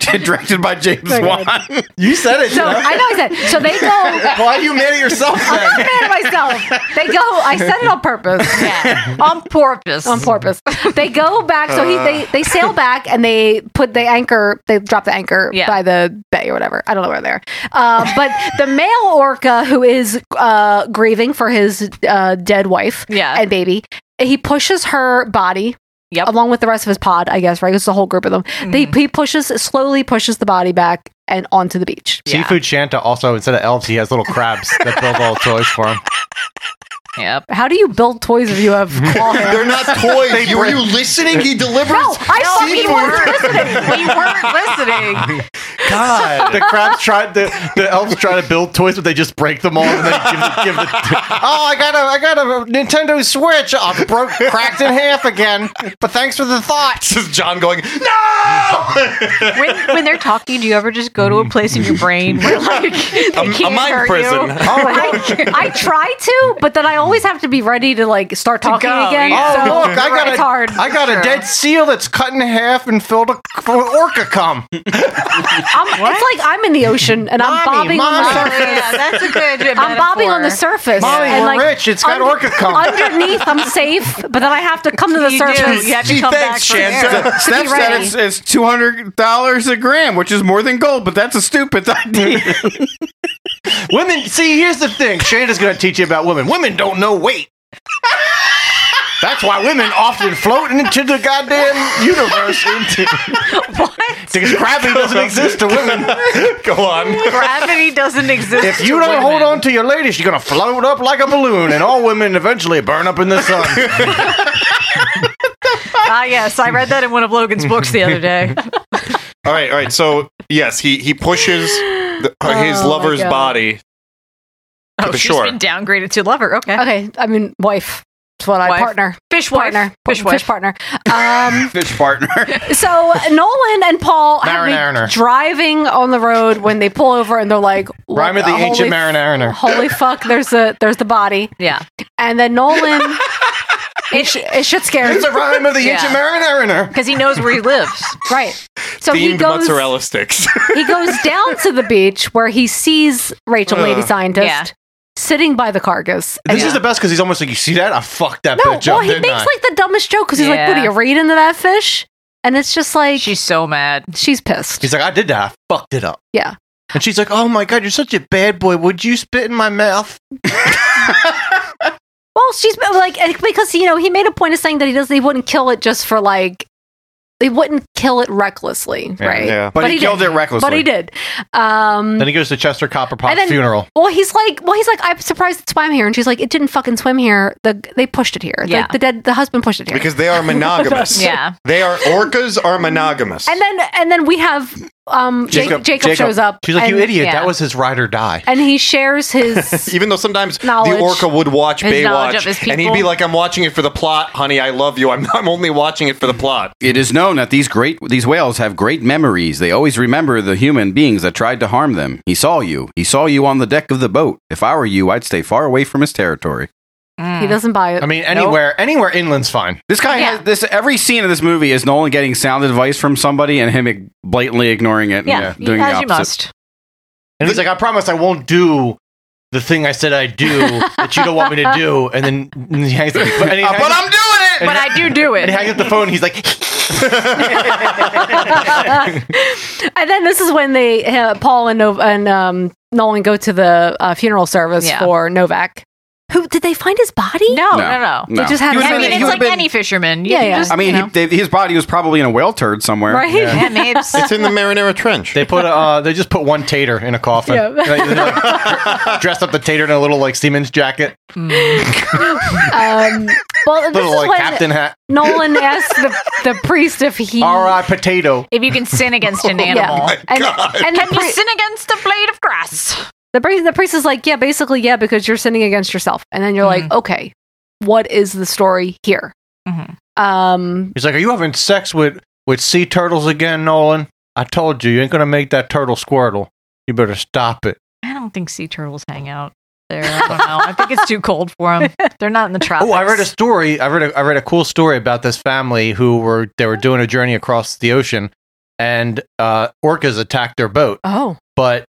[SPEAKER 10] Directed by James
[SPEAKER 3] Very good.
[SPEAKER 10] Wan.
[SPEAKER 14] You said it.
[SPEAKER 3] So
[SPEAKER 14] Jeff.
[SPEAKER 3] I know I said. So they go. [LAUGHS]
[SPEAKER 14] Why are you mad at yourself?
[SPEAKER 3] I'm not mad at myself. They go. I said it on purpose.
[SPEAKER 9] [LAUGHS] Yeah. On purpose.
[SPEAKER 3] On
[SPEAKER 10] [LAUGHS]
[SPEAKER 3] purpose. They go back. So he they
[SPEAKER 12] Uh.
[SPEAKER 3] they sail back and they put they anchor. They drop the anchor
[SPEAKER 9] Yeah.
[SPEAKER 3] by the bay or whatever. I don't know where they're. Uh, but the male orca who is uh, grieving for his uh, dead wife
[SPEAKER 9] Yeah.
[SPEAKER 3] and baby, he pushes her body.
[SPEAKER 9] Yep. Mm-hmm.
[SPEAKER 3] Along with the rest of his pod, I guess, right? It's a whole group of them. They, he pushes, slowly pushes the body back and onto the beach.
[SPEAKER 14] Seafood Shanta also instead of elves, he has little crabs that build [LAUGHS] all toys for him.
[SPEAKER 9] Yep.
[SPEAKER 3] How do you build toys if you
[SPEAKER 12] [LAUGHS]
[SPEAKER 3] have claw hands?
[SPEAKER 12] They're not toys. Were you listening? He delivers
[SPEAKER 3] No, I fucking
[SPEAKER 12] seafood.
[SPEAKER 3] wasn't listening.
[SPEAKER 9] We weren't listening.
[SPEAKER 13] God.
[SPEAKER 14] the crabs try the, the elves try to build toys, but they just break them all and then give, the- give [LAUGHS] the
[SPEAKER 13] Oh, I got a, I got a Nintendo Switch. I broke, cracked in half again. But thanks for the thought.
[SPEAKER 12] This is John going.
[SPEAKER 9] when, when they're talking, do you ever just go to a place in your brain where
[SPEAKER 10] [LAUGHS]
[SPEAKER 9] like they
[SPEAKER 12] A- a
[SPEAKER 9] can't
[SPEAKER 12] mind
[SPEAKER 9] hurt
[SPEAKER 12] prison.
[SPEAKER 9] you? I, I try to, but then I always have to be ready to like start talking
[SPEAKER 13] go,
[SPEAKER 9] again.
[SPEAKER 13] yeah.
[SPEAKER 9] so
[SPEAKER 13] Oh, look, I got
[SPEAKER 9] it's
[SPEAKER 13] a-
[SPEAKER 9] hard.
[SPEAKER 13] I got a dead seal that's cut in half and filled a, full of orca cum.
[SPEAKER 3] [LAUGHS] I'm, it's like I'm in the ocean and I'm
[SPEAKER 13] Mommy,
[SPEAKER 3] bobbing on the
[SPEAKER 13] mommy.
[SPEAKER 3] surface.
[SPEAKER 9] Oh,
[SPEAKER 13] Yeah, that's a good
[SPEAKER 3] [LAUGHS] I'm bobbing
[SPEAKER 13] metaphor.
[SPEAKER 3] on the surface.
[SPEAKER 13] Mommy,
[SPEAKER 3] and
[SPEAKER 13] we're rich. It's got orca cum.
[SPEAKER 3] Underneath, I'm safe, but then I have to come to the
[SPEAKER 9] You do.
[SPEAKER 3] surface.
[SPEAKER 9] You have to Gee, come thanks, back from Shanta. there.
[SPEAKER 10] Steph
[SPEAKER 3] Be
[SPEAKER 10] said
[SPEAKER 3] ready.
[SPEAKER 10] it's, it's two hundred dollars a gram, which is more than gold, but that's a stupid [LAUGHS] idea.
[SPEAKER 14] women. See, here's the thing. Shanda's going to teach you about women. Women don't know weight. That's why women often float into the goddamn universe.
[SPEAKER 9] [LAUGHS] what?
[SPEAKER 14] Because gravity doesn't exist to women. [LAUGHS]
[SPEAKER 12] Go on.
[SPEAKER 9] [LAUGHS] Gravity doesn't exist.
[SPEAKER 14] If you
[SPEAKER 9] to
[SPEAKER 14] don't
[SPEAKER 9] women.
[SPEAKER 14] hold on to your ladies, you're going to float up like a balloon, and all women eventually burn up in the sun.
[SPEAKER 9] Ah, yes, I read that in one of Logan's books the other [LAUGHS] day.
[SPEAKER 12] All right, all right. So yes, he he pushes the, uh,
[SPEAKER 3] Oh,
[SPEAKER 12] his
[SPEAKER 3] my
[SPEAKER 12] lover's
[SPEAKER 3] God.
[SPEAKER 12] body to
[SPEAKER 9] Oh,
[SPEAKER 12] the
[SPEAKER 9] she's
[SPEAKER 12] shore.
[SPEAKER 9] been downgraded to lover. Okay.
[SPEAKER 3] Okay, I mean wife. That's what I
[SPEAKER 9] Wife.
[SPEAKER 3] partner.
[SPEAKER 9] Fish wife.
[SPEAKER 3] Partner.
[SPEAKER 9] Fish
[SPEAKER 3] Fish
[SPEAKER 9] wife.
[SPEAKER 3] partner.
[SPEAKER 23] [LAUGHS]
[SPEAKER 3] Um, [LAUGHS]
[SPEAKER 10] Fish partner.
[SPEAKER 3] so Nolan and Paul have me
[SPEAKER 13] Marinariner.
[SPEAKER 3] driving on the road when they pull over and they're like, what
[SPEAKER 13] Rhyme of the ancient
[SPEAKER 3] holy
[SPEAKER 13] marinariner.
[SPEAKER 3] holy fuck there's the there's the body
[SPEAKER 9] yeah
[SPEAKER 3] and
[SPEAKER 14] [LAUGHS]
[SPEAKER 3] then nolan it, sh- it should scare
[SPEAKER 14] It's a rhyme of the ancient marinariner.
[SPEAKER 9] Because he knows where he lives.
[SPEAKER 3] [LAUGHS] right so
[SPEAKER 12] Themed
[SPEAKER 3] he goes
[SPEAKER 12] mozzarella sticks.
[SPEAKER 3] he
[SPEAKER 12] [LAUGHS]
[SPEAKER 3] goes down to the beach where he sees rachel lady
[SPEAKER 14] Ugh.
[SPEAKER 3] scientist
[SPEAKER 14] Yeah.
[SPEAKER 3] sitting by the carcass
[SPEAKER 14] [LAUGHS] This
[SPEAKER 3] And-
[SPEAKER 14] is the best because he's almost like, you see that? I fucked that
[SPEAKER 3] no
[SPEAKER 14] bitch
[SPEAKER 3] well
[SPEAKER 14] up.
[SPEAKER 3] he
[SPEAKER 14] didn't
[SPEAKER 3] makes
[SPEAKER 14] I?
[SPEAKER 3] like the dumbest joke because he's like what
[SPEAKER 14] Yeah.
[SPEAKER 3] are you read into that fish and it's just like she's
[SPEAKER 9] so mad
[SPEAKER 3] she's pissed
[SPEAKER 14] He's like, I did that. I fucked it up.
[SPEAKER 3] yeah
[SPEAKER 14] And she's like, "Oh my god, you're such a bad boy. Would you spit in my mouth?"
[SPEAKER 3] Well, she's like and because you know he made a point of saying that he doesn't he wouldn't kill it just for like they wouldn't kill it recklessly,
[SPEAKER 13] Yeah,
[SPEAKER 3] right?
[SPEAKER 13] yeah. But he killed
[SPEAKER 3] did.
[SPEAKER 13] it recklessly.
[SPEAKER 3] But he did.
[SPEAKER 14] mm.
[SPEAKER 3] Um,
[SPEAKER 13] Then he goes to Chester Copperpot's
[SPEAKER 3] and then-
[SPEAKER 13] funeral.
[SPEAKER 3] Well, he's like, well, he's like, I'm surprised it swam here, and she's like, it didn't fucking swim here. The they pushed it here. The-
[SPEAKER 12] Yeah.
[SPEAKER 3] The, dead the husband pushed it here [LAUGHS]
[SPEAKER 12] because they are
[SPEAKER 14] [LAUGHS]
[SPEAKER 12] monogamous.
[SPEAKER 3] Yeah.
[SPEAKER 12] They are orcas are monogamous.
[SPEAKER 3] And then and then we have um Jacob, Jacob, shows up.
[SPEAKER 14] She's like, "You
[SPEAKER 3] and-
[SPEAKER 14] idiot!
[SPEAKER 3] yeah.
[SPEAKER 14] That was his ride or die."
[SPEAKER 3] And he
[SPEAKER 14] [LAUGHS]
[SPEAKER 3] shares [LAUGHS] his [LAUGHS]
[SPEAKER 12] Even though sometimes
[SPEAKER 3] knowledge.
[SPEAKER 12] the orca would watch
[SPEAKER 3] His knowledge of his
[SPEAKER 12] Baywatch, and he'd be
[SPEAKER 3] people.
[SPEAKER 12] like, "I'm watching it for the plot, honey. I love you. I'm I'm only watching it for the plot."
[SPEAKER 23] It is known that these great these whales have great memories. They always remember the human beings that tried to harm them. He saw you. He saw you on the deck of the boat. If I were you, I'd stay far away from his territory.
[SPEAKER 14] Mm.
[SPEAKER 3] He doesn't buy it.
[SPEAKER 13] I mean,
[SPEAKER 14] anywhere- anywhere inland's fine.
[SPEAKER 10] This guy
[SPEAKER 3] Yeah.
[SPEAKER 10] has this every scene of this movie is Nolan getting sound advice from somebody and him ig- blatantly ignoring it.
[SPEAKER 9] Yeah,
[SPEAKER 10] and doing the
[SPEAKER 9] as you
[SPEAKER 10] opposite.
[SPEAKER 9] must.
[SPEAKER 14] And he's like, "I promise I won't do the thing I said I do that you don't want me to do." And then [LAUGHS] and he hangs, and he
[SPEAKER 9] Uh,
[SPEAKER 14] hangs
[SPEAKER 9] but I'm doing it!
[SPEAKER 14] and
[SPEAKER 9] But I do do it.
[SPEAKER 14] And he hangs up the phone. And he's like,
[SPEAKER 3] and then this is when they uh, Paul and Nov- and um, Nolan go to the uh, funeral service
[SPEAKER 9] Yeah.
[SPEAKER 3] for Novak. Who did they find his body?
[SPEAKER 9] No, no, no.
[SPEAKER 3] They just had.
[SPEAKER 9] I
[SPEAKER 10] He
[SPEAKER 9] mean,
[SPEAKER 10] would've been- he
[SPEAKER 9] it's
[SPEAKER 10] would've
[SPEAKER 9] like
[SPEAKER 10] been-
[SPEAKER 9] any fisherman. You
[SPEAKER 3] Yeah,
[SPEAKER 9] can
[SPEAKER 3] yeah.
[SPEAKER 9] Just,
[SPEAKER 10] I mean,
[SPEAKER 9] you know.
[SPEAKER 10] he, they, his body was probably in a whale turd somewhere.
[SPEAKER 9] Right? [LAUGHS] Yeah. Yeah, Mabes. It's in the
[SPEAKER 12] Marinara Trench.
[SPEAKER 14] They put a, uh, they just put one tater in a coffin. [LAUGHS]
[SPEAKER 3] Yeah.
[SPEAKER 14] Like,
[SPEAKER 3] [LAUGHS]
[SPEAKER 14] like, dressed up the tater in a little like Siemens jacket.
[SPEAKER 3] um, well, this
[SPEAKER 14] Little,
[SPEAKER 3] is
[SPEAKER 14] like,
[SPEAKER 3] when
[SPEAKER 14] captain hat.
[SPEAKER 9] [LAUGHS]
[SPEAKER 3] Nolan asked the, the priest if he
[SPEAKER 14] R.I. Potato.
[SPEAKER 9] if you can sin against an
[SPEAKER 3] Yeah.
[SPEAKER 9] animal,
[SPEAKER 3] and, and
[SPEAKER 9] can
[SPEAKER 3] the, pri-
[SPEAKER 9] you sin against a blade of grass?
[SPEAKER 3] the, priest, the priest is like, yeah, basically, yeah, because you're sinning against yourself. And then you're like, okay, what is the story here? Um,
[SPEAKER 14] He's like, "Are you having sex with with sea turtles again, Nolan? I told you, you ain't gonna make that turtle squirtle. You better stop it."
[SPEAKER 9] I don't think sea turtles hang out there. I don't know. [LAUGHS] I think it's too cold for them. They're not in the tropics.
[SPEAKER 14] Oh, I read a story. I read a, I read a cool story about this family who were they were doing a journey across the ocean, and uh, orcas attacked their boat.
[SPEAKER 3] Oh,
[SPEAKER 14] but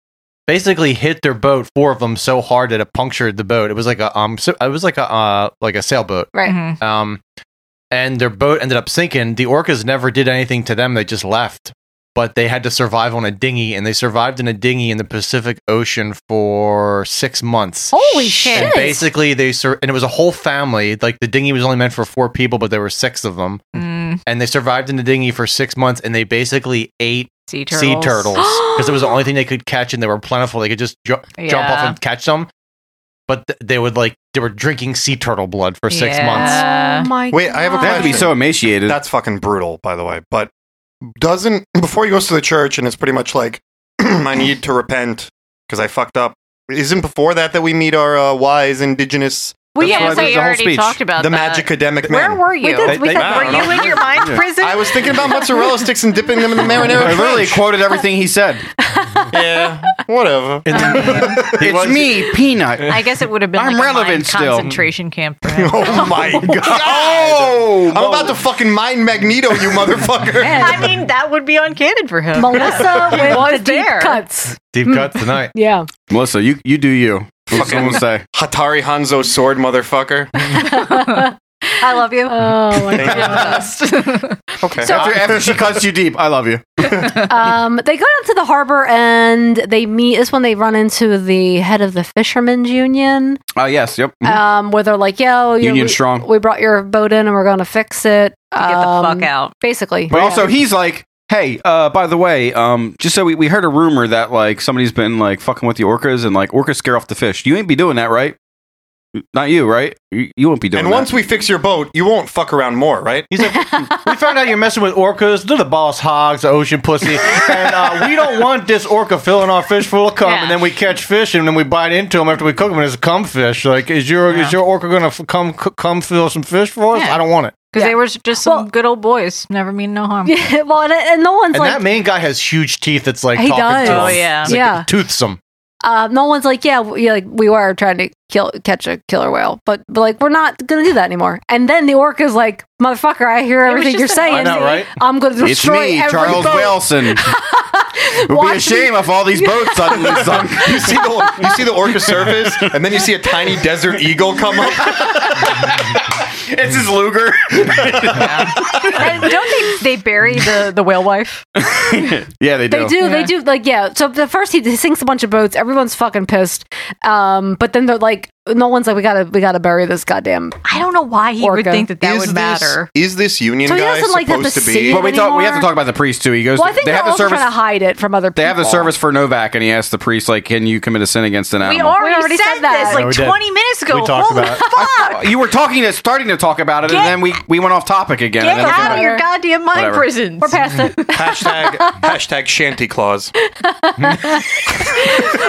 [SPEAKER 14] basically hit their boat. Four of them so hard that it punctured the boat. It was like a um, so, it was like a uh, like a sailboat,
[SPEAKER 3] Right. Mhm.
[SPEAKER 14] Um, and their boat ended up sinking. The orcas never did anything to them. They just left. But they had to survive on a dinghy, and they survived in a dinghy in the Pacific Ocean for six months.
[SPEAKER 3] holy shit!
[SPEAKER 14] And basically, they sur- and it was a whole family. Like the dinghy was only meant for four people, but there were six of them,
[SPEAKER 9] Mm.
[SPEAKER 14] and they survived in the dinghy for six months. And they basically ate
[SPEAKER 9] sea
[SPEAKER 14] sea
[SPEAKER 9] turtles.
[SPEAKER 14] turtles
[SPEAKER 9] [GASPS]
[SPEAKER 14] because it was the only thing they could catch, and they were plentiful. They could just ju- jump off
[SPEAKER 9] Yeah.
[SPEAKER 14] and catch them. But th- they would like they were drinking sea turtle blood for six
[SPEAKER 9] Yeah. [LAUGHS]
[SPEAKER 14] months.
[SPEAKER 9] Oh my
[SPEAKER 12] Wait, I have a
[SPEAKER 9] God. They have
[SPEAKER 12] question.
[SPEAKER 9] to be so
[SPEAKER 12] emaciated. That's fucking brutal, by the way. But doesn't before he goes to the church and it's pretty much like [CLEARS THROAT] I need to repent because I fucked up. Isn't before that that we meet our uh, wise indigenous?
[SPEAKER 9] Well, yeah, so you already talked about
[SPEAKER 12] the
[SPEAKER 9] that.
[SPEAKER 12] magic academic
[SPEAKER 9] Where
[SPEAKER 12] men.
[SPEAKER 9] were you? We did- we said,
[SPEAKER 12] I
[SPEAKER 9] were
[SPEAKER 12] don't
[SPEAKER 9] you in your mind prison?
[SPEAKER 12] I was thinking about mozzarella sticks and
[SPEAKER 9] [LAUGHS]
[SPEAKER 12] dipping them in the marinara.
[SPEAKER 10] I literally
[SPEAKER 12] quoted everything he said. [LAUGHS] yeah, whatever.
[SPEAKER 9] [LAUGHS]
[SPEAKER 10] it's me, Peanut.
[SPEAKER 9] I guess it would have been
[SPEAKER 10] I'm
[SPEAKER 9] like a
[SPEAKER 10] relevant
[SPEAKER 9] mind
[SPEAKER 10] still.
[SPEAKER 9] concentration camp.
[SPEAKER 12] [LAUGHS] oh
[SPEAKER 9] [LAUGHS]
[SPEAKER 12] my god! Oh, I'm about to fucking mind Magneto, you motherfucker.
[SPEAKER 9] I mean, that would be uncanny for him.
[SPEAKER 3] Melissa
[SPEAKER 9] [LAUGHS] He
[SPEAKER 3] with
[SPEAKER 9] was
[SPEAKER 3] the deep
[SPEAKER 9] there.
[SPEAKER 3] cuts.
[SPEAKER 10] Deep
[SPEAKER 9] [LAUGHS]
[SPEAKER 10] cut tonight.
[SPEAKER 3] Yeah.
[SPEAKER 10] Melissa, you, you do you. What's someone say?
[SPEAKER 12] Hatari Hanzo sword, motherfucker.
[SPEAKER 9] I love you. Oh,
[SPEAKER 12] my Thank
[SPEAKER 10] Okay.
[SPEAKER 3] So-
[SPEAKER 10] after, after she cuts you deep, I love you.
[SPEAKER 3] um, they go down to the harbor and they meet. This one they run into the head of the fishermen's union,
[SPEAKER 10] Oh, yes. Yep.
[SPEAKER 3] um, where they're like, "Yo, you know,
[SPEAKER 10] Union
[SPEAKER 3] we,
[SPEAKER 10] strong.
[SPEAKER 3] We brought your boat in and we're going to fix it. get the fuck out, basically."
[SPEAKER 10] But also, he's like, hey, uh, by the way, um, just so we, we heard a rumor that like somebody's been like fucking with the orcas and like orcas scare off the fish. You ain't be doing that, right? Not you, right? You, you won't be doing
[SPEAKER 12] And
[SPEAKER 10] that.
[SPEAKER 12] once we fix your boat, you won't fuck around more, right?
[SPEAKER 14] He's like, we found out you're messing with orcas. They're the boss hogs, the ocean pussy,
[SPEAKER 9] [LAUGHS]
[SPEAKER 14] and uh, we don't want this orca filling our fish full of cum, and then we catch fish, and then we bite into them after we cook them, and it's cum fish. Like, is your is your orca gonna f- come c- come fill some fish for us? I don't want it.
[SPEAKER 9] Because they were just some good old boys. Never mean no [LAUGHS] harm.
[SPEAKER 3] Yeah, well, and, and no one's
[SPEAKER 14] And
[SPEAKER 3] like,
[SPEAKER 14] that main guy has huge teeth. That's like
[SPEAKER 3] He
[SPEAKER 14] talking
[SPEAKER 3] does.
[SPEAKER 14] to him.
[SPEAKER 3] Oh, yeah.
[SPEAKER 14] It's, like,
[SPEAKER 3] Yeah.
[SPEAKER 14] toothsome.
[SPEAKER 3] uh, no one's like, "Yeah, we, like we were trying to kill catch a killer whale, but, but like we're not going to do that anymore." And then the orca's like, "Motherfucker, I hear everything you're
[SPEAKER 10] just an
[SPEAKER 3] saying.
[SPEAKER 10] orca. I know, right?
[SPEAKER 3] I'm going to
[SPEAKER 10] it's
[SPEAKER 3] destroy
[SPEAKER 10] me,
[SPEAKER 3] every
[SPEAKER 10] Charles
[SPEAKER 3] boat." [LAUGHS]
[SPEAKER 10] Wilson. it would
[SPEAKER 3] Watch
[SPEAKER 10] be a
[SPEAKER 3] me-
[SPEAKER 10] shame if all [LAUGHS] these
[SPEAKER 9] [LAUGHS]
[SPEAKER 10] boats suddenly sunk.
[SPEAKER 12] You see the you see the orca surface, and then you see a tiny desert eagle
[SPEAKER 9] [LAUGHS]
[SPEAKER 12] come up.
[SPEAKER 10] it's his
[SPEAKER 12] [LAUGHS]
[SPEAKER 10] Luger.
[SPEAKER 9] And don't they, they bury the, the whale wife?
[SPEAKER 10] yeah, they
[SPEAKER 3] They
[SPEAKER 10] do.
[SPEAKER 3] do, they do, like, yeah. So the first he sinks a bunch of boats, everyone's fucking pissed. Um, but then they're like, no one's like, we gotta, we gotta bury this goddamn.
[SPEAKER 9] I don't know why he
[SPEAKER 3] orca.
[SPEAKER 9] would think that that
[SPEAKER 12] Is
[SPEAKER 9] would
[SPEAKER 12] this-
[SPEAKER 9] matter.
[SPEAKER 12] Is this union
[SPEAKER 3] So he
[SPEAKER 12] guy
[SPEAKER 3] doesn't, like, have
[SPEAKER 12] supposed
[SPEAKER 3] to
[SPEAKER 12] to
[SPEAKER 3] see
[SPEAKER 12] be?
[SPEAKER 3] it
[SPEAKER 10] But we talk. We have to talk about the priest too. He goes.
[SPEAKER 3] Well, I think
[SPEAKER 10] they
[SPEAKER 3] they're
[SPEAKER 10] have the
[SPEAKER 3] also
[SPEAKER 10] service.
[SPEAKER 3] trying to hide it from other.
[SPEAKER 10] They have the
[SPEAKER 3] people.
[SPEAKER 10] service for Novak, and he asks the priest, like, "Can you commit a sin against an
[SPEAKER 9] We
[SPEAKER 10] animal?"
[SPEAKER 9] already,
[SPEAKER 3] already
[SPEAKER 9] said,
[SPEAKER 3] said that.
[SPEAKER 9] this
[SPEAKER 10] Yeah, [LAUGHS] we
[SPEAKER 9] like
[SPEAKER 10] did.
[SPEAKER 9] 20 minutes ago.
[SPEAKER 10] We talked
[SPEAKER 9] Holy
[SPEAKER 10] about it.
[SPEAKER 9] fuck!
[SPEAKER 10] you were talking to starting to talk about it,
[SPEAKER 9] Get-
[SPEAKER 10] and then we, we went off topic again.
[SPEAKER 9] Get
[SPEAKER 10] and then
[SPEAKER 9] out of your goddamn mind
[SPEAKER 10] Whatever.
[SPEAKER 9] prisons. We're
[SPEAKER 3] past it.
[SPEAKER 9] [LAUGHS]
[SPEAKER 10] [LAUGHS]
[SPEAKER 12] hashtag
[SPEAKER 3] [LAUGHS]
[SPEAKER 12] hashtag shanty clause.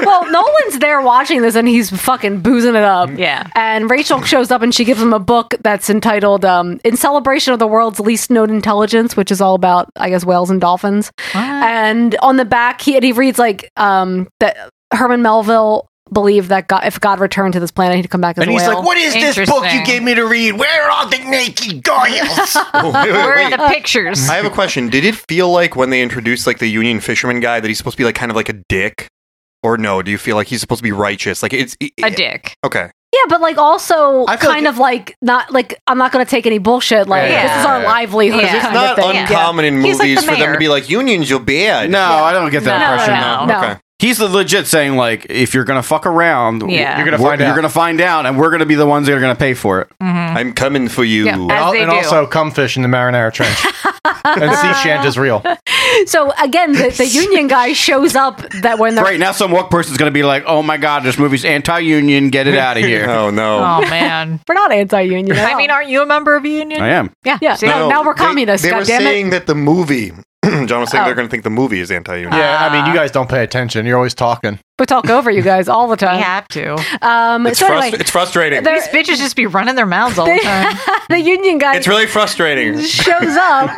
[SPEAKER 3] well, Nolan's there watching this, and he's fucking boozing it up.
[SPEAKER 9] Yeah.
[SPEAKER 3] And Rachel shows up, and she gives him a book that's entitled um, "In Celebration of the World's Least Known Intelligence," which is all about, I guess, whales and dolphins. And on the back, he and he reads like um, that Herman Melville believed that God, if God returned to this planet, he'd come back as
[SPEAKER 14] And
[SPEAKER 3] a
[SPEAKER 14] he's
[SPEAKER 3] whale.
[SPEAKER 14] like, "What is this book you gave me to read? Where are the naked [LAUGHS] goyles?"
[SPEAKER 9] pictures?
[SPEAKER 12] I have a question. Did it feel like when they introduced like the Union fisherman guy that he's supposed to be like kind of like a dick, or no? Do you feel like he's supposed to be righteous? Like it's it-
[SPEAKER 9] A dick.
[SPEAKER 12] okay.
[SPEAKER 3] Yeah, but like also
[SPEAKER 12] I
[SPEAKER 3] kind
[SPEAKER 12] feel like-
[SPEAKER 3] of like not like I'm not going to take any bullshit. Like
[SPEAKER 12] Yeah.
[SPEAKER 3] this is our livelihood.
[SPEAKER 12] Because it's
[SPEAKER 3] kind
[SPEAKER 12] not
[SPEAKER 3] of thing.
[SPEAKER 12] uncommon in
[SPEAKER 3] He's
[SPEAKER 12] movies
[SPEAKER 3] like the
[SPEAKER 12] for them
[SPEAKER 3] mayor.
[SPEAKER 12] to be like unions, you're bad.
[SPEAKER 10] No, I don't get that
[SPEAKER 3] No, no,
[SPEAKER 10] impression.
[SPEAKER 3] no, no. No. Okay.
[SPEAKER 10] He's legit saying like, if you're gonna fuck around,
[SPEAKER 3] Yeah.
[SPEAKER 10] you're gonna find out. You're gonna find out, and we're gonna be the ones that are gonna pay for it.
[SPEAKER 3] Mm-hmm.
[SPEAKER 12] I'm coming for you.
[SPEAKER 3] Yeah,
[SPEAKER 14] and
[SPEAKER 3] as
[SPEAKER 14] al-
[SPEAKER 3] they
[SPEAKER 14] and
[SPEAKER 3] do.
[SPEAKER 14] also cum fish in the marinara
[SPEAKER 3] [LAUGHS]
[SPEAKER 14] trench, and sea shant is real.
[SPEAKER 3] So again, the, the union guy shows up that when they're
[SPEAKER 10] Right now, some woke person's gonna be like, "Oh my god, this movie's anti-union. Get it out
[SPEAKER 3] [LAUGHS]
[SPEAKER 10] of here."
[SPEAKER 12] oh no.
[SPEAKER 9] Oh, man.
[SPEAKER 3] We're not anti-union. at
[SPEAKER 9] I
[SPEAKER 3] all.
[SPEAKER 9] mean, aren't you a member of a union?
[SPEAKER 10] I am.
[SPEAKER 3] Yeah. Yeah.
[SPEAKER 12] No,
[SPEAKER 3] now, now we're
[SPEAKER 12] they-
[SPEAKER 3] communists.
[SPEAKER 12] They,
[SPEAKER 3] God
[SPEAKER 12] were
[SPEAKER 3] damn it.
[SPEAKER 12] saying that the movie. [CLEARS THROAT] John was saying
[SPEAKER 3] Oh.
[SPEAKER 12] they're going to think the movie is anti-union.
[SPEAKER 14] Yeah, I mean, you guys don't pay attention. You're always talking.
[SPEAKER 3] We talk over you guys all the time. We
[SPEAKER 9] have to.
[SPEAKER 3] Um,
[SPEAKER 12] it's,
[SPEAKER 3] so
[SPEAKER 12] frust-
[SPEAKER 3] anyway,
[SPEAKER 12] it's frustrating.
[SPEAKER 9] These bitches just be running their mouths all the time.
[SPEAKER 3] [LAUGHS] the union guy
[SPEAKER 12] It's really frustrating.
[SPEAKER 3] shows up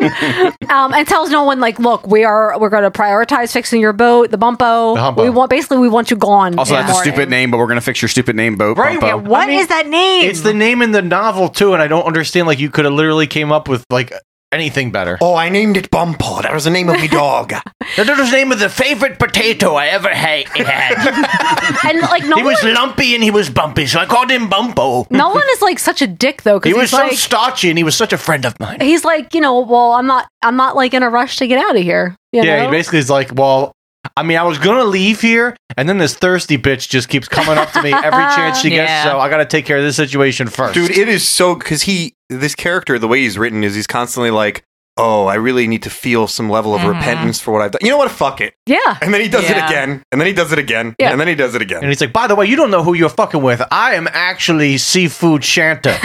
[SPEAKER 3] um, and tells no one like, look, we are we're going to prioritize fixing your boat, the bumpo.
[SPEAKER 10] The humpo.
[SPEAKER 3] we want basically we want you gone.
[SPEAKER 10] Also,
[SPEAKER 3] in
[SPEAKER 10] that's
[SPEAKER 3] the
[SPEAKER 10] a stupid name, but we're gonna fix your stupid name, boat. Bumpo.
[SPEAKER 9] What is that name?
[SPEAKER 14] It's
[SPEAKER 3] Mm.
[SPEAKER 14] the name in the novel too, and I don't understand. Like, you could have literally came up with like anything better.
[SPEAKER 12] Oh, I named it Bumpo. That was the name of
[SPEAKER 14] [LAUGHS]
[SPEAKER 12] my dog.
[SPEAKER 14] That was the name of the favorite potato I ever ha- [LAUGHS] had.
[SPEAKER 9] [LAUGHS]
[SPEAKER 3] and like no
[SPEAKER 14] he
[SPEAKER 3] one,
[SPEAKER 14] was lumpy and he was bumpy, so I called him Bumpo.
[SPEAKER 3] no one is like such a dick though
[SPEAKER 14] [LAUGHS] He was
[SPEAKER 3] because he's
[SPEAKER 14] so
[SPEAKER 3] like
[SPEAKER 14] starchy and he was such a friend of mine.
[SPEAKER 3] he's like you know well I'm not I'm not like in a rush to get out of here. You
[SPEAKER 14] yeah,
[SPEAKER 3] know?
[SPEAKER 14] he basically is like, well, I mean, I was gonna leave here, and then this thirsty bitch just keeps coming up to me every
[SPEAKER 3] [LAUGHS]
[SPEAKER 14] chance she
[SPEAKER 12] Yeah.
[SPEAKER 14] gets. So I gotta take care of this situation first,
[SPEAKER 12] Dude, it is so because he this character, the way he's written is he's constantly like, Oh, I really need to feel some level of
[SPEAKER 3] Mm-hmm.
[SPEAKER 14] Mhm.
[SPEAKER 12] repentance for what I've done. You know what? Fuck it.
[SPEAKER 3] Yeah.
[SPEAKER 12] And then he does
[SPEAKER 14] Yeah.
[SPEAKER 12] it again. And then he does it again.
[SPEAKER 14] Yeah.
[SPEAKER 12] And then he does it
[SPEAKER 14] [LAUGHS]
[SPEAKER 12] again.
[SPEAKER 14] And he's like, by the way, you don't know who you're fucking with. I am actually seafood
[SPEAKER 3] [LAUGHS]
[SPEAKER 14] shanta,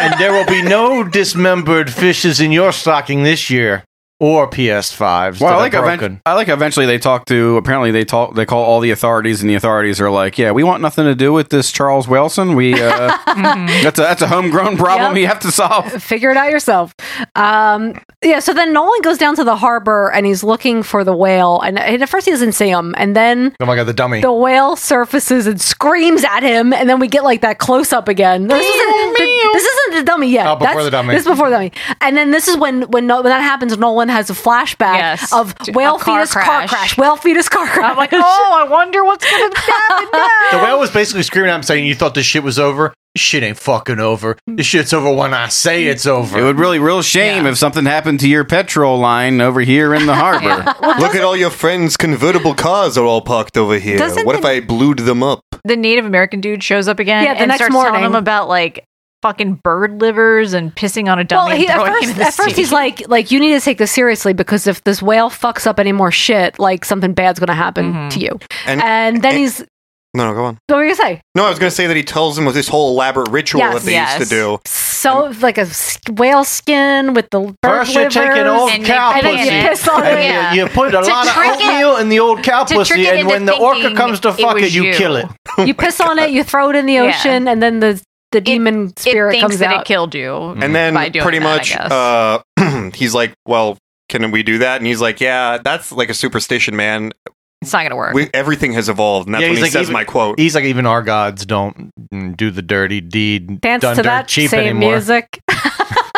[SPEAKER 14] and there will be no dismembered fishes in your stocking this year. or PS5s.
[SPEAKER 10] Well,
[SPEAKER 14] that
[SPEAKER 10] I
[SPEAKER 14] are
[SPEAKER 10] like,
[SPEAKER 14] broken.
[SPEAKER 10] event- I like eventually they talk to apparently they talk they call all the authorities and the authorities are like, yeah, we want nothing to do with this Charles Wilson. We
[SPEAKER 12] [LAUGHS]
[SPEAKER 10] uh, that's a that's a homegrown problem
[SPEAKER 3] Mm-hmm. Yep.
[SPEAKER 10] we have to solve.
[SPEAKER 3] [LAUGHS] Figure it out yourself. Um, yeah, so then Nolan goes down to the harbor and he's looking for the whale. And, and at first he doesn't see him. And then
[SPEAKER 14] Oh my god, the dummy.
[SPEAKER 3] the whale surfaces and screams at him. And then we get like that close up again. This isn't, the, this isn't the dummy yet.
[SPEAKER 14] Oh, before the dummy.
[SPEAKER 3] This is before the dummy. And then this is when when, no, when that happens, Nolan has a flashback of whale
[SPEAKER 9] car
[SPEAKER 3] fetus car
[SPEAKER 9] crash.
[SPEAKER 3] crash. Whale fetus car crash. [LAUGHS] I'm like,
[SPEAKER 9] oh, I wonder what's going to happen
[SPEAKER 14] The whale was basically screaming at him saying, You thought this shit was over? This shit ain't fucking over. This shit's over when I say it's over.
[SPEAKER 10] It would really real shame if something happened to your petrol line over here in the harbor.
[SPEAKER 12] Look at all your friends' convertible cars are all parked over here.
[SPEAKER 9] Doesn't
[SPEAKER 12] what if I blued them up?
[SPEAKER 9] [LAUGHS] the Native American dude shows up again
[SPEAKER 3] Yeah, the
[SPEAKER 9] and
[SPEAKER 3] next
[SPEAKER 9] starts
[SPEAKER 3] morning.
[SPEAKER 9] telling him about like fucking bird livers and pissing on a dummy.
[SPEAKER 3] Well, he,
[SPEAKER 9] and
[SPEAKER 3] at
[SPEAKER 9] throwing him
[SPEAKER 3] first,
[SPEAKER 9] in the
[SPEAKER 3] at first
[SPEAKER 9] sea.
[SPEAKER 3] he's
[SPEAKER 9] [LAUGHS]
[SPEAKER 3] like, like you need to take this seriously because if this whale fucks up any more shit, like something bad's gonna happen to you. And,
[SPEAKER 12] And-
[SPEAKER 3] then he's,
[SPEAKER 12] No, no, go on.
[SPEAKER 3] what were you gonna say?
[SPEAKER 12] No, I was going to say that he tells him of this whole elaborate ritual
[SPEAKER 3] Yes.
[SPEAKER 12] that they used to do.
[SPEAKER 3] Yes. So like a s- whale skin with the bird
[SPEAKER 14] First, you're taking
[SPEAKER 3] livers,
[SPEAKER 14] old
[SPEAKER 3] and you-
[SPEAKER 14] cow
[SPEAKER 3] and then
[SPEAKER 14] pussy.
[SPEAKER 3] you piss on
[SPEAKER 14] and
[SPEAKER 3] it.
[SPEAKER 14] you- you, put a
[SPEAKER 3] To
[SPEAKER 14] lot of
[SPEAKER 3] trick it-
[SPEAKER 14] oatmeal in the old cow
[SPEAKER 3] to
[SPEAKER 14] pussy,
[SPEAKER 3] trick it
[SPEAKER 14] and when
[SPEAKER 3] into
[SPEAKER 14] the orca
[SPEAKER 3] thinking
[SPEAKER 14] comes to
[SPEAKER 3] it
[SPEAKER 14] fuck
[SPEAKER 3] was
[SPEAKER 14] it, you,
[SPEAKER 3] you.
[SPEAKER 14] kill it.
[SPEAKER 3] [LAUGHS] you piss on it, you throw it in the
[SPEAKER 9] Yeah.
[SPEAKER 3] ocean, and then the the demon spirit
[SPEAKER 9] thinks
[SPEAKER 3] comes
[SPEAKER 9] that
[SPEAKER 3] out.
[SPEAKER 9] it killed you,
[SPEAKER 14] Mm-hmm.
[SPEAKER 12] And then
[SPEAKER 9] by doing
[SPEAKER 12] pretty
[SPEAKER 9] that, I
[SPEAKER 12] much
[SPEAKER 9] guess.
[SPEAKER 12] uh, [CLEARS THROAT] he's like, well, can we do that? And he's like, yeah, that's like a superstition, man.
[SPEAKER 9] it's not gonna work.
[SPEAKER 12] We, everything has evolved. And that's
[SPEAKER 14] Yeah, he's
[SPEAKER 12] when he
[SPEAKER 14] like,
[SPEAKER 12] says
[SPEAKER 14] even-
[SPEAKER 12] my quote.
[SPEAKER 14] He's like, even our gods don't mm, do the dirty deed.
[SPEAKER 3] Dance
[SPEAKER 14] done
[SPEAKER 3] to
[SPEAKER 14] dirt
[SPEAKER 3] that
[SPEAKER 14] cheap
[SPEAKER 3] same
[SPEAKER 14] anymore.
[SPEAKER 3] music.
[SPEAKER 14] [LAUGHS]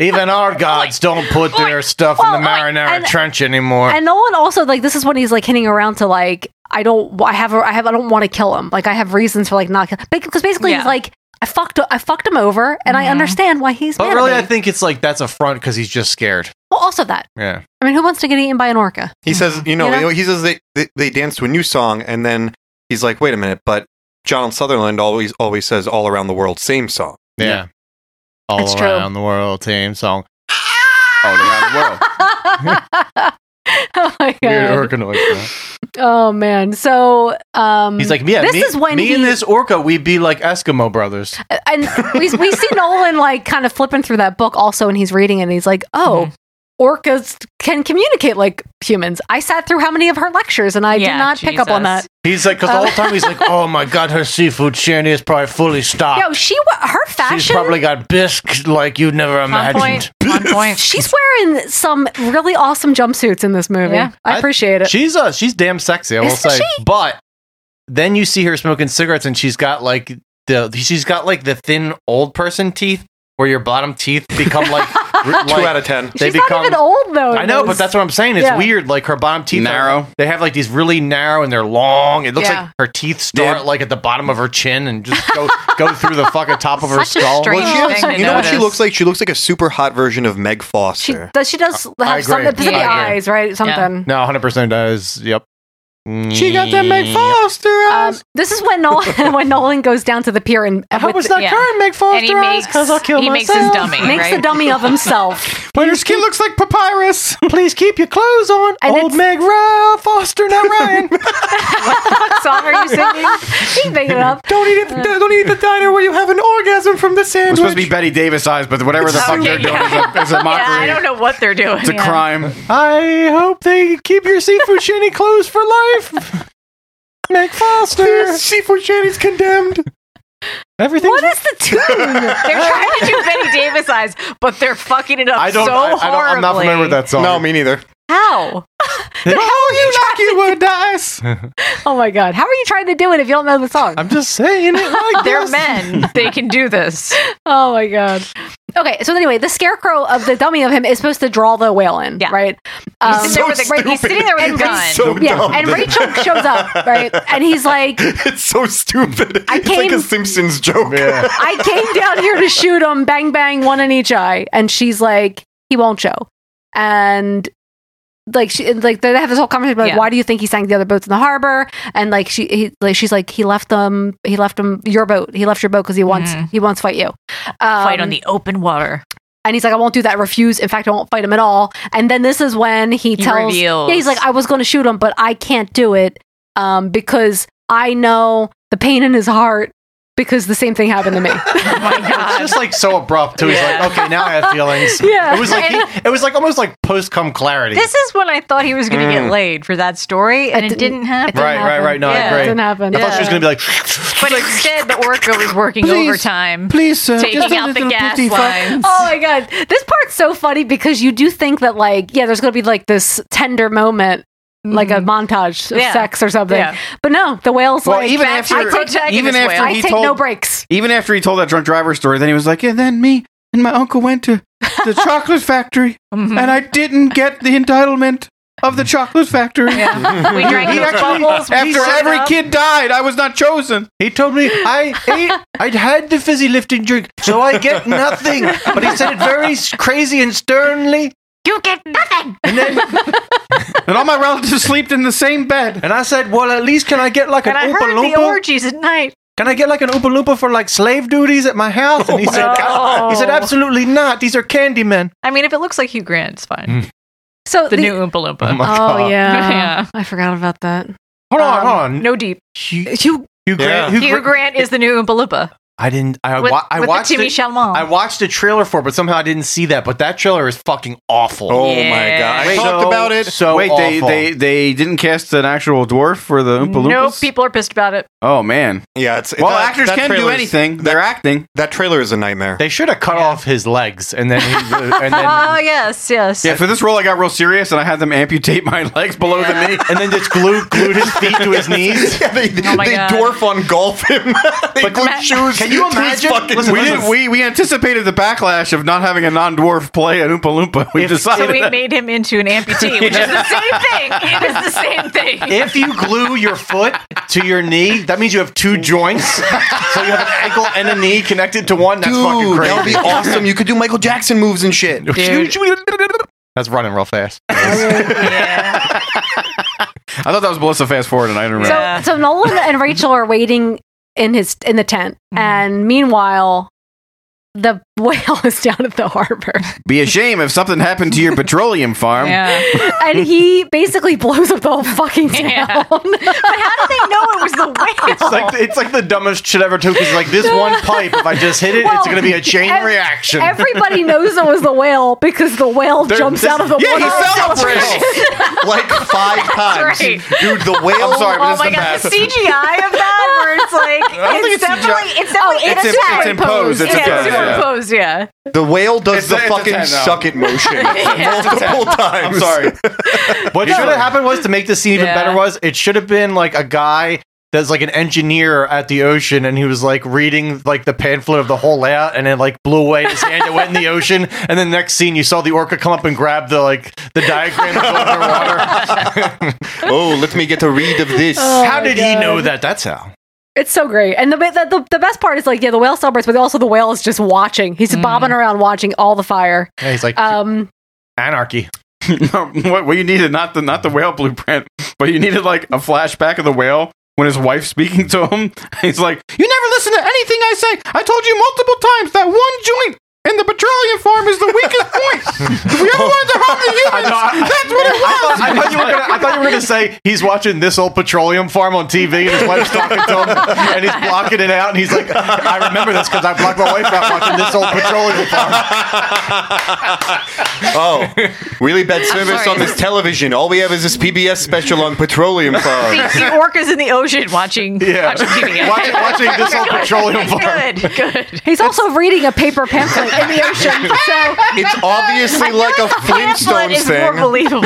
[SPEAKER 14] Even our
[SPEAKER 3] [LAUGHS]
[SPEAKER 14] gods don't put their stuff in the marinara trench anymore.
[SPEAKER 3] And Nolan also like this is when he's like hinting around to like I don't I have a, I have I don't want to kill him. Like I have reasons for like not kill because basically he's like I fucked I fucked him over and I understand why he's
[SPEAKER 14] but
[SPEAKER 3] mad
[SPEAKER 14] Oh, really,
[SPEAKER 3] at
[SPEAKER 14] I
[SPEAKER 3] me.
[SPEAKER 14] think it's like that's a front because he's just scared.
[SPEAKER 3] well, also that.
[SPEAKER 14] Yeah.
[SPEAKER 3] I mean, who wants to get eaten by an orca? [LAUGHS]
[SPEAKER 12] He says, you know,
[SPEAKER 3] You know?
[SPEAKER 12] you know, he says they, they they dance to a new song, and then he's like, wait a minute, but John Sutherland always always says all around the world, same song.
[SPEAKER 14] Yeah. All
[SPEAKER 12] It's true.
[SPEAKER 14] around the world, team song.
[SPEAKER 10] All around the world.
[SPEAKER 3] oh my god.
[SPEAKER 14] Weird orca noise. man.
[SPEAKER 3] Oh man. So um
[SPEAKER 14] He's like, yeah,
[SPEAKER 3] this
[SPEAKER 14] me,
[SPEAKER 3] is when
[SPEAKER 14] me
[SPEAKER 3] he Uh,
[SPEAKER 14] and this orca, we'd be like Eskimo brothers.
[SPEAKER 3] and we,
[SPEAKER 14] [LAUGHS]
[SPEAKER 3] we see Nolan like kind of flipping through that book also, and he's reading it, and he's like, oh. Orcas can communicate like humans. I sat through how many of her lectures, and I did not pick up on that.
[SPEAKER 14] He's like, because the whole time he's like, oh my god, her seafood shanty is probably fully stocked.
[SPEAKER 3] Yo, she wa- her fashion.
[SPEAKER 14] She's probably got bisque like you'd never imagined.
[SPEAKER 9] On [LAUGHS] point.
[SPEAKER 3] She's wearing some really awesome jumpsuits in this movie. I appreciate it.
[SPEAKER 14] She's uh, she's damn sexy, I will
[SPEAKER 3] Isn't
[SPEAKER 14] say.
[SPEAKER 3] she?
[SPEAKER 14] But then you see her smoking cigarettes, and she's got like the she's got like the thin old person teeth, where your bottom teeth become
[SPEAKER 3] [LAUGHS]
[SPEAKER 9] [LAUGHS]
[SPEAKER 14] like r-
[SPEAKER 12] Two
[SPEAKER 14] like-
[SPEAKER 12] out of ten.
[SPEAKER 14] They
[SPEAKER 3] She's
[SPEAKER 14] become
[SPEAKER 3] not even old though.
[SPEAKER 14] I know, but that's what I'm saying. It's
[SPEAKER 3] Yeah.
[SPEAKER 14] weird. Like her bottom teeth narrow. they have like these really narrow, and they're long. It looks
[SPEAKER 3] Yeah.
[SPEAKER 14] like her teeth start like at the bottom of her chin and just go go through the fucking top of her
[SPEAKER 3] Such a
[SPEAKER 14] skull.
[SPEAKER 3] strange Well, she has- thing to
[SPEAKER 12] You know what she
[SPEAKER 3] notice.
[SPEAKER 12] looks like? She looks like a super hot version of Meg Foster.
[SPEAKER 3] Does she does have something to the eyes, right? Something.
[SPEAKER 14] No, 100 percent does. Yep.
[SPEAKER 3] She got that Meg
[SPEAKER 14] Foster
[SPEAKER 3] Um, this is when Nolan [LAUGHS] when Nolan goes down to the pier and I
[SPEAKER 14] hope it's not current Meg Foster
[SPEAKER 9] he eyes, makes- 'cause I'll kill he makes his myself. dummy,
[SPEAKER 3] makes a
[SPEAKER 9] right?
[SPEAKER 3] dummy of
[SPEAKER 9] [LAUGHS]
[SPEAKER 3] himself.
[SPEAKER 14] But her skin looks like papyrus. [LAUGHS] Please keep your clothes on. Old Meg Ryan
[SPEAKER 9] [LAUGHS]
[SPEAKER 14] Foster, not Ryan.
[SPEAKER 9] what song are
[SPEAKER 14] [LAUGHS]
[SPEAKER 9] you singing?
[SPEAKER 3] he [LAUGHS] made it up.
[SPEAKER 14] Don't eat it. Don't eat the diner where you have an orgasm from the
[SPEAKER 10] It was
[SPEAKER 14] sandwich.
[SPEAKER 10] supposed to be Betty Davis eyes, but whatever the fuck they're
[SPEAKER 14] [LAUGHS]
[SPEAKER 10] doing is, a, is a mockery.
[SPEAKER 9] I don't know what they're doing.
[SPEAKER 10] It's a crime.
[SPEAKER 14] [LAUGHS] I hope they keep your seafood shanty closed for life. Meg Foster. seafood shanty's condemned. Everything. What
[SPEAKER 3] is the
[SPEAKER 14] [LAUGHS]
[SPEAKER 3] tune?
[SPEAKER 9] they're trying to do Betty Davis eyes, but they're fucking it up
[SPEAKER 14] I don't.
[SPEAKER 9] so
[SPEAKER 14] I, I
[SPEAKER 9] horribly.
[SPEAKER 14] don't I'm not familiar with that song.
[SPEAKER 12] No, me neither.
[SPEAKER 9] How?
[SPEAKER 14] oh, you knock you would dice.
[SPEAKER 3] [LAUGHS] Oh my god, how are you trying to do it if you don't know the song?
[SPEAKER 14] I'm just saying it like
[SPEAKER 9] [LAUGHS] They're
[SPEAKER 14] this.
[SPEAKER 9] men. They can
[SPEAKER 14] [LAUGHS]
[SPEAKER 9] do this.
[SPEAKER 3] Oh my god. Okay, so anyway, the scarecrow of the dummy of him is supposed to draw the whale in, right? Um,
[SPEAKER 9] He's sitting there with
[SPEAKER 3] [LAUGHS]
[SPEAKER 9] a- he's sitting there with a
[SPEAKER 3] and
[SPEAKER 9] gun.
[SPEAKER 3] Rachel-
[SPEAKER 9] So
[SPEAKER 3] yeah,
[SPEAKER 9] dumb.
[SPEAKER 3] [LAUGHS] and Rachel shows up, right? And he's like,
[SPEAKER 12] [LAUGHS] It's so stupid.
[SPEAKER 3] I
[SPEAKER 12] it's like
[SPEAKER 3] came-
[SPEAKER 12] a Simpsons joke. [LAUGHS]
[SPEAKER 3] I came down here to shoot him, bang, bang, one in each eye. And she's like, he won't show. And like she and, like they have this whole conversation about like,
[SPEAKER 9] Yeah.
[SPEAKER 3] why do you think he sank the other boats in the harbor and like she he, like she's like he left them he left them your boat he left your boat because he wants he wants to fight you
[SPEAKER 9] Fight on
[SPEAKER 3] Um,
[SPEAKER 9] the open water.
[SPEAKER 3] and he's like, I won't do that. Refuse. In fact, I won't fight him at all. And then this is when he, tells,
[SPEAKER 9] reveals.
[SPEAKER 3] yeah, he's like, I was going to shoot him, but I can't do it um, because I know the pain in his heart because the same thing happened to
[SPEAKER 10] [LAUGHS]
[SPEAKER 3] me. [LAUGHS]
[SPEAKER 14] It's just like so abrupt too. He's like, okay, now I have
[SPEAKER 3] [LAUGHS]
[SPEAKER 14] feelings.
[SPEAKER 9] Yeah.
[SPEAKER 14] It was like he- it was like almost like post cum clarity.
[SPEAKER 9] This is when I thought he was going to
[SPEAKER 14] Mm.
[SPEAKER 9] get laid for that story, and it didn't happen.
[SPEAKER 14] right, right, right. No, I agree. I thought she was gonna be like,
[SPEAKER 9] But instead, the orca was working
[SPEAKER 3] Please,
[SPEAKER 9] overtime.
[SPEAKER 14] please,
[SPEAKER 3] sir,
[SPEAKER 9] taking
[SPEAKER 3] just a
[SPEAKER 9] out the
[SPEAKER 3] little
[SPEAKER 9] gas
[SPEAKER 3] petit fuck.
[SPEAKER 9] lines.
[SPEAKER 3] Oh my god, this part's so funny because you do think that like yeah, there's gonna be like this tender moment. Like a montage of
[SPEAKER 9] Mm-hmm. Yeah.
[SPEAKER 3] sex or something,
[SPEAKER 9] Yeah.
[SPEAKER 3] but no, the whale's
[SPEAKER 10] Well,
[SPEAKER 3] like
[SPEAKER 10] even
[SPEAKER 3] "Back-
[SPEAKER 10] after-
[SPEAKER 3] I take,
[SPEAKER 10] even after
[SPEAKER 3] I
[SPEAKER 10] he
[SPEAKER 3] take no
[SPEAKER 10] told-
[SPEAKER 3] breaks.
[SPEAKER 10] Even after he told that drunk driver story, then he was like, and then me and my uncle went to the chocolate factory, and I didn't get the entitlement of the chocolate factory.
[SPEAKER 14] Yeah. We drank
[SPEAKER 10] He
[SPEAKER 14] those bubbles, we
[SPEAKER 10] after
[SPEAKER 14] showed
[SPEAKER 10] every
[SPEAKER 14] up.
[SPEAKER 10] kid died, I was not chosen.
[SPEAKER 14] He told me I ate, I'd had the fizzy lifting drink, so I get nothing. But he said it very s- crazy and sternly.
[SPEAKER 16] You get nothing.
[SPEAKER 10] And all my relatives slept in the same bed.
[SPEAKER 14] And I said, well, at least can I get like
[SPEAKER 9] and I
[SPEAKER 14] an Oompa
[SPEAKER 9] heard the
[SPEAKER 14] Loompa?
[SPEAKER 9] orgies at night.
[SPEAKER 14] Can I get like an Oompa Loompa for like slave duties at my house?
[SPEAKER 3] Oh
[SPEAKER 14] And he
[SPEAKER 9] my
[SPEAKER 14] said,
[SPEAKER 9] God.
[SPEAKER 14] he said, absolutely not. These are candy men.
[SPEAKER 9] I mean, if it looks like Hugh Grant, it's fine.
[SPEAKER 3] So
[SPEAKER 9] the, new Oompa Loompa.
[SPEAKER 14] Mm. Oh my God.
[SPEAKER 3] Oh yeah.
[SPEAKER 9] [LAUGHS] Yeah.
[SPEAKER 3] I forgot about that.
[SPEAKER 14] Hold on,
[SPEAKER 9] Um,
[SPEAKER 14] hold on.
[SPEAKER 9] No deep.
[SPEAKER 3] Hugh,
[SPEAKER 14] Hugh Grant. Hugh, Grant.
[SPEAKER 9] is the new Oompa Loompa.
[SPEAKER 14] I didn't. I,
[SPEAKER 9] With-
[SPEAKER 14] wa- I
[SPEAKER 9] with the
[SPEAKER 14] watched
[SPEAKER 9] Timmy
[SPEAKER 14] it-
[SPEAKER 9] Chalamet.
[SPEAKER 14] I watched a trailer for, it, but somehow I didn't see that. But that trailer is fucking awful.
[SPEAKER 12] Oh my god! I
[SPEAKER 14] Wait,
[SPEAKER 12] talked
[SPEAKER 14] so-
[SPEAKER 12] about it.
[SPEAKER 14] So
[SPEAKER 10] Wait, they,
[SPEAKER 14] awful.
[SPEAKER 10] they they didn't cast an actual dwarf for the Oompa Loompas?
[SPEAKER 9] No, people are pissed about it.
[SPEAKER 10] Oh man.
[SPEAKER 12] Yeah, it's
[SPEAKER 10] Well, Oh, actors can do
[SPEAKER 12] trailer's-
[SPEAKER 10] anything. They're acting.
[SPEAKER 12] That trailer is a nightmare.
[SPEAKER 14] They should have cut off his legs and
[SPEAKER 10] [LAUGHS]
[SPEAKER 14] then he, and then.
[SPEAKER 9] [LAUGHS] oh yes, yes. [LAUGHS]
[SPEAKER 10] Yeah, for this role, I got real serious, and I had them amputate my legs below the knee,
[SPEAKER 14] and then just glue glued his feet to his
[SPEAKER 10] [LAUGHS]
[SPEAKER 14] knees.
[SPEAKER 12] yeah, they,
[SPEAKER 9] Oh my
[SPEAKER 12] they
[SPEAKER 9] God.
[SPEAKER 12] dwarf on golf him. they glue shoes.
[SPEAKER 14] Can you
[SPEAKER 12] to his
[SPEAKER 14] imagine?
[SPEAKER 12] fucking
[SPEAKER 14] Listen,
[SPEAKER 10] we,
[SPEAKER 12] knees.
[SPEAKER 10] didn't, we we anticipated the backlash of not having a non-dwarf play an Oompa Loompa. We decided
[SPEAKER 9] So we
[SPEAKER 10] that.
[SPEAKER 9] made him into an amputee, which [LAUGHS] is the same thing. It is the same [LAUGHS] thing.
[SPEAKER 14] If you glue your foot to your knee, that means you have two joints. [LAUGHS] so you have an ankle and a knee connected to one. That's
[SPEAKER 12] Dude,
[SPEAKER 14] fucking crazy.
[SPEAKER 12] that would be awesome. You could do Michael Jackson moves
[SPEAKER 14] [LAUGHS]
[SPEAKER 12] and shit.
[SPEAKER 9] Dude.
[SPEAKER 14] That's running real
[SPEAKER 9] [LAUGHS]
[SPEAKER 14] fast.
[SPEAKER 9] Oh,
[SPEAKER 10] [LAUGHS] I thought that was Melissa fast forward, and I didn't
[SPEAKER 3] So,
[SPEAKER 10] remember.
[SPEAKER 3] so Nolan and Rachel are waiting in his in the tent, and meanwhile, the whale [LAUGHS] is down at the harbor,
[SPEAKER 10] Be a shame if something happened to your [LAUGHS] petroleum farm.
[SPEAKER 3] and he basically blows up the whole fucking town. but how did they know
[SPEAKER 9] it was [LAUGHS] the whale?
[SPEAKER 14] It's
[SPEAKER 3] [LAUGHS]
[SPEAKER 14] like it's like the dumbest shit ever took. It's like this one pipe. If I just hit it,
[SPEAKER 3] Well,
[SPEAKER 14] it's gonna be a chain
[SPEAKER 3] ev-
[SPEAKER 14] reaction. [LAUGHS]
[SPEAKER 3] Everybody knows it was the whale because the whale
[SPEAKER 14] There-
[SPEAKER 3] jumps
[SPEAKER 14] this-
[SPEAKER 3] out of the
[SPEAKER 14] yeah, he
[SPEAKER 3] water.
[SPEAKER 14] fell off
[SPEAKER 12] like five times,
[SPEAKER 9] right.
[SPEAKER 12] dude.
[SPEAKER 9] [LAUGHS]
[SPEAKER 12] The whale.
[SPEAKER 10] I'm sorry, but
[SPEAKER 9] oh
[SPEAKER 10] it's
[SPEAKER 9] my
[SPEAKER 10] the
[SPEAKER 9] god,
[SPEAKER 10] best.
[SPEAKER 9] the CGI of that, where [LAUGHS] it's like
[SPEAKER 10] I don't think
[SPEAKER 9] it's,
[SPEAKER 10] it's CGI.
[SPEAKER 9] definitely it's definitely
[SPEAKER 10] it's in- it's imposed, it's
[SPEAKER 9] yeah,
[SPEAKER 10] imposed, yeah.
[SPEAKER 9] superimposed, yeah.
[SPEAKER 12] The whale does
[SPEAKER 10] It's
[SPEAKER 12] the
[SPEAKER 10] a- it's a
[SPEAKER 12] [LAUGHS] fucking
[SPEAKER 10] ten, though.
[SPEAKER 12] suck it
[SPEAKER 3] [LAUGHS]
[SPEAKER 12] motion
[SPEAKER 9] Yeah.
[SPEAKER 12] multiple times. [LAUGHS]
[SPEAKER 10] I'm sorry.
[SPEAKER 14] What should have happened was to make this scene even
[SPEAKER 9] Yeah.
[SPEAKER 14] better was it should have been like a guy that's like an engineer at the ocean and he was like reading like the pamphlet of the whole layout and it like blew away his hand it went in the ocean and then next scene you saw the orca come up and grab the like the diagram that was underwater.
[SPEAKER 12] Oh, let me get a read of this.
[SPEAKER 3] Oh
[SPEAKER 14] how
[SPEAKER 3] my
[SPEAKER 14] did he
[SPEAKER 3] God.
[SPEAKER 14] know that? That's how.
[SPEAKER 3] [LAUGHS] It's so great, and the, the the the best part is like yeah, the whale celebrates, but also the whale is just watching. He's bobbing around, watching all the fire.
[SPEAKER 14] Yeah, he's like
[SPEAKER 3] Um,
[SPEAKER 14] anarchy.
[SPEAKER 10] [LAUGHS] no, what, what you needed not the not the whale blueprint, but you needed like a flashback of the whale when his wife's speaking to him. [LAUGHS] He's like, "You never listen to anything I say. I told you multiple times that one joint in the petroleum farm is the weakest point. If we ever wanted to harm the humans, that's
[SPEAKER 14] [LAUGHS]
[SPEAKER 10] what it
[SPEAKER 14] I
[SPEAKER 10] was."
[SPEAKER 14] thought, I thought you were gonna. I thought you were gonna say he's watching this old petroleum farm on TV and his wife's talking to him and he's
[SPEAKER 10] [LAUGHS]
[SPEAKER 14] blocking it out and he's like, I remember this because I blocked my wife out watching this old petroleum farm.
[SPEAKER 12] [LAUGHS] Oh, really bad service
[SPEAKER 9] sorry.
[SPEAKER 12] on this television. All we have is this PBS special
[SPEAKER 9] [LAUGHS]
[SPEAKER 12] on petroleum farms.
[SPEAKER 9] The, the orcas in the ocean watching,
[SPEAKER 12] Yeah.
[SPEAKER 9] watching TV.
[SPEAKER 14] Watching- watching
[SPEAKER 9] [LAUGHS]
[SPEAKER 14] this whole petroleum farm.
[SPEAKER 9] Good, good.
[SPEAKER 3] he's also reading a paper pamphlet in the ocean. So
[SPEAKER 12] It's obviously like a
[SPEAKER 9] Pamphlet
[SPEAKER 12] Flintstones
[SPEAKER 9] is more
[SPEAKER 14] [LAUGHS]
[SPEAKER 7] [LAUGHS]
[SPEAKER 12] thing.
[SPEAKER 9] believable.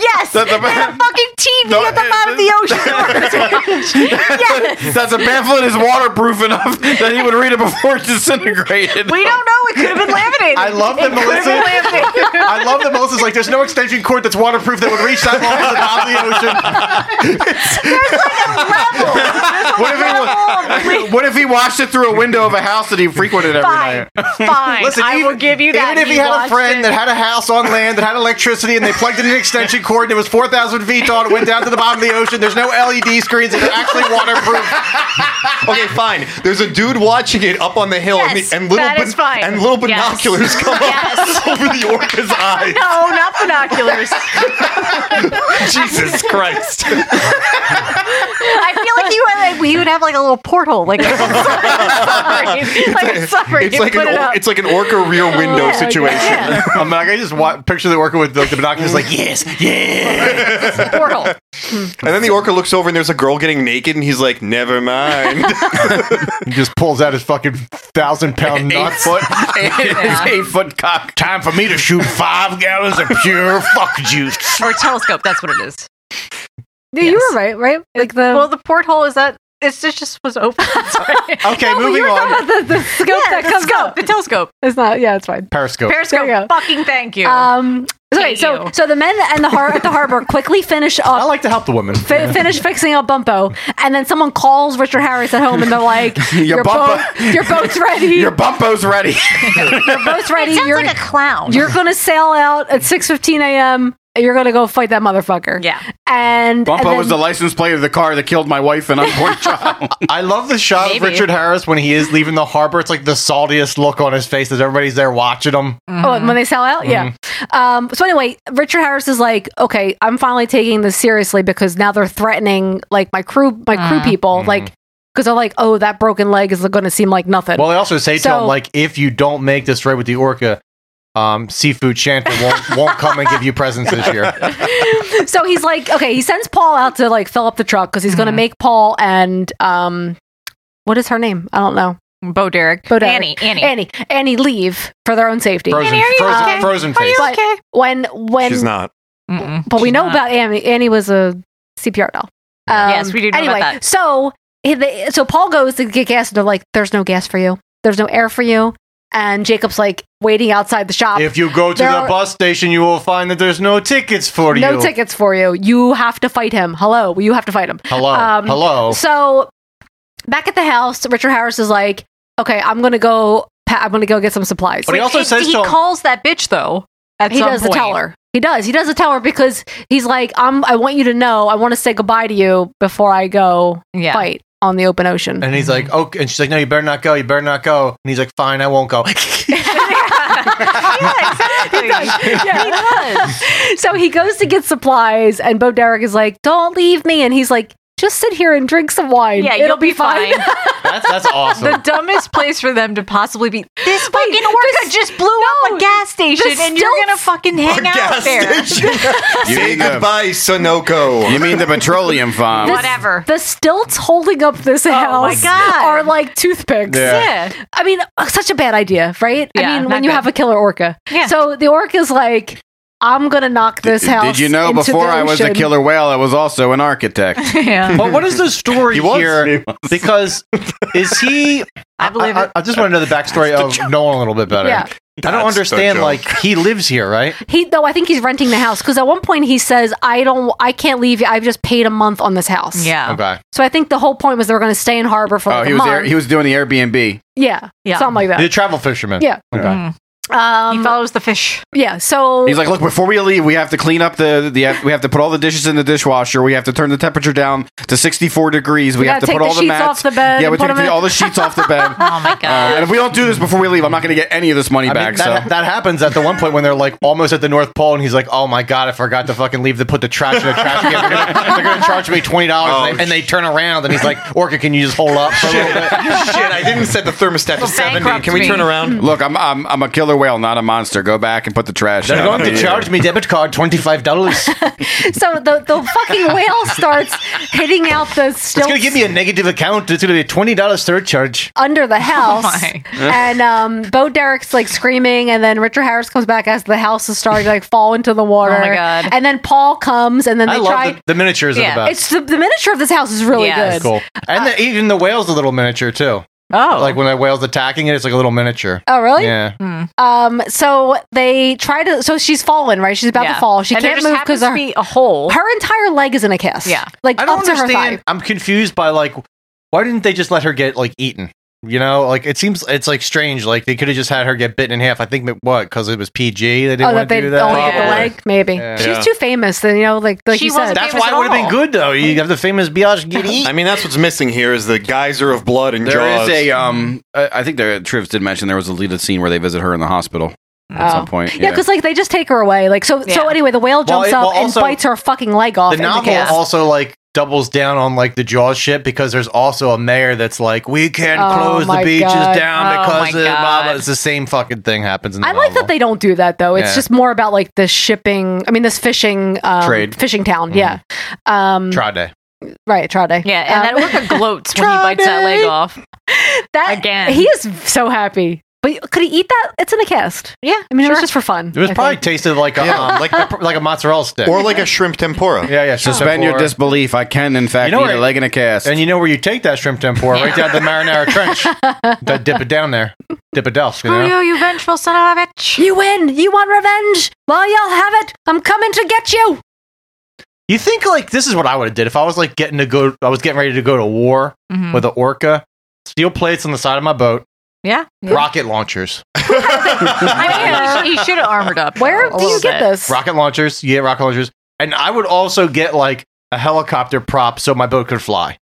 [SPEAKER 9] yes,
[SPEAKER 10] That's a-
[SPEAKER 9] there's a fucking TV at the bottom of the
[SPEAKER 14] [LAUGHS]
[SPEAKER 9] ocean. yes,
[SPEAKER 10] [LAUGHS] That's a pamphlet is waterproof enough that he would read it before it disintegrated.
[SPEAKER 9] we don't know. It could have been laminated.
[SPEAKER 14] I love that
[SPEAKER 9] It could have
[SPEAKER 14] Melissa.
[SPEAKER 9] been laminated.
[SPEAKER 14] I love that Melissa's like, there's no extension cord that's waterproof that would reach that long to the bottom of the ocean.
[SPEAKER 10] What if, he
[SPEAKER 14] [LAUGHS]
[SPEAKER 10] wa- what if he watched it through a window of a house that he frequented
[SPEAKER 9] [LAUGHS]
[SPEAKER 10] every
[SPEAKER 9] Fine.
[SPEAKER 10] night?
[SPEAKER 9] Fine, I will give you that.
[SPEAKER 14] Even if he had a friend that had a house on land that had electricity and they plugged in an extension cord and it was 4,000 feet tall. It went down to the bottom of the ocean. There's no LED screens. It's actually waterproof.
[SPEAKER 12] [LAUGHS] okay, fine. There's a dude watching it up on the hill, and, the, and little
[SPEAKER 9] that is fine.
[SPEAKER 12] and little
[SPEAKER 9] Yes.
[SPEAKER 12] binoculars come
[SPEAKER 9] [LAUGHS] Yes.
[SPEAKER 12] up [LAUGHS] over the
[SPEAKER 9] [LAUGHS]
[SPEAKER 12] orca's eyes.
[SPEAKER 9] No, not binoculars.
[SPEAKER 12] Jesus Christ!
[SPEAKER 9] [LAUGHS] I feel like you would, like, we would have like a little porthole, like a submarine, like a submarine.
[SPEAKER 12] It's like
[SPEAKER 9] Put
[SPEAKER 12] an
[SPEAKER 9] it
[SPEAKER 12] or-
[SPEAKER 9] up.
[SPEAKER 12] it's like an orca rear
[SPEAKER 3] Oh,
[SPEAKER 12] window situation.
[SPEAKER 10] [LAUGHS]
[SPEAKER 14] I'm like, I just wa- picture the orca with like, the binoculars, like, yes, yeah.
[SPEAKER 9] Portal.
[SPEAKER 12] And then the orca looks over and there's a girl getting naked, and he's like,
[SPEAKER 9] [LAUGHS]
[SPEAKER 12] "Never mind."
[SPEAKER 14] He just pulls out his fucking thousand pound
[SPEAKER 12] Eight
[SPEAKER 14] nut
[SPEAKER 12] foot-
[SPEAKER 14] foot.
[SPEAKER 12] Yeah.
[SPEAKER 14] eight foot cock. Time for me to shoot five gallons of pure fuck juice.
[SPEAKER 9] or a telescope. That's what it is.
[SPEAKER 3] No, you were right, right? Like the
[SPEAKER 9] Well, the porthole is that it's just, just was open. [LAUGHS]
[SPEAKER 14] Okay, moving on.
[SPEAKER 3] the, the scope
[SPEAKER 9] Yeah,
[SPEAKER 3] that
[SPEAKER 9] the
[SPEAKER 3] comes
[SPEAKER 9] scope,
[SPEAKER 3] up.
[SPEAKER 9] the telescope.
[SPEAKER 3] It's not. Yeah, it's fine.
[SPEAKER 14] Periscope.
[SPEAKER 9] Periscope.
[SPEAKER 3] There you
[SPEAKER 9] Fucking thank you.
[SPEAKER 3] Um. So, wait, so, so the men and the har- at the harbor quickly finish up. I
[SPEAKER 14] like to help the women.
[SPEAKER 3] Fi- finish fixing up Bumpo, and then someone calls Richard Harris at home, and they're
[SPEAKER 6] [LAUGHS]
[SPEAKER 3] like,
[SPEAKER 10] [LAUGHS] Your
[SPEAKER 3] boat,
[SPEAKER 10] Bumpo-
[SPEAKER 3] your boat's ready.
[SPEAKER 10] [LAUGHS] Your
[SPEAKER 3] [LAUGHS]
[SPEAKER 10] Bumpo's ready.
[SPEAKER 3] your boat's ready.
[SPEAKER 9] It sounds
[SPEAKER 3] you're
[SPEAKER 9] like a clown.
[SPEAKER 3] You're gonna sail out at six fifteen a.m. You're gonna go fight that motherfucker. Yeah. And
[SPEAKER 10] Bumpo
[SPEAKER 3] and then-
[SPEAKER 10] was the license plate of the car that killed my wife
[SPEAKER 3] [LAUGHS]
[SPEAKER 10] and unborn child.
[SPEAKER 14] I love the shot of
[SPEAKER 3] Maybe.
[SPEAKER 14] Richard Harris when he is leaving the harbor. It's like the saltiest look on his face as everybody's there watching him.
[SPEAKER 3] Oh, when they sell out, yeah.
[SPEAKER 14] Mm-hmm.
[SPEAKER 3] Um, so anyway, Richard Harris is like, okay, I'm finally taking this seriously because now they're threatening like my crew, my crew
[SPEAKER 14] Uh-huh.
[SPEAKER 3] people,
[SPEAKER 14] Mm-hmm.
[SPEAKER 3] like because they're like, oh, that broken leg is going to seem like nothing.
[SPEAKER 14] Well, they also say to
[SPEAKER 3] So-
[SPEAKER 14] him, like, if you don't make this right with the orca, um, seafood shanta won't, won't come and give you presents this year.
[SPEAKER 3] [LAUGHS] [LAUGHS] so he's like, okay, he sends Paul out to like fill up the truck because he's
[SPEAKER 14] Mm-hmm.
[SPEAKER 3] going to make Paul and um, what is her name? I don't know.
[SPEAKER 9] Bo Derek.
[SPEAKER 3] Bo Derek.
[SPEAKER 9] Annie, Annie.
[SPEAKER 3] Annie, Annie leave for their own safety.
[SPEAKER 14] Frozen- Annie, are you frozen- okay? frozen Are you face.
[SPEAKER 3] But When when
[SPEAKER 9] [LAUGHS]
[SPEAKER 12] She's not.
[SPEAKER 3] But we
[SPEAKER 9] She's
[SPEAKER 3] know
[SPEAKER 9] not.
[SPEAKER 3] about Annie. Annie was a CPR doll. Um,
[SPEAKER 9] Yes, we do know about
[SPEAKER 3] anyway,
[SPEAKER 9] that.
[SPEAKER 3] So he- they, so Paul goes to get gas, and they're like, "There's no gas for you. There's no air for you." And Jacob's like waiting outside the shop.
[SPEAKER 14] If you go to
[SPEAKER 3] There
[SPEAKER 14] the
[SPEAKER 3] are-
[SPEAKER 14] bus station, you will find that there's no tickets for you.
[SPEAKER 3] no tickets for you. You have to fight him. Hello, you have to fight him. Um,
[SPEAKER 14] Hello. Hello.
[SPEAKER 3] So back at the house, Richard Harris is like, "Okay, I'm gonna go. pa- I'm gonna go get some supplies."
[SPEAKER 14] But he also Wait, says he to him-
[SPEAKER 9] calls that bitch though. At
[SPEAKER 3] he
[SPEAKER 9] some
[SPEAKER 3] does
[SPEAKER 9] point.
[SPEAKER 3] the teller. He does. He does the teller because he's like, I'm, I want you to know. I want to say goodbye to you before I go fight on the open
[SPEAKER 9] [LAUGHS]
[SPEAKER 3] ocean.
[SPEAKER 14] And he's like, okay. And she's like, no, you better not go. You better not go. And he's like, fine, I won't
[SPEAKER 3] [LAUGHS]
[SPEAKER 14] go.
[SPEAKER 3] Yeah. so he goes to get supplies, and Bo Derek is like, "Don't leave me," and he's like, "Just sit here and drink some wine.
[SPEAKER 9] Yeah,
[SPEAKER 3] It'll
[SPEAKER 9] you'll be fine. [LAUGHS]
[SPEAKER 14] that's, that's awesome.
[SPEAKER 9] the dumbest place for them to possibly be. This fucking orca just blew up a gas station,
[SPEAKER 3] the
[SPEAKER 9] and you're gonna fucking hang out there. [LAUGHS]
[SPEAKER 12] Say
[SPEAKER 10] mean the-
[SPEAKER 12] goodbye, Sunoco.
[SPEAKER 10] you mean
[SPEAKER 3] [LAUGHS]
[SPEAKER 10] the petroleum farm?
[SPEAKER 3] This- The stilts holding up this house
[SPEAKER 9] Oh my God.
[SPEAKER 3] are like toothpicks.
[SPEAKER 10] Yeah. Yeah.
[SPEAKER 3] I mean, uh, such a bad idea, right?
[SPEAKER 9] Yeah,
[SPEAKER 3] I mean,
[SPEAKER 9] not
[SPEAKER 3] when you
[SPEAKER 9] good.
[SPEAKER 3] have a killer orca. So the orca's like, I'm going to knock this house.
[SPEAKER 10] Did you know
[SPEAKER 3] into
[SPEAKER 10] before
[SPEAKER 3] the
[SPEAKER 10] I was a
[SPEAKER 3] ocean."
[SPEAKER 10] killer whale, I was also an architect?
[SPEAKER 3] [LAUGHS] Yeah.
[SPEAKER 14] But what is the story
[SPEAKER 10] [LAUGHS] He was.
[SPEAKER 14] here? Because is
[SPEAKER 3] [LAUGHS]
[SPEAKER 14] he? I
[SPEAKER 9] believe
[SPEAKER 14] I,
[SPEAKER 9] it.
[SPEAKER 14] I just want to know the
[SPEAKER 12] [LAUGHS]
[SPEAKER 14] backstory of Nolan a little bit better.
[SPEAKER 3] Yeah.
[SPEAKER 14] I don't
[SPEAKER 12] That's the
[SPEAKER 14] understand.
[SPEAKER 12] joke.
[SPEAKER 14] Like he lives here, right?
[SPEAKER 3] He though I think he's renting the house because at one point he says I don't I can't leave you I've just paid a month on this house
[SPEAKER 14] Okay.
[SPEAKER 3] so I think the whole point was they were going to stay in harbor for
[SPEAKER 10] Oh,
[SPEAKER 3] like
[SPEAKER 10] he
[SPEAKER 3] a
[SPEAKER 10] was
[SPEAKER 3] month
[SPEAKER 10] air, he was doing the Airbnb.
[SPEAKER 3] yeah something like that
[SPEAKER 14] The travel fisherman.
[SPEAKER 3] Yeah.
[SPEAKER 10] Okay.
[SPEAKER 6] Mm.
[SPEAKER 3] um, he
[SPEAKER 9] follows the fish
[SPEAKER 3] yeah so
[SPEAKER 10] [LAUGHS] He's like, look, before we leave, we have to clean up the, the we have to put all the dishes in the dishwasher. We have to turn the temperature down to sixty four degrees. We,
[SPEAKER 3] We
[SPEAKER 10] have to
[SPEAKER 3] gotta
[SPEAKER 10] put
[SPEAKER 3] take
[SPEAKER 10] all
[SPEAKER 3] the
[SPEAKER 10] the,
[SPEAKER 3] sheets
[SPEAKER 10] mats
[SPEAKER 3] off the bed
[SPEAKER 10] Yeah,
[SPEAKER 3] and
[SPEAKER 10] we
[SPEAKER 3] put
[SPEAKER 10] take
[SPEAKER 3] 'em in-
[SPEAKER 10] the, all the sheets off the
[SPEAKER 3] [LAUGHS]
[SPEAKER 10] bed. oh
[SPEAKER 6] Uh,
[SPEAKER 9] my god!
[SPEAKER 10] and if we don't do this before we leave, I'm not going to get any of this money
[SPEAKER 14] I
[SPEAKER 10] back.
[SPEAKER 14] mean, that, [LAUGHS]
[SPEAKER 10] so
[SPEAKER 14] that happens at the one point when they're like almost at the North Pole, and he's like, "Oh my god, I forgot to fucking leave to put the trash in the trash can. They're gonna, [LAUGHS] they're gonna charge me twenty
[SPEAKER 12] [LAUGHS]
[SPEAKER 14] dollars." and, they- and they turn around, and he's like, "Orca, can you just hold up for a little bit?"
[SPEAKER 12] Oh, [LAUGHS] Shit, I didn't set the thermostat to seventy. Can we turn around?
[SPEAKER 10] Look, I'm, I'm I'm a killer whale, not a monster. Go back and put the trash.
[SPEAKER 14] They're
[SPEAKER 10] out.
[SPEAKER 14] going to charge me debit card twenty five
[SPEAKER 12] [LAUGHS]
[SPEAKER 14] dollars.
[SPEAKER 3] [LAUGHS] so the the fucking whale starts hitting out the
[SPEAKER 14] It's
[SPEAKER 3] stilts
[SPEAKER 14] gonna give me a negative account. It's gonna be a twenty dollars surcharge. [LAUGHS]
[SPEAKER 3] under the house,
[SPEAKER 14] Oh my.
[SPEAKER 3] and um, Bo Derek's like screaming, and then Richard Harris comes back as the house is starting to like fall into the water.
[SPEAKER 9] Oh, my God.
[SPEAKER 3] And then Paul comes, and then they
[SPEAKER 14] I love
[SPEAKER 3] try.
[SPEAKER 14] the, the miniatures
[SPEAKER 3] Yeah.
[SPEAKER 14] are the best.
[SPEAKER 3] It's the, the miniature of this house is really good. Uh,
[SPEAKER 14] Cool. And the, even the whale's a little miniature too.
[SPEAKER 9] Oh,
[SPEAKER 14] like when the whale's attacking it, it's like a little miniature.
[SPEAKER 3] Oh, really?
[SPEAKER 14] Yeah.
[SPEAKER 9] Hmm.
[SPEAKER 3] Um. So they try to. So she's fallen, right? She's about
[SPEAKER 9] Yeah.
[SPEAKER 3] to fall. She
[SPEAKER 9] And there
[SPEAKER 3] can't
[SPEAKER 9] just
[SPEAKER 3] move because
[SPEAKER 9] happens to be a hole.
[SPEAKER 3] Her entire leg is in a cast. Yeah. Like
[SPEAKER 14] I don't
[SPEAKER 3] up to her thigh.
[SPEAKER 14] understand. I'm confused by like, why didn't they just let her get like eaten? You know, like it seems it's like strange. Like they could have just had her get bitten in half. I think that- what because it was PG. They didn't
[SPEAKER 3] oh,
[SPEAKER 14] want
[SPEAKER 3] that
[SPEAKER 14] to
[SPEAKER 3] they
[SPEAKER 14] do that.
[SPEAKER 3] only get the
[SPEAKER 14] Probably.
[SPEAKER 3] leg, maybe.
[SPEAKER 14] Yeah.
[SPEAKER 3] She's
[SPEAKER 14] Yeah.
[SPEAKER 3] too famous, then you know, like like you said.
[SPEAKER 14] That's why it would have
[SPEAKER 3] Oh.
[SPEAKER 14] been good though. You have the famous Biatch get eat.
[SPEAKER 10] I mean, that's what's missing here is the geyser of blood and
[SPEAKER 6] There
[SPEAKER 10] jaws.
[SPEAKER 6] is a um. I I think the Trivs did mention there was a deleted scene where they visit her in the hospital
[SPEAKER 9] Oh.
[SPEAKER 6] at some point.
[SPEAKER 3] Yeah, because like they just take her away. Like so. So anyway, the whale jumps
[SPEAKER 14] it- well,
[SPEAKER 3] up
[SPEAKER 14] also-
[SPEAKER 3] and bites her fucking leg off.
[SPEAKER 14] The
[SPEAKER 3] in
[SPEAKER 14] novel
[SPEAKER 3] cast.
[SPEAKER 14] also like doubles down on like the Jaws shit because there's also a mayor that's like, we can't
[SPEAKER 3] Oh
[SPEAKER 14] close the
[SPEAKER 3] my
[SPEAKER 14] beaches
[SPEAKER 3] God.
[SPEAKER 14] down
[SPEAKER 3] Oh
[SPEAKER 14] because
[SPEAKER 3] my
[SPEAKER 14] of blah, blah.
[SPEAKER 3] God.
[SPEAKER 14] It's the same fucking thing happens in the
[SPEAKER 3] I like that they don't do that though. It's
[SPEAKER 14] Yeah.
[SPEAKER 3] just more about like the shipping. I mean, this fishing um,
[SPEAKER 14] Trade. Mm-hmm.
[SPEAKER 3] fishing town. Yeah. Um,
[SPEAKER 14] Trade.
[SPEAKER 3] Right, Um, Trade.
[SPEAKER 9] Yeah, and that orca gloats when he bites that leg off.
[SPEAKER 3] That
[SPEAKER 9] Again.
[SPEAKER 3] He is so happy. But could he eat that? It's in a cast. Yeah, I mean, it was just for fun.
[SPEAKER 14] It was
[SPEAKER 3] I
[SPEAKER 14] probably
[SPEAKER 3] think.
[SPEAKER 14] tasted like a, um, like a, like a mozzarella stick
[SPEAKER 10] Or like a shrimp tempura.
[SPEAKER 14] Yeah, yeah. shrimp
[SPEAKER 6] Suspend your
[SPEAKER 14] tempura.
[SPEAKER 6] disbelief. I can, in fact,
[SPEAKER 14] You know
[SPEAKER 6] eat
[SPEAKER 14] where-
[SPEAKER 6] a leg in a cast.
[SPEAKER 14] And you know where you take that shrimp tempura? Right down the marinara
[SPEAKER 3] [LAUGHS]
[SPEAKER 14] trench. Don't dip it down there. Dip it down. You know?
[SPEAKER 3] you vengeful son of a bitch! You win. You want revenge? Well, you'll have it. I'm coming to get you.
[SPEAKER 14] You think like this is what I would have did if I was like getting to go. I was getting ready to go to war
[SPEAKER 9] Mhm.
[SPEAKER 3] Mm-hmm.
[SPEAKER 14] with an orca. Steel plates on the side of my boat.
[SPEAKER 9] Yeah.
[SPEAKER 14] Rocket launchers.
[SPEAKER 9] I mean, he, should have armored up.
[SPEAKER 3] Where do you get this?
[SPEAKER 14] Rocket launchers. Yeah, rocket launchers. And I would also get like a helicopter prop so my boat could fly.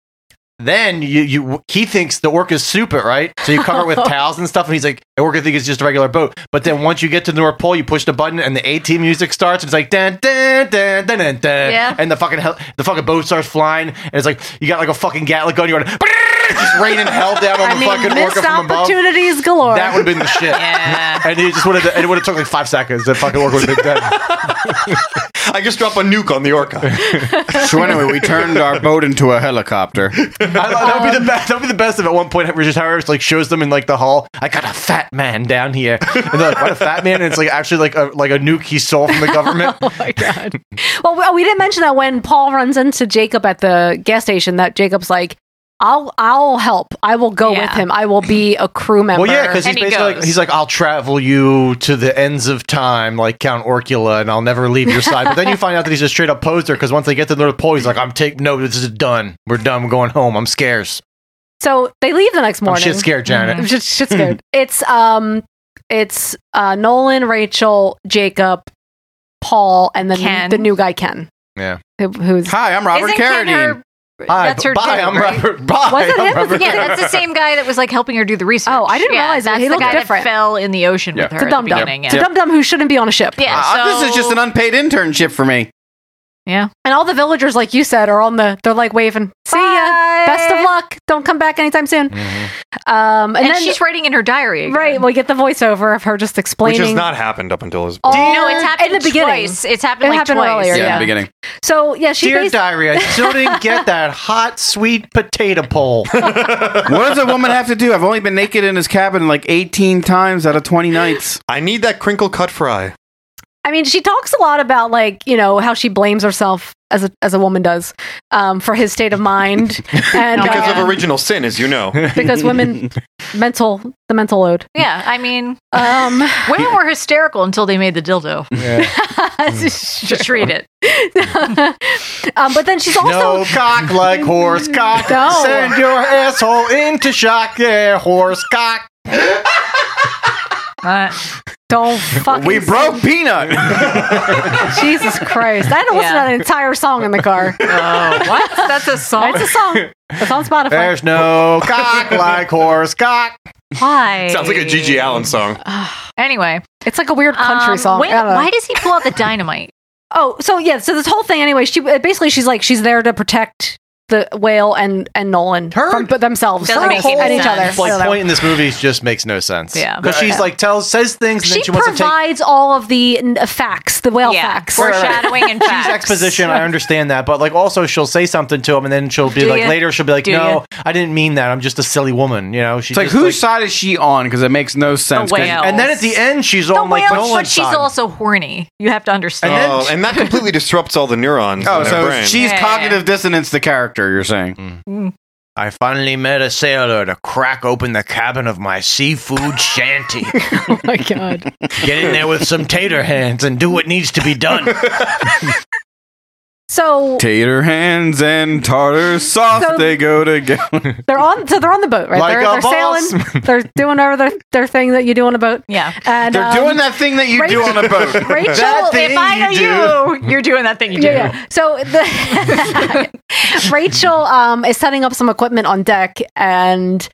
[SPEAKER 14] Then you, you he thinks the orca's stupid, right? So you
[SPEAKER 3] [LAUGHS]
[SPEAKER 14] cover it with towels and stuff, and he's like, the orca thinks it's just a regular boat. But then once you get to the North Pole, you push the button and the AT music starts. And it's like dun dun dun dun dun, dun.
[SPEAKER 9] Yeah.
[SPEAKER 14] and the fucking hel- the fucking boat starts flying, and it's like you got like a fucking Gatling gun, you're going [LAUGHS] just raining hell down on
[SPEAKER 3] I
[SPEAKER 14] the
[SPEAKER 3] mean,
[SPEAKER 14] fucking
[SPEAKER 3] missed
[SPEAKER 14] orca from above.
[SPEAKER 3] opportunities galore.
[SPEAKER 14] That would have been the shit.
[SPEAKER 9] yeah.
[SPEAKER 14] And it just would have. It would have took like five seconds. The fucking orca would have been dead.
[SPEAKER 10] I just drop a nuke on the orca.
[SPEAKER 6] [LAUGHS] so anyway, we turned our boat into a helicopter.
[SPEAKER 14] [LAUGHS] I, that would be the best. That would be the best. If at one point Richard Harris like shows them in like the hall, I got a fat man down here, and they're like, "What a fat man!" And it's like actually like a like a nuke he stole from the government.
[SPEAKER 3] oh my god! well, we, we didn't mention that when Paul runs into Jacob at the gas station, that Jacob's like, "I'll, I'll help. I will go with him. I will be a crew member."
[SPEAKER 14] Well, yeah, because he's basically like, he's like, "I'll travel you to the ends of time, like Count Orcula, and I'll never leave your side." But then you find out that he's a straight up poser because once they get to the North Pole, he's like, "I'm taking no, this is done. We're done. We're going home. I'm scarce.
[SPEAKER 3] So they leave the next
[SPEAKER 14] I'm
[SPEAKER 3] morning.
[SPEAKER 14] Oh, shit scared, Janet. Mm-hmm.
[SPEAKER 3] I'm shit, shit scared. it's um, it's uh, Nolan, Rachel, Jacob, Paul, and then
[SPEAKER 9] Ken.
[SPEAKER 3] the new guy Ken,
[SPEAKER 14] Yeah.
[SPEAKER 3] who, who's
[SPEAKER 6] hi. I'm
[SPEAKER 9] Isn't Ken her-
[SPEAKER 14] Hi,
[SPEAKER 9] that's her
[SPEAKER 14] bye.
[SPEAKER 9] dude,
[SPEAKER 14] I'm
[SPEAKER 9] right?
[SPEAKER 14] Robert. Bye.
[SPEAKER 3] Was it
[SPEAKER 14] I'm
[SPEAKER 3] him? Was it
[SPEAKER 14] Robert.
[SPEAKER 9] Yeah, that's the same guy that was like helping her do the research.
[SPEAKER 3] Oh, I didn't
[SPEAKER 9] Yeah,
[SPEAKER 3] realize that.
[SPEAKER 9] That's
[SPEAKER 3] He
[SPEAKER 9] the
[SPEAKER 3] looked
[SPEAKER 9] guy
[SPEAKER 3] different.
[SPEAKER 9] that fell in the ocean with her.
[SPEAKER 3] It's a
[SPEAKER 9] at
[SPEAKER 3] dum
[SPEAKER 9] the
[SPEAKER 3] dum.
[SPEAKER 9] beginning,
[SPEAKER 3] It's a
[SPEAKER 9] yeah.
[SPEAKER 3] dum dum who shouldn't be on a ship.
[SPEAKER 9] Yeah,
[SPEAKER 6] Uh, this is just an unpaid internship for me.
[SPEAKER 9] Yeah.
[SPEAKER 3] And all the villagers, like you said, are on the. They're like waving. See ya. Best of luck. Don't come back anytime soon. Um, and,
[SPEAKER 9] And,
[SPEAKER 3] then
[SPEAKER 9] she's writing in her diary. Again.
[SPEAKER 3] right. We get the voiceover of her just
[SPEAKER 10] Which
[SPEAKER 3] explaining.
[SPEAKER 10] has not happened up until this
[SPEAKER 9] [LAUGHS]
[SPEAKER 3] all-
[SPEAKER 9] No, it's happened
[SPEAKER 3] in the beginning.
[SPEAKER 9] twice. It's happened,
[SPEAKER 3] It
[SPEAKER 9] like,
[SPEAKER 3] happened
[SPEAKER 9] twice.
[SPEAKER 3] earlier. Yeah,
[SPEAKER 6] Yeah, in the beginning.
[SPEAKER 3] So yeah, she.
[SPEAKER 14] Dear
[SPEAKER 3] basi-
[SPEAKER 14] diary, I still didn't
[SPEAKER 3] [LAUGHS]
[SPEAKER 14] get that hot, sweet potato pole.
[SPEAKER 6] [LAUGHS] What does a woman have to do? I've only been naked in his cabin like 18 times out of 20 nights.
[SPEAKER 10] I need that crinkle cut fry.
[SPEAKER 3] I mean, she talks a lot about like you know how she blames herself as a as a woman does um, for his state of
[SPEAKER 14] [LAUGHS]
[SPEAKER 3] mind and
[SPEAKER 9] oh
[SPEAKER 10] Because
[SPEAKER 3] uh,
[SPEAKER 10] of original sin, as you know.
[SPEAKER 3] because women mental the mental load.
[SPEAKER 9] Yeah, I mean,
[SPEAKER 3] Um,
[SPEAKER 9] women were hysterical until they made the dildo. [LAUGHS] Just read it.
[SPEAKER 3] [LAUGHS] um, but then she's also
[SPEAKER 14] no cock like horse cock.
[SPEAKER 3] No.
[SPEAKER 14] Send your asshole into shock. Yeah, horse cock.
[SPEAKER 9] Uh,
[SPEAKER 3] don't fucking
[SPEAKER 6] We broke Peanut.
[SPEAKER 3] [LAUGHS] Jesus Christ. I had to listen
[SPEAKER 9] Yeah.
[SPEAKER 3] to an entire song in
[SPEAKER 14] [LAUGHS]
[SPEAKER 3] the car.
[SPEAKER 9] oh, what? That's a song.
[SPEAKER 3] It's a song. It's on Spotify.
[SPEAKER 14] There's no cock like horse cock.
[SPEAKER 9] Why?
[SPEAKER 10] Sounds like a Gigi Allen song.
[SPEAKER 9] Anyway,
[SPEAKER 3] It's like a weird country
[SPEAKER 9] um,
[SPEAKER 3] song.
[SPEAKER 9] when-
[SPEAKER 3] I don't know.
[SPEAKER 9] why does he pull out the dynamite?
[SPEAKER 3] oh, so yeah, so this whole thing anyway, she basically she's like she's there to protect the whale and and Nolan
[SPEAKER 14] Her-
[SPEAKER 3] from but themselves
[SPEAKER 9] Doesn't
[SPEAKER 3] Her
[SPEAKER 9] make
[SPEAKER 3] whole-
[SPEAKER 9] any
[SPEAKER 3] and each
[SPEAKER 9] sense.
[SPEAKER 3] other. I
[SPEAKER 9] It's
[SPEAKER 3] don't
[SPEAKER 14] Like
[SPEAKER 3] know.
[SPEAKER 14] point in this movie just makes no sense.
[SPEAKER 9] Yeah.
[SPEAKER 14] because she's like tells says things and
[SPEAKER 3] she,
[SPEAKER 14] then she wants to take
[SPEAKER 3] provides all of the n- facts, the whale facts.
[SPEAKER 9] foreshadowing
[SPEAKER 3] [LAUGHS]
[SPEAKER 9] and facts.
[SPEAKER 14] exposition. I understand that, but like also she'll say something to him and then she'll be
[SPEAKER 9] Do
[SPEAKER 14] like
[SPEAKER 9] ya?
[SPEAKER 14] later she'll be like,
[SPEAKER 9] Do
[SPEAKER 14] no, I didn't mean that. I'm just a silly woman. You know, she's
[SPEAKER 6] It's like, whose side is she on? Because it makes no sense. 'Cause-
[SPEAKER 9] whale.
[SPEAKER 14] and then at the end she's
[SPEAKER 9] The
[SPEAKER 14] on like
[SPEAKER 9] whale, but
[SPEAKER 14] Nolan's
[SPEAKER 9] she's
[SPEAKER 14] side.
[SPEAKER 9] also horny. You have to understand.
[SPEAKER 10] Oh, and that completely disrupts all the neurons
[SPEAKER 6] Oh,
[SPEAKER 10] in their
[SPEAKER 6] so
[SPEAKER 10] brain.
[SPEAKER 6] she's
[SPEAKER 9] Yeah.
[SPEAKER 6] cognitive dissonance, the character, you're saying.
[SPEAKER 14] Mm.
[SPEAKER 9] Mm.
[SPEAKER 14] I finally met a sailor to crack open the cabin of my seafood shanty.
[SPEAKER 3] [LAUGHS] oh my god.
[SPEAKER 14] [LAUGHS] Get in there with some tater hands and do what needs to be done.
[SPEAKER 3] So
[SPEAKER 10] Tater hands and tartar sauce,
[SPEAKER 3] So-
[SPEAKER 10] they go [LAUGHS] together.
[SPEAKER 3] they're on. So they're on the boat, right?
[SPEAKER 10] Like
[SPEAKER 3] they're
[SPEAKER 10] a
[SPEAKER 3] they're
[SPEAKER 10] boss. [LAUGHS]
[SPEAKER 3] sailing. They're doing over their, their thing that you do on a boat.
[SPEAKER 9] Yeah,
[SPEAKER 3] and
[SPEAKER 10] They're
[SPEAKER 3] um,
[SPEAKER 10] doing that thing [LAUGHS] that you do
[SPEAKER 3] Rachel-
[SPEAKER 10] on a boat.
[SPEAKER 3] [LAUGHS] Rachel,
[SPEAKER 9] That thing
[SPEAKER 3] if I
[SPEAKER 9] you
[SPEAKER 3] know
[SPEAKER 9] do. [LAUGHS] You're doing that thing you do.
[SPEAKER 3] Yeah, yeah. So the [LAUGHS] Rachel um, is setting up some equipment on deck, and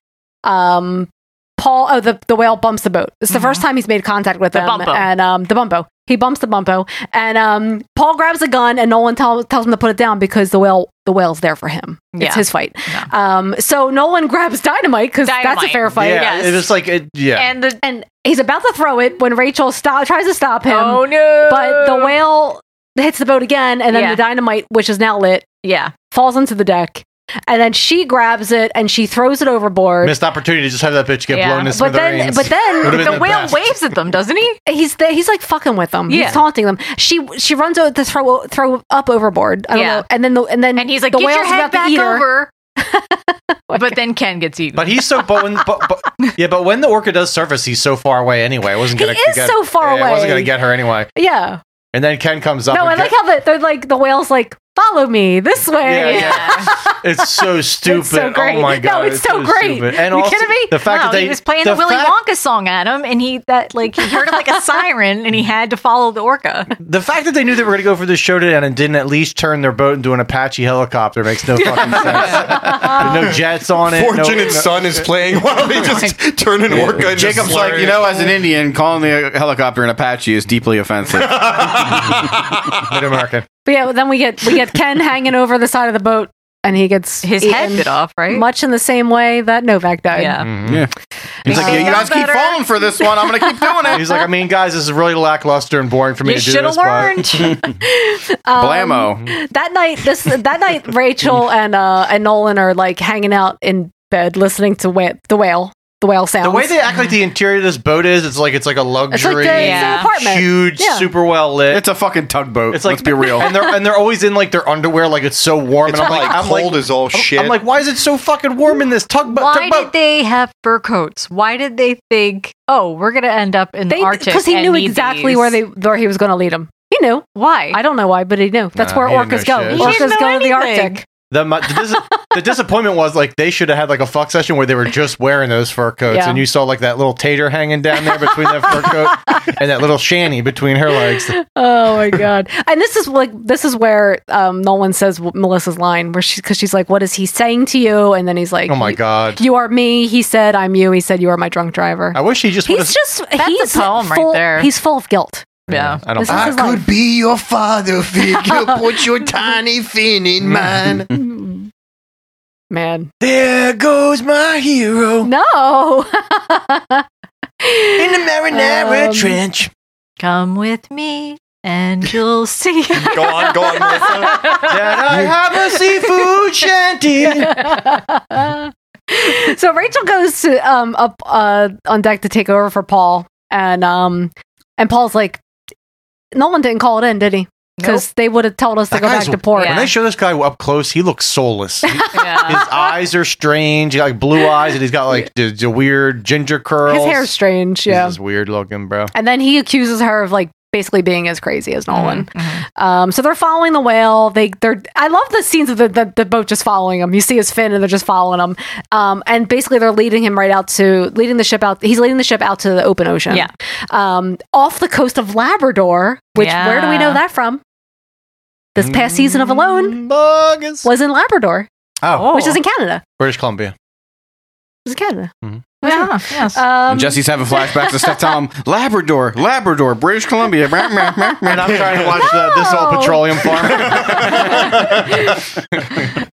[SPEAKER 3] um, Paul, oh, the, the whale bumps the boat. It's the first time he's made contact with
[SPEAKER 9] Mm-hmm. The
[SPEAKER 3] him,
[SPEAKER 9] bumpo.
[SPEAKER 3] and um, the bumpo. He bumps the bumpo, and um, Paul grabs a gun, and Nolan tell, tells him to put it down because the whale the whale's there for him.
[SPEAKER 9] Yeah.
[SPEAKER 3] It's his fight. Um, so Nolan grabs dynamite because that's a
[SPEAKER 9] Dynamite.
[SPEAKER 3] fair fight.
[SPEAKER 14] Yeah, it was like it, yeah.
[SPEAKER 9] And the
[SPEAKER 3] and he's about to throw it when Rachel stop, tries to stop him.
[SPEAKER 9] Oh, no.
[SPEAKER 3] But the whale hits the boat again, and then
[SPEAKER 9] Yeah.
[SPEAKER 3] the dynamite, which is now lit,
[SPEAKER 9] yeah,
[SPEAKER 3] falls into the deck, and then she grabs it and she throws it overboard.
[SPEAKER 14] Missed opportunity to just have that bitch get
[SPEAKER 3] Yeah.
[SPEAKER 14] blown to
[SPEAKER 3] But then-
[SPEAKER 14] smithereens.
[SPEAKER 3] but then
[SPEAKER 14] Would've been
[SPEAKER 3] the whale
[SPEAKER 14] best.
[SPEAKER 9] waves at them, doesn't he?
[SPEAKER 3] [LAUGHS] He's there, he's like fucking with them.
[SPEAKER 9] Yeah.
[SPEAKER 3] He's taunting them. She she runs out to throw throw up overboard. I don't
[SPEAKER 9] Yeah.
[SPEAKER 3] know. And then the and then and he's
[SPEAKER 9] like,
[SPEAKER 3] the
[SPEAKER 9] "Get your
[SPEAKER 3] whale's
[SPEAKER 9] head
[SPEAKER 3] about to
[SPEAKER 9] back
[SPEAKER 3] eat her.
[SPEAKER 9] over." but then Ken gets eaten.
[SPEAKER 14] But he's so but, when, but,
[SPEAKER 3] [LAUGHS]
[SPEAKER 14] but yeah, but when the orca does surface, he's so far away anyway. I wasn't
[SPEAKER 3] He
[SPEAKER 14] gonna
[SPEAKER 3] is
[SPEAKER 14] get,
[SPEAKER 3] so far
[SPEAKER 14] yeah, I wasn't gonna
[SPEAKER 3] away.
[SPEAKER 14] get her anyway.
[SPEAKER 3] Yeah.
[SPEAKER 14] And then Ken comes up.
[SPEAKER 3] No,
[SPEAKER 14] and
[SPEAKER 3] I like how the, they're like the whale's like follow me this way.
[SPEAKER 14] Yeah,
[SPEAKER 3] [LAUGHS]
[SPEAKER 14] how [LAUGHS]
[SPEAKER 9] [LAUGHS]
[SPEAKER 14] it's so stupid.
[SPEAKER 9] so great.
[SPEAKER 14] Oh my
[SPEAKER 9] No,
[SPEAKER 14] god,
[SPEAKER 9] it's so
[SPEAKER 3] great.
[SPEAKER 14] stupid. And
[SPEAKER 3] You
[SPEAKER 14] also,
[SPEAKER 3] kidding me?
[SPEAKER 14] The fact
[SPEAKER 9] no,
[SPEAKER 14] that they,
[SPEAKER 9] he was playing the, Willy
[SPEAKER 14] fact,
[SPEAKER 9] Wonka song at him, and he that like he heard
[SPEAKER 3] [LAUGHS]
[SPEAKER 9] like a siren, and he had to follow the orca.
[SPEAKER 14] the fact that they knew they were gonna go for this show today and didn't at least turn their boat into an Apache helicopter makes
[SPEAKER 3] [LAUGHS]
[SPEAKER 14] no fucking sense.
[SPEAKER 9] [LAUGHS]
[SPEAKER 14] There's no jets on it.
[SPEAKER 12] Fortunate
[SPEAKER 14] no,
[SPEAKER 12] Son is
[SPEAKER 3] [LAUGHS]
[SPEAKER 12] playing while they just turn an orca. into
[SPEAKER 10] Jacob's like,
[SPEAKER 12] slurry.
[SPEAKER 10] you know, as an Indian, calling the helicopter an Apache is deeply offensive.
[SPEAKER 14] Mid American.
[SPEAKER 3] But yeah, then we get we
[SPEAKER 14] [LAUGHS]
[SPEAKER 3] get Ken hanging over the side of the boat, and he gets
[SPEAKER 9] His head
[SPEAKER 3] eaten
[SPEAKER 9] bit off, right?
[SPEAKER 3] Much in the same way that Novak died. Um,
[SPEAKER 9] Yeah.
[SPEAKER 14] [LAUGHS] Mm-hmm.
[SPEAKER 10] Yeah.
[SPEAKER 14] He's
[SPEAKER 10] like, yeah, you guys keep falling for this one. I'm going to keep doing it.
[SPEAKER 14] He's like, I mean, guys, this is really lackluster and boring for me
[SPEAKER 3] You
[SPEAKER 14] to do.
[SPEAKER 3] shoulda
[SPEAKER 14] this, but-
[SPEAKER 12] [LAUGHS]
[SPEAKER 3] learned. Um,
[SPEAKER 10] Blammo.
[SPEAKER 3] That night, this that
[SPEAKER 14] [LAUGHS]
[SPEAKER 3] night, Rachel and uh and Nolan are like hanging out in bed, listening to wha- the whale, the whale sounds.
[SPEAKER 14] [LAUGHS] The way they act like the interior of this boat is, it's like it's like a
[SPEAKER 3] it's like the,
[SPEAKER 14] luxury,
[SPEAKER 3] it's an apartment.
[SPEAKER 14] huge,
[SPEAKER 3] Yeah.
[SPEAKER 14] super well lit. It's
[SPEAKER 10] a fucking tugboat.
[SPEAKER 14] It's like,
[SPEAKER 10] Let's be real.
[SPEAKER 14] And they're and they're always in like their underwear, like it's so warm.
[SPEAKER 12] It's
[SPEAKER 14] and I'm
[SPEAKER 12] probably
[SPEAKER 14] like, I'm
[SPEAKER 12] cold
[SPEAKER 14] like,
[SPEAKER 12] as all
[SPEAKER 14] I'm-
[SPEAKER 12] shit.
[SPEAKER 14] I'm like, why is it so fucking warm in this tugboat?
[SPEAKER 9] Why
[SPEAKER 14] tugboat?
[SPEAKER 9] did they have fur coats? Why did they think, oh, we're gonna end up in the Arctic?
[SPEAKER 3] because he
[SPEAKER 9] and
[SPEAKER 3] knew
[SPEAKER 9] need
[SPEAKER 3] exactly
[SPEAKER 9] these?
[SPEAKER 3] where they where he was going to lead him. He knew
[SPEAKER 9] Why?
[SPEAKER 3] I don't know why, but he knew. That's
[SPEAKER 14] Nah,
[SPEAKER 3] where
[SPEAKER 14] he didn't
[SPEAKER 3] orcas go.
[SPEAKER 14] know shit.
[SPEAKER 9] He didn't
[SPEAKER 3] Orcas
[SPEAKER 9] know
[SPEAKER 3] go to the
[SPEAKER 9] anything.
[SPEAKER 3] Arctic.
[SPEAKER 14] The, mu- the, dis- the disappointment was like they should have had like a fuck session where they were just wearing those fur coats,
[SPEAKER 3] Yeah.
[SPEAKER 14] and you saw like that little tater hanging down there between that fur
[SPEAKER 3] [LAUGHS]
[SPEAKER 14] coat and that little shanty between her legs.
[SPEAKER 3] oh my god and this is like this is where um nolan says w- melissa's line where she because she's like what is he saying to you and then he's like
[SPEAKER 14] Oh my god!
[SPEAKER 3] you are me he said i'm you he said you are my drunk driver
[SPEAKER 14] I wish he just
[SPEAKER 3] he's
[SPEAKER 14] would've-
[SPEAKER 3] just
[SPEAKER 9] That's a
[SPEAKER 3] he's
[SPEAKER 9] poem right
[SPEAKER 3] full-
[SPEAKER 9] there.
[SPEAKER 3] he's full of guilt
[SPEAKER 9] Yeah.
[SPEAKER 14] I don't.
[SPEAKER 3] This is his life.
[SPEAKER 7] be your father
[SPEAKER 3] [LAUGHS]
[SPEAKER 7] figure. Put your tiny fin in mine.
[SPEAKER 3] Mm-hmm. man
[SPEAKER 7] There goes my hero
[SPEAKER 3] no
[SPEAKER 7] [LAUGHS] in the marinara
[SPEAKER 9] Um,
[SPEAKER 7] trench.
[SPEAKER 9] Come with me, and you'll see.
[SPEAKER 12] go on, go on,
[SPEAKER 9] [LAUGHS]
[SPEAKER 12] Melissa.
[SPEAKER 14] Did I have a seafood shanty?
[SPEAKER 3] [LAUGHS] so Rachel goes to um up uh on deck to take over for Paul, and um and Paul's like, Nolan didn't call it in, did he? Because they would have told us to
[SPEAKER 14] That
[SPEAKER 3] go back
[SPEAKER 14] guy's-
[SPEAKER 3] to port.
[SPEAKER 14] When they show this guy up close, he looks soulless. [LAUGHS] He-
[SPEAKER 9] Yeah.
[SPEAKER 14] His eyes are strange. He got like blue eyes, and he's got like the, the weird ginger curls.
[SPEAKER 3] His hair's strange, yeah.
[SPEAKER 14] He's just weird looking, bro.
[SPEAKER 3] And then he accuses her of like basically being as crazy as Nolan.
[SPEAKER 9] Mm-hmm.
[SPEAKER 3] Um, so they're following the whale. They they're I love the scenes of the, the the boat just following him. You see his fin and they're just following him. Um, and basically they're leading him right out to leading the ship out. He's leading the ship out to the open ocean.
[SPEAKER 9] Yeah.
[SPEAKER 3] Um, off the coast of Labrador. Which where do we know
[SPEAKER 9] Yeah. Mm-hmm.
[SPEAKER 3] that from? This past season of Alone
[SPEAKER 14] Buggers.
[SPEAKER 3] was in Labrador,
[SPEAKER 14] Oh,
[SPEAKER 3] which is in Canada.
[SPEAKER 14] British Columbia.
[SPEAKER 3] It was in Canada.
[SPEAKER 14] Mhm.
[SPEAKER 9] Yeah, yes.
[SPEAKER 3] Um, [LAUGHS]
[SPEAKER 10] and Jesse's having flashbacks [LAUGHS] to stuff. Tell him, Labrador, Labrador, British [LAUGHS] Columbia. Brah, brah, brah, brah.
[SPEAKER 14] And I'm trying to watch the, this old
[SPEAKER 3] No. [LAUGHS]
[SPEAKER 14] petroleum farm.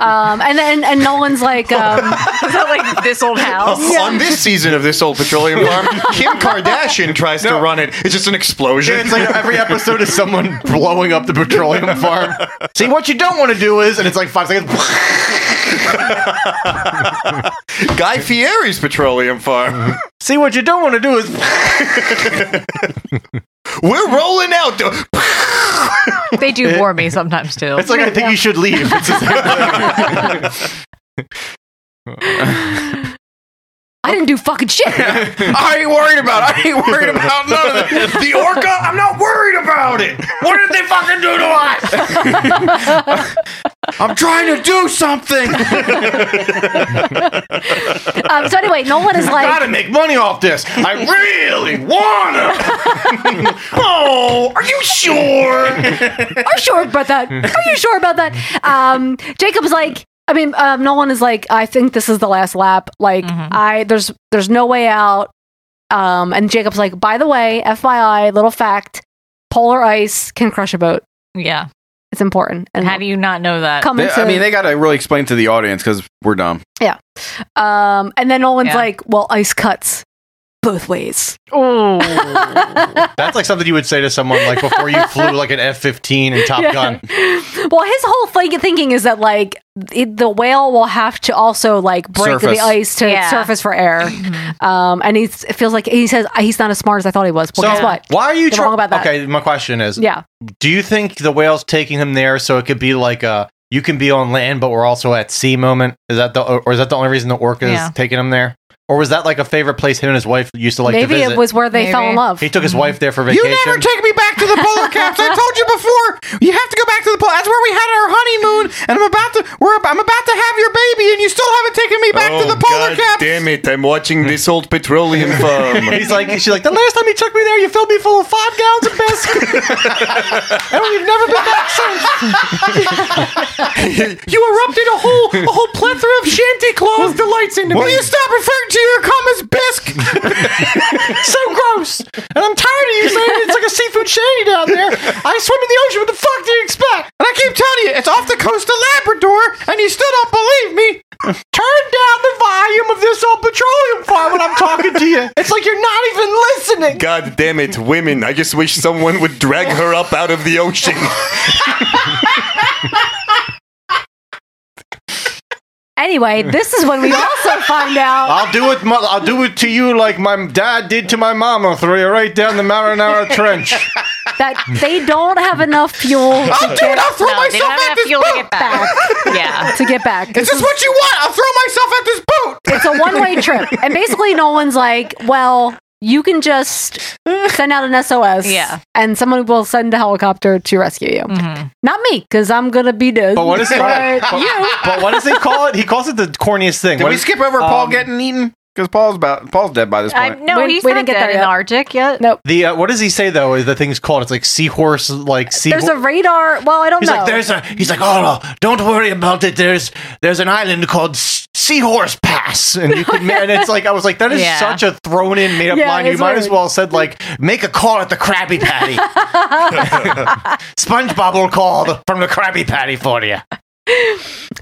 [SPEAKER 3] um, and then and Nolan's like,
[SPEAKER 9] [LAUGHS]
[SPEAKER 3] um,
[SPEAKER 9] Is that like this [LAUGHS] old house?
[SPEAKER 12] On this season of this old petroleum farm, Kim Kardashian tries to run it. It's just an explosion.
[SPEAKER 14] it's like every episode is [LAUGHS] someone blowing up the petroleum farm. [LAUGHS] See, what you don't want to do is, and it's like five seconds.
[SPEAKER 12] [LAUGHS] Guy Fieri's petroleum farm.
[SPEAKER 14] [LAUGHS] See, what you don't want to do is.
[SPEAKER 12] We're rolling out. the-
[SPEAKER 9] They do bore me sometimes too.
[SPEAKER 14] It's like, I think you should
[SPEAKER 3] [LAUGHS]
[SPEAKER 14] leave. It's just
[SPEAKER 9] [LAUGHS]
[SPEAKER 14] like- [LAUGHS]
[SPEAKER 3] I didn't do fucking
[SPEAKER 9] [LAUGHS]
[SPEAKER 3] shit.
[SPEAKER 10] I
[SPEAKER 3] [LAUGHS]
[SPEAKER 10] ain't worried about. it. I ain't worried about none of it. The orca. I'm not worried about it. What did they
[SPEAKER 7] fucking do to
[SPEAKER 14] [LAUGHS]
[SPEAKER 7] us?
[SPEAKER 3] [LAUGHS]
[SPEAKER 7] I'm trying to do something.
[SPEAKER 3] Um, so anyway, Nolan is like,
[SPEAKER 14] gotta make money off this. I really wanna.
[SPEAKER 7] [LAUGHS] oh, are you sure?
[SPEAKER 3] Are you sure about that? Are you sure about that? Um, Jacob's like, I mean, um, Nolan is like, I think this is the last lap. Like,
[SPEAKER 9] Mm-hmm.
[SPEAKER 3] I there's there's no way out. Um, and Jacob's like, by the way, FYI, little fact: polar ice can crush a boat.
[SPEAKER 9] Yeah,
[SPEAKER 3] it's important. And
[SPEAKER 9] how do you not know that?
[SPEAKER 3] Come
[SPEAKER 6] They-
[SPEAKER 3] into,
[SPEAKER 6] I mean, they got to really explain to the audience because we're dumb.
[SPEAKER 3] yeah. Um, and then Nolan's
[SPEAKER 9] Yeah.
[SPEAKER 3] like, well, ice cuts both ways.
[SPEAKER 14] That's like something you would say to someone like before you flew like an F fifteen and Top
[SPEAKER 3] Yeah.
[SPEAKER 14] Gun.
[SPEAKER 3] [LAUGHS] Well, his whole thing, thinking is that like it, the whale will have to also like break
[SPEAKER 14] Surface.
[SPEAKER 3] the ice to
[SPEAKER 14] Yeah.
[SPEAKER 3] surface for air, um, and he feels like he says he's not as smart as I thought he was. Well, guess what?
[SPEAKER 14] Why are you
[SPEAKER 3] You're
[SPEAKER 14] tr-
[SPEAKER 3] wrong about that?
[SPEAKER 14] Okay, my question is,
[SPEAKER 3] Yeah.
[SPEAKER 14] do you think the whale's taking him there so it could be like a you can be on land but we're also at sea moment? Is that the or is that the only reason the orca is
[SPEAKER 3] Yeah.
[SPEAKER 14] taking him there? Or was that like a favorite place him and his wife used to like? to
[SPEAKER 3] Maybe it
[SPEAKER 14] visit?
[SPEAKER 3] was where they fell in Maybe. love.
[SPEAKER 14] He took his wife there for vacation.
[SPEAKER 3] You never
[SPEAKER 6] take me back to the polar caps. I told you before. You have to go back to the polar. That's where we had our honeymoon, and I'm about to. We're. I'm about to have your baby, and you still haven't taken me back to
[SPEAKER 14] Oh,
[SPEAKER 6] the
[SPEAKER 12] Oh,
[SPEAKER 6] polar
[SPEAKER 12] God
[SPEAKER 6] caps.
[SPEAKER 12] Damn it! I'm watching this old [LAUGHS] petroleum firm.
[SPEAKER 14] He's like, she's like, the last time you took me there, you filled me full of five gallons of biscuit, and we've never been back
[SPEAKER 7] [LAUGHS]
[SPEAKER 14] since. you erupted a whole, a whole plethora of shanty claws delights into
[SPEAKER 7] Will you stop referring to your cum as bisque? [LAUGHS]
[SPEAKER 14] so gross. And I'm tired of you saying it's like a seafood shanty down there. I swim in the ocean. What the fuck do you expect?
[SPEAKER 7] And I keep telling you, it's off the coast of Labrador, and you still don't believe me. Turn down the
[SPEAKER 14] [LAUGHS]
[SPEAKER 7] volume of this old petroleum farm when I'm talking to you. It's like you're not even listening.
[SPEAKER 12] God damn it, women! I just wish someone would drag her up out of the [LAUGHS] ocean.
[SPEAKER 3] Anyway, this is when we also find
[SPEAKER 14] [LAUGHS]
[SPEAKER 3] out.
[SPEAKER 14] I'll do it. mo- I'll do it to you like my dad did to my mama. Throw you right down the
[SPEAKER 3] [LAUGHS]
[SPEAKER 14] Marinara Trench.
[SPEAKER 3] that they don't have enough fuel.
[SPEAKER 7] I'll do it. I'll throw
[SPEAKER 9] No, they
[SPEAKER 7] myself
[SPEAKER 9] don't have
[SPEAKER 7] at
[SPEAKER 9] enough
[SPEAKER 7] this
[SPEAKER 9] fuel
[SPEAKER 7] boat.
[SPEAKER 9] to get back. yeah.
[SPEAKER 3] to get back.
[SPEAKER 7] Is this what you want? I'll throw myself at this boat.
[SPEAKER 3] It's a one
[SPEAKER 6] [LAUGHS]
[SPEAKER 3] way trip. And basically, Nolan's like, well, you can just send out an SOS.
[SPEAKER 9] Yeah.
[SPEAKER 3] And someone will send a helicopter to rescue you. Not me, because I'm going to be dead.
[SPEAKER 14] But what is it?
[SPEAKER 3] but
[SPEAKER 14] but,
[SPEAKER 3] you.
[SPEAKER 14] but what does he call it? He calls it the corniest thing.
[SPEAKER 6] Did
[SPEAKER 14] What
[SPEAKER 6] we
[SPEAKER 14] is-
[SPEAKER 6] skip over Paul
[SPEAKER 14] um,
[SPEAKER 6] getting eaten? Because Paul's about Paul's dead by this
[SPEAKER 9] I,
[SPEAKER 6] point.
[SPEAKER 9] Uh, no, he's not dead in the Arctic yet.
[SPEAKER 3] Nope.
[SPEAKER 14] The uh, what does he say though? Is the thing's called? It's like seahorse, like sea.
[SPEAKER 3] There's a radar. Well, I don't
[SPEAKER 14] He's
[SPEAKER 3] know.
[SPEAKER 14] like,
[SPEAKER 13] There's a. He's like, oh, no, don't worry about it. There's there's an island called S- Seahorse Pass,
[SPEAKER 14] and you could. ma- And it's like I was like,
[SPEAKER 3] [LAUGHS]
[SPEAKER 14] that is
[SPEAKER 13] Yeah.
[SPEAKER 14] such a thrown in, made up
[SPEAKER 13] Yeah,
[SPEAKER 14] line. You
[SPEAKER 13] it's
[SPEAKER 14] might as
[SPEAKER 13] weird.
[SPEAKER 14] well have said like, make a call at the Krabby
[SPEAKER 3] [LAUGHS]
[SPEAKER 14] Patty.
[SPEAKER 7] [LAUGHS]
[SPEAKER 14] SpongeBob will call the- from the Krabby Patty for you.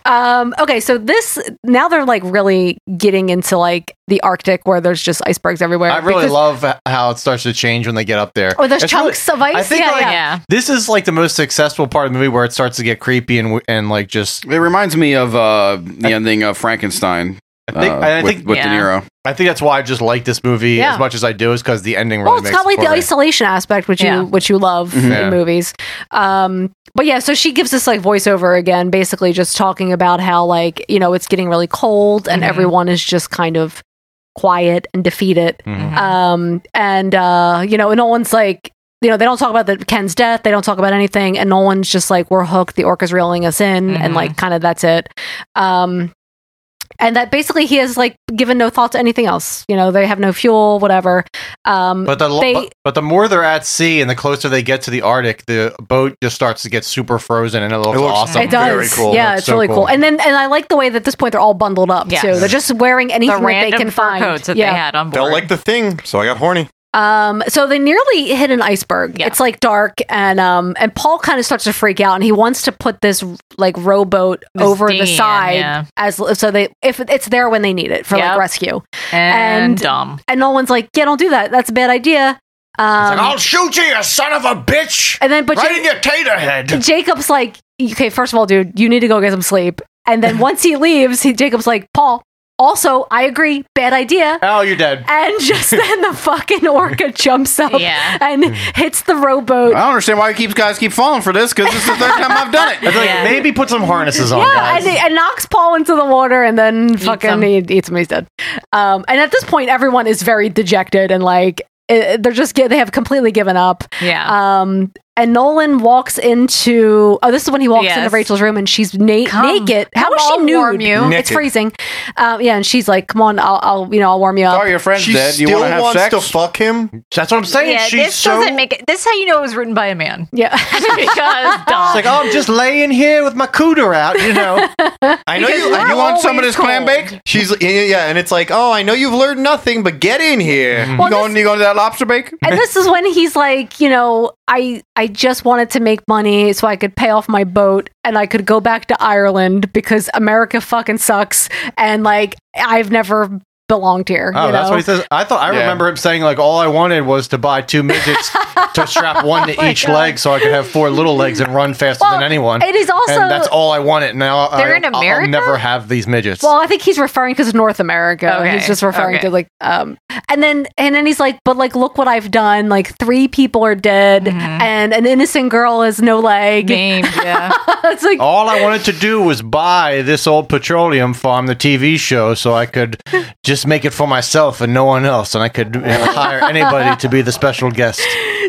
[SPEAKER 3] Um, okay, so this now they're like really getting into like the Arctic where there's just icebergs everywhere.
[SPEAKER 14] I really
[SPEAKER 3] Because-
[SPEAKER 14] love h- how it starts to change when they get up there.
[SPEAKER 3] Oh, there's
[SPEAKER 14] It's really-
[SPEAKER 3] chunks of
[SPEAKER 14] I
[SPEAKER 3] ice.
[SPEAKER 14] think
[SPEAKER 3] yeah,
[SPEAKER 14] like,
[SPEAKER 3] yeah.
[SPEAKER 14] this is like the most successful part of the movie where it starts to get creepy and w- and like just.
[SPEAKER 6] It reminds me of uh, the ending of Frankenstein. I
[SPEAKER 14] think- and I
[SPEAKER 6] with,
[SPEAKER 14] think-
[SPEAKER 6] with
[SPEAKER 14] Yeah.
[SPEAKER 6] De Niro.
[SPEAKER 14] I think that's why I just like this movie
[SPEAKER 3] Yeah.
[SPEAKER 14] as much as I do, is because the ending really
[SPEAKER 3] Well, it's
[SPEAKER 14] makes
[SPEAKER 3] got
[SPEAKER 14] it
[SPEAKER 3] like the
[SPEAKER 14] for me.
[SPEAKER 3] isolation aspect, which
[SPEAKER 14] Yeah.
[SPEAKER 3] you which you love
[SPEAKER 14] Mhm.
[SPEAKER 3] in
[SPEAKER 14] Yeah.
[SPEAKER 3] movies. Um, but yeah, so she gives this like voiceover again, basically just talking about how like you know it's getting really cold and
[SPEAKER 9] Mhm.
[SPEAKER 3] everyone is just kind of quiet and defeated.
[SPEAKER 14] Mm-hmm.
[SPEAKER 9] Mhm.
[SPEAKER 3] Um, and uh, you know, and Nolan's like. You know, they don't talk about the Ken's death. They don't talk about anything, and Nolan's just like, "We're hooked. The orca's reeling us in, and
[SPEAKER 9] Mhm.
[SPEAKER 3] like, kind of that's it." Um, and that basically he has like given no thought to anything else. You know, they have no fuel, whatever. Um,
[SPEAKER 14] But the lo-
[SPEAKER 3] they,
[SPEAKER 14] but, but the more they're at sea and the closer they get to the Arctic, the boat just starts to get super frozen and it looks, awesome.
[SPEAKER 3] It does. Yeah, it's really cool. And then and I like the way that at this point they're all bundled up
[SPEAKER 9] Yes.
[SPEAKER 3] too. They're just wearing anything that they
[SPEAKER 9] random
[SPEAKER 3] can
[SPEAKER 9] fur
[SPEAKER 3] find.
[SPEAKER 9] coats that they had on
[SPEAKER 12] Felt like the thing, so I got horny.
[SPEAKER 3] Um, so they nearly hit an iceberg. It's like dark, and um, and Paul kind of starts to freak out, and he wants to put this like rowboat
[SPEAKER 9] This
[SPEAKER 3] over the
[SPEAKER 9] dinghy in,
[SPEAKER 3] side
[SPEAKER 9] yeah.
[SPEAKER 3] as so they if it's there when they need it for like
[SPEAKER 9] Yep.
[SPEAKER 3] rescue.
[SPEAKER 9] And dumb.
[SPEAKER 3] And Nolan's like, yeah, don't do that. That's a bad idea. Um,
[SPEAKER 13] It's like, I'll shoot you, you son of a bitch!
[SPEAKER 3] And then, but
[SPEAKER 13] right
[SPEAKER 3] Ja-
[SPEAKER 13] in your tater head.
[SPEAKER 3] Jacob's like, okay, first of all, dude, you need to go get some sleep.
[SPEAKER 13] [LAUGHS]
[SPEAKER 3] And then once he leaves, he, Jacob's like, Paul, also, I agree,
[SPEAKER 13] [LAUGHS]
[SPEAKER 3] bad idea.
[SPEAKER 14] Oh, you're dead.
[SPEAKER 3] And just then the fucking orca jumps up and hits the rowboat.
[SPEAKER 6] I don't understand why keeps guys keep falling for this because it's the third time I've done it.
[SPEAKER 14] It's like, maybe put some harnesses on,
[SPEAKER 3] yeah,
[SPEAKER 14] guys.
[SPEAKER 3] and, he, and knocks Paul into the water, and then fucking
[SPEAKER 14] him.
[SPEAKER 3] he eats him. He's dead. Um, and at this point, everyone is very dejected and like eh, they're just gi- they have completely given up.
[SPEAKER 9] Yeah.
[SPEAKER 3] Um, and Nolan walks into oh this is when he walks
[SPEAKER 27] Yes.
[SPEAKER 3] into Rachel's room and she's na- naked. How
[SPEAKER 27] Come,
[SPEAKER 3] is she
[SPEAKER 27] I'll
[SPEAKER 3] nude?
[SPEAKER 27] warm you.
[SPEAKER 3] It's
[SPEAKER 27] Naked.
[SPEAKER 3] freezing. Um, yeah, and she's like, "Come on, I'll, I'll you know I'll warm you up."
[SPEAKER 14] Sorry, your friend's
[SPEAKER 3] She's
[SPEAKER 14] dead. You
[SPEAKER 3] still
[SPEAKER 14] want to have
[SPEAKER 3] wants
[SPEAKER 14] sex?
[SPEAKER 3] to
[SPEAKER 14] fuck him. That's what I'm saying.
[SPEAKER 3] [LAUGHS]
[SPEAKER 9] yeah,
[SPEAKER 14] She's
[SPEAKER 9] this
[SPEAKER 14] so.
[SPEAKER 9] doesn't make it. This is how you know it was written by a man.
[SPEAKER 3] Yeah,
[SPEAKER 9] [LAUGHS] because
[SPEAKER 14] It's like, oh, I'm just laying here with my cooter out, you know.
[SPEAKER 6] I know you.
[SPEAKER 14] Because
[SPEAKER 6] You
[SPEAKER 14] we're
[SPEAKER 6] want some of
[SPEAKER 14] always
[SPEAKER 6] this clam
[SPEAKER 14] cold.
[SPEAKER 6] bake? She's yeah, and it's like, oh, I know you've learned nothing, but get in here.
[SPEAKER 3] Well,
[SPEAKER 6] you going? You going to that lobster bake?
[SPEAKER 3] and this
[SPEAKER 6] [LAUGHS]
[SPEAKER 3] is when he's like, you know, I I just wanted to make money so I could pay off my boat and I could go back to Ireland because America fucking sucks and like I've never belonged here.
[SPEAKER 14] Oh,
[SPEAKER 3] you
[SPEAKER 14] that's
[SPEAKER 3] know?
[SPEAKER 14] what he says. I thought I
[SPEAKER 3] Yeah.
[SPEAKER 14] remember him saying like, all I wanted was to buy two
[SPEAKER 3] [LAUGHS]
[SPEAKER 14] midgets to strap one to
[SPEAKER 3] Oh my
[SPEAKER 14] each
[SPEAKER 3] God.
[SPEAKER 14] leg, so I could have four little legs and run faster than anyone.
[SPEAKER 3] it is also-
[SPEAKER 14] and that's all I wanted. Now
[SPEAKER 3] They're
[SPEAKER 14] I,
[SPEAKER 3] in
[SPEAKER 14] I'll
[SPEAKER 3] America?
[SPEAKER 14] never have these midgets.
[SPEAKER 3] Well, I think he's referring because North America.
[SPEAKER 14] Okay,
[SPEAKER 3] He's just referring
[SPEAKER 14] okay.
[SPEAKER 3] to like, um, and then and then he's like, but like, look what I've done. Like, three people are dead,
[SPEAKER 14] Mm-hmm.
[SPEAKER 3] and an innocent girl is no leg.
[SPEAKER 9] Named,
[SPEAKER 3] [LAUGHS]
[SPEAKER 9] yeah.
[SPEAKER 3] it's
[SPEAKER 14] [LAUGHS]
[SPEAKER 3] like,
[SPEAKER 14] all I wanted to do was buy this old petroleum farm, the TV show, so I could
[SPEAKER 3] [LAUGHS]
[SPEAKER 14] just make it for myself and no one else, and I could you know,
[SPEAKER 3] [LAUGHS]
[SPEAKER 14] hire anybody to be the special guest.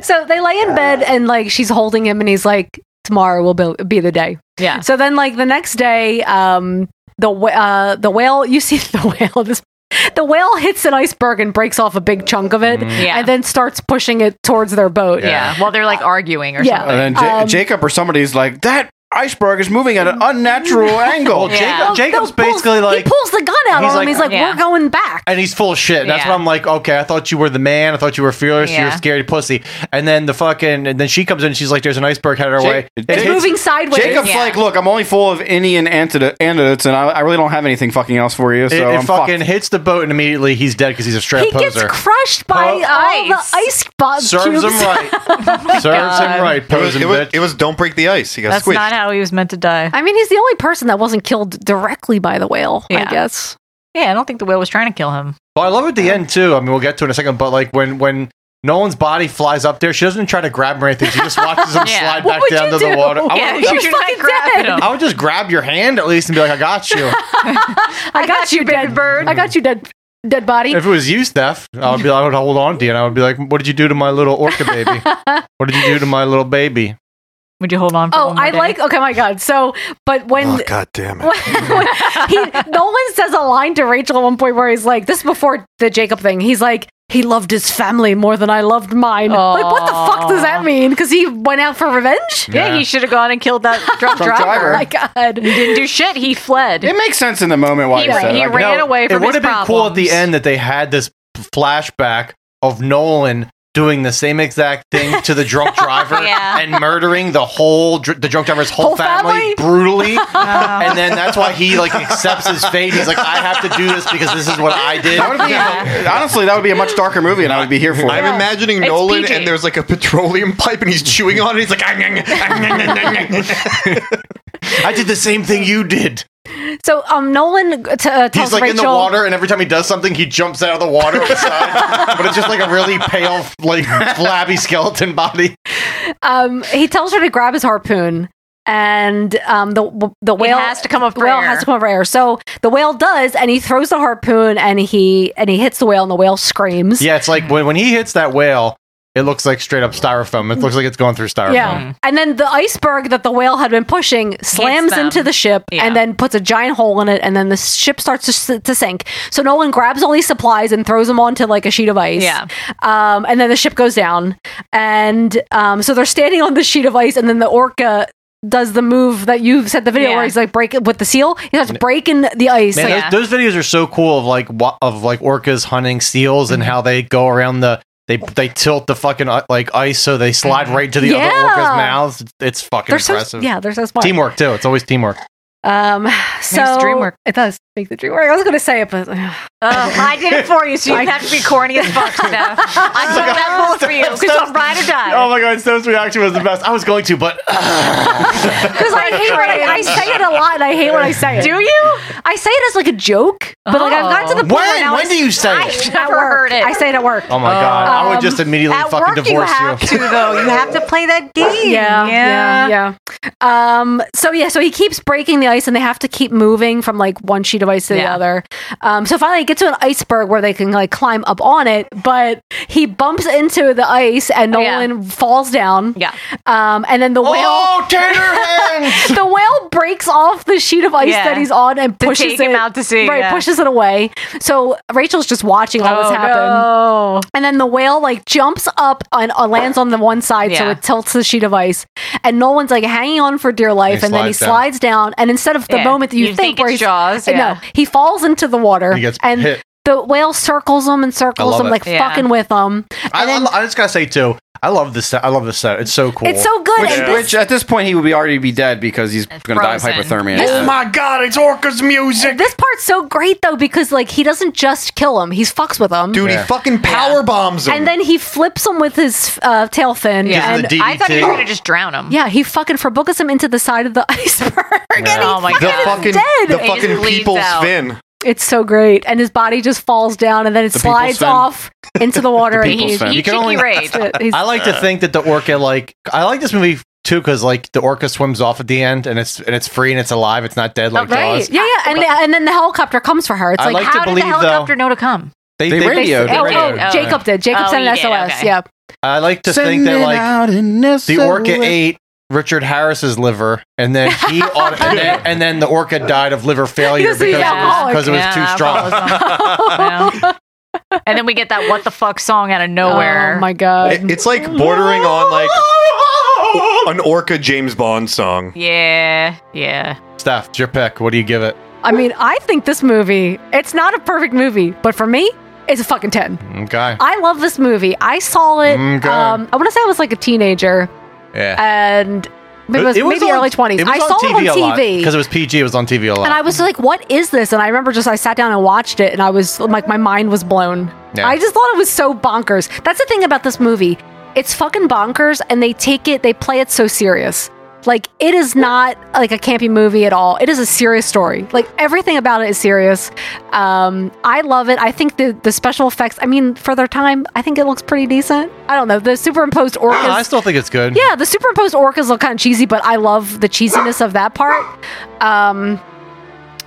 [SPEAKER 3] so they lay in bed and like she's holding him, and he's like, tomorrow will be, be the day.
[SPEAKER 9] Yeah.
[SPEAKER 3] So then like the next day, um, the wh- uh the whale you see [LAUGHS] the whale this. The whale hits an iceberg and breaks off a big chunk of it,
[SPEAKER 9] Mm-hmm. Yeah.
[SPEAKER 3] and then starts pushing it towards their boat.
[SPEAKER 9] yeah. While they're like arguing or
[SPEAKER 3] Uh, Yeah.
[SPEAKER 9] something.
[SPEAKER 10] And then Ja-
[SPEAKER 3] Um,
[SPEAKER 10] Jacob or somebody's like, that iceberg is moving at an
[SPEAKER 3] [LAUGHS]
[SPEAKER 10] unnatural angle.
[SPEAKER 14] Well, Jacob, Jacob's basically like
[SPEAKER 3] he pulls the gun out
[SPEAKER 14] He's
[SPEAKER 3] on him.
[SPEAKER 14] like-
[SPEAKER 3] He's like,
[SPEAKER 14] Yeah.
[SPEAKER 3] "We're going back."
[SPEAKER 14] And he's full of shit. That's
[SPEAKER 3] Yeah.
[SPEAKER 14] why I'm like, okay, I thought you were the man. I thought you were fearless. You're
[SPEAKER 3] Yeah.
[SPEAKER 14] a scary pussy. And then the fucking, and then she comes in and she's like, there's an iceberg headed our
[SPEAKER 10] Ja-
[SPEAKER 14] way.
[SPEAKER 10] It's
[SPEAKER 14] hits-
[SPEAKER 3] moving sideways.
[SPEAKER 10] Jacob's
[SPEAKER 3] Yeah.
[SPEAKER 10] like, look, I'm only full of Indian antidote, antidotes, and I, I really don't have anything fucking else for you.
[SPEAKER 14] It,
[SPEAKER 10] So
[SPEAKER 14] it
[SPEAKER 10] I'm
[SPEAKER 14] fucking
[SPEAKER 10] fucked.
[SPEAKER 14] hits the boat and immediately he's dead because he's a straight
[SPEAKER 3] he gets
[SPEAKER 14] poser.
[SPEAKER 3] crushed by uh,
[SPEAKER 14] Po-
[SPEAKER 3] all the ice
[SPEAKER 9] [LAUGHS]
[SPEAKER 3] bombs.
[SPEAKER 14] Serves him
[SPEAKER 9] Oh,
[SPEAKER 3] [LAUGHS]
[SPEAKER 14] right. Serves him right,
[SPEAKER 6] It was,
[SPEAKER 14] posing
[SPEAKER 6] it, was,
[SPEAKER 14] bitch.
[SPEAKER 6] it was don't break the ice. He got
[SPEAKER 3] That's
[SPEAKER 6] squished.
[SPEAKER 3] not
[SPEAKER 9] how he was meant to die.
[SPEAKER 3] I mean, he's the only person that wasn't killed directly by the whale. I
[SPEAKER 9] Yeah.
[SPEAKER 3] guess.
[SPEAKER 9] Yeah, I don't think the whale was trying to kill him.
[SPEAKER 14] Well, I love at the end too. I mean, we'll get to it in a second, but like when when Nolan's body flies up there, she doesn't try to grab him or anything. She just watches him
[SPEAKER 9] [LAUGHS] Yeah.
[SPEAKER 14] slide
[SPEAKER 9] What
[SPEAKER 14] back
[SPEAKER 9] would
[SPEAKER 14] down
[SPEAKER 9] you
[SPEAKER 14] to the
[SPEAKER 9] do?
[SPEAKER 14] water.
[SPEAKER 9] Yeah,
[SPEAKER 14] I, would,
[SPEAKER 9] you should not grab him.
[SPEAKER 14] I would just grab your hand at least and be like, "I got
[SPEAKER 9] [LAUGHS]
[SPEAKER 14] you."
[SPEAKER 3] [LAUGHS] I, got, you, dead bird. I got you, dead dead body.
[SPEAKER 14] if it was you, Steph, I would be. I would hold on to you, and I would be like, "What did you do to my little orca baby? what did you do to my little baby?"
[SPEAKER 9] Would you hold on for
[SPEAKER 3] Oh,
[SPEAKER 9] one more
[SPEAKER 3] I
[SPEAKER 9] day?
[SPEAKER 3] like. Okay, my God. So, but when
[SPEAKER 14] God damn
[SPEAKER 3] when he Nolan says a line to Rachel at one point where he's like, "This is before the Jacob thing." He's like, "He loved his family more than I loved mine." Like, what the fuck does that mean? Because he went out for revenge.
[SPEAKER 9] Yeah, he should have gone and killed that
[SPEAKER 3] [LAUGHS]
[SPEAKER 9] drunk,
[SPEAKER 10] Drunk driver.
[SPEAKER 9] driver.
[SPEAKER 3] My God,
[SPEAKER 9] He didn't do shit. He fled.
[SPEAKER 10] It
[SPEAKER 9] [LAUGHS]
[SPEAKER 10] makes sense in the moment why
[SPEAKER 9] He
[SPEAKER 10] he,
[SPEAKER 9] ra-
[SPEAKER 10] said
[SPEAKER 9] he
[SPEAKER 10] it. Like,
[SPEAKER 9] ran
[SPEAKER 10] no,
[SPEAKER 9] away
[SPEAKER 14] it
[SPEAKER 9] from
[SPEAKER 14] would
[SPEAKER 9] his
[SPEAKER 14] have been
[SPEAKER 9] problems.
[SPEAKER 14] cool at the end that they had this flashback of Nolan doing the same exact thing to the
[SPEAKER 9] [LAUGHS]
[SPEAKER 14] drunk driver
[SPEAKER 9] Yeah.
[SPEAKER 14] and murdering the whole dr- the drunk driver's whole,
[SPEAKER 9] Whole
[SPEAKER 14] family,
[SPEAKER 9] family?
[SPEAKER 14] brutally
[SPEAKER 9] [LAUGHS] Wow.
[SPEAKER 14] and then that's why he like accepts his fate he's like I have to do this because this is what I did
[SPEAKER 10] That would be- Honestly, that would be a much darker movie, and I would be here for it.
[SPEAKER 6] I'm imagining
[SPEAKER 10] It's
[SPEAKER 6] Nolan
[SPEAKER 10] PG.
[SPEAKER 6] and there's like a petroleum pipe and he's chewing on it. He's like, "Ah, nyah, nyah, ah,
[SPEAKER 9] [LAUGHS]
[SPEAKER 6] nyah, nyah, nyah, nyah, nyah."
[SPEAKER 14] I did the same thing you did
[SPEAKER 3] So, um, Nolan t- uh, tells
[SPEAKER 14] he's like in
[SPEAKER 3] Rachel,
[SPEAKER 14] the water and every time he does something he jumps out of the water
[SPEAKER 9] [LAUGHS]
[SPEAKER 14] outside, but it's just like a really pale like flabby skeleton body
[SPEAKER 3] Um, he tells her to grab his harpoon. And um, the the whale
[SPEAKER 9] has to come up for
[SPEAKER 3] Whale
[SPEAKER 9] air.
[SPEAKER 3] has to come up for air. So the whale does, and he throws the harpoon, and he and he hits the whale, and the whale screams.
[SPEAKER 14] Yeah, it's like when, when he hits that whale, it looks like straight up styrofoam. It looks like it's going through styrofoam.
[SPEAKER 9] Mm-hmm.
[SPEAKER 3] Yeah. And then the iceberg that the whale had been pushing slams
[SPEAKER 9] them.
[SPEAKER 3] into the ship and then puts a giant hole in it. And then the ship starts to, s- to sink. So Nolan grabs all these supplies and throws them onto like a sheet of ice.
[SPEAKER 9] Yeah.
[SPEAKER 3] Um, and then the ship goes down. And um, so they're standing on the sheet of ice. And then the orca does the move that you said in the video
[SPEAKER 9] Yeah.
[SPEAKER 3] where he's like break with the seal. He starts breaking the ice.
[SPEAKER 14] Man,
[SPEAKER 3] Like-
[SPEAKER 14] those, those videos are so cool of like wa- of like orcas hunting seals
[SPEAKER 3] Mm-hmm.
[SPEAKER 14] and how they go around the they they tilt the fucking uh, like ice so they slide right to the
[SPEAKER 3] Mm-hmm. Yeah.
[SPEAKER 14] other orcas' mouths. It's- It's fucking
[SPEAKER 3] They're so-
[SPEAKER 14] impressive.
[SPEAKER 3] yeah, they're so smart.
[SPEAKER 14] Teamwork too. It's always teamwork.
[SPEAKER 3] um, [SIGHS] so
[SPEAKER 9] the dream work.
[SPEAKER 3] It does make the dream work. I was going to say it, but [SIGHS]
[SPEAKER 9] Ugh, I did it for you, so you
[SPEAKER 3] Uh, I-
[SPEAKER 9] didn't have to be corny as
[SPEAKER 3] [LAUGHS]
[SPEAKER 9] fuck, Steph. I took that bullet for you because I'm ride or die.
[SPEAKER 14] Oh my god, Steph's reaction was the best. I was going to, but uh,
[SPEAKER 3] [LAUGHS] Because I hate when I, I say it a lot, and I hate when I say it.
[SPEAKER 9] Do you?
[SPEAKER 3] I say it as like a joke, but like I've gotten to the point.
[SPEAKER 14] Oh. When?
[SPEAKER 3] where now
[SPEAKER 14] When
[SPEAKER 3] I-
[SPEAKER 14] do you say
[SPEAKER 3] I-
[SPEAKER 14] it?
[SPEAKER 3] at work. I say it at work.
[SPEAKER 14] oh my god, I would just
[SPEAKER 3] Um,
[SPEAKER 14] immediately
[SPEAKER 3] at
[SPEAKER 14] fucking
[SPEAKER 3] work you
[SPEAKER 14] divorce you.
[SPEAKER 3] have
[SPEAKER 9] to, though. You have to play that game.
[SPEAKER 3] Yeah, yeah, yeah. Um, so yeah, so he keeps breaking the ice, and they have to keep moving from like one sheet of ice to the
[SPEAKER 9] Yeah.
[SPEAKER 3] other. Um, so finally, they get to an iceberg where they can like climb up on it, but he bumps into the ice, and
[SPEAKER 9] Oh, yeah.
[SPEAKER 3] Nolan falls down. Yeah. Um, and then the whale.
[SPEAKER 28] Oh, tater
[SPEAKER 3] [LAUGHS]
[SPEAKER 28] hands!
[SPEAKER 3] the whale breaks off the sheet of ice
[SPEAKER 9] Yeah.
[SPEAKER 3] that he's on and
[SPEAKER 9] To
[SPEAKER 3] pushes
[SPEAKER 9] take
[SPEAKER 3] it
[SPEAKER 9] him out to sea,
[SPEAKER 3] Right,
[SPEAKER 9] yeah.
[SPEAKER 3] pushes it away. So Rachel's just watching all
[SPEAKER 9] Oh,
[SPEAKER 3] this happen. And then the whale like jumps up and uh, lands on the one side, so
[SPEAKER 9] Yeah.
[SPEAKER 3] it tilts the sheet of ice. And Nolan's like hanging on for dear life,
[SPEAKER 14] He
[SPEAKER 3] and then he
[SPEAKER 14] slides down.
[SPEAKER 3] slides down. And instead of the
[SPEAKER 9] Yeah.
[SPEAKER 3] moment that you,
[SPEAKER 9] You
[SPEAKER 3] think,
[SPEAKER 9] think
[SPEAKER 3] where
[SPEAKER 9] it's
[SPEAKER 3] he's-
[SPEAKER 9] Jaws, yeah.
[SPEAKER 3] no, he falls into the water.
[SPEAKER 14] He gets
[SPEAKER 3] and
[SPEAKER 14] hit.
[SPEAKER 3] the whale circles him and circles
[SPEAKER 14] love
[SPEAKER 3] him
[SPEAKER 14] it.
[SPEAKER 3] like
[SPEAKER 14] Yeah.
[SPEAKER 3] fucking with him.
[SPEAKER 14] I, I, I just gotta say too, I love this. set. I love this set. It's so cool.
[SPEAKER 3] It's so good,
[SPEAKER 10] Which,
[SPEAKER 3] and this-
[SPEAKER 10] which at this point he would be already be dead because he's going to die of hypothermia.
[SPEAKER 3] This-
[SPEAKER 14] Oh god, it's Orca's music.
[SPEAKER 3] This part's so great though because like he doesn't just kill him; he fucks with him.
[SPEAKER 14] Dude, he Yeah. fucking power bombs him.
[SPEAKER 3] and then he flips him with his uh, tail fin.
[SPEAKER 9] Yeah.
[SPEAKER 3] and
[SPEAKER 9] I thought he was gonna just drown him.
[SPEAKER 3] Yeah, he fucking forbuckus him into the side of the [LAUGHS] iceberg.
[SPEAKER 9] Oh my
[SPEAKER 12] the
[SPEAKER 9] god.
[SPEAKER 12] fucking
[SPEAKER 3] dead.
[SPEAKER 12] the
[SPEAKER 3] He just
[SPEAKER 12] fucking
[SPEAKER 3] leans
[SPEAKER 12] people's
[SPEAKER 3] out.
[SPEAKER 12] fin.
[SPEAKER 3] It's so great, and his body just falls down, and then it
[SPEAKER 14] The people's
[SPEAKER 3] slides
[SPEAKER 14] fin.
[SPEAKER 3] off
[SPEAKER 14] [LAUGHS]
[SPEAKER 3] into the water. and he's,
[SPEAKER 14] You can [LAUGHS] only- I like to think that the orca like I like this movie too because like the orca swims off at the end and it's and it's free and it's alive. It's not dead like
[SPEAKER 3] Oh, right?
[SPEAKER 14] Jaws.
[SPEAKER 3] Yeah, yeah, and and then the helicopter comes for her. It's
[SPEAKER 14] I
[SPEAKER 3] like,
[SPEAKER 14] like to
[SPEAKER 3] how did the
[SPEAKER 14] believe, though-
[SPEAKER 3] helicopter
[SPEAKER 9] know to come?
[SPEAKER 14] They,
[SPEAKER 3] They- they- oh,
[SPEAKER 14] radioed.
[SPEAKER 3] oh, Jacob did. Jacob
[SPEAKER 9] Oh,
[SPEAKER 3] sent an
[SPEAKER 9] he did,
[SPEAKER 3] SOS.
[SPEAKER 9] okay.
[SPEAKER 3] Yeah.
[SPEAKER 14] I like to think that like the orca ate Richard Harris's liver, and then
[SPEAKER 3] [LAUGHS]
[SPEAKER 14] he on, and, then, and then the orca died of liver failure
[SPEAKER 9] Yes,
[SPEAKER 14] because it
[SPEAKER 9] he's
[SPEAKER 14] was,
[SPEAKER 9] alcoholic.
[SPEAKER 14] because it was
[SPEAKER 9] Yeah,
[SPEAKER 14] too strong.
[SPEAKER 9] [LAUGHS] And then we get that what the fuck song out of
[SPEAKER 3] [LAUGHS]
[SPEAKER 9] nowhere.
[SPEAKER 3] Oh my
[SPEAKER 9] Um,
[SPEAKER 3] god.
[SPEAKER 12] It- it's like bordering on like an orca James Bond song.
[SPEAKER 9] Yeah, yeah.
[SPEAKER 14] Steph, your pick. What do you give it?
[SPEAKER 3] I mean, I think this movie, it's not a perfect movie, but for me, it's a fucking 10.
[SPEAKER 14] [LAUGHS] Okay.
[SPEAKER 3] I love this movie. I saw it.
[SPEAKER 14] Okay.
[SPEAKER 3] Um, I want to say I was like a teenager
[SPEAKER 14] yeah.
[SPEAKER 3] and maybe, it was, maybe early 20s. I saw it on TV.
[SPEAKER 14] because it was PG. It was on TV a lot.
[SPEAKER 3] and I was like, what is this? And I remember just I sat down and watched it and I was like, my mind was blown.
[SPEAKER 14] Yeah.
[SPEAKER 3] I just thought it was so bonkers. That's the thing about this movie. It's fucking bonkers and they take it, they play it so serious. Like, it is not like a campy movie at all. It is a serious story. Like, everything about it is serious. Um, I love it. I think the, the special effects, I mean, for their time, I think it looks pretty decent. I don't know. The superimposed orcas.
[SPEAKER 14] I still think it's good.
[SPEAKER 3] Yeah, the superimposed orcas look kind of cheesy, but I love the cheesiness of that part. Um,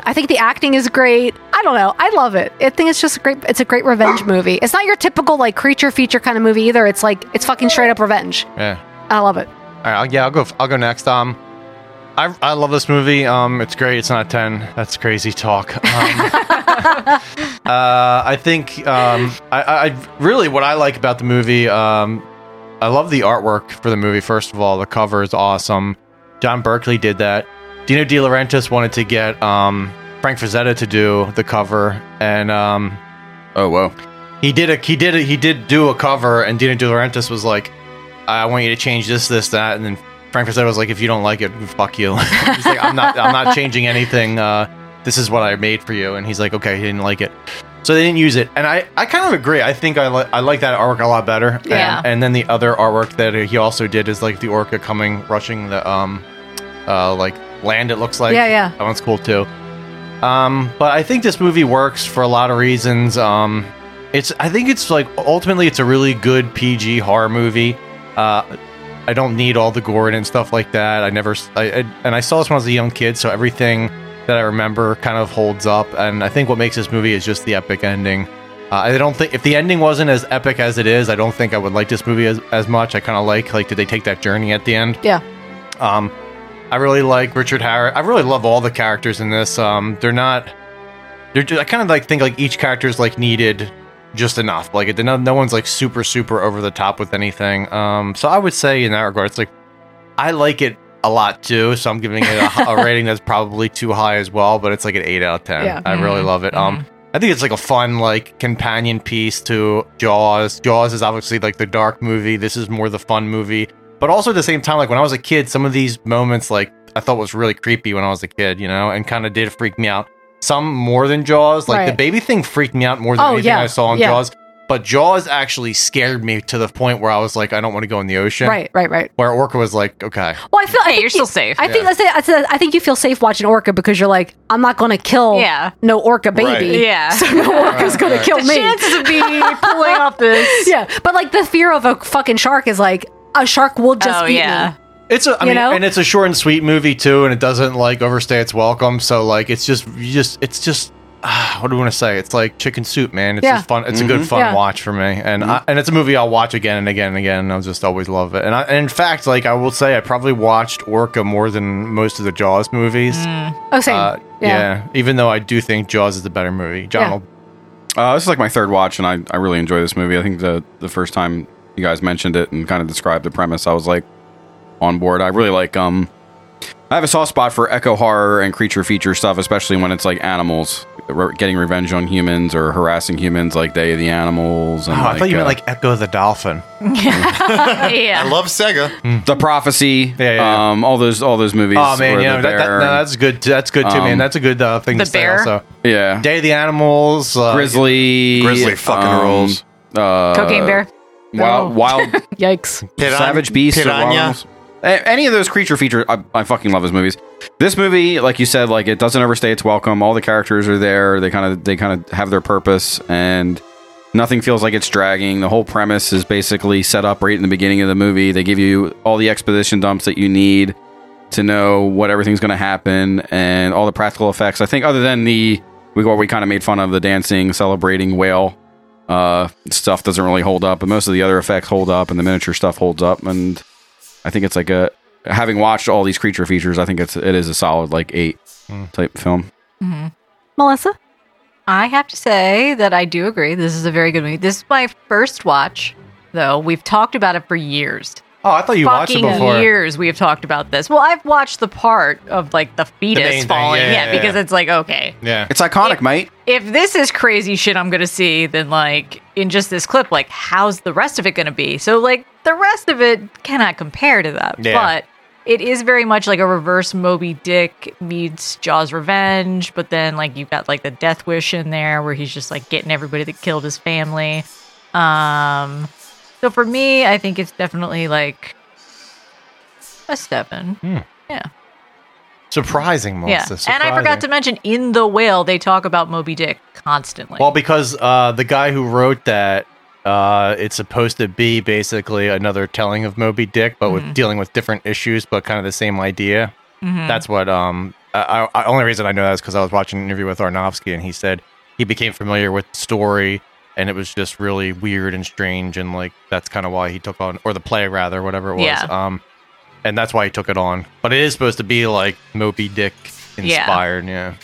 [SPEAKER 3] I think the acting is great. I don't know. I love it. I think it's just a great. It's a great revenge movie. It's not your typical like creature feature kind of movie either. It's like it's fucking straight up revenge.
[SPEAKER 14] Yeah.
[SPEAKER 3] I love it.
[SPEAKER 14] All right, I'll, yeah, I'll go. I'll go next. Um, I I love this movie. Um, it's great. It's not ten. That's crazy talk. Um, uh, I think um, I, I I- really what I like about the movie. Um, I love the artwork for the movie. First of all, the cover is awesome. John Berkeley did that. Dino De Laurentiis wanted to get um, Frank Frazetta to do the cover, and um,
[SPEAKER 10] oh wow,
[SPEAKER 14] he did a he did a, he did do a cover, and Dino De Laurentiis was like, "I want you to change this, this, that," and then Frank Frazetta was like, "If you don't like it, fuck you." [LAUGHS] he's like, "I'm not I'm not changing anything. Uh, this is what I made for you," and he's like, "Okay," he didn't like it. So they didn't use it, and I, I kind of agree. I think I, li- I like that artwork a lot better. And-
[SPEAKER 9] Yeah.
[SPEAKER 14] And, then the other artwork that he also did is like the orca coming rushing the um, uh, like land. It looks like
[SPEAKER 3] Yeah, yeah.
[SPEAKER 14] that one's cool too. Um, but I think this movie works for a lot of reasons. Um, it's I think it's like ultimately it's a really good PG horror movie. Uh, I don't need all the gore and stuff like that. I never I, I, and I saw this when I was a young kid, so everything that I remember kind of holds up. And I think what makes this movie is just the epic ending. Uh, I don't think if the ending wasn't as epic as it is, I don't think I would like this movie as, as much. I kind of like like did they take that journey at the end?
[SPEAKER 3] [LAUGHS] Yeah.
[SPEAKER 14] Um, I really like Richard Harris. I really love all the characters in this. Um, they're not. They're just, I kind of like think like each character's like needed just enough. Like it, no, no one's like super super over the top with anything. Um, so I would say in that regard, it's like I like it a lot too. So I'm giving it a, a rating that's probably too high as well. But it's like an eight out of ten.
[SPEAKER 6] Yeah.
[SPEAKER 14] I really love it.
[SPEAKER 3] Mm-hmm.
[SPEAKER 14] Um, I think it's like a fun like companion piece to Jaws. Jaws is obviously like the dark movie. This is more the fun movie. But also at the same time, like when I was a kid, some of these moments like I thought was really creepy when I was a kid, you know, and kind of did freak me out. Some more than Jaws. Like the
[SPEAKER 3] Right.
[SPEAKER 14] baby thing freaked me out more than
[SPEAKER 3] Oh,
[SPEAKER 14] anything
[SPEAKER 3] yeah,
[SPEAKER 14] I saw in
[SPEAKER 3] yeah.
[SPEAKER 14] Jaws. But Jaws actually scared me to the point where I was like, I don't want to go in the ocean.
[SPEAKER 3] Right, right, right.
[SPEAKER 14] Where Orca was like, okay.
[SPEAKER 3] Well, I feel I think
[SPEAKER 9] you're
[SPEAKER 3] you-
[SPEAKER 9] still safe.
[SPEAKER 3] I think
[SPEAKER 14] Yeah.
[SPEAKER 3] that's it. That's it. I think you feel safe watching Orca because you're like, I'm not going to kill
[SPEAKER 9] Yeah.
[SPEAKER 3] no Orca baby. [LAUGHS]
[SPEAKER 9] Right. Yeah.
[SPEAKER 3] So no Orca's
[SPEAKER 9] Right,
[SPEAKER 3] going
[SPEAKER 9] right.
[SPEAKER 3] to kill
[SPEAKER 9] The
[SPEAKER 3] me.
[SPEAKER 9] chances of me pulling off
[SPEAKER 3] [LAUGHS]
[SPEAKER 9] this.
[SPEAKER 3] Yeah. But like the fear of a fucking shark is like, a shark will just
[SPEAKER 9] Oh,
[SPEAKER 3] eat
[SPEAKER 9] yeah.
[SPEAKER 3] me.
[SPEAKER 14] It's a, I
[SPEAKER 3] You
[SPEAKER 14] mean,
[SPEAKER 3] know?
[SPEAKER 14] and it's a short and sweet movie too, and it doesn't like overstay its welcome. So like, it's just [SIGHS] you just it's just ah, what do I want to say? It's like chicken soup, man. It's
[SPEAKER 6] Yeah.
[SPEAKER 14] just fun. It's a
[SPEAKER 10] Mm-hmm.
[SPEAKER 6] Mhm.
[SPEAKER 14] good fun
[SPEAKER 6] Yeah.
[SPEAKER 14] watch for me, and I, and it's a movie I'll watch again and again and again. And I'll just always love it. And, I, and in fact, like I will say, I probably watched Orca more than most of the Jaws movies.
[SPEAKER 6] Oh, same.
[SPEAKER 14] Uh, yeah.
[SPEAKER 6] yeah.
[SPEAKER 14] even though I do think Jaws is the better movie. John,
[SPEAKER 6] Yeah.
[SPEAKER 14] will-
[SPEAKER 10] Uh, this is like my third watch, and I, I really enjoy this movie. I think the the first time you guys mentioned it and kind of described the premise, I was like on board. I really like um, I have a soft spot for echo horror and creature feature stuff, especially when it's like animals re- getting revenge on humans or harassing humans, like Day of the Animals.
[SPEAKER 14] oh,
[SPEAKER 10] And
[SPEAKER 14] I thought you meant
[SPEAKER 10] uh,
[SPEAKER 14] like Echo the Dolphin.
[SPEAKER 9] [LAUGHS] yeah.
[SPEAKER 14] I love Sega.
[SPEAKER 10] The Prophecy. Yeah, Um, all those all those movies.
[SPEAKER 14] Oh man,
[SPEAKER 10] where
[SPEAKER 14] yeah,
[SPEAKER 10] the
[SPEAKER 14] that, that,
[SPEAKER 10] bear
[SPEAKER 14] no, that's good. uh, That's good too,
[SPEAKER 10] Um,
[SPEAKER 14] man. That's a good uh, thing
[SPEAKER 9] The
[SPEAKER 14] to say.
[SPEAKER 9] bear?
[SPEAKER 14] Also,
[SPEAKER 10] yeah,
[SPEAKER 14] Day of the Animals, uh,
[SPEAKER 10] Grizzly. um,
[SPEAKER 14] Grizzly fucking rules.
[SPEAKER 10] Uh,
[SPEAKER 9] Cocaine bear.
[SPEAKER 10] Wild,
[SPEAKER 3] [LAUGHS]
[SPEAKER 10] wild
[SPEAKER 6] Yikes.
[SPEAKER 10] Savage Beast, or Wild Animals. A- Any of those creature features, I, I fucking love his movies. This movie, like you said, like it doesn't overstay its welcome. All the characters are there. They kind of they kind of have their purpose, and nothing feels like it's dragging. The whole premise is basically set up right in the beginning of the movie. They give you all the exposition dumps that you need to know what everything's going to happen and all the practical effects. I think other than the we what we kind of made fun of the dancing, celebrating whale uh, stuff doesn't really hold up, but most of the other effects hold up and the miniature stuff holds up. And I think it's like a having watched all these creature features, I think it's it is a solid like eight type film.
[SPEAKER 9] Mhm.
[SPEAKER 6] Melissa?
[SPEAKER 9] I have to say that I do agree. This is a very good movie. This is my first watch, though. We've talked about it for years.
[SPEAKER 14] Oh, I thought you watched it
[SPEAKER 9] Fucking
[SPEAKER 14] before.
[SPEAKER 9] years we have talked about this. Well, I've watched the part of like the
[SPEAKER 14] main
[SPEAKER 9] fetus
[SPEAKER 14] thing,
[SPEAKER 9] falling.
[SPEAKER 14] yeah,
[SPEAKER 9] Yeah,
[SPEAKER 14] yeah,
[SPEAKER 9] because
[SPEAKER 14] yeah.
[SPEAKER 9] it's like, okay.
[SPEAKER 14] Yeah,
[SPEAKER 10] it's iconic, mate.
[SPEAKER 9] If this is crazy shit I'm gonna see, then like in just this clip, like how's the rest of it gonna be? So like the rest of it cannot compare to that.
[SPEAKER 6] Yeah.
[SPEAKER 9] But it is very much like a reverse Moby Dick meets Jaws Revenge, but then like you've got like the Death Wish in there where he's just like getting everybody that killed his family. Um so for me, I think it's definitely like a seven. Yeah.
[SPEAKER 14] surprising, Melissa.
[SPEAKER 9] yeah. And I
[SPEAKER 14] surprising.
[SPEAKER 9] forgot to mention in The Whale, they talk about Moby Dick constantly.
[SPEAKER 14] Well, because uh, the guy who wrote that, uh, it's supposed to be basically another telling of Moby Dick, but
[SPEAKER 9] Mhm.
[SPEAKER 14] with dealing with different issues, but kind of the same idea.
[SPEAKER 9] Mhm.
[SPEAKER 14] That's what. Um, I, I, I- only reason I know that is because I was watching an interview with Arnofsky, and he said he became familiar with the story, and it was just really weird and strange, and like that's kind of why he took on, or the play rather, whatever it was.
[SPEAKER 9] Yeah.
[SPEAKER 14] Um, and that's why he took it on. But it is supposed to be like Moby Dick
[SPEAKER 9] Yeah.
[SPEAKER 14] inspired. Yeah.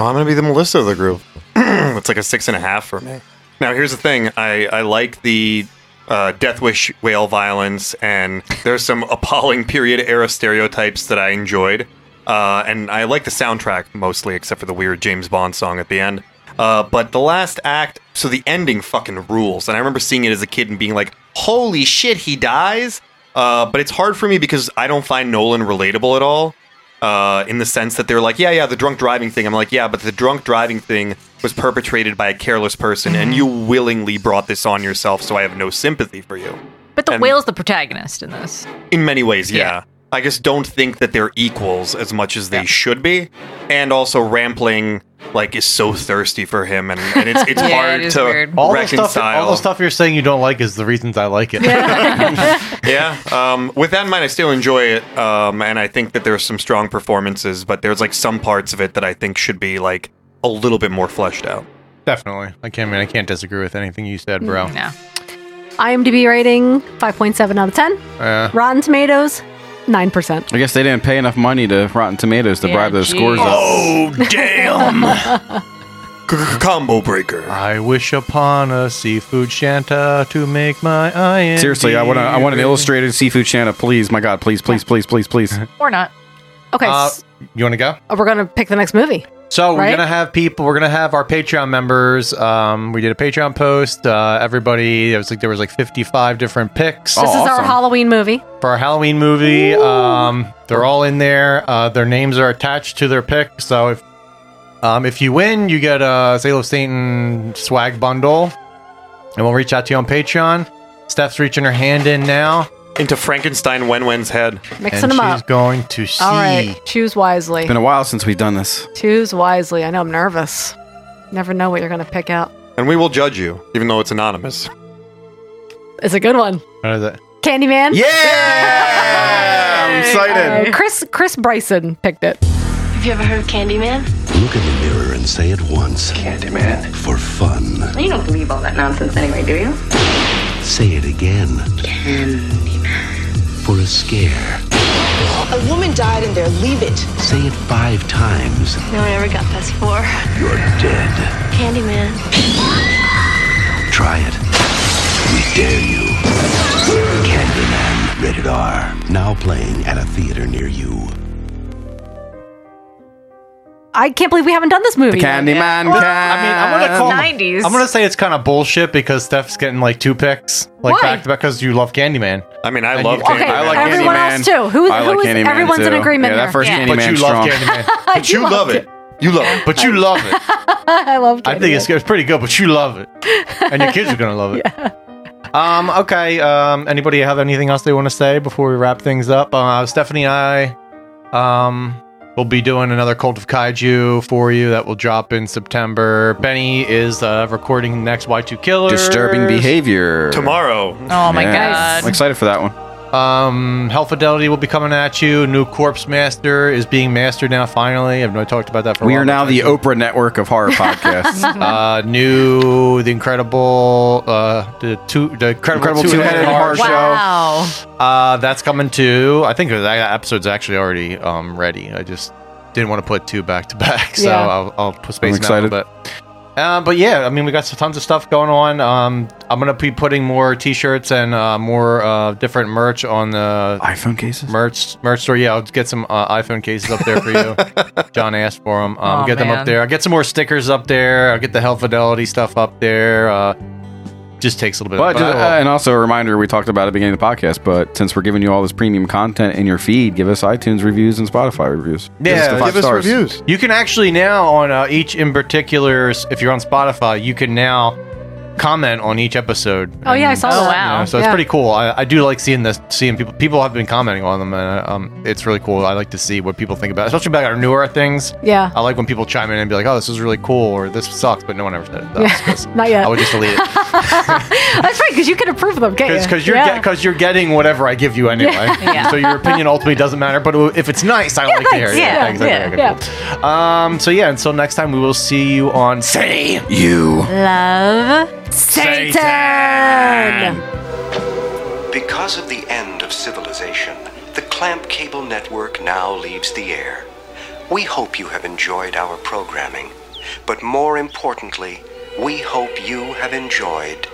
[SPEAKER 12] Oh, I'm gonna be the Melissa of the
[SPEAKER 6] [CLEARS THROAT]
[SPEAKER 12] group. it's like a six and a half for me. Now here's the thing: I I like the uh, Death Wish whale violence, and there's some [LAUGHS] appalling period era stereotypes that I enjoyed, uh, and I like the soundtrack mostly, except for the weird James Bond song at the end. Uh, but the last act, so the ending fucking rules, and I remember seeing it as a kid and being like, "Holy shit, he dies!" Uh, but it's hard for me because I don't find Nolan relatable at all uh, in the sense that they're like, yeah, yeah, the drunk driving thing. I'm like, yeah, but the drunk driving thing was perpetrated by a careless person, and you willingly brought this on yourself, so I have no sympathy for you.
[SPEAKER 9] but the
[SPEAKER 12] and-
[SPEAKER 9] whale's the protagonist in this.
[SPEAKER 12] In many ways, yeah. I just don't think that they're equals as much as they should be, and also Rampling like is so thirsty for him, and, and it's
[SPEAKER 14] [LAUGHS]
[SPEAKER 12] it's
[SPEAKER 9] Yeah,
[SPEAKER 12] hard
[SPEAKER 9] it is
[SPEAKER 12] to
[SPEAKER 9] weird.
[SPEAKER 14] All the
[SPEAKER 12] reconcile.
[SPEAKER 14] stuff, all the stuff you're saying you don't like is the reasons I like it.
[SPEAKER 12] yeah. Um, with that in mind, I still enjoy it, um, and I think that there's some strong performances, but there's like some parts of it that I think should be like a little bit more fleshed out.
[SPEAKER 14] [LAUGHS] Definitely. I can't. I mean, I can't disagree with anything you said, bro.
[SPEAKER 9] No.
[SPEAKER 6] IMDb rating 5.7 out of 10.
[SPEAKER 14] Yeah.
[SPEAKER 6] Rotten Tomatoes 9%.
[SPEAKER 10] I guess they didn't pay enough money to Rotten Tomatoes to
[SPEAKER 6] Yeah,
[SPEAKER 10] bribe those
[SPEAKER 6] geez.
[SPEAKER 10] scores up.
[SPEAKER 6] Oh,
[SPEAKER 12] damn! Combo breaker.
[SPEAKER 14] I wish upon a seafood shanta to make my eye.
[SPEAKER 10] Seriously, I want to. I want an illustrated seafood channel, please. My God, please, please, please, please, please.
[SPEAKER 9] Or not.
[SPEAKER 6] Okay.
[SPEAKER 14] Uh,
[SPEAKER 6] s-
[SPEAKER 14] you want to go?
[SPEAKER 6] Oh, we're going to pick the next movie.
[SPEAKER 14] So we're
[SPEAKER 6] Right?
[SPEAKER 14] gonna have people. We're gonna have our Patreon members. Um, we did a Patreon post. Uh, everybody. It was like there was like 55 different picks.
[SPEAKER 6] This
[SPEAKER 12] Oh,
[SPEAKER 6] is our Halloween movie.
[SPEAKER 14] for our Halloween movie. Um, they're all in there. Uh, their names are attached to their pick. So if um, if you win, you get a Sale of Satan swag bundle, and we'll reach out to you on Patreon. Steph's reaching her hand in now.
[SPEAKER 12] Into Frankenstein Wen Wen's head.
[SPEAKER 6] Mixing
[SPEAKER 14] and
[SPEAKER 6] them
[SPEAKER 14] she's
[SPEAKER 6] up.
[SPEAKER 14] going to see.
[SPEAKER 6] All right. Choose wisely.
[SPEAKER 10] It's been a while since we've done this.
[SPEAKER 6] Choose wisely. I know I'm nervous. Never know what you're going to pick out.
[SPEAKER 12] And we will judge you, even though it's anonymous.
[SPEAKER 6] It's a good one.
[SPEAKER 14] What is it?
[SPEAKER 6] Candyman.
[SPEAKER 14] Yeah! I'm
[SPEAKER 6] Uh, Chris Chris Bryson picked it.
[SPEAKER 29] Have you ever heard of Candyman?
[SPEAKER 4] Look in the mirror and say it once. Candyman. For fun.
[SPEAKER 30] You don't believe all that nonsense anyway, do you?
[SPEAKER 4] Say it again. Candyman. For a scare.
[SPEAKER 1] A woman died in there. Leave it.
[SPEAKER 4] Say it five times.
[SPEAKER 1] No one ever got past four.
[SPEAKER 4] You're dead.
[SPEAKER 1] Candyman.
[SPEAKER 4] Try it. We dare you. Candyman. Rated R. Now playing at a theater near you.
[SPEAKER 3] I can't believe we haven't done this movie. yet. Or-
[SPEAKER 14] I mean, I'm gonna call.
[SPEAKER 3] 90s.
[SPEAKER 14] I'm gonna say it's kind of bullshit because Steph's getting like two picks, like
[SPEAKER 3] Why?
[SPEAKER 14] back to back, because you love Candyman.
[SPEAKER 13] I mean, I
[SPEAKER 3] love Okay, Candyman. I like everyone Candyman. else too. Who- I like who is- Candyman everyone's in too. agreement Yeah, that here. first
[SPEAKER 14] but
[SPEAKER 3] Candyman's
[SPEAKER 14] you
[SPEAKER 3] strong.
[SPEAKER 14] love
[SPEAKER 3] [LAUGHS]
[SPEAKER 14] Candyman. But you love it. You love it. But you love it.
[SPEAKER 3] [LAUGHS] I love.
[SPEAKER 14] I think it's, it's pretty good, but you love it, and your
[SPEAKER 3] [LAUGHS]
[SPEAKER 14] kids are gonna
[SPEAKER 6] [LAUGHS]
[SPEAKER 14] love it. Um. Okay. Um. Anybody have anything else they want to say before we wrap things up? Uh, Stephanie and I, um, will be doing another Cult of Kaiju for you that will drop in September. Benny is uh, recording the next Y two Killer.
[SPEAKER 10] Disturbing behavior.
[SPEAKER 13] Tomorrow.
[SPEAKER 6] Oh my God.
[SPEAKER 10] I'm excited for that one.
[SPEAKER 14] Um, Hell Fidelity will be coming at you. New Corpse Master is being mastered now. Finally, I've not talked about that for. a
[SPEAKER 10] We
[SPEAKER 14] while,
[SPEAKER 10] are now
[SPEAKER 14] but I
[SPEAKER 10] the
[SPEAKER 14] do.
[SPEAKER 10] Oprah network
[SPEAKER 14] [LAUGHS]
[SPEAKER 10] of horror podcasts.
[SPEAKER 14] uh, new, the incredible, uh, the two, the incredible,
[SPEAKER 10] Incredible
[SPEAKER 14] two-headed
[SPEAKER 10] Two-Headed
[SPEAKER 14] horror
[SPEAKER 10] Horror
[SPEAKER 6] Wow.
[SPEAKER 14] show. Uh, that's coming too. I think that episode's actually already um, ready. I just didn't want to put two back to back, so
[SPEAKER 13] Yeah.
[SPEAKER 14] I'll, I'll put space
[SPEAKER 13] I'm
[SPEAKER 14] them out a little bit. Uh, but yeah, I mean, we got some tons of stuff going on. Um, I'm gonna be putting more T-shirts and uh, more uh, different merch on the
[SPEAKER 10] iPhone cases
[SPEAKER 14] merch merch store. Yeah, I'll get some uh, iPhone cases up there for
[SPEAKER 10] [LAUGHS]
[SPEAKER 14] you. John asked for them. Um,
[SPEAKER 13] Aw,
[SPEAKER 14] get them
[SPEAKER 13] man.
[SPEAKER 14] up there. I'll get some more stickers up there. I'll get the Hell Fidelity stuff up there. Uh, just takes a little bit.
[SPEAKER 10] But,
[SPEAKER 14] I
[SPEAKER 10] just-
[SPEAKER 14] will.
[SPEAKER 10] uh, and also a reminder, we talked about at the beginning of the podcast, but since we're giving you all this premium content in your feed, give us iTunes reviews and Spotify reviews. the five stars.
[SPEAKER 14] You can actually now on uh, each in particular, s- if you're on Spotify, you can now comment on each episode.
[SPEAKER 3] Oh, yeah, I saw
[SPEAKER 14] you
[SPEAKER 3] that.
[SPEAKER 14] know, so it's
[SPEAKER 3] Yeah.
[SPEAKER 14] pretty cool. I, I do like seeing this, seeing people. People have been commenting on them, and uh, um, it's really cool. I like to see what people think about, it, especially about our newer things.
[SPEAKER 3] Yeah.
[SPEAKER 14] I like when people chime in and be like, "Oh, this is really cool," or "This sucks," but no one ever said it.
[SPEAKER 3] Yeah,
[SPEAKER 6] [LAUGHS]
[SPEAKER 3] not yet.
[SPEAKER 14] I would just delete
[SPEAKER 3] [LAUGHS]
[SPEAKER 14] it
[SPEAKER 3] That's right, because you can approve them, can't you?
[SPEAKER 14] because you're
[SPEAKER 3] Yeah.
[SPEAKER 14] because you're getting whatever I give you anyway.
[SPEAKER 3] Yeah. Yeah.
[SPEAKER 14] [LAUGHS] So your opinion ultimately doesn't matter. But if it's nice, I
[SPEAKER 3] Yeah,
[SPEAKER 14] like to hear it.
[SPEAKER 3] thanks.
[SPEAKER 14] thanks,
[SPEAKER 3] Yeah,
[SPEAKER 14] I
[SPEAKER 3] yeah,
[SPEAKER 14] think I can do it. Um. So yeah. Until next time, we will see you on Say
[SPEAKER 10] You.
[SPEAKER 31] Love
[SPEAKER 14] Satan.
[SPEAKER 19] Because of the end of civilization, the Clamp Cable Network now leaves the air. We hope you have enjoyed our programming, but more importantly, we hope you have enjoyed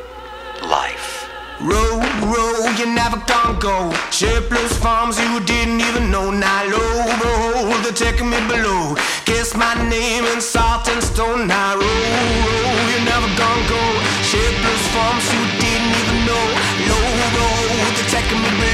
[SPEAKER 19] life.
[SPEAKER 7] Row, row, you never can go. Shapeless farms you didn't even know. Now low, behold, they're taking me below. Kiss my name in salt and stone. Now row, row, you never can go. Shapeless farms you didn't even know. Low, behold, they're taking me below.